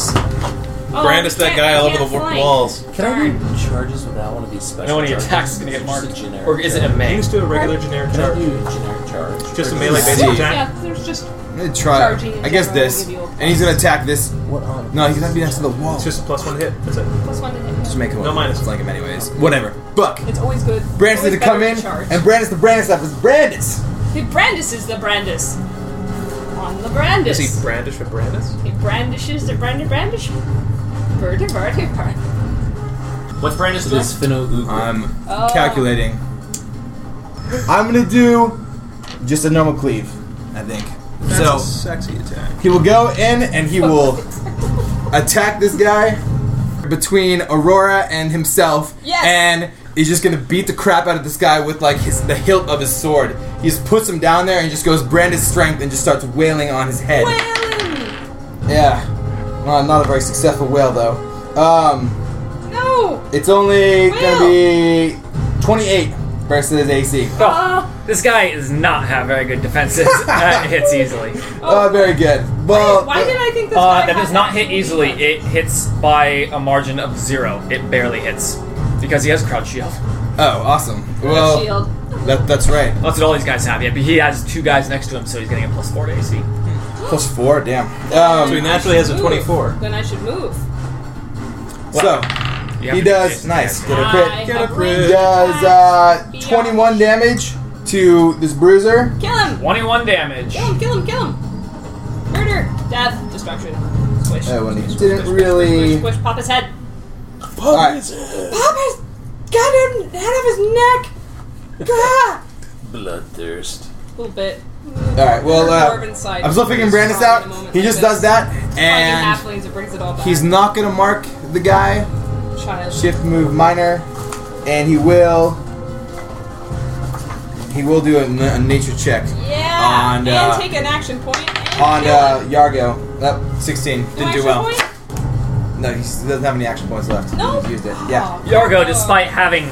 Speaker 3: Oh,
Speaker 6: Brandis
Speaker 3: you
Speaker 6: that
Speaker 3: can't-
Speaker 6: guy all
Speaker 3: you
Speaker 6: over the
Speaker 3: can't
Speaker 6: wa-
Speaker 3: flank.
Speaker 6: walls.
Speaker 7: Can I do charges without one of these special?
Speaker 2: No one he
Speaker 7: charges?
Speaker 2: attacks is going to get
Speaker 7: It's
Speaker 2: marked.
Speaker 7: just a generic
Speaker 2: Or is it a
Speaker 7: charge.
Speaker 6: Can you
Speaker 2: main?
Speaker 6: just do a regular generic
Speaker 7: Can I do
Speaker 6: charge?
Speaker 7: generic charge?
Speaker 6: Just a
Speaker 7: Or
Speaker 6: melee
Speaker 7: does-
Speaker 6: basic attack.
Speaker 3: Yeah, there's just
Speaker 5: I'm gonna try.
Speaker 3: Charging in
Speaker 5: I guess
Speaker 3: general will
Speaker 5: this,
Speaker 3: give you a
Speaker 5: and he's gonna attack this.
Speaker 7: What on?
Speaker 5: No, he's gonna be next to the wall.
Speaker 6: It's just a plus one hit. That's it.
Speaker 3: plus one to hit.
Speaker 5: Just make him
Speaker 6: No minus.
Speaker 5: It's like him anyways. Whatever. Buck.
Speaker 3: It's always good.
Speaker 5: Brandis
Speaker 3: always
Speaker 5: needs to come
Speaker 3: better
Speaker 5: in,
Speaker 3: to charge.
Speaker 5: and Brandis the Brandis stuff is Brandis.
Speaker 3: He brandishes the Brandis. On the Brandis.
Speaker 6: Is he brandish with Brandis?
Speaker 3: He brandishes the Brandis brandish. Verder, verder, verder.
Speaker 2: What's Brandis
Speaker 7: It is
Speaker 2: doing?
Speaker 7: Finno Ugra.
Speaker 5: I'm
Speaker 3: Oh.
Speaker 5: calculating.
Speaker 11: I'm gonna do just a normal cleave, I think.
Speaker 6: That's a
Speaker 5: So
Speaker 6: sexy attack.
Speaker 11: He will go in and he will.
Speaker 5: attack this guy between Aurora and himself,
Speaker 3: Yes.
Speaker 5: and he's just gonna beat the crap out of this guy with like his the hilt of his sword. He just puts him down there and just goes Brandis strength and just starts wailing on his head.
Speaker 3: Wailing!
Speaker 5: Yeah, well, not a very successful wail though. Um,
Speaker 3: No!
Speaker 5: it's only
Speaker 3: Wail.
Speaker 5: gonna be 28 versus AC.
Speaker 3: Uh,
Speaker 2: Oh, this guy does not have very good defenses. <laughs> That hits easily.
Speaker 5: Oh, very good. Well,
Speaker 3: Why did I think this
Speaker 2: Uh,
Speaker 3: guy
Speaker 2: that
Speaker 3: had
Speaker 2: does not hit
Speaker 3: actually
Speaker 2: easily.
Speaker 3: one?
Speaker 2: It hits by a margin of zero. It barely hits because he has crowd shield.
Speaker 5: Oh, awesome. Well,
Speaker 3: shield.
Speaker 5: that, that's right.
Speaker 2: That's what all these guys have. Yeah, but he has two guys next to him, so he's getting a plus four to AC.
Speaker 5: Plus four. Damn.
Speaker 6: So he
Speaker 5: Um,
Speaker 6: naturally has a
Speaker 3: Move.
Speaker 6: 24.
Speaker 3: Then I should move.
Speaker 2: You
Speaker 5: so
Speaker 2: have
Speaker 5: he
Speaker 2: to-
Speaker 5: does. Nice. Get a crit.
Speaker 3: I
Speaker 6: Get a
Speaker 3: have
Speaker 6: crit.
Speaker 3: reached
Speaker 5: does
Speaker 3: my
Speaker 5: uh,
Speaker 3: beyond.
Speaker 5: 21 damage to this bruiser.
Speaker 3: Kill him!
Speaker 2: Twenty-one damage.
Speaker 3: Kill him! Kill him! Kill him! Murder! Death! Destruction! Squish!
Speaker 5: Oh, well, he
Speaker 3: Squish,
Speaker 5: didn't
Speaker 3: squish, Squish,
Speaker 5: really.
Speaker 3: squish, pop his head! Pop
Speaker 5: Alright,
Speaker 3: his goddamn head off his neck! <laughs> Ah!
Speaker 7: Bloodthirst.
Speaker 3: A little bit.
Speaker 5: alright, well, uh,
Speaker 3: Dwarven side.
Speaker 5: I'm still figuring Brandis out. He just does that, and
Speaker 3: Fucking halflings, it brings it all back.
Speaker 5: he's not gonna mark the guy.
Speaker 3: child.
Speaker 5: Shift move minor, and he will. He will do a, na- a nature check
Speaker 3: Yeah.
Speaker 5: On,
Speaker 3: and
Speaker 5: uh,
Speaker 3: take an action point. And
Speaker 5: on
Speaker 3: kill
Speaker 5: uh,
Speaker 3: him.
Speaker 5: Yargo. Oh, 16.
Speaker 3: No
Speaker 5: Didn't do
Speaker 3: action
Speaker 5: well.
Speaker 3: Point?
Speaker 5: No, he s- doesn't have any action points left.
Speaker 3: No.
Speaker 5: He's used it. Yeah.
Speaker 3: Oh,
Speaker 2: Yargo,
Speaker 3: God.
Speaker 2: despite having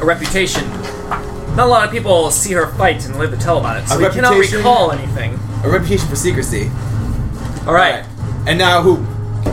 Speaker 2: a reputation, not a lot of people see her fight and live to tell about it, so
Speaker 5: A
Speaker 2: we cannot
Speaker 5: reputation?
Speaker 2: recall anything.
Speaker 5: A reputation for secrecy.
Speaker 2: All right.
Speaker 5: And now who?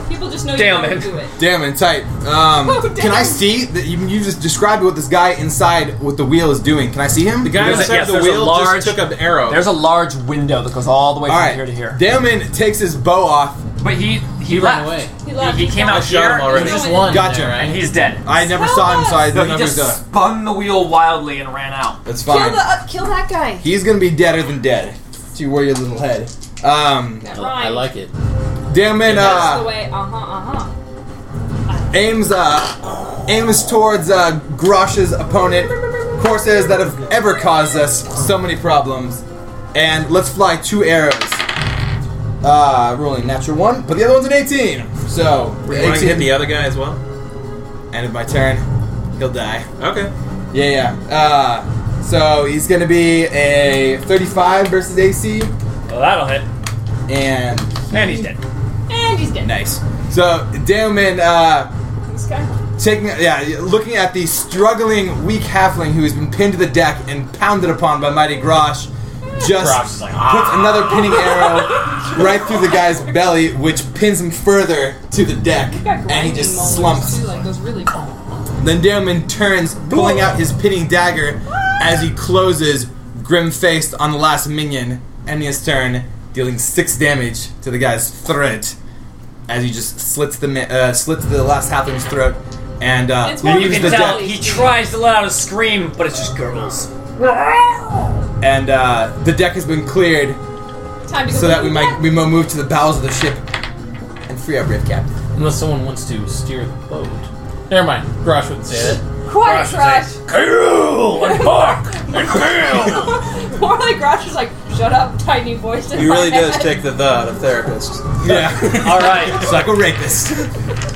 Speaker 3: people just know
Speaker 2: Damn
Speaker 3: you
Speaker 2: it.
Speaker 3: can do it.
Speaker 5: Damn and tight. Um,
Speaker 3: Oh, damn.
Speaker 5: Can I see that you, you just described what this guy inside with the wheel is doing? Can I see him?
Speaker 6: The guy
Speaker 2: There's a-
Speaker 6: inside
Speaker 2: yes,
Speaker 6: the
Speaker 2: there's a
Speaker 6: wheel
Speaker 2: large-
Speaker 6: just took an arrow.
Speaker 13: There's a large window that goes all the way
Speaker 5: All
Speaker 13: from
Speaker 5: right.
Speaker 13: here to here.
Speaker 5: Damon takes his bow off.
Speaker 2: But he he,
Speaker 7: He
Speaker 2: left.
Speaker 7: ran away.
Speaker 3: He left.
Speaker 2: He, he came
Speaker 6: I
Speaker 2: out
Speaker 6: shot
Speaker 2: here
Speaker 6: him already.
Speaker 2: and
Speaker 7: Just
Speaker 2: he's-
Speaker 3: No,
Speaker 7: one.
Speaker 5: Gotcha.
Speaker 7: there,
Speaker 2: and
Speaker 7: right?
Speaker 2: he's dead.
Speaker 5: I never
Speaker 3: Help
Speaker 5: saw him, so I
Speaker 2: So
Speaker 5: don't
Speaker 2: he
Speaker 5: know who's
Speaker 2: just
Speaker 5: Uh, done.
Speaker 2: spun the wheel wildly and ran out.
Speaker 5: That's
Speaker 3: Kill
Speaker 5: fine.
Speaker 3: the uh, kill that guy.
Speaker 5: He's gonna be deader than dead. To where your little head. Um,
Speaker 3: That
Speaker 7: I,
Speaker 3: rhymed.
Speaker 7: I like it.
Speaker 5: Damon
Speaker 3: That's the
Speaker 5: uh,
Speaker 3: way. Uh huh. Uh huh.
Speaker 5: aims uh, aims towards uh, Grosh's opponent. Corsairs that have ever caused us so many problems. And let's fly two arrows. Uh, rolling natural one, but the other one's an 18. So
Speaker 6: Were you wanting to hit
Speaker 5: 18.
Speaker 6: the other guy as well?
Speaker 5: End of my turn. He'll die.
Speaker 6: Okay.
Speaker 5: Yeah, yeah. Uh, so he's gonna be a 35 versus AC,
Speaker 2: Well, that'll hit.
Speaker 5: and
Speaker 2: And he's dead.
Speaker 3: And And he's dead.
Speaker 5: Nice. So Damon, uh,
Speaker 3: This guy.
Speaker 5: taking yeah, looking at the struggling weak halfling who has been pinned to the deck and pounded upon by mighty Grosh, just
Speaker 7: Grosh is like, "Ah."
Speaker 5: puts another pinning arrow right through the guy's belly, which pins him further to the deck, and he just slumps.
Speaker 3: Too, like those really
Speaker 5: Then Damon turns, pulling out his pinning dagger as he closes, grim faced, on the last minion, ending his turn, dealing six damage to the guy's throat as he just slits the mi- uh, slits the last halfling's throat and uh,
Speaker 3: It's
Speaker 2: You
Speaker 5: leaves
Speaker 2: can
Speaker 5: the
Speaker 2: tell
Speaker 5: deck.
Speaker 2: he tries to let out a scream, but it's just gurgles.
Speaker 5: And uh, the deck has been cleared
Speaker 3: time to go.
Speaker 5: so that we might we mo- move to the bowels of the ship and free our brave captain.
Speaker 7: Unless someone wants to steer the boat. Never mind. Grosh wouldn't say that.
Speaker 3: Quite trash.
Speaker 7: Kill and bark and kill.
Speaker 3: <laughs> More like Rosh is like, shut up, tiny voice. in
Speaker 6: He
Speaker 3: my
Speaker 6: really does
Speaker 3: head."
Speaker 6: take the the out of therapist. <laughs>
Speaker 5: Yeah.
Speaker 2: All right,
Speaker 5: Psycho rapist.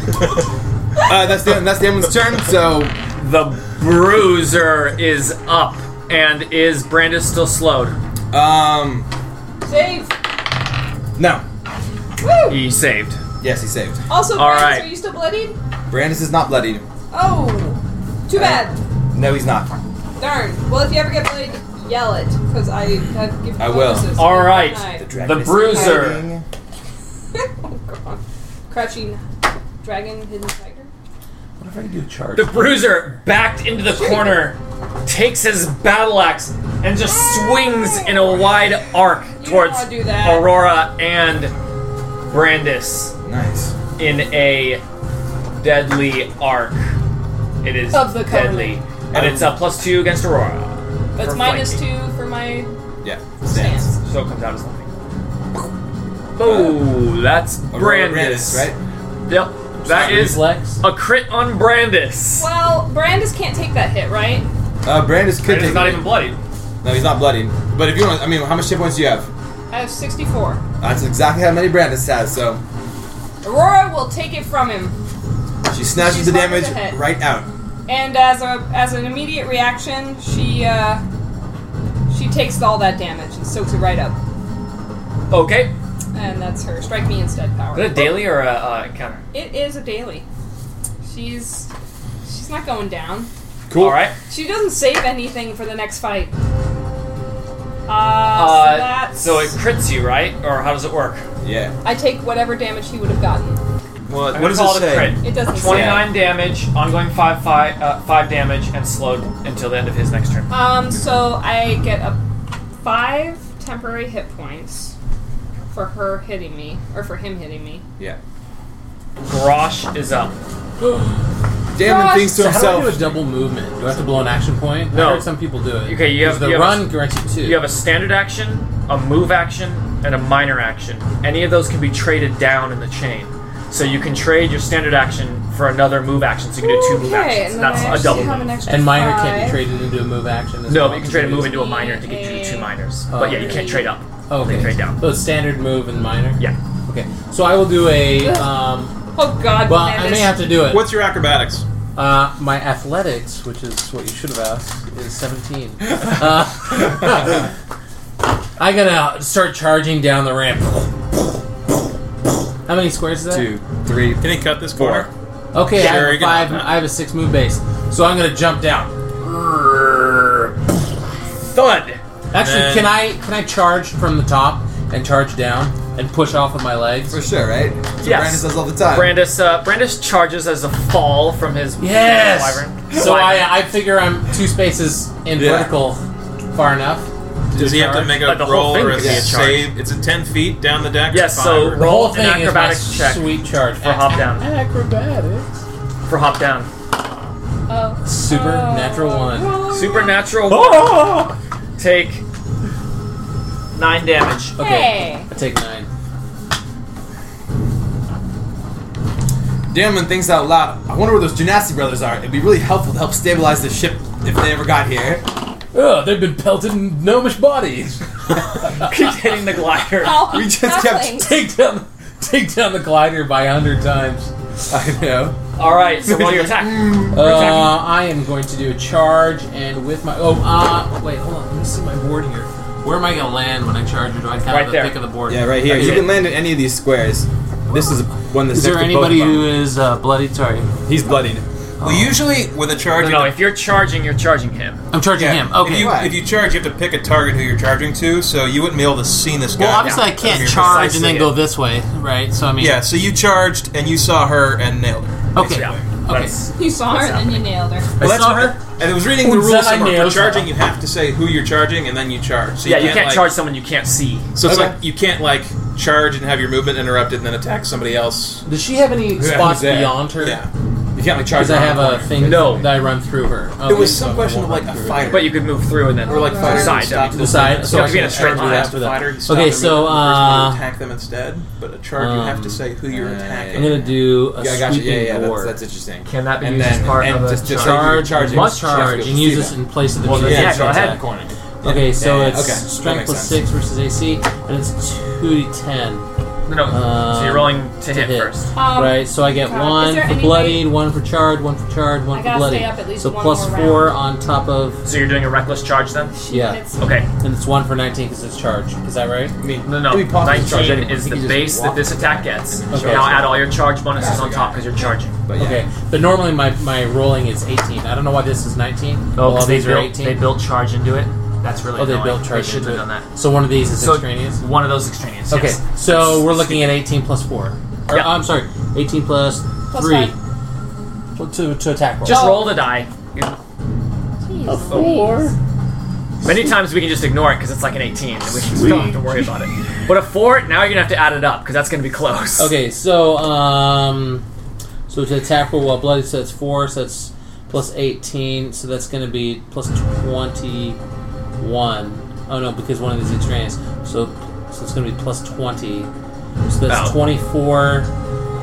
Speaker 5: <laughs> uh, that's the, that's Damon's turn. So
Speaker 2: the bruiser is up, and is Brandis still slowed?
Speaker 5: um
Speaker 3: Save.
Speaker 5: no.
Speaker 3: Woo.
Speaker 2: He saved.
Speaker 5: Yes, he saved.
Speaker 3: Also,
Speaker 2: All
Speaker 3: Brandis,
Speaker 2: right.
Speaker 3: are you still bloodied?
Speaker 5: Brandis is not bloodied.
Speaker 3: Oh,
Speaker 5: Uh,
Speaker 3: too bad.
Speaker 5: No, he's not.
Speaker 3: Darn. Well, if you ever get bloodied, yell it because I have given.
Speaker 5: I will.
Speaker 3: bonuses.
Speaker 2: All right.
Speaker 3: Night.
Speaker 2: The bruiser.
Speaker 3: <laughs> oh god. Crouching dragon, hidden tiger.
Speaker 7: What if I do charge?
Speaker 2: The bruiser backed into the corner, takes his battle axe, and just swings in a wide arc towards
Speaker 3: wanna do that.
Speaker 2: Aurora and Brandis
Speaker 5: Nice.
Speaker 2: in a deadly arc. It is
Speaker 10: Of the covenant.
Speaker 2: deadly. And it's a plus two against Aurora.
Speaker 3: That's
Speaker 2: For
Speaker 3: minus
Speaker 2: flanking.
Speaker 3: two for my
Speaker 5: Yeah.
Speaker 3: stance.
Speaker 2: So it comes out as nothing. Oh, that's
Speaker 5: Aurora
Speaker 2: Brandis.
Speaker 5: right?
Speaker 2: Yep. That is <laughs>
Speaker 7: Reflex.
Speaker 2: a crit on Brandis.
Speaker 3: Well, Brandis can't take that hit, right?
Speaker 5: Uh, Brandis could
Speaker 2: Brandis
Speaker 5: take
Speaker 2: is not
Speaker 5: it.
Speaker 2: even bloodied.
Speaker 5: No, he's not bloodied. But if you want, I mean, how much hit points do you have?
Speaker 3: I have 64.
Speaker 5: That's exactly how many Brandis has. So
Speaker 3: Aurora will take it from him.
Speaker 5: she snatches
Speaker 3: She's
Speaker 5: the
Speaker 3: hard with
Speaker 5: damage
Speaker 3: the hit.
Speaker 5: right out.
Speaker 3: And as a as an immediate reaction, she uh, she takes all that damage and soaks it right up.
Speaker 2: Okay.
Speaker 3: And that's her strike me instead
Speaker 2: Is it
Speaker 3: power.
Speaker 2: a daily or a uh, encounter?
Speaker 3: It is a daily. She's she's not going down.
Speaker 5: Cool.
Speaker 2: All right.
Speaker 3: She doesn't save anything for the next fight. Uh,
Speaker 2: Uh,
Speaker 3: so that's
Speaker 2: so it crits you, right? Or how does it work?
Speaker 5: Yeah.
Speaker 3: I take whatever damage he would have gotten.
Speaker 6: What,
Speaker 2: I'm gonna
Speaker 6: what does
Speaker 2: call
Speaker 6: it
Speaker 2: it a
Speaker 6: say?
Speaker 2: crit.
Speaker 3: It doesn't. Say.
Speaker 2: 29 damage, ongoing 5 five, uh, 5 damage, and slowed until the end of his next turn.
Speaker 3: Um, so I get a five temporary hit points for her hitting me or for him hitting me.
Speaker 5: Yeah.
Speaker 2: Grosh is up.
Speaker 5: Damon
Speaker 3: Gosh,
Speaker 5: thinks to
Speaker 7: So how do I do a
Speaker 5: himself,
Speaker 7: double movement? Do I have to blow an action point?
Speaker 2: No.
Speaker 7: I heard some people do it.
Speaker 2: Okay, you have-
Speaker 7: Because the
Speaker 2: you have a
Speaker 7: run
Speaker 2: s-
Speaker 7: grants you two.
Speaker 2: You have a standard action, a move action, and a minor action. Any of those can be traded down in the chain. So you can trade your standard action for another move action. So you can do two move
Speaker 3: Okay,
Speaker 2: actions.
Speaker 3: and
Speaker 2: and
Speaker 3: then
Speaker 2: That's a
Speaker 3: I actually
Speaker 2: double
Speaker 3: have
Speaker 2: move.
Speaker 3: an extra
Speaker 7: and minor
Speaker 3: five.
Speaker 7: can't be traded into a move action. as
Speaker 2: No,
Speaker 7: well,
Speaker 2: but you can trade a move into a minor to
Speaker 3: a-
Speaker 2: get you two minors.
Speaker 7: Oh.
Speaker 2: But yeah, you can't trade up.
Speaker 7: Oh,
Speaker 2: They
Speaker 7: okay.
Speaker 2: trade down.
Speaker 7: So it's standard move and minor.
Speaker 2: Yeah.
Speaker 7: Okay. So I will do a. Um,
Speaker 3: Oh God!
Speaker 7: well,
Speaker 3: man,
Speaker 7: I may
Speaker 3: this-
Speaker 7: have to do it.
Speaker 6: What's your acrobatics?
Speaker 7: Uh, my athletics, which is what you should have asked, is 17. Uh, <laughs> I gotta start charging down the ramp. How many squares is that?
Speaker 5: two, three,
Speaker 6: Can he cut this
Speaker 5: Four.
Speaker 6: corner?
Speaker 7: Okay, I
Speaker 6: Sure, you
Speaker 7: have a
Speaker 6: can
Speaker 7: five.
Speaker 6: have that.
Speaker 7: I have a six move base, so I'm gonna jump down.
Speaker 2: Thud!
Speaker 7: Actually,
Speaker 6: Then-
Speaker 7: can I can I charge from the top and charge down and push off with my legs?
Speaker 5: for sure, right? So
Speaker 2: Yes.
Speaker 5: Brandis does all the time.
Speaker 2: Brandis, uh, Brandis charges as a fall from his wyvern.
Speaker 7: Yes. So
Speaker 2: Wyvern.
Speaker 7: I I figure I'm two spaces in
Speaker 5: Yeah.
Speaker 7: vertical, far enough.
Speaker 6: Does he have to
Speaker 7: charge?
Speaker 6: make a
Speaker 2: But the whole
Speaker 6: roll
Speaker 2: thing
Speaker 6: or a
Speaker 2: could be a charge.
Speaker 6: save? It's a ten feet down the deck.
Speaker 2: Yes,
Speaker 6: five
Speaker 2: so
Speaker 6: or-
Speaker 7: The
Speaker 2: Roll
Speaker 7: whole
Speaker 2: an
Speaker 7: thing is my
Speaker 2: acrobatics check
Speaker 7: sweet charge
Speaker 2: for hop down.
Speaker 7: Acrobatics.
Speaker 2: For hop down.
Speaker 3: Oh.
Speaker 7: Super
Speaker 3: Oh.
Speaker 7: natural one.
Speaker 2: Supernatural Oh! take nine damage.
Speaker 7: Okay. I take nine.
Speaker 5: Damon thinks out loud. I wonder where those Genasi brothers are. It'd be really helpful to help stabilize the ship if they ever got here. <laughs>
Speaker 7: Ugh, they've been pelted in gnomish
Speaker 2: <laughs>
Speaker 7: bodies. <laughs>
Speaker 2: Keep hitting the glider.
Speaker 3: Oh,
Speaker 5: We just kept-
Speaker 3: halfling.
Speaker 7: take down, take down the glider by a hundred times.
Speaker 5: I know.
Speaker 2: <laughs> All right, so <laughs> roll your attack.
Speaker 7: Uh, I am going to do a charge, and with my oh, uh, wait, hold on, let me see my board here. Where am I gonna land when I charge, or do I kind
Speaker 2: Right
Speaker 7: of the
Speaker 2: there.
Speaker 7: pick of the board?
Speaker 5: Yeah, right here.
Speaker 7: Okay.
Speaker 5: You can land in any of these squares. This is one that's
Speaker 14: Is
Speaker 5: next
Speaker 14: there
Speaker 5: to both
Speaker 14: anybody
Speaker 5: of them.
Speaker 14: who is uh, bloodied? Sorry,
Speaker 5: He's bloodied.
Speaker 6: Well, usually with a charge,
Speaker 2: No,
Speaker 6: you
Speaker 2: no,
Speaker 6: have
Speaker 2: if you're charging, you're charging him.
Speaker 14: I'm
Speaker 6: to-
Speaker 14: charging
Speaker 6: yeah,
Speaker 14: him. Okay.
Speaker 6: If you, if you charge, you have to pick a target who you're charging to, so you wouldn't be able to see this guy.
Speaker 14: well, obviously I
Speaker 6: from
Speaker 14: can't
Speaker 6: your
Speaker 14: charge and
Speaker 2: precisely
Speaker 14: then go this way, right? So I mean,
Speaker 6: Yeah, so you charged and you saw her and nailed her.
Speaker 14: Okay.
Speaker 2: Yeah.
Speaker 14: Okay.
Speaker 2: That's-
Speaker 3: You saw her and then you nailed her.
Speaker 6: Well, that's
Speaker 14: saw
Speaker 6: what-
Speaker 14: her.
Speaker 6: And it was reading the
Speaker 7: Oops,
Speaker 6: rules
Speaker 7: I
Speaker 6: somewhere. For
Speaker 7: nailed her.
Speaker 6: charging, you have to say who you're charging and then you charge. So
Speaker 2: yeah, you can't
Speaker 6: like-
Speaker 2: charge someone you can't see.
Speaker 6: So it's
Speaker 5: Okay.
Speaker 6: like you can't like charge and have your movement interrupted and then attack somebody else.
Speaker 7: Does she have any
Speaker 5: Yeah,
Speaker 7: spots
Speaker 5: he's there.
Speaker 7: beyond her?
Speaker 6: Yeah.
Speaker 5: You can't like charge.
Speaker 7: Because I
Speaker 5: around
Speaker 7: have
Speaker 5: the
Speaker 7: a
Speaker 5: corner.
Speaker 7: thing
Speaker 2: No.
Speaker 7: that I run through her. Oh,
Speaker 6: It was some question of like a fighter.
Speaker 2: But you could move through and then
Speaker 6: or like fighters
Speaker 2: side,
Speaker 6: who stop
Speaker 2: I mean,
Speaker 7: the side. So
Speaker 2: Yeah,
Speaker 7: I
Speaker 2: if you're
Speaker 7: can
Speaker 2: in a straight
Speaker 7: charge
Speaker 2: line
Speaker 7: her
Speaker 6: you have
Speaker 7: after
Speaker 6: to
Speaker 7: that.
Speaker 6: fighter, you stop
Speaker 7: Okay,
Speaker 6: them,
Speaker 7: so,
Speaker 6: you have
Speaker 7: uh,
Speaker 6: to attack them instead. But a charge, you have to say who you're attacking.
Speaker 7: I'm gonna do a
Speaker 5: Yeah, I got you.
Speaker 7: sweeping
Speaker 5: Yeah, yeah, that's,
Speaker 7: board.
Speaker 5: that's interesting.
Speaker 2: Can that be
Speaker 5: and
Speaker 2: used as
Speaker 5: then,
Speaker 2: part
Speaker 5: and
Speaker 2: of a
Speaker 5: just, just
Speaker 2: charge?
Speaker 5: Say you're charging,
Speaker 7: must
Speaker 5: she has to
Speaker 7: charge
Speaker 5: go
Speaker 7: and use
Speaker 5: see
Speaker 7: this
Speaker 5: that.
Speaker 7: in place of the
Speaker 2: Well,
Speaker 7: well,
Speaker 2: then, yeah, go ahead.
Speaker 5: Corner.
Speaker 7: Okay, so
Speaker 5: Yeah, yeah,
Speaker 7: it's
Speaker 5: okay. That
Speaker 7: strength
Speaker 5: makes
Speaker 7: plus
Speaker 5: sense.
Speaker 7: six versus AC, and it's two d ten.
Speaker 2: No, no. so
Speaker 7: Um,
Speaker 2: you're rolling to, hit, first.
Speaker 3: Um,
Speaker 7: right, so I get
Speaker 3: God, is
Speaker 7: one
Speaker 3: there
Speaker 7: for
Speaker 3: any
Speaker 7: bloodied, one for charred, one for charred, one
Speaker 3: I
Speaker 7: for
Speaker 3: gotta
Speaker 7: bloodied.
Speaker 3: stay up at least
Speaker 7: so
Speaker 3: one
Speaker 7: plus
Speaker 3: more
Speaker 7: four on top of
Speaker 2: So you're doing a reckless charge then?
Speaker 7: yeah,
Speaker 3: It's-
Speaker 2: Okay.
Speaker 7: and it's one for nineteen because it's charged. Is that right?
Speaker 5: I mean,
Speaker 2: No, no.
Speaker 5: do we pause and charge
Speaker 2: 19
Speaker 5: anyone?
Speaker 2: is
Speaker 5: I
Speaker 2: the
Speaker 5: think you
Speaker 2: base
Speaker 5: just
Speaker 2: that
Speaker 5: walk.
Speaker 2: this attack gets.
Speaker 7: Okay.
Speaker 2: Now add all your charge bonuses on top because you're charging.
Speaker 5: But yeah.
Speaker 7: Okay, but normally my, my rolling is eighteen. I don't know why this is nineteen.
Speaker 2: Oh,
Speaker 7: all
Speaker 2: 'cause they
Speaker 7: these are
Speaker 2: built, they
Speaker 7: eighteen.
Speaker 2: built charge into it. That's really
Speaker 7: oh, they
Speaker 2: annoying.
Speaker 7: built charge.
Speaker 2: They shouldn't
Speaker 7: into
Speaker 2: have done
Speaker 7: it.
Speaker 2: that.
Speaker 7: So one of these is
Speaker 2: So
Speaker 7: extraneous.
Speaker 2: one of those extraneous.
Speaker 7: Okay,
Speaker 2: yes.
Speaker 7: so we're looking at 18 plus 4. Or,
Speaker 2: Yeah.
Speaker 7: I'm sorry, 18 plus 3. Well, to, to attack roll.
Speaker 2: Just roll the die. Many times we can just ignore it because it's like an 18, and we just don't have to worry about it. But a four, now you're gonna have to add it up because that's gonna be close.
Speaker 7: Okay, so, um, so to attack roll while bloody, so that's 4, so that's plus 18, so that's going to be plus 21. Oh no, because one of these is extraneous. So, so it's going to be plus 20. So that's
Speaker 2: Oh.
Speaker 7: 24.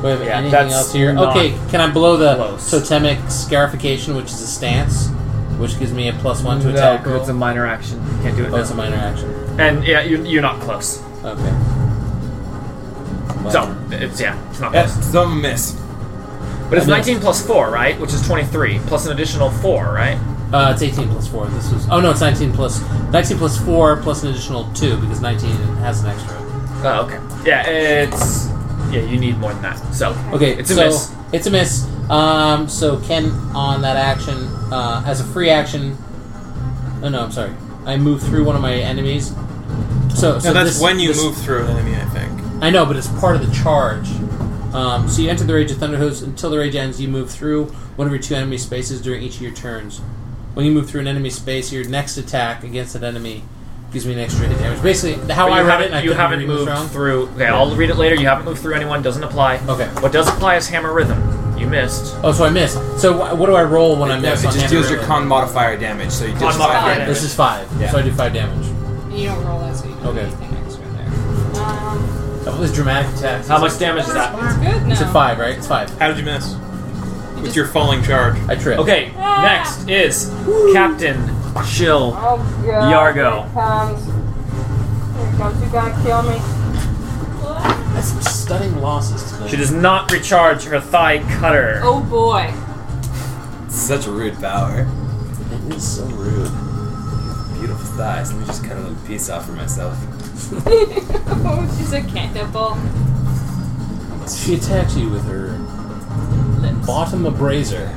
Speaker 7: Do I have
Speaker 2: Yeah,
Speaker 7: anything
Speaker 2: that's
Speaker 7: else here?
Speaker 2: not
Speaker 7: Okay, can I blow the
Speaker 2: close.
Speaker 7: totemic scarification, which is a stance, which gives me a plus 1 to
Speaker 2: No,
Speaker 7: attack
Speaker 2: 'cause
Speaker 7: roll?
Speaker 2: it's a minor action. You can't do it.
Speaker 7: Oh, it's a
Speaker 2: now.
Speaker 7: minor action.
Speaker 2: And yeah, you're, you're not close.
Speaker 7: Okay.
Speaker 2: So it's yeah, it's not
Speaker 5: Yeah,
Speaker 2: close.
Speaker 5: some miss.
Speaker 2: But it's
Speaker 7: I
Speaker 2: 19
Speaker 7: mean-
Speaker 2: plus four, right? Which is 23 plus an additional four, right?
Speaker 7: Uh, it's 18 plus 4. This was. Oh, no, it's 19 plus. 19 plus 4 plus an additional 2 because 19 has an extra.
Speaker 2: Oh, okay. Yeah, it's yeah. You need more than that. So
Speaker 7: Okay,
Speaker 2: it's a
Speaker 7: so
Speaker 2: miss.
Speaker 7: It's a miss. Um, so Ken, on that action, uh, as a free action. Oh, no, I'm sorry. I move through one of my enemies. So, so
Speaker 6: No, that's
Speaker 7: this-
Speaker 6: when you
Speaker 7: this-
Speaker 6: move through an enemy, I think.
Speaker 7: I know, but it's part of the charge. Um, so you enter the rage of Thunderhooves. Until the rage ends, you move through one of your two enemy spaces during each of your turns. When you move through an enemy space, your next attack against that enemy gives me an extra hit damage. Basically, how
Speaker 2: But
Speaker 7: I
Speaker 2: you
Speaker 7: read
Speaker 2: haven't-
Speaker 7: it, and I
Speaker 2: you
Speaker 7: couldn't
Speaker 2: haven't
Speaker 7: read this
Speaker 2: moved
Speaker 7: wrong.
Speaker 2: through. Okay, I'll read it later. You haven't moved through anyone. Doesn't apply.
Speaker 7: Okay.
Speaker 2: What does apply is hammer rhythm. You missed.
Speaker 7: Oh, so I missed. So wh- what do I roll when I
Speaker 5: No, it
Speaker 7: miss? on
Speaker 5: just
Speaker 7: hammer
Speaker 5: deals your
Speaker 7: roll?
Speaker 5: con modifier damage. So you
Speaker 2: Con
Speaker 5: just
Speaker 2: modifier
Speaker 5: five
Speaker 2: damage.
Speaker 7: This is five.
Speaker 5: Yeah.
Speaker 7: So I do five damage.
Speaker 3: You don't roll that, so you don't
Speaker 7: Okay.
Speaker 3: okay. anything extra there. Um,
Speaker 7: That was dramatic attack.
Speaker 2: How much damage is that?
Speaker 3: it's good now.
Speaker 7: It's a five, right? It's five.
Speaker 6: How did you miss? With your falling charge.
Speaker 7: I trip.
Speaker 2: Okay.
Speaker 3: Ah.
Speaker 2: Next is Captain Chill.
Speaker 15: Oh god.
Speaker 2: Yargo.
Speaker 15: Here it comes. Here it comes. You gonna kill me?
Speaker 7: That's some stunning losses today.
Speaker 2: She does not recharge her thigh cutter.
Speaker 3: Oh boy. <laughs>
Speaker 5: Such a rude power.
Speaker 7: It is so rude.
Speaker 5: Beautiful thighs. Let me just cut a little piece off for myself.
Speaker 3: She's a cannibal.
Speaker 7: She attacks you with her bottom abraser.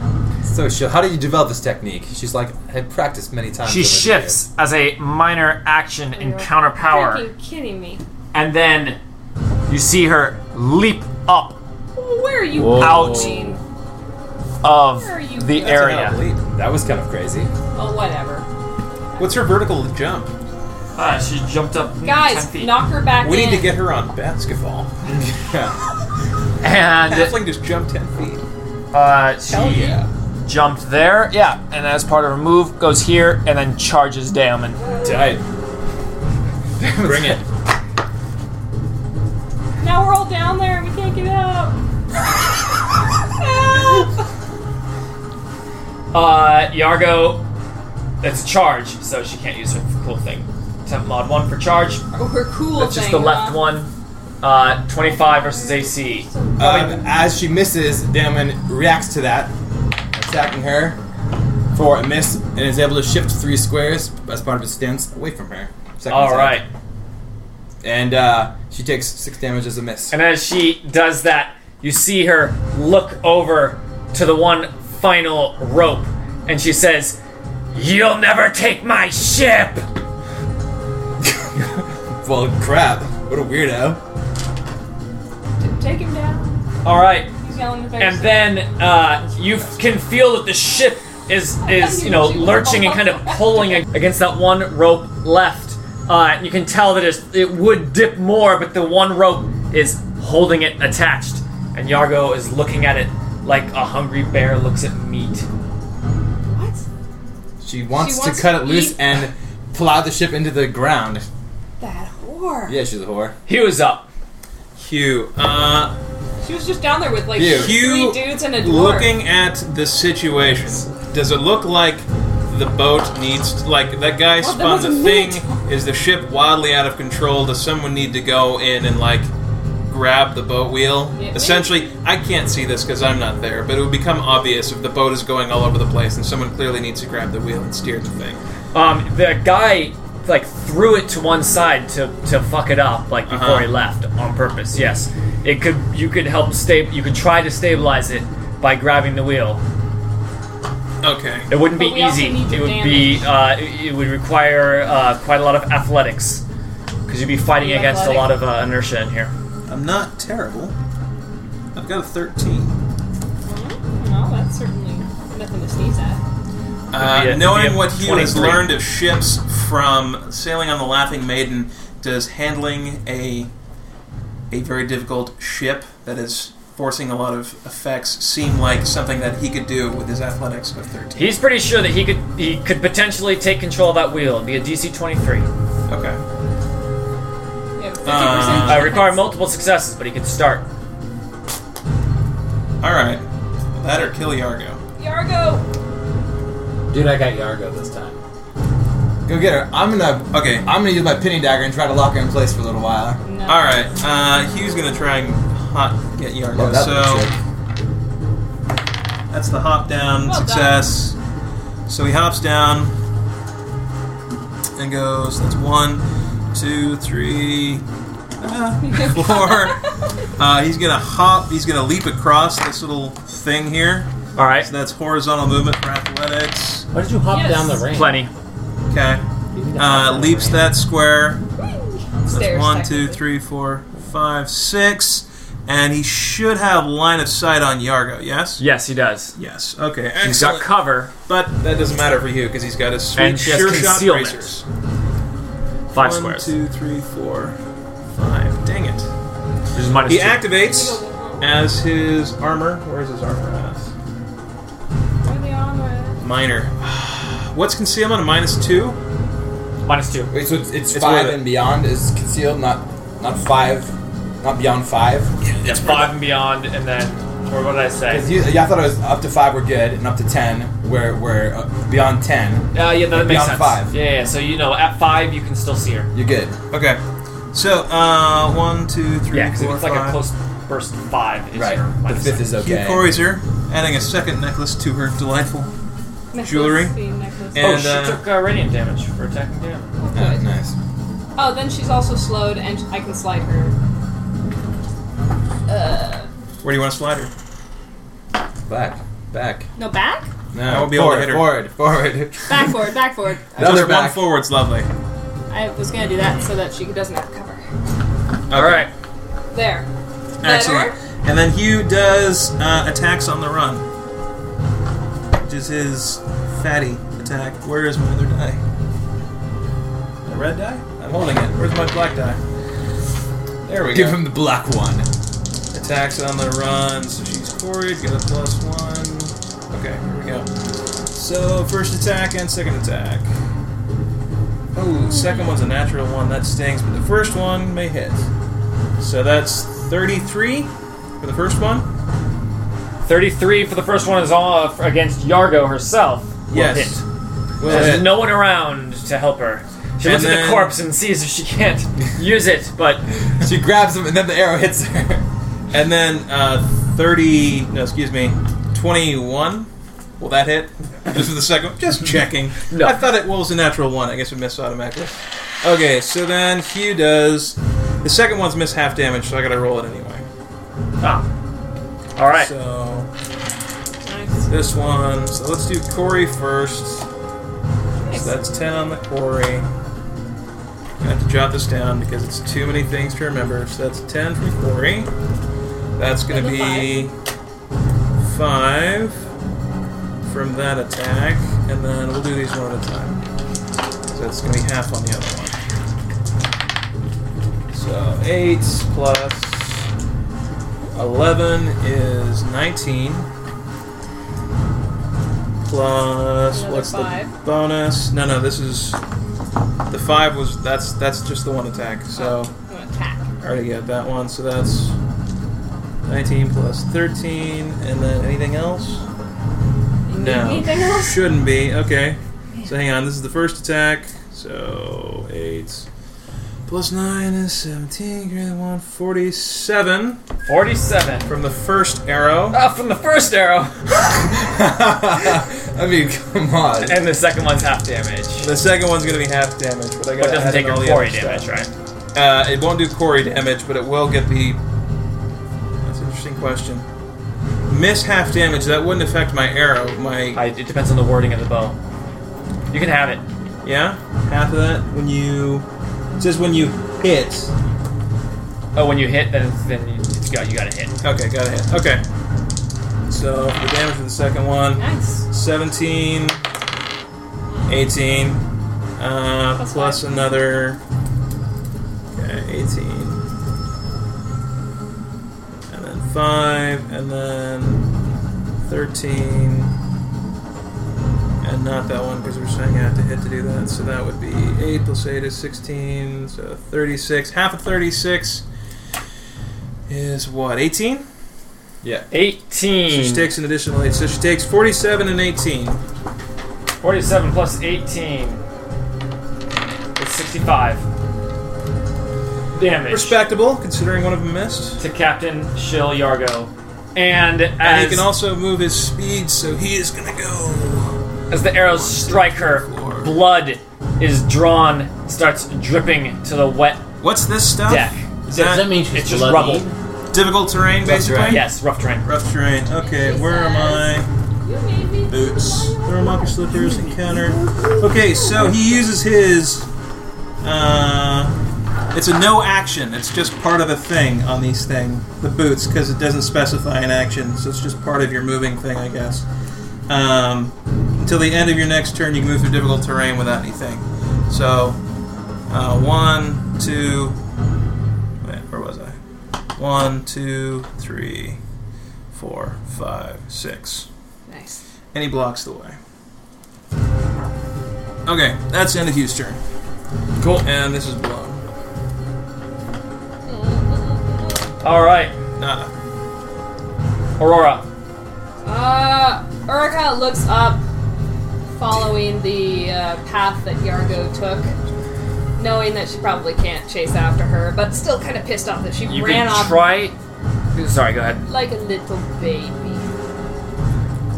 Speaker 5: So, Shil, how did you develop this technique? She's like, I had practiced many times.
Speaker 2: She
Speaker 5: over the
Speaker 2: shifts as a minor action in counter power,
Speaker 3: Freaking kidding me.
Speaker 2: and then you see her leap up
Speaker 3: Where are you
Speaker 7: Whoa.
Speaker 2: Out.
Speaker 3: going?
Speaker 2: of
Speaker 3: Where are you
Speaker 2: the
Speaker 3: going?
Speaker 5: years. That's an
Speaker 2: area.
Speaker 5: elite. That was kind of crazy.
Speaker 3: Oh, whatever.
Speaker 6: What's her vertical jump?
Speaker 2: Uh, she jumped up
Speaker 3: Guys,
Speaker 2: 10 feet.
Speaker 3: knock her back
Speaker 6: We
Speaker 3: in.
Speaker 6: need to get her on basketball.
Speaker 3: <laughs>
Speaker 2: and
Speaker 6: Halfling just jumped 10 feet.
Speaker 2: uh, she jumped there. Yeah, and as part of her move, goes here and then charges Damon.
Speaker 5: Died. Bring it.
Speaker 3: Now we're all down there and we can't
Speaker 2: <laughs>
Speaker 3: get out. Help!
Speaker 2: Uh, Yargo, it's a charge, so she can't use her cool thing. Temp mod one for charge.
Speaker 3: Oh, her cool
Speaker 2: That's
Speaker 3: thing.
Speaker 2: just the left
Speaker 3: huh?
Speaker 2: one. Uh, 25 versus AC.
Speaker 5: Um, as she misses, Damon reacts to that, attacking her for a miss, and is able to shift three squares as part of his stance away from her. Second
Speaker 2: All
Speaker 5: attack.
Speaker 2: right.
Speaker 5: And uh, she She takes six damage as a miss.
Speaker 2: And as she does that, you see her look over to the one final rope, and she says, You'll never take my ship!
Speaker 5: <laughs> Well, crap. What a weirdo.
Speaker 3: Take him down.
Speaker 2: All right,
Speaker 3: He's yelling in the face.
Speaker 2: and then uh, you f- can feel that the ship is is you know lurching and kind of pulling ag- against that one rope left. Uh, and you can tell that it's, it would dip more, but the one rope is holding it attached, and Yargo is looking at it like a hungry bear looks at meat.
Speaker 5: She wants,
Speaker 3: She wants
Speaker 5: to cut it
Speaker 3: to
Speaker 5: loose
Speaker 3: eat-
Speaker 5: and plow the ship into the ground.
Speaker 3: that whore.
Speaker 5: Yeah, she's a whore.
Speaker 2: Hugh is up.
Speaker 6: Hugh. Uh,
Speaker 3: She was just down there with like
Speaker 6: Ew.
Speaker 3: three
Speaker 6: Hugh,
Speaker 3: dudes and a dwarf.
Speaker 6: looking at the situation, does it look like the boat needs like that guy
Speaker 3: Well, there
Speaker 6: spun
Speaker 3: was a
Speaker 6: the thing? Is the ship wildly out of control? Does someone need to go in and like grab the boat wheel?
Speaker 3: Yeah,
Speaker 6: Essentially, I can't see this because I'm not there, but it would become obvious if the boat is going all over the place and someone clearly needs to grab the wheel and steer the thing.
Speaker 2: Um, the guy like threw it to one side to to fuck it up like before
Speaker 6: Uh-huh.
Speaker 2: he left on purpose. Yes, it could. You could help stab. You could try to stabilize it by grabbing the wheel.
Speaker 6: Okay.
Speaker 2: It wouldn't
Speaker 3: But
Speaker 2: be
Speaker 3: we also
Speaker 2: easy.
Speaker 3: need to
Speaker 2: It would be. Uh, it it would require uh, quite a lot of athletics because you'd be fighting
Speaker 3: Be
Speaker 2: against
Speaker 3: athletic.
Speaker 2: a lot of uh, inertia in here.
Speaker 6: I'm not terrible. I've got a 13.
Speaker 3: No, that's certainly nothing to sneeze at.
Speaker 6: Uh,
Speaker 2: It'd be a- it'd
Speaker 6: knowing
Speaker 2: be a
Speaker 6: what Hugh has
Speaker 2: 23.
Speaker 6: learned of ships from sailing on the Laughing Maiden, does handling a a very difficult ship that is forcing a lot of effects seem like something that he could do with his athletics of 13?
Speaker 2: He's pretty sure that he could he could potentially take control of that wheel. It'd be a DC twenty three.
Speaker 6: Okay.
Speaker 3: Yeah, 50%
Speaker 6: Uh,
Speaker 2: I require multiple successes, but he could start.
Speaker 6: All right. That or kill Yargo.
Speaker 3: Yargo.
Speaker 7: Dude, I got Yargo this time.
Speaker 5: Go get her. I'm gonna.
Speaker 6: Okay.
Speaker 5: I'm gonna use my penny dagger and try to lock her in place for a little while.
Speaker 3: No.
Speaker 6: All right. Uh, Hugh's gonna try and hot get Yargo.
Speaker 5: Love that little
Speaker 6: so.
Speaker 5: chick.
Speaker 6: That's the hop down
Speaker 3: Well done.
Speaker 6: success. So he hops down and goes. That's one, two, three,
Speaker 3: <laughs>
Speaker 6: ah, four. uh, he's gonna hop. He's gonna leap across this little thing here.
Speaker 2: All right,
Speaker 6: So that's horizontal movement for athletics.
Speaker 7: Why did you hop
Speaker 3: Yes.
Speaker 7: down the ramp?
Speaker 2: plenty.
Speaker 6: Okay.
Speaker 7: You need to hop
Speaker 6: Uh,
Speaker 7: down
Speaker 6: leaps
Speaker 7: the ramp.
Speaker 6: that square. That's
Speaker 3: Stairs,
Speaker 6: one,
Speaker 3: technically.
Speaker 6: two, three, four, five, six, and he should have line of sight on Yargo. Yes.
Speaker 2: Yes, he does.
Speaker 6: Yes. Okay.
Speaker 2: He's got
Speaker 6: Excellent.
Speaker 2: cover.
Speaker 6: But that doesn't matter for you because he's got his sweet
Speaker 2: And she has
Speaker 6: sure shot
Speaker 2: concealment.
Speaker 6: bracers.
Speaker 2: Five
Speaker 6: One,
Speaker 2: squares.
Speaker 6: two, three, four, five. Dang it!
Speaker 2: Which is minus
Speaker 6: He
Speaker 2: two.
Speaker 6: activates as his armor. Where's his armor at?
Speaker 3: What are they on with?
Speaker 6: Minor. <sighs> What's concealment? A minus two.
Speaker 2: Minus two.
Speaker 5: Wait, so it's, it's,
Speaker 6: It's
Speaker 5: five
Speaker 6: worth it.
Speaker 5: and beyond is concealed, not not five, not beyond five.
Speaker 2: It's five and beyond, and then or what did I say?
Speaker 5: 'Cause you- yeah, I thought it was up to five we're good, and up to ten we're we're uh, beyond ten
Speaker 2: Uh, yeah, that makes
Speaker 5: beyond
Speaker 2: sense.
Speaker 5: five.
Speaker 2: Yeah, yeah. So you know, at five you can still see her.
Speaker 5: you're good.
Speaker 6: Okay. So uh, one, two, three,
Speaker 2: Yeah, because if
Speaker 6: four,
Speaker 2: it's like a
Speaker 6: five.
Speaker 2: close burst five, is
Speaker 5: Right,
Speaker 2: your
Speaker 5: the
Speaker 2: minus
Speaker 5: fifth
Speaker 2: two.
Speaker 5: is
Speaker 6: Hugh
Speaker 5: okay.
Speaker 6: Corrizer adding a second necklace to her delightful.
Speaker 3: Necklace,
Speaker 6: Jewelry.
Speaker 3: the necklace.
Speaker 6: And,
Speaker 2: oh, she
Speaker 6: uh,
Speaker 2: took uh, radiant damage for attacking damage.
Speaker 3: Oh,
Speaker 5: Oh,
Speaker 3: good.
Speaker 5: nice.
Speaker 3: Oh, then she's also slowed, and I can slide her. Uh,
Speaker 6: Where do you want to slide her?
Speaker 5: Back, back.
Speaker 3: No, back?
Speaker 5: No,
Speaker 6: I won't be able to
Speaker 5: forward,
Speaker 6: hit her.
Speaker 5: forward, forward.
Speaker 6: <laughs>
Speaker 3: Back forward, back forward.
Speaker 5: Another
Speaker 6: Just one
Speaker 5: back.
Speaker 6: forward's lovely.
Speaker 3: I was gonna do that so that she doesn't have cover.
Speaker 2: All right.
Speaker 3: There.
Speaker 6: Excellent. And then Hugh does uh, attacks on the run, which is his fatty attack. Where is my other die? The red die? I'm holding it. Where's my black die? There we
Speaker 5: <laughs> Give
Speaker 6: go.
Speaker 5: him the black one.
Speaker 6: Attacks on the run. So she's quarried. Get a plus one. Okay, here we go. So first attack and second attack. Oh, second one's a natural one. That stings, but the first one may hit. So that's 33 for the first one.
Speaker 2: Thirty-three for the first one is off against Yargo herself. Will
Speaker 6: Yes.
Speaker 2: hit.
Speaker 6: Will
Speaker 2: There's
Speaker 6: hit.
Speaker 2: no one around to help her. She
Speaker 6: And
Speaker 2: looks at
Speaker 6: then-
Speaker 2: the corpse and sees if she
Speaker 6: <laughs>
Speaker 2: can't use it, but
Speaker 5: She grabs him, and then the arrow hits her.
Speaker 6: And then uh, 30, no, excuse me, 21. Will that hit? This is the second one. Just checking.
Speaker 2: No.
Speaker 6: I thought it was a natural one. I guess it missed automatically. Okay, so then Hugh does. The second one's missed half damage, so I gotta roll it anyway.
Speaker 2: Ah. All right.
Speaker 6: So this one. So let's do Corey first. So that's ten on the Corey. I have to jot this down because it's too many things to remember. So that's ten from Corey. That's gonna be five from that attack, and then we'll do these one at a time. So it's gonna be half on the other one. So eight plus eleven is nineteen. Plus
Speaker 3: Another
Speaker 6: what's the
Speaker 3: five.
Speaker 6: bonus? No, no, this is the five was that's that's just the one attack. So
Speaker 3: I'm gonna attack.
Speaker 6: I already got that one. So that's nineteen plus thirteen, and then anything else? No.
Speaker 3: Anything else?
Speaker 6: Shouldn't be. Okay. So hang on. This is the first attack. So eight plus nine is seventeen. Greater than one. Forty-seven.
Speaker 2: Forty-seven
Speaker 6: from the first arrow.
Speaker 2: Ah, from the first arrow. Oh.
Speaker 5: <laughs>
Speaker 6: I mean, come on.
Speaker 2: And the second one's half damage.
Speaker 6: <laughs> The second one's gonna be half damage, but
Speaker 2: But
Speaker 6: I got
Speaker 2: it doesn't take your Cory damage,
Speaker 6: right? Uh, it won't do Cory damage, but it will get the. That's an interesting question. Miss half damage. That wouldn't affect my arrow. My.
Speaker 2: I, it depends on the wording of the bow. You can have it.
Speaker 6: Yeah, half of that when you. It says when you hit.
Speaker 2: Oh, when you hit, then then you, it's got you got to hit.
Speaker 6: Okay, got to hit. Okay. So the damage for the second one.
Speaker 3: Nice.
Speaker 6: 17, 18, uh, plus, plus another. Okay, 18. And then 5, and then 13. And not that one because we're saying I have to hit to do that. So that would be 8 plus 8 is 16, so 36. Half of 36 is what, 18?
Speaker 5: Yeah.
Speaker 2: 18.
Speaker 6: So she takes an additional eight. So she takes forty-seven and eighteen.
Speaker 2: 47 plus 18 is 65 damage.
Speaker 6: Respectable, considering one of them missed.
Speaker 2: To Captain Shill Yargo. And as,
Speaker 6: And he can also move his speed, so he is gonna go.
Speaker 2: as the arrows strike her, blood is drawn, starts dripping to the wet
Speaker 6: What's this stuff?
Speaker 2: deck.
Speaker 6: Is
Speaker 7: Does that mean she's
Speaker 2: It's just
Speaker 7: bloody?
Speaker 2: rubble.
Speaker 6: Difficult terrain, basically.
Speaker 2: Yes, rough terrain.
Speaker 6: Rough terrain. Okay, where am I?
Speaker 16: You made me
Speaker 6: Boots. Thermocker slippers encounter. Okay, so he uses his. Uh, it's a no action. It's just part of a thing on these thing, the boots, because it doesn't specify an action, so it's just part of your moving thing, I guess. Um, until the end of your next turn, you can move through difficult terrain without anything. So, uh, one, two. Wait, where was I? One, two, three, four, five, six.
Speaker 3: Nice.
Speaker 6: And he blocks the way. Okay, that's the end of Hugh's turn. Cool. And this is blown.
Speaker 2: All right,
Speaker 6: Nada.
Speaker 2: Aurora.
Speaker 3: Uh, Urka looks up, following the uh, path that Yargo took, knowing that she probably can't chase after her, but still kind of pissed off that she
Speaker 2: You
Speaker 3: ran
Speaker 2: can
Speaker 3: off
Speaker 2: try. Sorry, go ahead.
Speaker 3: like a little baby.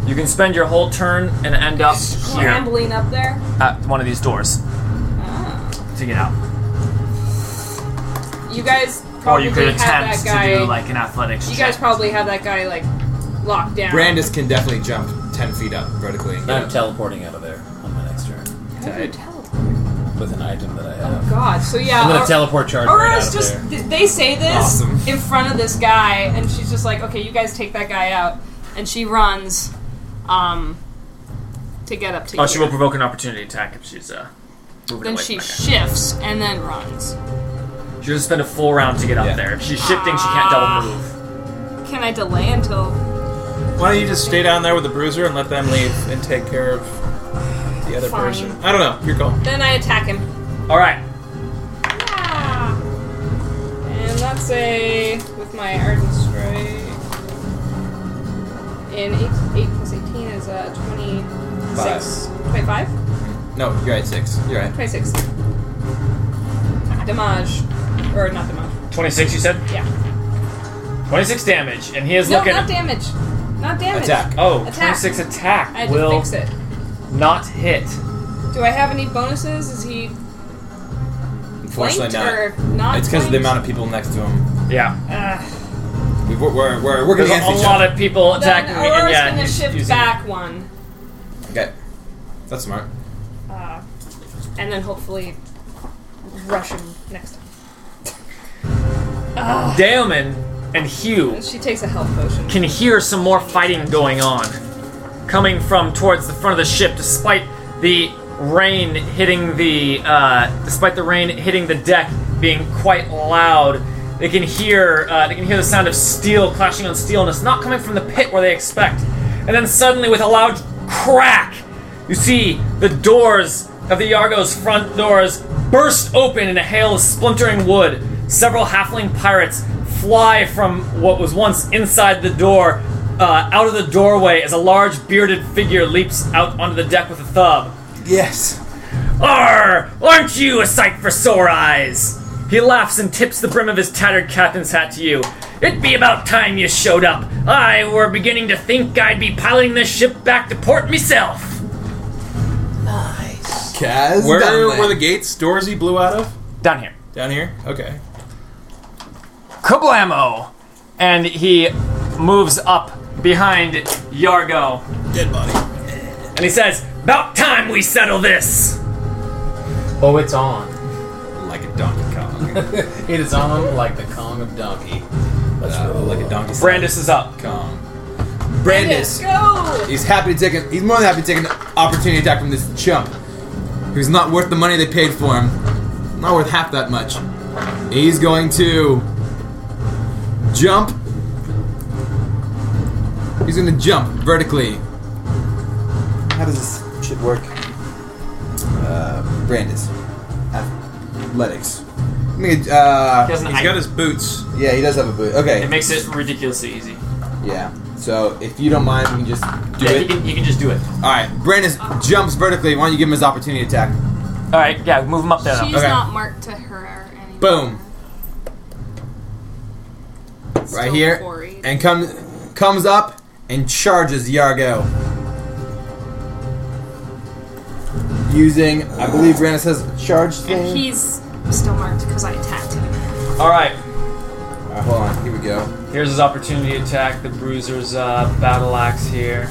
Speaker 2: You can spend your whole turn and end up here
Speaker 3: Scrambling up there. Ah.
Speaker 2: at one of these doors to get out.
Speaker 3: You guys
Speaker 2: Or
Speaker 3: probably
Speaker 2: you could
Speaker 3: have that
Speaker 2: attempt to
Speaker 3: guy.
Speaker 2: do like an athletics
Speaker 3: you
Speaker 2: check.
Speaker 3: guys probably have that guy like locked down.
Speaker 5: Brandis can definitely jump ten feet up vertically.
Speaker 7: I'm teleporting out of there on my next turn
Speaker 3: How do you tell?
Speaker 7: with an item that I
Speaker 3: Oh
Speaker 7: have.
Speaker 3: God! So yeah,
Speaker 7: I'm gonna
Speaker 3: Ar-
Speaker 7: teleport charge right out
Speaker 3: Aurora's
Speaker 7: of
Speaker 3: just
Speaker 7: there.
Speaker 3: th- they say this
Speaker 5: Awesome.
Speaker 3: in front of this guy, and she's just like, "Okay, you guys take that guy out," and she runs, um, to get up to.
Speaker 2: Oh, she
Speaker 3: you.
Speaker 2: will provoke an opportunity attack if she's uh, moving
Speaker 3: Then
Speaker 2: away.
Speaker 3: she
Speaker 2: from that guy.
Speaker 3: shifts and then runs.
Speaker 2: She'll just spend a full round to get up
Speaker 5: Yeah.
Speaker 2: there. If she's shifting, she can't double move.
Speaker 3: Can I delay until?
Speaker 6: Why don't you just stay down there with the bruiser and let them leave and take care of the other
Speaker 3: Fine.
Speaker 6: person? I don't know. Your call.
Speaker 3: Then I attack him.
Speaker 2: All right,
Speaker 3: Yeah. And that's a with my ardent strike. And eight, eight plus eighteen is uh, twenty-six. Twenty-five.
Speaker 5: No, you're at six. You're at.
Speaker 3: 26. Damage. Or not damage.
Speaker 2: 26. You said
Speaker 3: Yeah.
Speaker 2: 26 damage, and he is
Speaker 3: no,
Speaker 2: looking.
Speaker 3: not damage. Not damage.
Speaker 5: Attack.
Speaker 2: oh,
Speaker 3: Attack.
Speaker 2: 26 attack
Speaker 3: I had
Speaker 2: will
Speaker 3: to fix it.
Speaker 2: not hit.
Speaker 3: Do I have any bonuses? Is he.
Speaker 5: Unfortunately,
Speaker 3: flanked or
Speaker 5: not.
Speaker 3: not
Speaker 5: it's because of the
Speaker 3: flanked?
Speaker 5: amount of people next to him.
Speaker 2: Yeah.
Speaker 5: We- We're, we're, we're working
Speaker 2: There's a,
Speaker 5: against
Speaker 2: a
Speaker 5: each
Speaker 2: lot
Speaker 5: other.
Speaker 2: of people
Speaker 3: Then
Speaker 2: attacking me, and
Speaker 3: Aurora's
Speaker 2: yeah,
Speaker 3: gonna
Speaker 2: he's
Speaker 3: shift
Speaker 2: using-
Speaker 3: back one,
Speaker 5: Okay. That's smart.
Speaker 3: uh, and then hopefully rush him next time. Ah.
Speaker 2: Daemon and Hugh
Speaker 3: She takes a health potion.
Speaker 2: can hear some more fighting going on, coming from towards the front of the ship, despite the rain hitting the uh, despite the rain hitting the deck being quite loud. They can hear uh, they can hear the sound of steel clashing on steel, and it's not coming from the pit where they expect. And then suddenly, with a loud crack, you see the doors of the Yargo's front doors burst open in a hail of splintering wood. Several halfling pirates fly from what was once inside the door uh, out of the doorway as a large bearded figure leaps out onto the deck with a thub.
Speaker 5: Yes.
Speaker 2: Arr! Aren't you a sight for sore eyes? He laughs and tips the brim of his tattered captain's hat to you. It'd be about time you showed up. I were beginning to think I'd be piloting this ship back to port myself.
Speaker 5: Kaz
Speaker 6: Where
Speaker 5: Dunlap.
Speaker 6: were the gates? Doors he blew out of?
Speaker 2: Down here.
Speaker 6: Down here? Okay.
Speaker 2: Kablamo! And he moves up behind Yargo.
Speaker 5: Dead body.
Speaker 2: And he says, About time we settle this!
Speaker 14: Oh, it's on.
Speaker 5: Like a Donkey Kong.
Speaker 14: it is on like the Kong of Donkey.
Speaker 5: Let's roll. Uh, Like a Donkey
Speaker 2: Brandis is up.
Speaker 5: Kong. Brandis.
Speaker 3: Go!
Speaker 5: He's happy to take. A, he's more than happy to take an opportunity attack from this chump. Who's not worth the money they paid for him. Not worth half that much. He's going to jump. He's going to jump vertically.
Speaker 11: How does this shit work? Uh, Brandis. Athletics. I mean, uh,
Speaker 2: He doesn't
Speaker 6: He's
Speaker 2: hang-
Speaker 6: got his boots.
Speaker 11: yeah, he does have a boot. Okay.
Speaker 2: It makes it ridiculously easy.
Speaker 11: yeah.
Speaker 5: So if you don't mind, we can just do
Speaker 2: yeah, He,
Speaker 5: it.
Speaker 2: can, he can just do it.
Speaker 5: All right, Brandis jumps vertically. Why don't you give him his opportunity attack?
Speaker 2: Alright, yeah, move him up there
Speaker 3: She's
Speaker 2: now.
Speaker 5: Okay.
Speaker 3: not marked to her anymore.
Speaker 5: Boom. right
Speaker 3: Still
Speaker 5: here,
Speaker 3: quarried.
Speaker 5: and comes comes up and charges Yargo. Using, I believe Brandis has
Speaker 11: Charge
Speaker 3: And
Speaker 11: thing.
Speaker 3: he's still marked because I attacked him.
Speaker 2: Alright,
Speaker 5: Alright, hold on, here we go.
Speaker 2: here's his opportunity attack. The Bruiser's uh, battle axe here.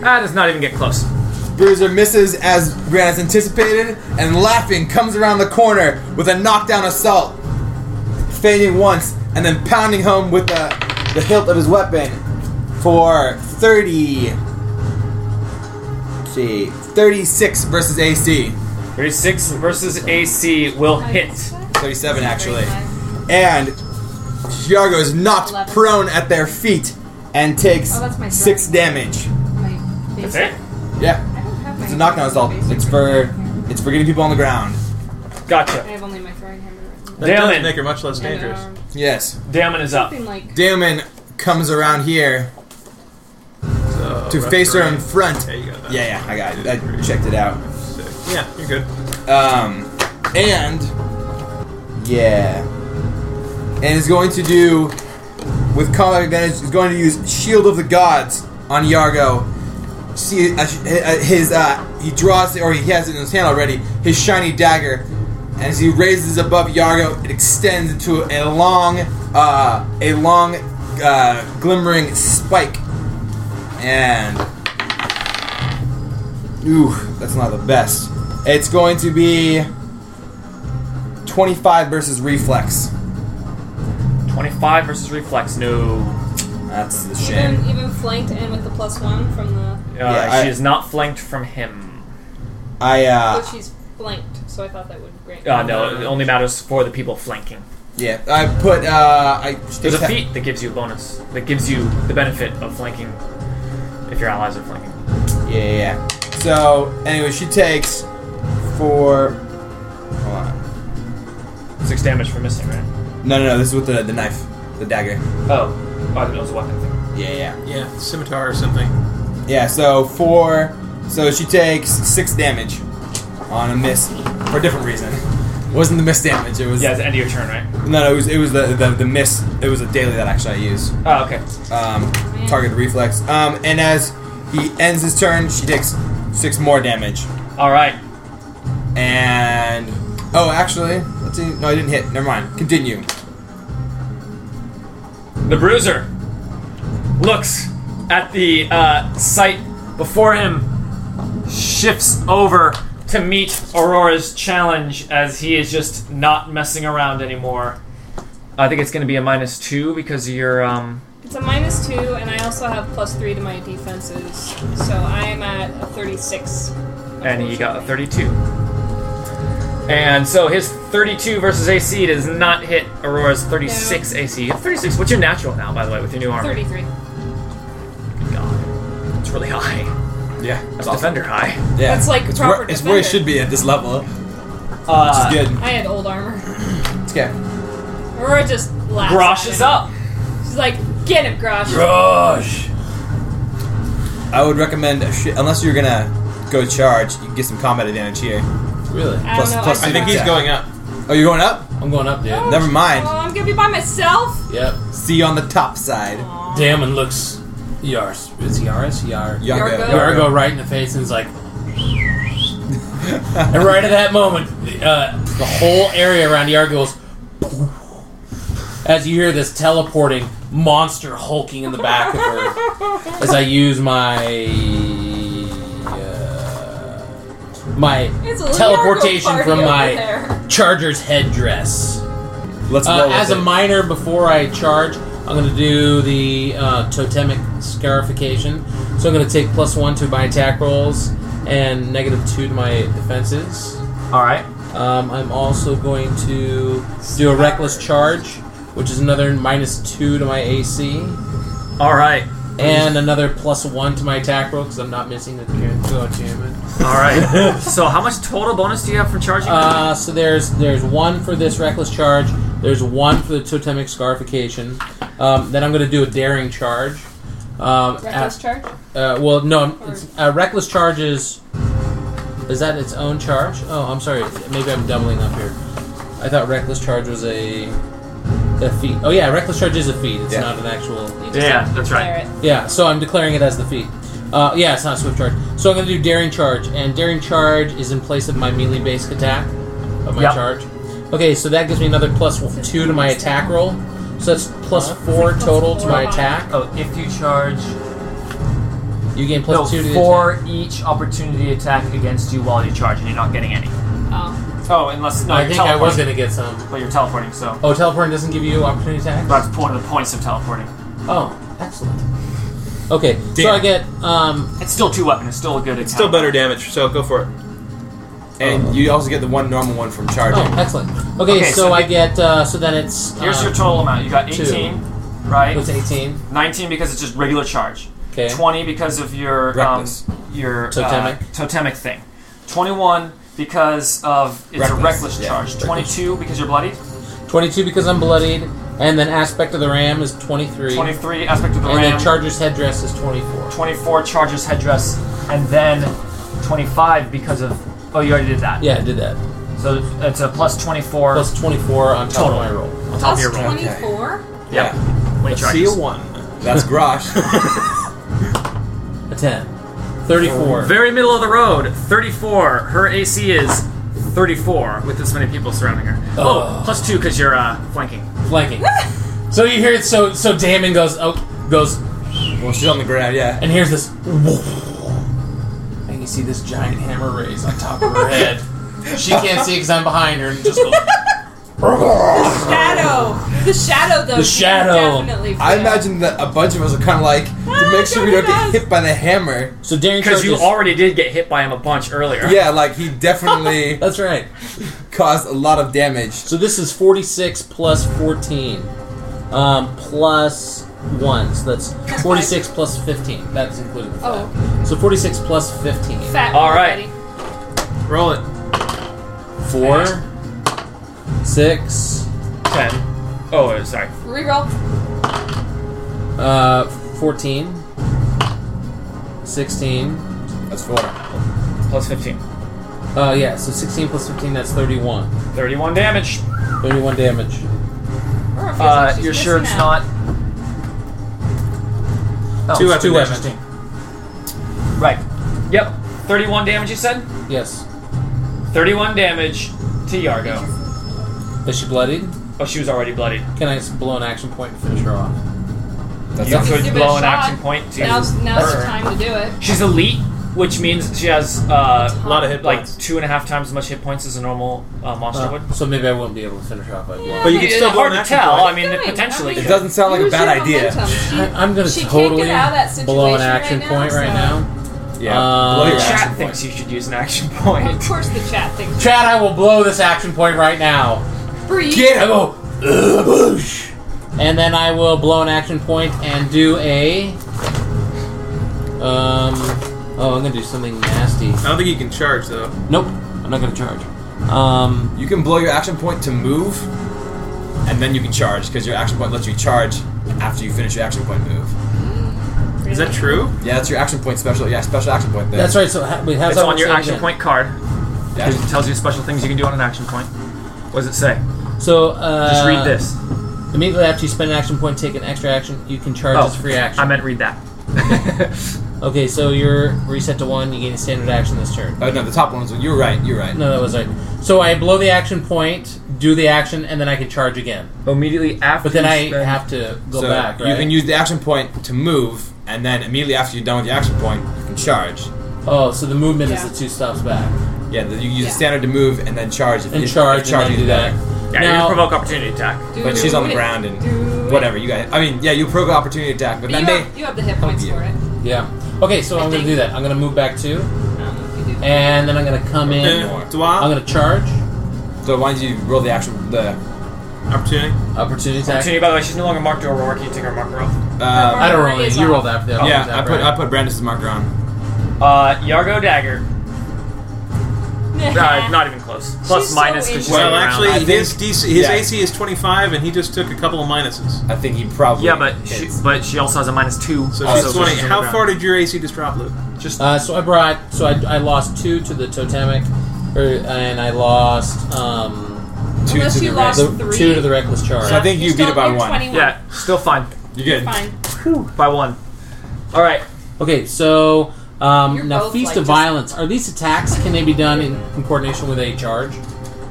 Speaker 2: That Ah, does not even get close.
Speaker 5: Bruiser misses as Brandis anticipated, and laughing comes around the corner with a knockdown assault, fading once and then pounding home with the, the hilt of his weapon for 30. See, 36 versus AC.
Speaker 2: 36 versus AC will
Speaker 3: <laughs>
Speaker 2: hit.
Speaker 5: 37 actually. And Yargo is knocked
Speaker 3: Eleven.
Speaker 5: prone at their feet and takes
Speaker 3: Oh, that's my
Speaker 5: six damage.
Speaker 2: That's it?
Speaker 5: Yeah, it's a knockdown assault. It's for it's for getting people on the ground.
Speaker 3: I
Speaker 2: Gotcha.
Speaker 3: have only my throwing hammer. right
Speaker 6: That
Speaker 2: Damn
Speaker 6: does
Speaker 2: it.
Speaker 6: make her much less
Speaker 3: now. And,
Speaker 6: dangerous.
Speaker 3: um,
Speaker 5: Yes,
Speaker 2: Damon is up.
Speaker 3: Something like
Speaker 5: Damon comes around here
Speaker 6: So,
Speaker 5: to
Speaker 6: rough
Speaker 5: face her
Speaker 6: terrain.
Speaker 5: in front.
Speaker 6: Yeah, you got that.
Speaker 5: Yeah, yeah, I got it. I checked it out.
Speaker 6: Sick. Yeah, you're good.
Speaker 5: Um, and yeah, and is going to do with combat advantage. Is going to use Shield of the Gods on Yargo. See uh, his uh, he draws or he has it in his hand already. His shiny dagger, and as he raises above Yargo, it extends into a long, uh, a long, uh, glimmering spike, and Ooh, that's not the best. It's going to be 25 versus reflex.
Speaker 2: 25 versus reflex. No. Uh,
Speaker 5: That's the shame.
Speaker 3: even, even flanked and with the plus one from the.
Speaker 2: Uh,
Speaker 5: Yeah,
Speaker 2: she
Speaker 5: I-
Speaker 2: is not flanked from him.
Speaker 5: I
Speaker 3: But
Speaker 5: uh
Speaker 3: she's flanked, so I thought that would grant.
Speaker 2: Uh, no, it only matters for the people flanking.
Speaker 5: yeah, I put uh I
Speaker 2: There's a feat that gives you a bonus, that gives you the benefit of flanking if your allies are flanking.
Speaker 5: Yeah, yeah, yeah. So, anyway, she takes four Hold on.
Speaker 2: Six damage for missing, right?
Speaker 5: No, no, no, this is with the, the knife, the dagger.
Speaker 2: Oh, oh I thought it was a weapon thing.
Speaker 5: Yeah, yeah.
Speaker 6: Yeah, scimitar or something.
Speaker 5: Yeah, so 4 so she takes 6 damage on a miss for a different reason. <laughs> wasn't the miss damage, it was
Speaker 2: Yeah, it's the end of your turn, right?
Speaker 5: No, no, it was it was the, the the miss. It was a daily that actually I used.
Speaker 2: Oh, okay.
Speaker 5: Um, target the reflex. Um, and as he ends his turn, she takes six more damage.
Speaker 2: All right.
Speaker 5: And oh, actually, let's see. No, I didn't hit. Never mind. Continue.
Speaker 2: The bruiser looks at the uh, sight before him, shifts over to meet Aurora's challenge as he is just not messing around anymore. I think it's going to be a minus two because you're. Um,
Speaker 3: It's a minus two, and I also have plus three to my defenses, so I am at a 36.
Speaker 2: and he got a 32. And so his 32 versus AC does not hit Aurora's 36 AC. You have 36. What's your natural now, by the way, with your new armor?
Speaker 3: 33.
Speaker 2: God, it's really high.
Speaker 5: Yeah,
Speaker 2: That's defender high.
Speaker 5: Yeah,
Speaker 3: That's like
Speaker 5: it's
Speaker 3: proper
Speaker 5: where, it's where it
Speaker 3: defender.
Speaker 5: should be at this level.
Speaker 2: Uh,
Speaker 5: Which is good.
Speaker 3: I had old armor. <laughs>
Speaker 5: It's good.
Speaker 3: Aurora just laughs. at
Speaker 2: Grosh is
Speaker 3: him.
Speaker 2: up.
Speaker 3: She's like, get him, Grosh.
Speaker 5: Rush. I would recommend a shi unless you're gonna go charge, you can get some combat advantage here.
Speaker 7: Really?
Speaker 3: I don't know, I
Speaker 5: the
Speaker 3: think
Speaker 5: attack.
Speaker 3: he's
Speaker 6: going up.
Speaker 5: Oh, you're going up?
Speaker 7: I'm going up, dude.
Speaker 3: Oh,
Speaker 5: Never mind.
Speaker 3: Oh, I'm gonna be by myself?
Speaker 7: Yep.
Speaker 5: See you on the top side.
Speaker 7: Damon looks Yars. Is E Yaris? Yar.
Speaker 5: Yargo.
Speaker 7: Yargo right in the face and is like. <laughs> and right at that moment, uh, the whole area around Yargo goes. As you hear this teleporting monster hulking in the back of her, as I use my uh, my
Speaker 3: It's a little
Speaker 7: teleportation
Speaker 3: Yargo
Speaker 7: from
Speaker 3: party
Speaker 7: my
Speaker 3: over
Speaker 7: <laughs>
Speaker 3: there.
Speaker 7: charger's headdress.
Speaker 5: Let's
Speaker 7: Uh,
Speaker 5: roll with
Speaker 7: as a
Speaker 5: it.
Speaker 7: minor, before I charge, I'm going to do the uh, totemic scarification. So I'm going to take plus one to my attack rolls and negative two to my defenses.
Speaker 2: All right.
Speaker 7: Um, I'm also going to do a reckless charge, which is another minus two to my AC,
Speaker 2: All right.
Speaker 7: and another plus one to my attack roll because I'm not missing the two enchantment.
Speaker 2: All <laughs> right. so how much total bonus do you have from charging?
Speaker 7: Uh, so there's there's one for this reckless charge. There's one for the totemic scarification. Um, then I'm going to do a daring charge. Um,
Speaker 3: Reckless
Speaker 7: at-
Speaker 3: charge?
Speaker 7: Uh, well, no, it's, uh, reckless charge is is that its own charge? Oh, I'm sorry. Maybe I'm doubling up here. I thought reckless charge was a a feat. Oh yeah, reckless charge is a feat. It's
Speaker 5: Yeah.
Speaker 7: not an actual.
Speaker 3: You just
Speaker 2: yeah,
Speaker 3: have to
Speaker 2: that's
Speaker 3: declare
Speaker 2: right.
Speaker 3: it.
Speaker 7: Yeah, so I'm declaring it as the feat. Uh, yeah, it's not swift charge. So I'm going to do daring charge, and daring charge is in place of my melee based attack of my
Speaker 2: Yep.
Speaker 7: charge. Okay, so that gives me another plus two to my attack roll. So that's plus four
Speaker 3: Plus
Speaker 7: total to
Speaker 3: four on
Speaker 7: my
Speaker 3: it.
Speaker 7: attack.
Speaker 2: Oh, if you charge,
Speaker 7: You gain plus
Speaker 2: no,
Speaker 7: two to the
Speaker 2: for each opportunity attack against you while you charge, and you're not getting any.
Speaker 3: Oh.
Speaker 2: Oh, unless no,
Speaker 7: attack. I
Speaker 2: you're
Speaker 7: think I
Speaker 2: teleporting.
Speaker 7: was going to get some.
Speaker 2: But you're teleporting, so
Speaker 7: Oh, teleporting doesn't give you opportunity attack.
Speaker 2: that's one of the points of teleporting.
Speaker 7: Oh, excellent. Okay, so
Speaker 5: Damn.
Speaker 7: I get um
Speaker 2: It's still two weapon. It's still a good. It's
Speaker 6: Still better damage, so go for it.
Speaker 5: and you also get the one normal one from charging.
Speaker 7: oh excellent. Okay,
Speaker 2: Okay,
Speaker 7: so,
Speaker 2: so
Speaker 7: I
Speaker 2: the-
Speaker 7: get uh, so then it's
Speaker 2: Here's
Speaker 7: uh,
Speaker 2: your total amount. You got
Speaker 7: two.
Speaker 2: 18, right?
Speaker 7: it's eighteen.
Speaker 2: 19 because it's just regular charge.
Speaker 7: Okay.
Speaker 2: 20 because of your um,
Speaker 5: Reckless.
Speaker 2: your
Speaker 7: Totemic.
Speaker 2: uh, totemic thing. 21 because of it's a
Speaker 5: Reckless,
Speaker 2: reckless
Speaker 5: yeah,
Speaker 2: charge.
Speaker 5: reckless.
Speaker 2: 22 because you're bloodied.
Speaker 7: 22 because I'm bloodied, and then aspect of the ram is 23.
Speaker 2: 23 aspect of the
Speaker 7: and
Speaker 2: ram.
Speaker 7: then Charger's headdress is 24.
Speaker 2: 24 charges headdress, and then 25 because of oh you already did that.
Speaker 7: Yeah, I did that.
Speaker 2: So it's a plus 24
Speaker 7: Plus 24 on top
Speaker 2: Total.
Speaker 7: of my roll.
Speaker 2: on top of
Speaker 3: Plus
Speaker 2: your roll.
Speaker 3: 24?
Speaker 2: Yep.
Speaker 5: Yeah.
Speaker 2: When he
Speaker 6: Let's see a
Speaker 2: charges.
Speaker 6: one.
Speaker 5: That's Grosh.
Speaker 7: A 10. 34.
Speaker 2: Very middle of the road, 34. Her AC is 34 with this many people surrounding her. Oh,
Speaker 7: Oh.
Speaker 2: plus two because you're uh, flanking.
Speaker 7: flanking. so you hear it, so so Damon goes, oh, goes,
Speaker 5: well, she's on the ground,
Speaker 7: <laughs>
Speaker 5: yeah.
Speaker 7: and hears this. And you see this giant hammer raise on top of
Speaker 2: <laughs>
Speaker 7: her head. She can't see because I'm behind her and just goes.
Speaker 3: Shadow! The shadow, though.
Speaker 7: The
Speaker 3: she
Speaker 7: shadow.
Speaker 3: Definitely
Speaker 5: I
Speaker 3: failed.
Speaker 5: imagine that a bunch of us are kind of like to
Speaker 3: Ah,
Speaker 5: make sure we don't
Speaker 3: don't
Speaker 5: get
Speaker 3: hit us.
Speaker 5: hit by the hammer.
Speaker 7: So Darren
Speaker 2: Because
Speaker 7: charges.
Speaker 2: you already did get hit by him a bunch earlier.
Speaker 5: Yeah, like he definitely
Speaker 7: That's right.
Speaker 5: caused a lot of damage.
Speaker 7: So this is 46 plus 14. Um, plus 1. So that's 46 plus 15. That's included. with
Speaker 3: Oh.
Speaker 7: that. So 46 plus 15.
Speaker 3: Fat
Speaker 2: All
Speaker 3: roll,
Speaker 2: right.
Speaker 3: buddy.
Speaker 6: Roll it.
Speaker 7: 4, 6,
Speaker 2: Ten. Oh, sorry.
Speaker 3: Reroll.
Speaker 7: uh, 14, 16.
Speaker 5: That's four.
Speaker 2: Plus 15.
Speaker 7: Uh, yeah, so 16 plus 15, that's 31.
Speaker 2: 31 damage.
Speaker 7: 31 damage.
Speaker 3: Aurora feels like
Speaker 2: Uh,
Speaker 3: she's
Speaker 2: you're sure it's
Speaker 3: missing
Speaker 2: not.
Speaker 3: out.
Speaker 2: Oh,
Speaker 5: Oh,
Speaker 7: Two weapon
Speaker 2: Right. Yep. 31 damage, you said?
Speaker 7: Yes.
Speaker 2: 31 damage to Yargo.
Speaker 7: Is she bloodied?
Speaker 2: Oh, she was already bloodied.
Speaker 7: Can I just blow an action point and finish her off?
Speaker 2: That's
Speaker 7: not-
Speaker 2: you could
Speaker 10: Give it a
Speaker 2: blow an
Speaker 10: shot.
Speaker 2: action point to
Speaker 10: Now's, now's
Speaker 2: her.
Speaker 10: the time to do it.
Speaker 2: She's elite, which means she has uh,
Speaker 6: A lot of hit points.
Speaker 2: like two and a half times as much hit points as a normal uh, monster would.
Speaker 7: Uh, so maybe I won't be able to finish her off. By blowing.
Speaker 6: But you can
Speaker 2: It's
Speaker 6: still blow
Speaker 2: hard
Speaker 6: an
Speaker 2: to
Speaker 6: action
Speaker 2: tell.
Speaker 6: point.
Speaker 2: I mean, it
Speaker 10: Doing?
Speaker 2: potentially
Speaker 10: How
Speaker 5: It
Speaker 2: could.
Speaker 5: doesn't sound like a
Speaker 10: Use
Speaker 5: bad
Speaker 10: your
Speaker 2: <laughs>
Speaker 5: idea.
Speaker 10: momentum. She-
Speaker 7: I, am gonna
Speaker 10: she can't get
Speaker 7: totally
Speaker 10: out of that
Speaker 7: blow an
Speaker 10: situation
Speaker 7: action
Speaker 10: right
Speaker 7: point
Speaker 10: now,
Speaker 7: right
Speaker 10: so-
Speaker 7: now.
Speaker 5: Yeah.
Speaker 6: Uh,
Speaker 7: Um,
Speaker 5: blow
Speaker 2: The
Speaker 5: your
Speaker 7: Yeah.
Speaker 5: action
Speaker 2: chat
Speaker 5: point.
Speaker 2: thinks you should use an action <laughs>
Speaker 10: Of
Speaker 2: point.
Speaker 10: course, the chat thinks.
Speaker 7: Chad, I will blow this action point right now.
Speaker 10: Breathe.
Speaker 7: Get him! And then I will blow an action point and do a. Um. Oh, I'm gonna do something nasty.
Speaker 6: I don't think you can charge though.
Speaker 7: Nope, I'm not gonna charge. Um.
Speaker 5: You can blow your action point to move, and then you can charge because your action point lets you charge after you finish your action point move.
Speaker 6: Is that true?
Speaker 5: Yeah, that's your action point special. Yeah, special action point there.
Speaker 7: That's right. So ha- wait, how's
Speaker 2: It's
Speaker 7: that
Speaker 2: on
Speaker 7: one
Speaker 2: your
Speaker 7: say it
Speaker 2: action
Speaker 7: again?
Speaker 2: point card.
Speaker 5: Yeah.
Speaker 2: It tells you special things you can do on an action point. What does it say?
Speaker 7: So uh,
Speaker 2: Just read this.
Speaker 7: Immediately after you spend an action point, take an extra action. You can charge
Speaker 2: Oh,
Speaker 7: as free action.
Speaker 2: I meant <laughs> read that.
Speaker 7: okay, so you're reset to one. You gain a standard action this turn.
Speaker 5: Oh no, the top one is. You're right. You're right.
Speaker 7: No, that was right. So I blow the action point, do the action, and then I can charge again.
Speaker 2: Immediately after.
Speaker 7: But then
Speaker 2: you
Speaker 7: I
Speaker 2: spend-
Speaker 7: have to go
Speaker 5: so
Speaker 7: back.
Speaker 5: You
Speaker 7: right?
Speaker 5: can use the action point to move, and then immediately after you're done with your action point, you can charge.
Speaker 7: Oh, so the movement
Speaker 10: Yeah.
Speaker 7: is the two stops back
Speaker 5: Yeah, the, you use
Speaker 10: Yeah.
Speaker 5: the standard to move and then charge. If
Speaker 7: and
Speaker 5: if-
Speaker 7: charge,
Speaker 5: if charge
Speaker 7: and then
Speaker 5: is
Speaker 7: do that.
Speaker 5: better.
Speaker 2: Yeah, you
Speaker 7: now,
Speaker 2: can provoke opportunity attack.
Speaker 10: Do
Speaker 5: But she's on the
Speaker 10: it.
Speaker 5: ground and
Speaker 10: Do it.
Speaker 5: whatever you guys. I mean, yeah, you provoke opportunity attack, but
Speaker 10: But
Speaker 5: then
Speaker 10: you,
Speaker 5: they.
Speaker 10: have, you have the hit points
Speaker 5: you.
Speaker 10: for it.
Speaker 7: yeah. Okay, so
Speaker 10: I
Speaker 7: I'm gonna
Speaker 10: think-
Speaker 7: do that. I'm gonna move back
Speaker 10: I
Speaker 7: two,
Speaker 10: don't know Um, if you do that.
Speaker 7: and then I'm gonna come in.
Speaker 5: more.
Speaker 6: Uh, Do I?
Speaker 7: I'm gonna charge.
Speaker 5: So why don't you roll the action? The uh,
Speaker 6: Opportunity.
Speaker 7: Opportunity attack.
Speaker 2: Opportunity, by the way, she's no longer marked to Aurora. Can you take her marker off?
Speaker 5: uh,
Speaker 7: I don't roll it.
Speaker 10: Is
Speaker 7: You
Speaker 10: on.
Speaker 7: rolled after that.
Speaker 5: yeah, I put
Speaker 7: right?
Speaker 5: I put Brandis' marker on.
Speaker 2: Uh, Yargo Dagger. Uh,
Speaker 10: <laughs>
Speaker 2: not even close. Plus
Speaker 10: She's so
Speaker 2: minus because she's
Speaker 10: Well,
Speaker 6: Well,
Speaker 2: on the ground.
Speaker 6: actually,
Speaker 5: I
Speaker 6: his
Speaker 5: think-
Speaker 6: DC, his
Speaker 5: yeah.
Speaker 6: AC is 25, and he just took a couple of minuses.
Speaker 5: I think he probably.
Speaker 2: Yeah, but she,
Speaker 5: hits.
Speaker 2: but she also has a minus two.
Speaker 6: So
Speaker 2: also,
Speaker 6: she's
Speaker 2: Oh, so
Speaker 6: 20.
Speaker 2: she's on the
Speaker 6: How far
Speaker 2: ground.
Speaker 6: did your AC just drop, Luke?
Speaker 2: Just
Speaker 7: Uh, so I brought. So I, I lost two to the totemic, or, and I lost um,
Speaker 5: two
Speaker 10: Unless
Speaker 5: to
Speaker 10: you
Speaker 5: the
Speaker 10: lost
Speaker 5: red.
Speaker 7: the,
Speaker 10: three.
Speaker 7: two to the reckless charge.
Speaker 5: So I think
Speaker 10: You're
Speaker 5: you beat
Speaker 10: still-
Speaker 5: it by
Speaker 10: you're
Speaker 5: one.
Speaker 10: 21.
Speaker 2: yeah, still fine
Speaker 5: You're good.
Speaker 10: Fine.
Speaker 2: by one. All right,
Speaker 7: Okay, so
Speaker 10: You're
Speaker 7: um, now
Speaker 10: both,
Speaker 7: feast
Speaker 10: like,
Speaker 7: of
Speaker 10: just-
Speaker 7: violence. Are these attacks can they be done in, in coordination with a charge?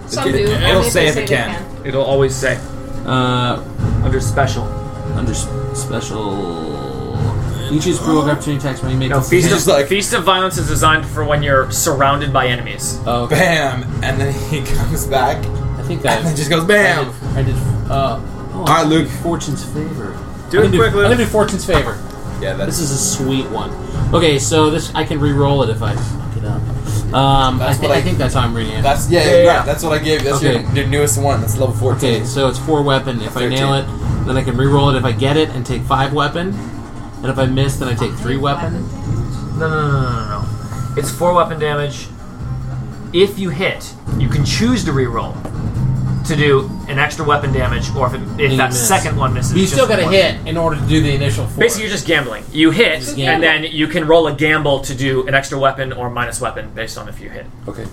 Speaker 10: Some
Speaker 5: It-
Speaker 10: do.
Speaker 5: it'll
Speaker 10: only
Speaker 5: say
Speaker 10: they
Speaker 5: if it
Speaker 10: they
Speaker 5: can.
Speaker 2: it'll always say
Speaker 7: Uh,
Speaker 2: under special.
Speaker 7: under s- special, you choose provoke opportunity attacks when you make
Speaker 2: No,
Speaker 7: this
Speaker 2: feast of
Speaker 5: Just like-
Speaker 2: feast of violence is designed for when you're surrounded by enemies.
Speaker 7: Oh, okay.
Speaker 5: Bam, and then he <laughs> comes back
Speaker 7: I
Speaker 5: <laughs>
Speaker 7: think
Speaker 5: and then
Speaker 7: I,
Speaker 5: just goes
Speaker 7: I
Speaker 5: bam.
Speaker 7: did. I did uh, oh,
Speaker 5: All right, Luke.
Speaker 7: Fortune's favor.
Speaker 6: Do
Speaker 7: I'm
Speaker 6: it
Speaker 7: gonna
Speaker 6: quick,
Speaker 7: I'm
Speaker 6: Luke.
Speaker 7: gonna do fortune's favor.
Speaker 5: Yeah,
Speaker 7: This
Speaker 5: that's
Speaker 7: is a sweet one. Okay, so this I can re-roll it if I fuck it up. Um, I,
Speaker 5: That's
Speaker 7: thi-
Speaker 5: what
Speaker 7: I
Speaker 5: I-
Speaker 7: think that's how I'm reading it.
Speaker 5: that's yeah,
Speaker 7: Yeah, yeah,
Speaker 5: Right, that's what I gave. That's your,
Speaker 7: Okay.
Speaker 5: your newest one. That's level fourteen.
Speaker 7: Okay, so it's four weapon. If I
Speaker 5: 13.
Speaker 7: nail it, then I can re-roll it if I get it and take five weapon. And if I miss, then I take three weapon.
Speaker 2: No, no, no, no, no, no. It's four weapon damage. If you hit, you can choose to reroll to do an extra weapon damage, or if, it, if
Speaker 7: you
Speaker 2: that
Speaker 7: miss.
Speaker 2: second one misses,
Speaker 7: But you
Speaker 2: just
Speaker 7: still got to
Speaker 2: one.
Speaker 7: hit in order to do the initial four.
Speaker 2: Basically, you're just gambling. You hit,
Speaker 7: Just
Speaker 2: and
Speaker 7: gamble.
Speaker 2: then you can roll a gamble to do an extra weapon or minus weapon based on if you hit.
Speaker 7: okay.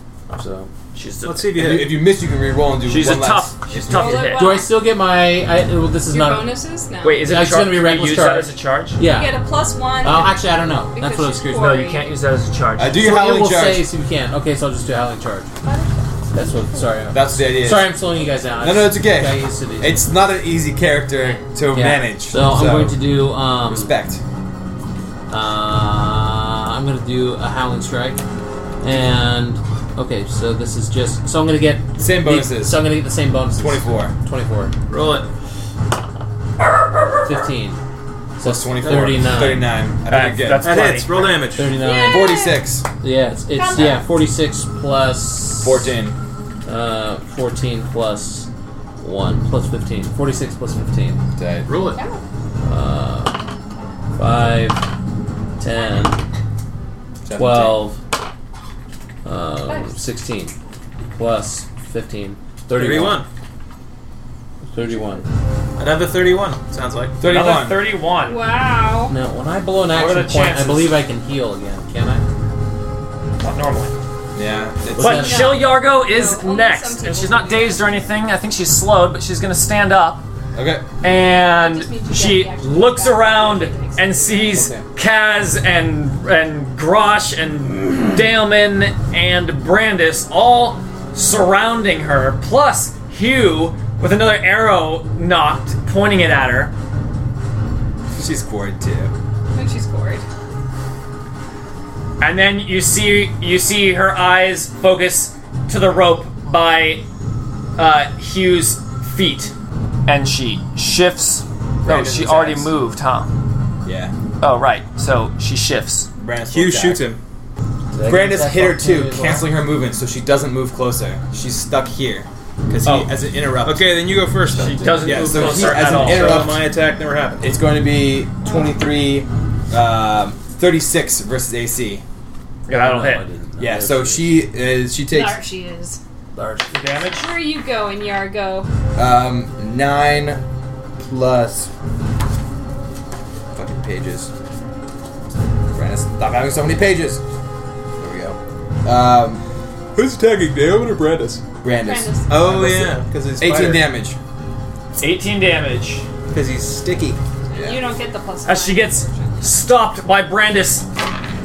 Speaker 7: So
Speaker 2: She's
Speaker 6: Let's
Speaker 2: a,
Speaker 6: see if you
Speaker 5: If you,
Speaker 6: hit.
Speaker 5: if you miss, you can re-roll and do
Speaker 2: she's a
Speaker 5: one last.
Speaker 2: tough. She's tough to
Speaker 10: Roll it
Speaker 2: hit.
Speaker 10: once.
Speaker 7: do I still get my? I, well, this is
Speaker 10: Your
Speaker 7: not.
Speaker 10: bonuses? No.
Speaker 2: Wait, is it
Speaker 7: Yeah,
Speaker 2: a
Speaker 7: it's
Speaker 2: charge?
Speaker 7: gonna be
Speaker 2: Can you
Speaker 7: reckless
Speaker 2: use that
Speaker 7: charge.
Speaker 2: as a charge?
Speaker 10: You
Speaker 7: Yeah.
Speaker 10: get a plus one.
Speaker 7: Oh, actually, I don't know. That's
Speaker 10: Because
Speaker 7: what I was
Speaker 10: she's
Speaker 7: curious
Speaker 2: No,
Speaker 7: about.
Speaker 2: you can't use that as a charge.
Speaker 5: I do your
Speaker 7: So it
Speaker 5: howling
Speaker 7: will
Speaker 5: charge.
Speaker 7: say so you can. Okay, so I'll just do howling charge. That's what. Sorry. I'm-
Speaker 5: That's the idea.
Speaker 7: Sorry, I'm slowing you guys down. I
Speaker 5: No, no, it's
Speaker 7: just
Speaker 5: okay.
Speaker 7: Got used to these.
Speaker 5: It's not an easy character to
Speaker 7: Yeah.
Speaker 5: manage.
Speaker 7: So, I'm going to do um,
Speaker 5: respect.
Speaker 7: Uh, I'm gonna do a howling strike, and okay, so this is just so I'm gonna get
Speaker 5: Same
Speaker 7: The,
Speaker 5: bonuses.
Speaker 7: so I'm gonna get the same bonuses.
Speaker 5: Twenty-four.
Speaker 7: 24,
Speaker 6: Roll it.
Speaker 7: 15. So
Speaker 5: Plus twenty-four.
Speaker 7: 39.
Speaker 5: 39. I
Speaker 2: Uh,
Speaker 5: think again.
Speaker 2: that's
Speaker 6: That
Speaker 2: plenty.
Speaker 6: hits. Roll damage.
Speaker 7: 39.
Speaker 5: Forty-six.
Speaker 7: Yeah, it's, it's yeah 46 plus
Speaker 5: Fourteen.
Speaker 7: Uh, 14 plus one plus 15. 46 plus 15.
Speaker 5: Dead.
Speaker 6: Roll it.
Speaker 7: Uh, five, 10, 12, um, 16, plus 15, 31.
Speaker 6: 31.
Speaker 7: 31.
Speaker 6: Another 31, sounds like.
Speaker 2: Another
Speaker 5: 31.
Speaker 2: 31.
Speaker 10: Wow.
Speaker 7: Now, when I blow an
Speaker 2: are
Speaker 7: action
Speaker 2: the
Speaker 7: point, I
Speaker 2: chances?
Speaker 7: believe I can heal again, can I?
Speaker 2: Not normally.
Speaker 5: Yeah. It's,
Speaker 2: But
Speaker 7: that?
Speaker 2: Chill Yargo is
Speaker 10: No, only some
Speaker 2: next,
Speaker 10: people
Speaker 2: and she's
Speaker 10: can
Speaker 2: not
Speaker 10: do
Speaker 2: dazed or anything. I think she's slowed, but she's gonna stand up.
Speaker 5: Okay.
Speaker 2: And she looks around and sees Kaz and and Grosh and Daemon and Brandis all surrounding her, plus Hugh with another arrow knocked, pointing it at her.
Speaker 5: She's quarried too.
Speaker 3: I think she's quarried.
Speaker 2: And then you see you see her eyes focus to the rope by uh, Hugh's feet, and she shifts. No,
Speaker 13: Brandon's
Speaker 2: she already
Speaker 13: eyes.
Speaker 2: moved, huh?
Speaker 5: Yeah.
Speaker 2: Oh right, so she shifts.
Speaker 5: Brandis
Speaker 6: Hugh
Speaker 5: will die.
Speaker 6: shoots him.
Speaker 5: Brandis hit her too, canceling her movement, so she doesn't move closer. She's stuck here because he,
Speaker 6: Oh.
Speaker 5: as an interrupt,
Speaker 6: Okay, then you go first. Then.
Speaker 5: She doesn't Yeah, move so closer he- as at an all.
Speaker 6: So
Speaker 5: interrupt-
Speaker 6: my attack never happened.
Speaker 5: it's going to be 23, um, 36 versus AC.
Speaker 2: Yeah, that'll hit.
Speaker 5: Yeah, so she is. She takes
Speaker 3: There she is.
Speaker 7: Large.
Speaker 2: Damage.
Speaker 3: Where are you going, Yargo?
Speaker 5: Um, nine plus fucking pages. Brandon, stop having so many pages. There we go. Um,
Speaker 6: Who's tagging Naomi or Brandis?
Speaker 5: Brandis.
Speaker 3: Brandis.
Speaker 6: Oh
Speaker 5: Brandis.
Speaker 6: yeah, because he's
Speaker 5: 18
Speaker 6: fired.
Speaker 5: damage.
Speaker 2: 18 damage.
Speaker 6: Because he's sticky.
Speaker 3: You don't get the plus.
Speaker 2: As she gets stopped by Brandis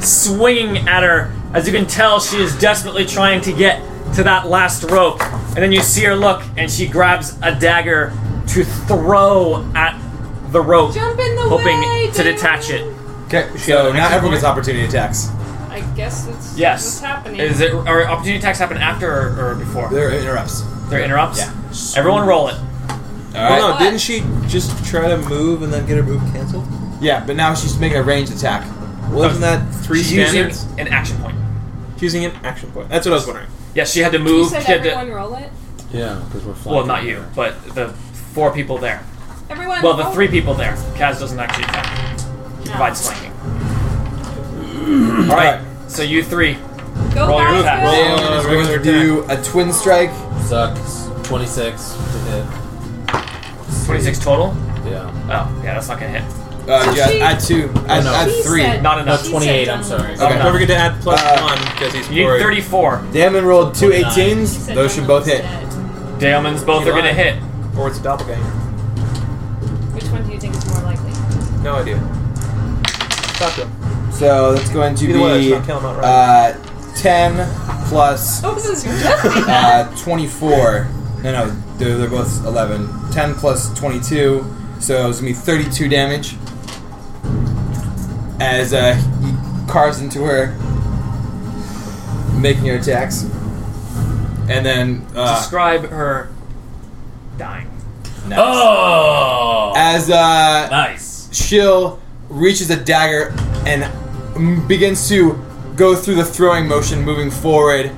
Speaker 2: swinging at her, as you can tell, she is desperately trying to get to that last rope. And then you see her look, and she grabs a dagger to throw at the rope,
Speaker 3: Jump in the
Speaker 2: hoping
Speaker 3: way,
Speaker 2: to
Speaker 3: dude.
Speaker 2: detach it.
Speaker 5: Okay, so now everyone gets opportunity attacks.
Speaker 3: I guess that's
Speaker 2: Yes.
Speaker 3: what's happening.
Speaker 2: Is it are opportunity attacks happen after or, or before?
Speaker 5: There are interrupts.
Speaker 2: They're interrupts.
Speaker 5: Yeah.
Speaker 2: Everyone, roll it.
Speaker 5: Alright.
Speaker 6: Well, no,
Speaker 3: What?
Speaker 6: didn't she just try to move and then get her move canceled?
Speaker 5: Yeah, but now she's making a ranged attack.
Speaker 6: Wasn't that three
Speaker 2: She's using
Speaker 6: standards?
Speaker 2: an action point.
Speaker 6: She's using an action point. That's what I was wondering.
Speaker 2: Yes, she had to
Speaker 3: you
Speaker 2: move.
Speaker 3: said
Speaker 2: she had to-
Speaker 3: everyone roll it.
Speaker 14: Yeah, because we're flying.
Speaker 2: well, not you, but the four people there.
Speaker 3: Everyone. oh,
Speaker 2: Well, the
Speaker 3: roll
Speaker 2: three
Speaker 3: it.
Speaker 2: people there. Kaz doesn't actually attack. He provides flanking. All right. So you three.
Speaker 3: Go
Speaker 2: roll your
Speaker 3: back,
Speaker 2: attack.
Speaker 3: go.
Speaker 5: Naomi is going
Speaker 6: regular
Speaker 5: to do a twin strike.
Speaker 7: Sucks. 26 to hit.
Speaker 2: Twenty-six total.
Speaker 7: Yeah.
Speaker 2: Oh, yeah, that's not gonna hit.
Speaker 5: Uh, yeah,
Speaker 3: she-
Speaker 5: add two. Add,
Speaker 7: no.
Speaker 5: add
Speaker 3: She
Speaker 5: three.
Speaker 3: said-
Speaker 2: Not enough.
Speaker 3: she said
Speaker 7: 28,
Speaker 3: done.
Speaker 7: I'm sorry.
Speaker 5: Okay.
Speaker 6: Don't forget to add plus
Speaker 5: Uh,
Speaker 6: one because he's
Speaker 2: You need
Speaker 6: worried.
Speaker 2: thirty-four.
Speaker 5: Damon rolled two
Speaker 7: Nine.
Speaker 5: 18s.
Speaker 3: She said
Speaker 5: Those should
Speaker 3: Dunlop
Speaker 5: both
Speaker 3: was
Speaker 5: hit.
Speaker 3: dead.
Speaker 2: Daemons both
Speaker 6: You
Speaker 2: are gonna
Speaker 6: lied.
Speaker 2: hit.
Speaker 6: Or it's a doppelganger.
Speaker 3: Which one do you think is more likely?
Speaker 6: No idea. Talk to him.
Speaker 5: So that's going to
Speaker 6: Either way, let's
Speaker 5: be
Speaker 6: not kill him outright.
Speaker 5: uh, 10 plus
Speaker 3: Oh, this
Speaker 2: <laughs>
Speaker 3: is your
Speaker 5: uh, 24. No, no, they're, they're both 11. 10 plus 22, so it's going to be 32 damage. As uh, he carves into her, making her attacks. And then, uh,
Speaker 2: Describe her dying.
Speaker 5: nice.
Speaker 7: Oh!
Speaker 5: as uh,
Speaker 7: nice.
Speaker 5: Shill reaches a dagger and m- begins to go through the throwing motion, moving forward.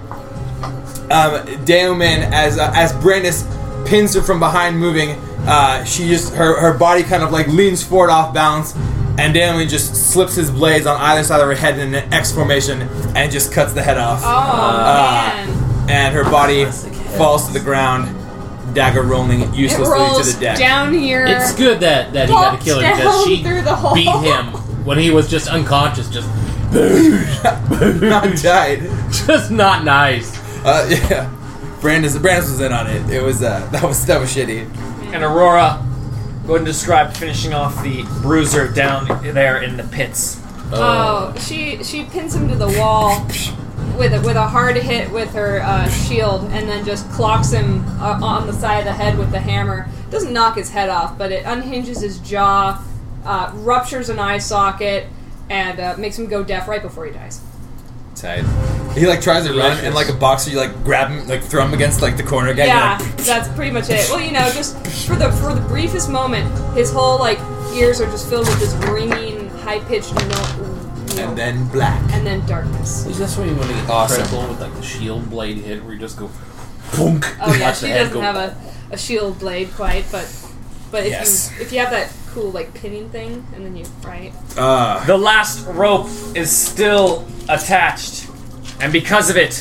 Speaker 5: Um, Daemon, as uh, as Brandis pins her from behind, moving, uh, she just her her body kind of like leans forward off balance, and Daemon just slips his blades on either side of her head in an X formation and just cuts the head off.
Speaker 3: Oh
Speaker 2: Uh,
Speaker 3: man!
Speaker 5: And her body falls to the ground, dagger rolling
Speaker 3: It
Speaker 5: uselessly
Speaker 3: rolls
Speaker 5: to the deck.
Speaker 3: down here.
Speaker 7: It's good that, that he had to
Speaker 3: Walks
Speaker 7: kill her
Speaker 3: down
Speaker 7: because she
Speaker 3: through the hole.
Speaker 7: beat him when he was just unconscious. Just,
Speaker 5: <laughs>
Speaker 7: <laughs>
Speaker 5: Not died.
Speaker 7: just not nice.
Speaker 5: Uh, <laughs> yeah. Brandis, Brandis was in on it. It was uh, <laughs> that was that was shitty.
Speaker 2: And Aurora, go ahead and describe finishing off the bruiser down there in the pits.
Speaker 3: Oh, she she pins him to the wall with a, with a hard hit with her uh, shield, and then just clocks him uh, on the side of the head with the hammer. Doesn't knock his head off, but it unhinges his jaw, uh, ruptures an eye socket, and uh, makes him go deaf right before he dies.
Speaker 5: Tight. He like tries to run and like a boxer, you like grab him, like throw him against like <laughs> the corner again.
Speaker 3: Yeah, that's pretty much it. Well, you know, just for the for the briefest moment, his whole like ears are just filled with this ringing, high pitched note,
Speaker 5: and then black. <laughs>
Speaker 3: and then darkness.
Speaker 7: Is this when you want to get
Speaker 5: Awesome.
Speaker 7: critical with like the shield blade hit where you just go, punk.
Speaker 3: Oh yeah,
Speaker 7: watch the
Speaker 3: she
Speaker 7: head
Speaker 3: doesn't
Speaker 7: go-
Speaker 3: have a, a shield blade quite, but but if
Speaker 5: Yes.
Speaker 3: you if you have that cool like pinning thing and then you right.
Speaker 5: Uh,
Speaker 2: The last rope is still attached, and because of it,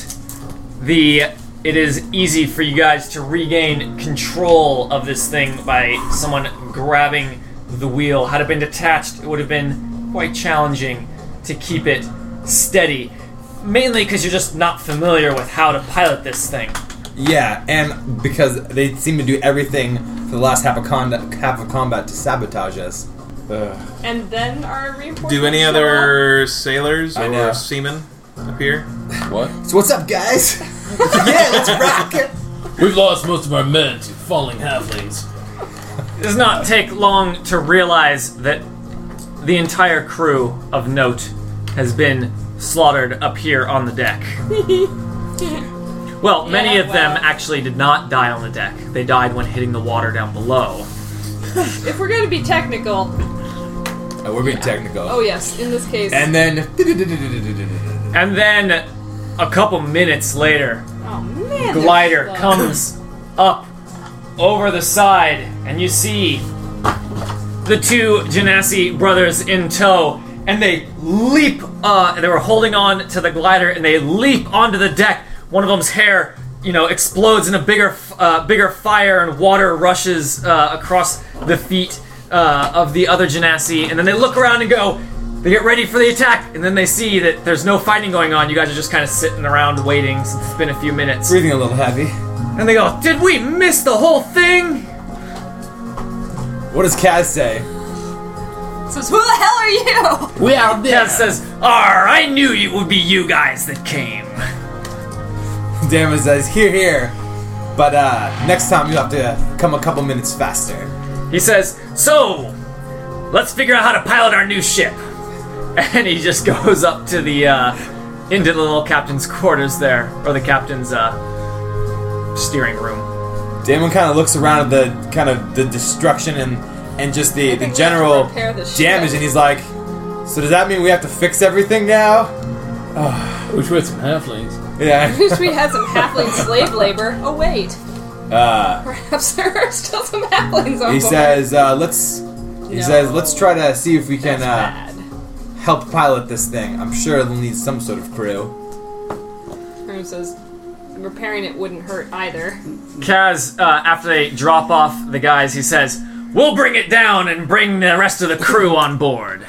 Speaker 2: the it is easy for you guys to regain control of this thing by someone grabbing the wheel. Had it been detached, it would have been quite challenging to keep it steady, mainly because you're just not familiar with how to pilot this thing.
Speaker 5: <laughs> Yeah, and because they seem to do everything for the last half of, con- half of combat to sabotage us. Ugh.
Speaker 10: And then our reinforcements.
Speaker 6: Do any
Speaker 10: show up?
Speaker 6: other sailors
Speaker 5: I know.
Speaker 6: or seamen appear?
Speaker 7: What?
Speaker 5: So what's up,
Speaker 3: <laughs>
Speaker 5: guys? yeah, let's rock it.
Speaker 7: We've lost most of our men to falling halflings.
Speaker 2: It does not take long to realize that the entire crew of note has been slaughtered up here on the deck. Well,
Speaker 10: <laughs>
Speaker 2: many
Speaker 10: Yeah,
Speaker 2: of them
Speaker 10: well.
Speaker 2: actually did not die on the deck. They died when hitting the water down below.
Speaker 10: If we're gonna be technical,
Speaker 5: Oh, we're being technical.
Speaker 10: oh yes, in this case.
Speaker 5: And then. <laughs>
Speaker 2: And then a couple minutes later,
Speaker 10: oh man,
Speaker 2: glider
Speaker 10: there's blood.
Speaker 2: comes up over the side, and you see the two Genasi brothers in tow, and they leap. Uh, they were holding on to the glider, and they leap onto the deck. One of them's hair, you know, explodes in a bigger, f- uh, bigger fire, and water rushes uh, across the feet uh, of the other Genasi, and then they look around and go. They get ready for the attack, and then they see that there's no fighting going on. You guys are just kind of sitting around waiting since it's been a few minutes.
Speaker 5: Breathing a little heavy.
Speaker 2: And they go, Did we miss the whole thing?
Speaker 5: What does Kaz say?
Speaker 3: Says, who the hell are you?
Speaker 7: We out there.
Speaker 2: Kaz says, Arr, I knew it would be you guys that came.
Speaker 5: Dama says, "Here, here." But uh, next time you have to come a couple minutes faster.
Speaker 2: He says, So, let's figure out how to pilot our new ship. <laughs> And he just goes up to the, uh, into the little captain's quarters there, or the captain's, uh, steering room.
Speaker 5: Damon kind of looks around at the kind of the destruction and and just the, the
Speaker 3: think we have to
Speaker 5: general
Speaker 3: repair the ship.
Speaker 5: damage, and he's like, "So does that mean we have to fix everything now?" <laughs>
Speaker 7: Which were some halflings.
Speaker 3: <laughs>
Speaker 5: Yeah.
Speaker 3: Wish we had some halfling slave labor. Oh wait,
Speaker 5: Uh,
Speaker 3: perhaps <laughs> there are still some halflings on
Speaker 5: he
Speaker 3: board.
Speaker 5: says, uh, "Let's." He
Speaker 3: No.
Speaker 5: says, "Let's try to see if we can
Speaker 3: That's bad.
Speaker 5: uh, help pilot this thing. I'm sure it'll need some sort of crew."
Speaker 10: Karim says, repairing it wouldn't hurt either.
Speaker 2: Kaz, uh, after they drop off the guys, he says, We'll bring it down and bring the rest of the crew on board.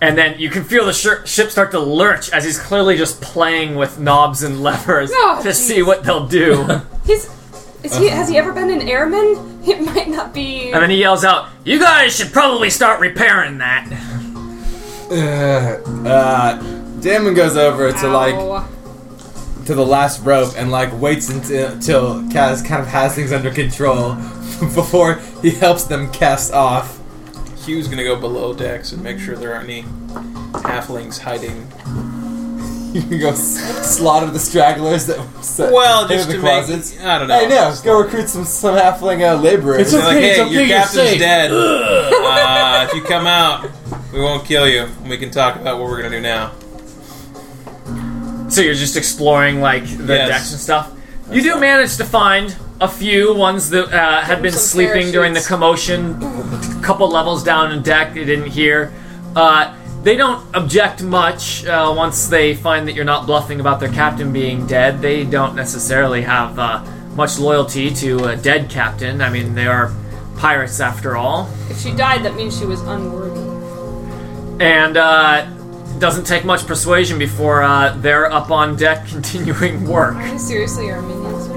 Speaker 2: And then you can feel the shir- ship start to lurch as he's clearly just playing with knobs and <laughs> levers
Speaker 3: Oh,
Speaker 2: to
Speaker 3: jeez.
Speaker 2: see what they'll do.
Speaker 3: <laughs> He's is he has he ever been an airman? It might not be.
Speaker 2: And then he yells out, You guys should probably start repairing that.
Speaker 5: Uh, Damon goes over to like
Speaker 3: Ow.
Speaker 5: to the last rope and like waits until until Kaz kind of has things under control <laughs> before he helps them cast off.
Speaker 6: Hugh's gonna go below decks and make sure there aren't any halflings hiding.
Speaker 5: You can go s- slaughter the stragglers that were set
Speaker 6: Well,
Speaker 5: into
Speaker 6: just
Speaker 5: the
Speaker 6: to
Speaker 5: closets.
Speaker 6: make I don't know.
Speaker 5: I know. Go recruit some some halfling uh, laborers.
Speaker 7: It's
Speaker 6: They're like,
Speaker 7: Okay,
Speaker 6: hey,
Speaker 7: it's
Speaker 6: your
Speaker 7: okay, you're
Speaker 6: captain's
Speaker 7: safe."
Speaker 6: dead. uh, if you come out, we won't kill you. and We can talk about what we're gonna do now.
Speaker 2: So you're just exploring like the
Speaker 6: Yes.
Speaker 2: decks and stuff. You do manage to find a few ones that uh, had been
Speaker 10: some
Speaker 2: sleeping during the
Speaker 10: parachutes.
Speaker 2: commotion, a couple levels down in deck they didn't hear. Uh, they don't object much uh, once they find that you're not bluffing about their captain being dead. They don't necessarily have uh, much loyalty to a dead captain. I mean, they are pirates after all.
Speaker 10: If she died, that means she was unworthy.
Speaker 2: And uh, doesn't take much persuasion before uh, they're up on deck <laughs> continuing work.
Speaker 3: Are we seriously our minions now?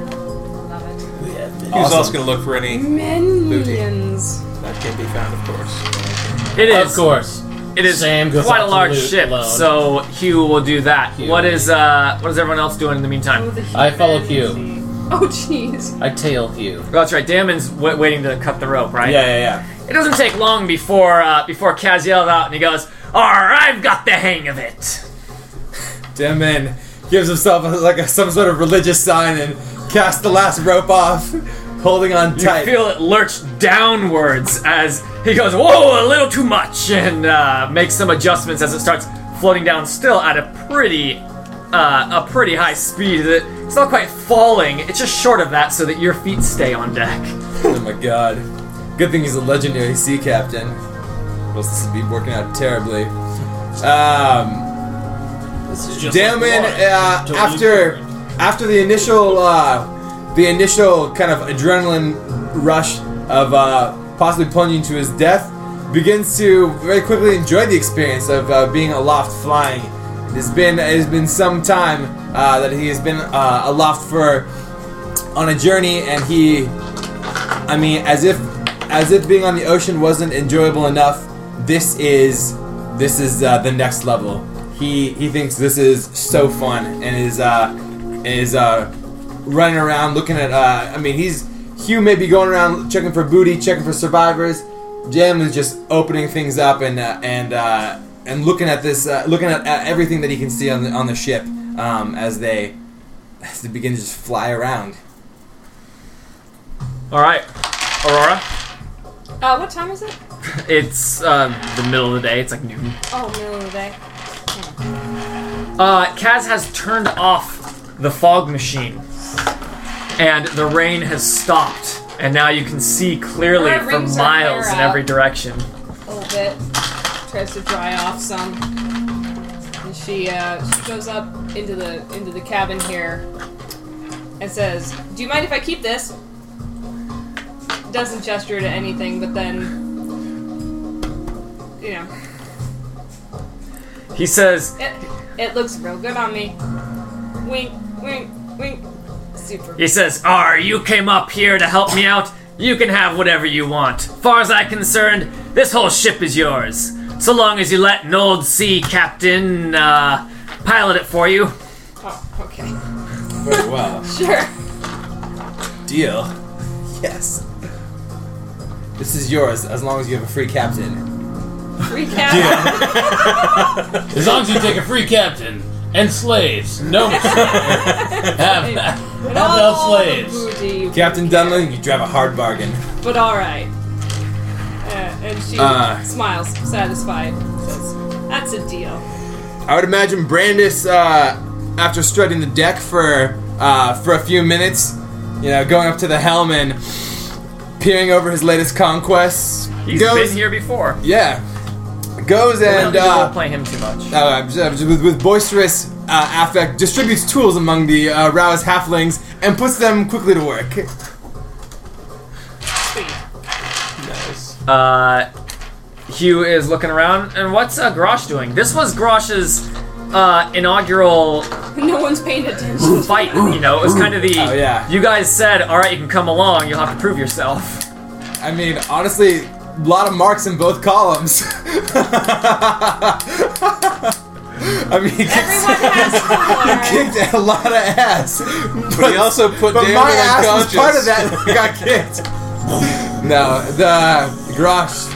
Speaker 3: Love it.
Speaker 6: Hugh's also gonna look for any
Speaker 3: Minions.
Speaker 6: that can be found, of course.
Speaker 2: It
Speaker 7: Of
Speaker 2: is
Speaker 7: course.
Speaker 2: it is
Speaker 7: Sam goes
Speaker 2: quite
Speaker 7: out
Speaker 2: a
Speaker 7: to
Speaker 2: large
Speaker 7: loot
Speaker 2: ship,
Speaker 7: alone.
Speaker 2: so Hugh will do that. What is uh, what is everyone else doing in the meantime? Oh,
Speaker 7: I follow
Speaker 10: humanity. Oh jeez.
Speaker 7: I tail you.
Speaker 2: Oh, that's right, Damon's w- waiting to cut the rope, right?
Speaker 5: Yeah, yeah,
Speaker 2: It doesn't take long before uh, before Kaz yells out and he goes, "Arr, I've got the hang of it."
Speaker 5: yeah. Damon gives himself a, like a, some sort of religious sign and casts the last rope off, holding on
Speaker 2: You
Speaker 5: tight.
Speaker 2: feel it lurch downwards as he goes, "Whoa, a little too much," and uh, makes some adjustments as it starts floating down, still at a pretty, uh, a pretty high speed. It- It's not quite falling; it's just short of that, so that your feet stay on deck.
Speaker 5: oh my god. Good thing he's a legendary sea captain. Or else this would be working out terribly. Um.
Speaker 7: This is just
Speaker 5: Damon,
Speaker 7: like water.
Speaker 5: uh,
Speaker 7: Totally
Speaker 5: after
Speaker 7: different.
Speaker 5: after the initial uh, the initial kind of adrenaline rush of uh, possibly plunging to his death, begins to very quickly enjoy the experience of uh, being aloft flying. It's been it's been some time uh, that he has been uh, aloft for on a journey, and he, I mean, as if, as if being on the ocean wasn't enjoyable enough, this is, this is uh, the next level. He he thinks this is so fun, and is uh, is uh, running around looking at. Uh, I mean, he's Hugh may be going around checking for booty, checking for survivors. Jim is just opening things up and uh, and uh, and looking at this, uh, looking at, at everything that he can see on the on the ship um, as they as they begin to just fly around.
Speaker 2: All right, Aurora.
Speaker 3: Uh, what time is it?
Speaker 2: It's uh, the middle of the day. It's like noon.
Speaker 3: Oh, middle of the day.
Speaker 2: Uh, Kaz has turned off the fog machine, and the rain has stopped, and now you can see clearly
Speaker 3: Our
Speaker 2: for
Speaker 3: rings are clear
Speaker 2: miles in
Speaker 3: out.
Speaker 2: every direction.
Speaker 3: A little bit.
Speaker 10: tries to dry off some. And she uh, she goes up into the into the cabin here and says, "Do you mind if I keep this?" Doesn't gesture to anything, but then you know
Speaker 2: He says,
Speaker 10: it it looks real good on me. Wink, wink, wink. Super.
Speaker 2: he says, "R, you came up here to help me out. You can have whatever you want. Far as I'm concerned, this whole ship is yours, so long as you let an old sea captain uh, pilot it for you."
Speaker 3: Oh, okay.
Speaker 10: <laughs>
Speaker 5: Very well.
Speaker 3: Sure.
Speaker 5: Deal. Yes. This is yours as long as you have a free captain.
Speaker 3: Recap.
Speaker 7: As long as you take a free captain and slaves, <laughs> no mistake. have that. Have those
Speaker 3: all the
Speaker 7: slaves.
Speaker 3: booty.
Speaker 5: Captain Dunlin, you drive a hard bargain.
Speaker 10: But all right. Uh, and she
Speaker 5: Uh.
Speaker 10: smiles, satisfied. Says, "That's a deal." <laughs>
Speaker 5: I would imagine Brandis, uh, after strutting the deck for uh, for a few minutes, you know, going up to the helm and peering over his latest conquests.
Speaker 2: He's been here before.
Speaker 5: Yeah, goes and
Speaker 2: we don't,
Speaker 5: uh,
Speaker 2: play him too much.
Speaker 5: uh, with, with boisterous uh, affect distributes tools among the uh, roused halflings and puts them quickly to work.
Speaker 2: Nice. Uh, Hugh is looking around, and what's uh, Grosh doing? This was Grosh's uh, inaugural
Speaker 3: No one's paying
Speaker 5: <laughs>
Speaker 3: attention.
Speaker 2: fight. You know, it was kind of the.
Speaker 5: Oh, yeah.
Speaker 2: You guys said, "All right, you can come along. You'll have to prove yourself."
Speaker 5: I mean, honestly, a lot of marks in both columns. <laughs> I mean, he <laughs> kicked, he kicked a lot of ass. But,
Speaker 14: he also put
Speaker 5: but
Speaker 14: Dan
Speaker 5: my
Speaker 14: to
Speaker 5: ass was
Speaker 14: unconscious.
Speaker 5: part of that. that got kicked. No, the Grosh,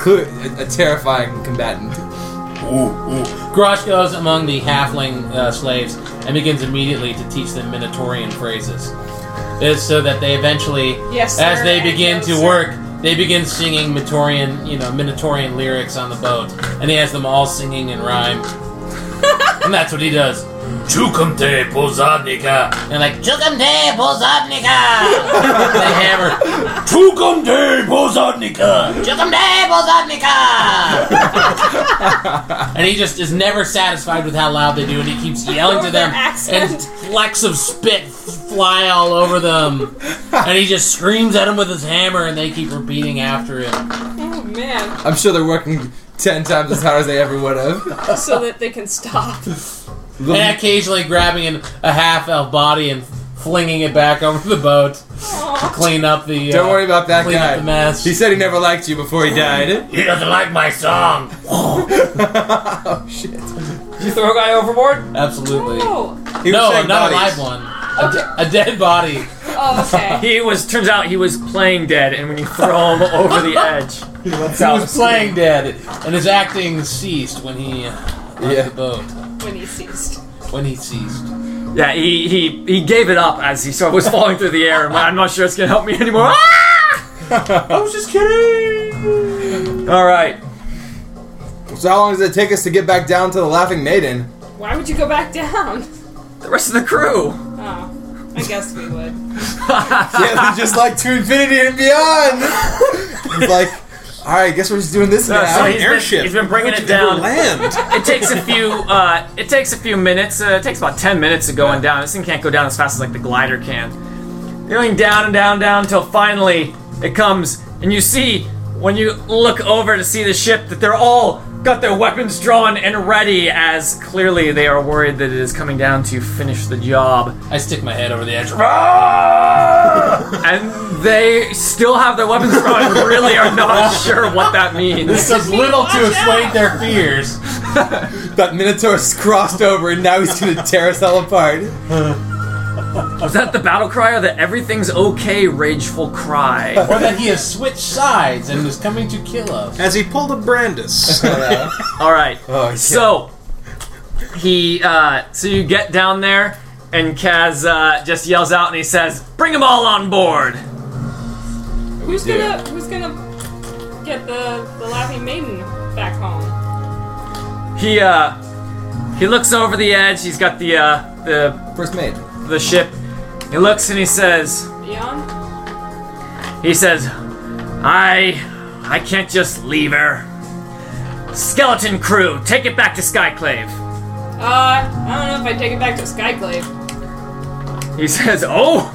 Speaker 5: clu- a, a terrifying combatant.
Speaker 7: Grosh goes among the halfling uh, slaves and begins immediately to teach them Minotaurian phrases. It's so that they eventually,
Speaker 3: Yes, sir,
Speaker 7: as they
Speaker 3: and
Speaker 7: begin
Speaker 3: no,
Speaker 7: to
Speaker 3: sir.
Speaker 7: work, they begin singing Minotaurian, you know, Minotaurian lyrics on the boat, and he has them all singing
Speaker 3: <laughs>
Speaker 7: in rhyme. and that's what he does. Chukumte pozadnika, and like Chukumte pozadnika,
Speaker 3: <laughs>
Speaker 7: they hammer. Chukumte pozadnika, Chukumte pozadnika and he just is never satisfied with how loud they do, and he keeps yelling to
Speaker 3: Their
Speaker 7: them,
Speaker 3: accent.
Speaker 7: and flecks of spit fly all over them, and he just screams at them with his hammer, and they keep repeating after him.
Speaker 10: Oh man!
Speaker 5: I'm sure they're working ten times as hard as they ever would have.
Speaker 10: So that they can
Speaker 5: <laughs>
Speaker 10: stop.
Speaker 7: And occasionally grabbing an, a half elf body and flinging it back over the boat,
Speaker 3: Aw.
Speaker 7: clean up the. uh,
Speaker 5: Don't worry about that
Speaker 7: clean
Speaker 5: guy.
Speaker 7: up the mess.
Speaker 5: He said he never liked you before he died.
Speaker 7: He doesn't like my song.
Speaker 5: <laughs> oh shit!
Speaker 2: Did you throw a guy overboard?
Speaker 7: Absolutely.
Speaker 10: Oh.
Speaker 5: He was
Speaker 7: no,
Speaker 5: saying
Speaker 7: not a
Speaker 5: bodies.
Speaker 7: live one. A, de- a dead body.
Speaker 3: Oh, okay.
Speaker 2: He was. Turns out he was playing dead, and when you throw him <laughs> over
Speaker 7: <laughs>
Speaker 2: the edge,
Speaker 5: He lets
Speaker 7: He
Speaker 5: out-
Speaker 7: was playing dead, and his acting ceased when he uh, left
Speaker 5: Yeah.
Speaker 7: the boat.
Speaker 10: when he ceased.
Speaker 7: when he ceased.
Speaker 2: yeah, he he he gave it up as he sort of was falling through the air. and I'm not sure it's gonna help me anymore. <laughs> Ah!
Speaker 5: I was just kidding.
Speaker 2: All right.
Speaker 5: So how long does it take us to get back down to the Laughing Maiden?
Speaker 10: Why would you go back down?
Speaker 2: The rest of the crew.
Speaker 10: Oh, I guess we would.
Speaker 5: yeah, just like to infinity and beyond. He's like, all right, guess we're just doing this
Speaker 2: No,
Speaker 5: now.
Speaker 2: so he's
Speaker 6: airship.
Speaker 2: Been, he's been bringing it down.
Speaker 6: Never land.
Speaker 2: <laughs>
Speaker 6: <laughs>
Speaker 2: It takes a few. Uh, it takes a few minutes. Uh, it takes about ten minutes of going down. This thing can't go down as fast as like the glider can. You're going down and down, down until finally it comes, and you see when you look over to see the ship that they're all got their weapons drawn and ready as clearly they are worried that it is coming down to finish the job.
Speaker 7: I stick my head over the edge.
Speaker 2: and they still have their weapons drawn and really are not sure what that means.
Speaker 7: This does little to
Speaker 2: explain their fears.
Speaker 5: <laughs> That Minotaur's crossed over and now he's gonna tear us all apart.
Speaker 2: Was that the battle cry or the everything's okay rageful cry?
Speaker 14: or that he has switched sides and is coming to kill us.
Speaker 6: As he pulled a Brandis.
Speaker 2: All right.
Speaker 5: Oh,
Speaker 2: so he, uh, so you get down there, and Kaz uh, just yells out and he says, "Bring them all on board."
Speaker 10: Who's gonna Who's gonna get the the laughing maiden back home?
Speaker 2: He uh, he looks over the edge. He's got the uh, the
Speaker 5: first mate,
Speaker 2: the ship. He looks and he says,
Speaker 10: Beyond.
Speaker 2: He says, I I can't just leave her. Skeleton crew, take it back to Skyclave.
Speaker 10: Uh, I don't know if I take it back to Skyclave.
Speaker 2: He says, Oh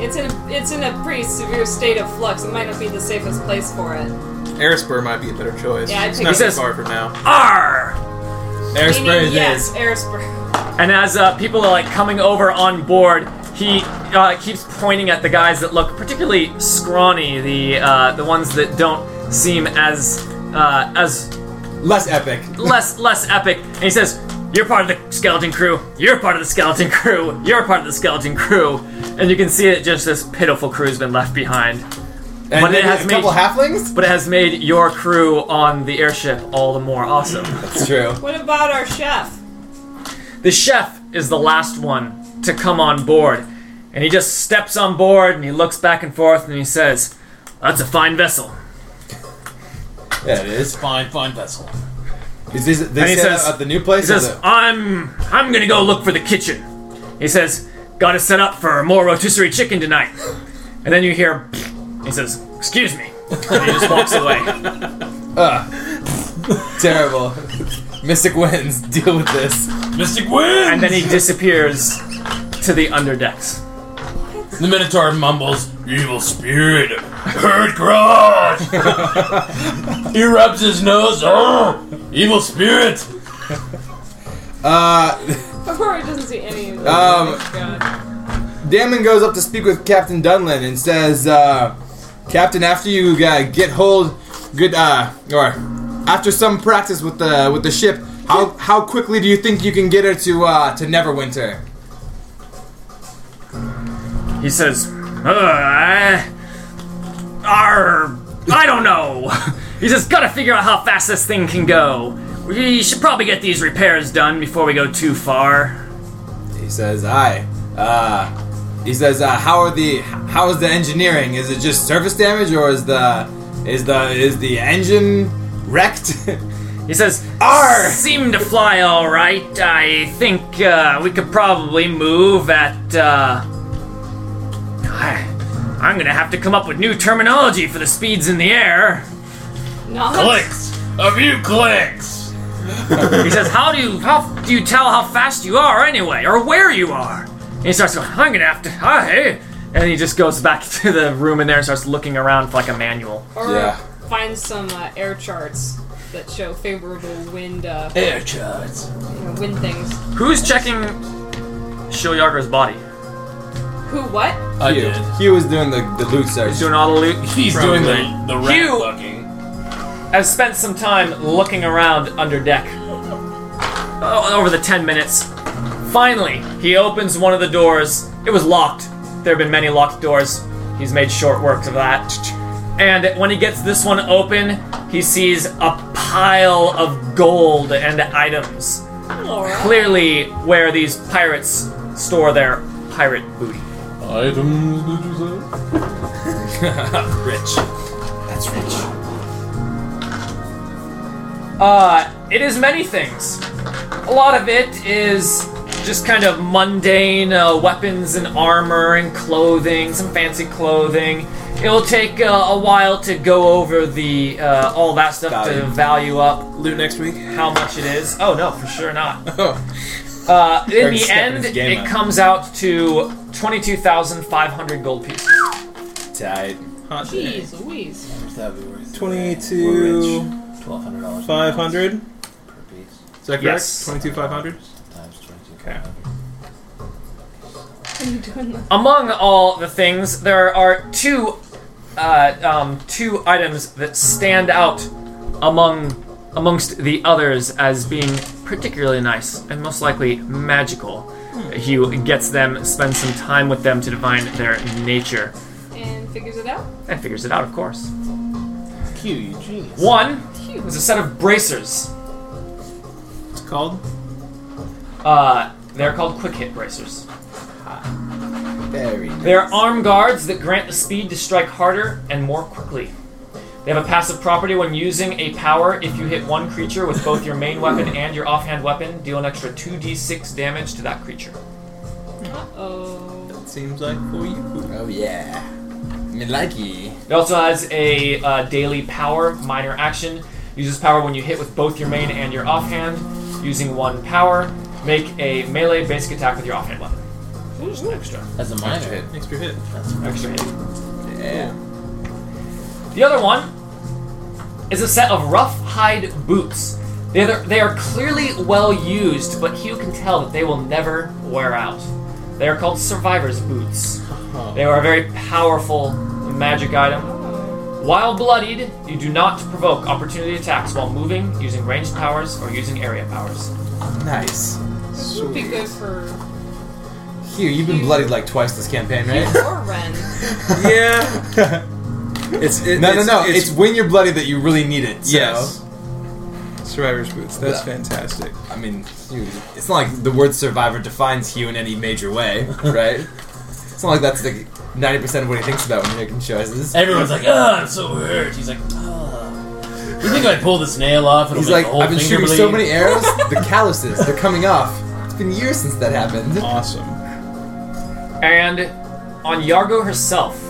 Speaker 10: It's in a, it's in a pretty severe state of flux. It might not be the safest place for it.
Speaker 6: Airspur might be a better choice.
Speaker 10: Yeah, I
Speaker 6: it's
Speaker 10: think
Speaker 6: not
Speaker 10: it
Speaker 6: so
Speaker 2: is.
Speaker 6: far from now.
Speaker 2: R
Speaker 6: Airspur
Speaker 10: Meaning,
Speaker 6: it
Speaker 10: yes, <laughs>
Speaker 6: is.
Speaker 10: Airspur.
Speaker 2: And as uh, people are like coming over on board, he uh, keeps pointing at the guys that look particularly scrawny, the uh, the ones that don't seem as uh, as
Speaker 5: less epic.
Speaker 2: less less epic. And he says, "You're part of the skeleton crew. You're part of the skeleton crew. You're part of the skeleton crew." And you can see it just this pitiful crew's been left behind.
Speaker 5: And
Speaker 2: but
Speaker 5: maybe
Speaker 2: it has
Speaker 5: a
Speaker 2: made
Speaker 5: couple halflings.
Speaker 2: but it has made your crew on the airship all the more awesome.
Speaker 5: That's true.
Speaker 10: What about our chef?
Speaker 2: The chef is the last one to come on board, and he just steps on board and he looks back and forth and he says, "That's a fine vessel."
Speaker 5: Yeah, it is.
Speaker 7: Fine, fine vessel.
Speaker 5: Is this
Speaker 2: And he
Speaker 5: this set
Speaker 2: says-
Speaker 5: up at the new place?
Speaker 2: He
Speaker 5: or
Speaker 2: says,
Speaker 5: the-
Speaker 2: "I'm I'm gonna go look for the kitchen." He says, "Got to set up for more rotisserie chicken tonight." And then you hear, he says, "Excuse me," and he just walks
Speaker 5: <laughs>
Speaker 2: away.
Speaker 5: terrible. Mystic wins. Deal with this.
Speaker 7: Mystic wins.
Speaker 2: And then he disappears to the underdecks.
Speaker 7: The Minotaur mumbles, "Evil spirit, hurt garage." <laughs> he rubs his nose. Oh, evil spirit.
Speaker 5: Uh,
Speaker 10: Aurora doesn't see any of this.
Speaker 5: Um,
Speaker 10: God.
Speaker 5: Damon goes up to speak with Captain Dunlin and says, uh, "Captain, after you uh, get hold, good, uh, or after some practice with the with the ship, how how quickly do you think you can get her to uh, to Neverwinter?"
Speaker 2: He says, "Uh, I, arr, I don't know." <laughs> He says, "Gotta figure out how fast this thing can go. We should probably get these repairs done before we go too far."
Speaker 5: He says, "I." Uh, he says, uh, "How are the how is the engineering? Is it just surface damage, or is the is the is the engine wrecked?" <laughs>
Speaker 2: He says,
Speaker 5: Arr!
Speaker 2: Seem to fly all right. I think uh, we could probably move at. Uh, <sighs> I, I'm gonna have to come up with new terminology for the speeds in the air.
Speaker 7: Clicks. A few clicks.
Speaker 2: He says, "How do you how do you tell how fast you are anyway, or where you are?" And he starts going, "I'm gonna have to." Ah, hey. And he just goes back <laughs> to the room in there and starts looking around for like a manual.
Speaker 10: Aurora
Speaker 5: Yeah.
Speaker 10: finds some uh, air charts that show favorable wind, uh,
Speaker 7: Air charts.
Speaker 10: you know, wind things.
Speaker 2: Who's checking Shilyagar's body?
Speaker 10: Who? What?
Speaker 7: I
Speaker 5: Hugh.
Speaker 7: did.
Speaker 5: Hugh was doing the, the loot search.
Speaker 2: He's doing all the loot.
Speaker 7: He's
Speaker 6: Probably.
Speaker 7: doing the the rat
Speaker 2: Hugh.
Speaker 7: fucking.
Speaker 2: I've spent some time looking around under deck oh, over the 10 minutes. Finally, he opens one of the doors. It was locked. There have been many locked doors. He's made short work of that. And when he gets this one open, he sees a pile of gold and items.
Speaker 10: Aurora.
Speaker 2: Clearly, where these pirates store their pirate booty.
Speaker 7: Items, did you say?
Speaker 6: Rich.
Speaker 2: Uh, it is many things. A lot of it is just kind of mundane uh, weapons and armor and clothing, some fancy clothing. It'll take uh, a while to go over the uh, all that stuff to value up
Speaker 6: Loot next week.
Speaker 2: how much it is. Oh no, for sure not.
Speaker 6: Oh.
Speaker 2: Uh, in
Speaker 5: Eric's
Speaker 2: the
Speaker 5: stepping
Speaker 2: end,
Speaker 5: his game
Speaker 2: it
Speaker 5: up.
Speaker 2: comes out to twenty-two thousand five hundred gold pieces.
Speaker 5: tight.
Speaker 6: Hot
Speaker 10: Jeez Louise.
Speaker 14: That would be worth
Speaker 6: Twenty-two.
Speaker 14: Twelve hundred dollars.
Speaker 6: Five hundred.
Speaker 14: per piece
Speaker 6: Is that correct?
Speaker 2: Yes.
Speaker 6: Twenty-two five hundred.
Speaker 14: times twenty-two.
Speaker 6: Okay.
Speaker 3: Are you doing that?
Speaker 2: Among all the things, there are two, uh, um, two items that stand out among amongst the others as being particularly nice and most likely magical.
Speaker 6: Hmm.
Speaker 2: Hugh gets them, spends some time with them to divine their nature,
Speaker 10: And figures it out.
Speaker 2: and figures it out, of course.
Speaker 14: Q, you genius.
Speaker 2: One
Speaker 10: Cute.
Speaker 2: is a set of bracers.
Speaker 6: It's called.
Speaker 2: Uh, they're called quick hit bracers.
Speaker 11: Very nice.
Speaker 2: They are arm guards that grant the speed to strike harder and more quickly. They have a passive property when using a power. If you hit one creature with both your main weapon and your offhand weapon, deal an extra 2d6 damage to that creature.
Speaker 10: Oh.
Speaker 6: That seems like for you.
Speaker 5: Oh yeah. Me likey.
Speaker 2: It also has a uh, daily power, minor action. Uses power when you hit with both your main and your offhand. Using one power, make a melee basic attack with your offhand weapon. Just an extra.
Speaker 14: As a minor.
Speaker 6: Extra hit.
Speaker 2: Extra hit.
Speaker 5: Yeah.
Speaker 2: The other one is a set of rough hide boots. They are, they are clearly well used, but Hugh can tell that they will never wear out. They are called survivor's boots. They are a very powerful magic item. While bloodied, you do not provoke opportunity attacks while moving, using ranged powers, or using area powers.
Speaker 5: Nice.
Speaker 10: This would be good for
Speaker 5: Here, you've been bloodied like twice this campaign, right?
Speaker 10: or Ren.
Speaker 6: yeah. <laughs> It's it,
Speaker 5: no, no,
Speaker 6: it's-
Speaker 5: no. It's,
Speaker 6: It's,
Speaker 5: when you're bloody that you really need it. So.
Speaker 6: <laughs> yes. Survivor's boots. That's
Speaker 5: Yeah.
Speaker 6: fantastic.
Speaker 5: I mean, dude, it's not like the word survivor defines Hugh in any major way, right? it's not like that's like 90% of what he thinks about when making choices.
Speaker 7: Everyone's like, oh, I'm so hurt. He's like, oh. You think I pull this nail off? It'll
Speaker 5: He's
Speaker 7: make
Speaker 5: like,
Speaker 7: the whole
Speaker 5: I've been
Speaker 7: finger
Speaker 5: shooting so
Speaker 7: bleed?"
Speaker 5: many arrows, <laughs> the calluses, they're coming off. It's been years since that happened.
Speaker 6: Awesome.
Speaker 2: And on Yargo herself,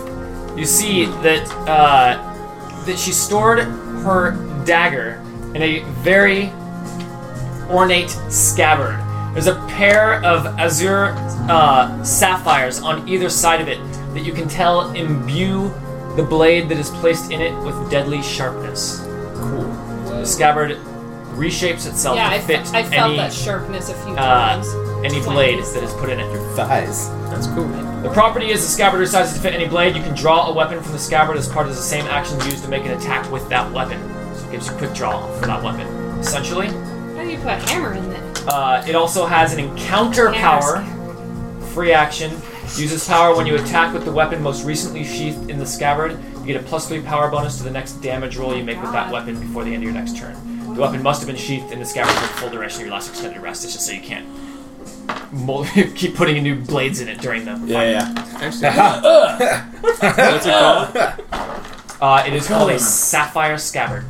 Speaker 2: you see that uh, that she stored her dagger in a very ornate scabbard. There's a pair of azure uh, sapphires on either side of it that you can tell imbue the blade that is placed in it with deadly sharpness. The scabbard reshapes itself
Speaker 10: Yeah,
Speaker 2: to
Speaker 10: I, fe-
Speaker 2: fit
Speaker 10: I felt
Speaker 2: any
Speaker 10: that sharpness a few times.
Speaker 2: uh, any blade that is put in it.
Speaker 5: Thighs.
Speaker 6: That's cool.
Speaker 2: The property is the scabbard resizes to fit any blade. You can draw a weapon from the scabbard as part of the same action used to make an attack with that weapon. So it gives you quick draw for that weapon. Essentially,
Speaker 10: How do you put a hammer in it?
Speaker 2: uh, it also has an encounter power, free action. Uses power when you attack with the weapon most recently sheathed in the scabbard. You get a plus three power bonus to the next damage roll you make with that weapon before the end of your next turn. The weapon must have been sheathed in the scabbard for the full duration of your last extended rest. It's just so you can't mold- <laughs> keep putting new blades in it during the
Speaker 5: Yeah, yeah.
Speaker 7: <laughs>
Speaker 6: Actually, that's it called.
Speaker 2: Uh, it is called a
Speaker 7: Colin.
Speaker 2: sapphire scabbard.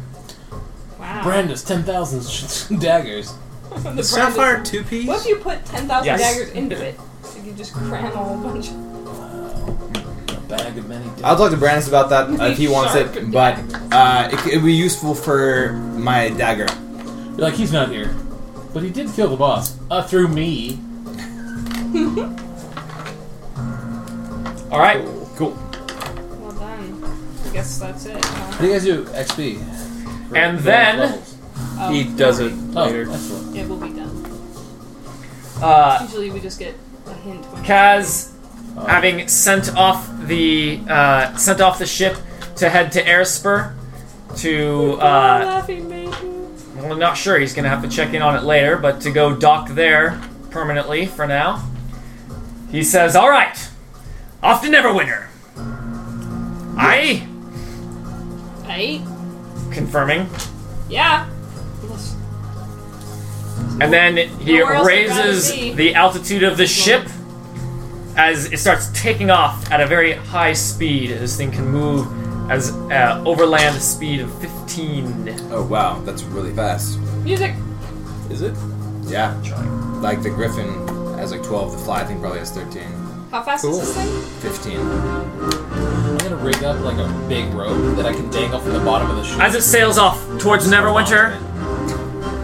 Speaker 10: Wow.
Speaker 7: Brandis, 10,000 sh- <laughs> daggers.
Speaker 10: The brand is-
Speaker 6: Sapphire two piece.
Speaker 3: What if you put 10,000
Speaker 2: Yes.
Speaker 3: daggers into it? So you just cram a whole bunch of
Speaker 7: A bag of many daggers.
Speaker 5: I'll talk to Brandis about that uh, if he wants
Speaker 3: Sharp.
Speaker 5: it, but uh, it, c- it'd be useful for my dagger.
Speaker 7: You're like, he's not here. But he did kill the boss. Uh, through me.
Speaker 2: All right.
Speaker 5: Cool.
Speaker 10: Well done. I guess that's it. huh?
Speaker 14: What do you guys do? XP. For
Speaker 2: And
Speaker 14: various
Speaker 2: then-
Speaker 14: levels?
Speaker 10: Oh,
Speaker 6: He does it
Speaker 14: Oh,
Speaker 6: later.
Speaker 14: excellent.
Speaker 10: It will be done.
Speaker 2: Uh,
Speaker 10: Usually we just get a hint. When
Speaker 2: Kaz,
Speaker 5: Uh.
Speaker 2: having sent off the uh, sent off the ship to head to Airspur, to
Speaker 10: Oh,
Speaker 2: uh,
Speaker 3: laughing maiden.
Speaker 2: well, I'm not sure he's gonna have to check in on it later, but to go dock there permanently for now. He says, "All right, off to Neverwinter." I
Speaker 10: Right?
Speaker 2: confirming,
Speaker 10: Yeah. Unless-
Speaker 2: and then he
Speaker 10: Nowhere else I'd rather
Speaker 2: raises
Speaker 10: be.
Speaker 2: the altitude of the ship. as it starts taking off at a very high speed. This thing can move as uh, overland speed of 15.
Speaker 5: Oh, wow. That's really fast.
Speaker 10: Music.
Speaker 6: Is it?
Speaker 5: Yeah. Like the griffin has like 12, the fly thing probably has 13,
Speaker 10: How fast is this thing?
Speaker 5: 15.
Speaker 14: I'm gonna rig up like a big rope that I can dangle from the bottom of the ship.
Speaker 2: As it sails off towards Neverwinter,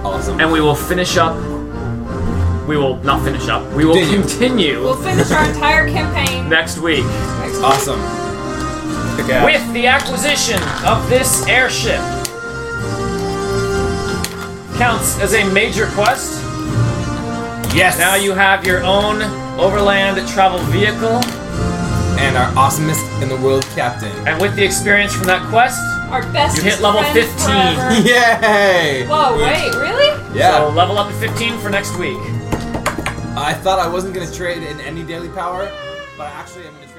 Speaker 5: Awesome.
Speaker 2: and we will finish up. We will not finish up. We will
Speaker 5: Continue.
Speaker 2: continue
Speaker 10: We'll finish our entire campaign.
Speaker 2: next week.
Speaker 5: Awesome.
Speaker 6: the gas.
Speaker 2: With the acquisition of this airship, counts as a major quest.
Speaker 5: Yes.
Speaker 2: Now you have your own overland travel vehicle,
Speaker 5: and our awesomest in the world captain. <laughs>
Speaker 2: and with the experience from that quest,
Speaker 3: Our best
Speaker 2: You hit level
Speaker 3: friend
Speaker 2: 15. <laughs>
Speaker 3: forever.
Speaker 5: Yay!
Speaker 3: Whoa, wait, really?
Speaker 5: Yeah.
Speaker 2: so level up to 15 for next week.
Speaker 5: I thought I wasn't gonna trade in any daily power, but I actually am gonna trade.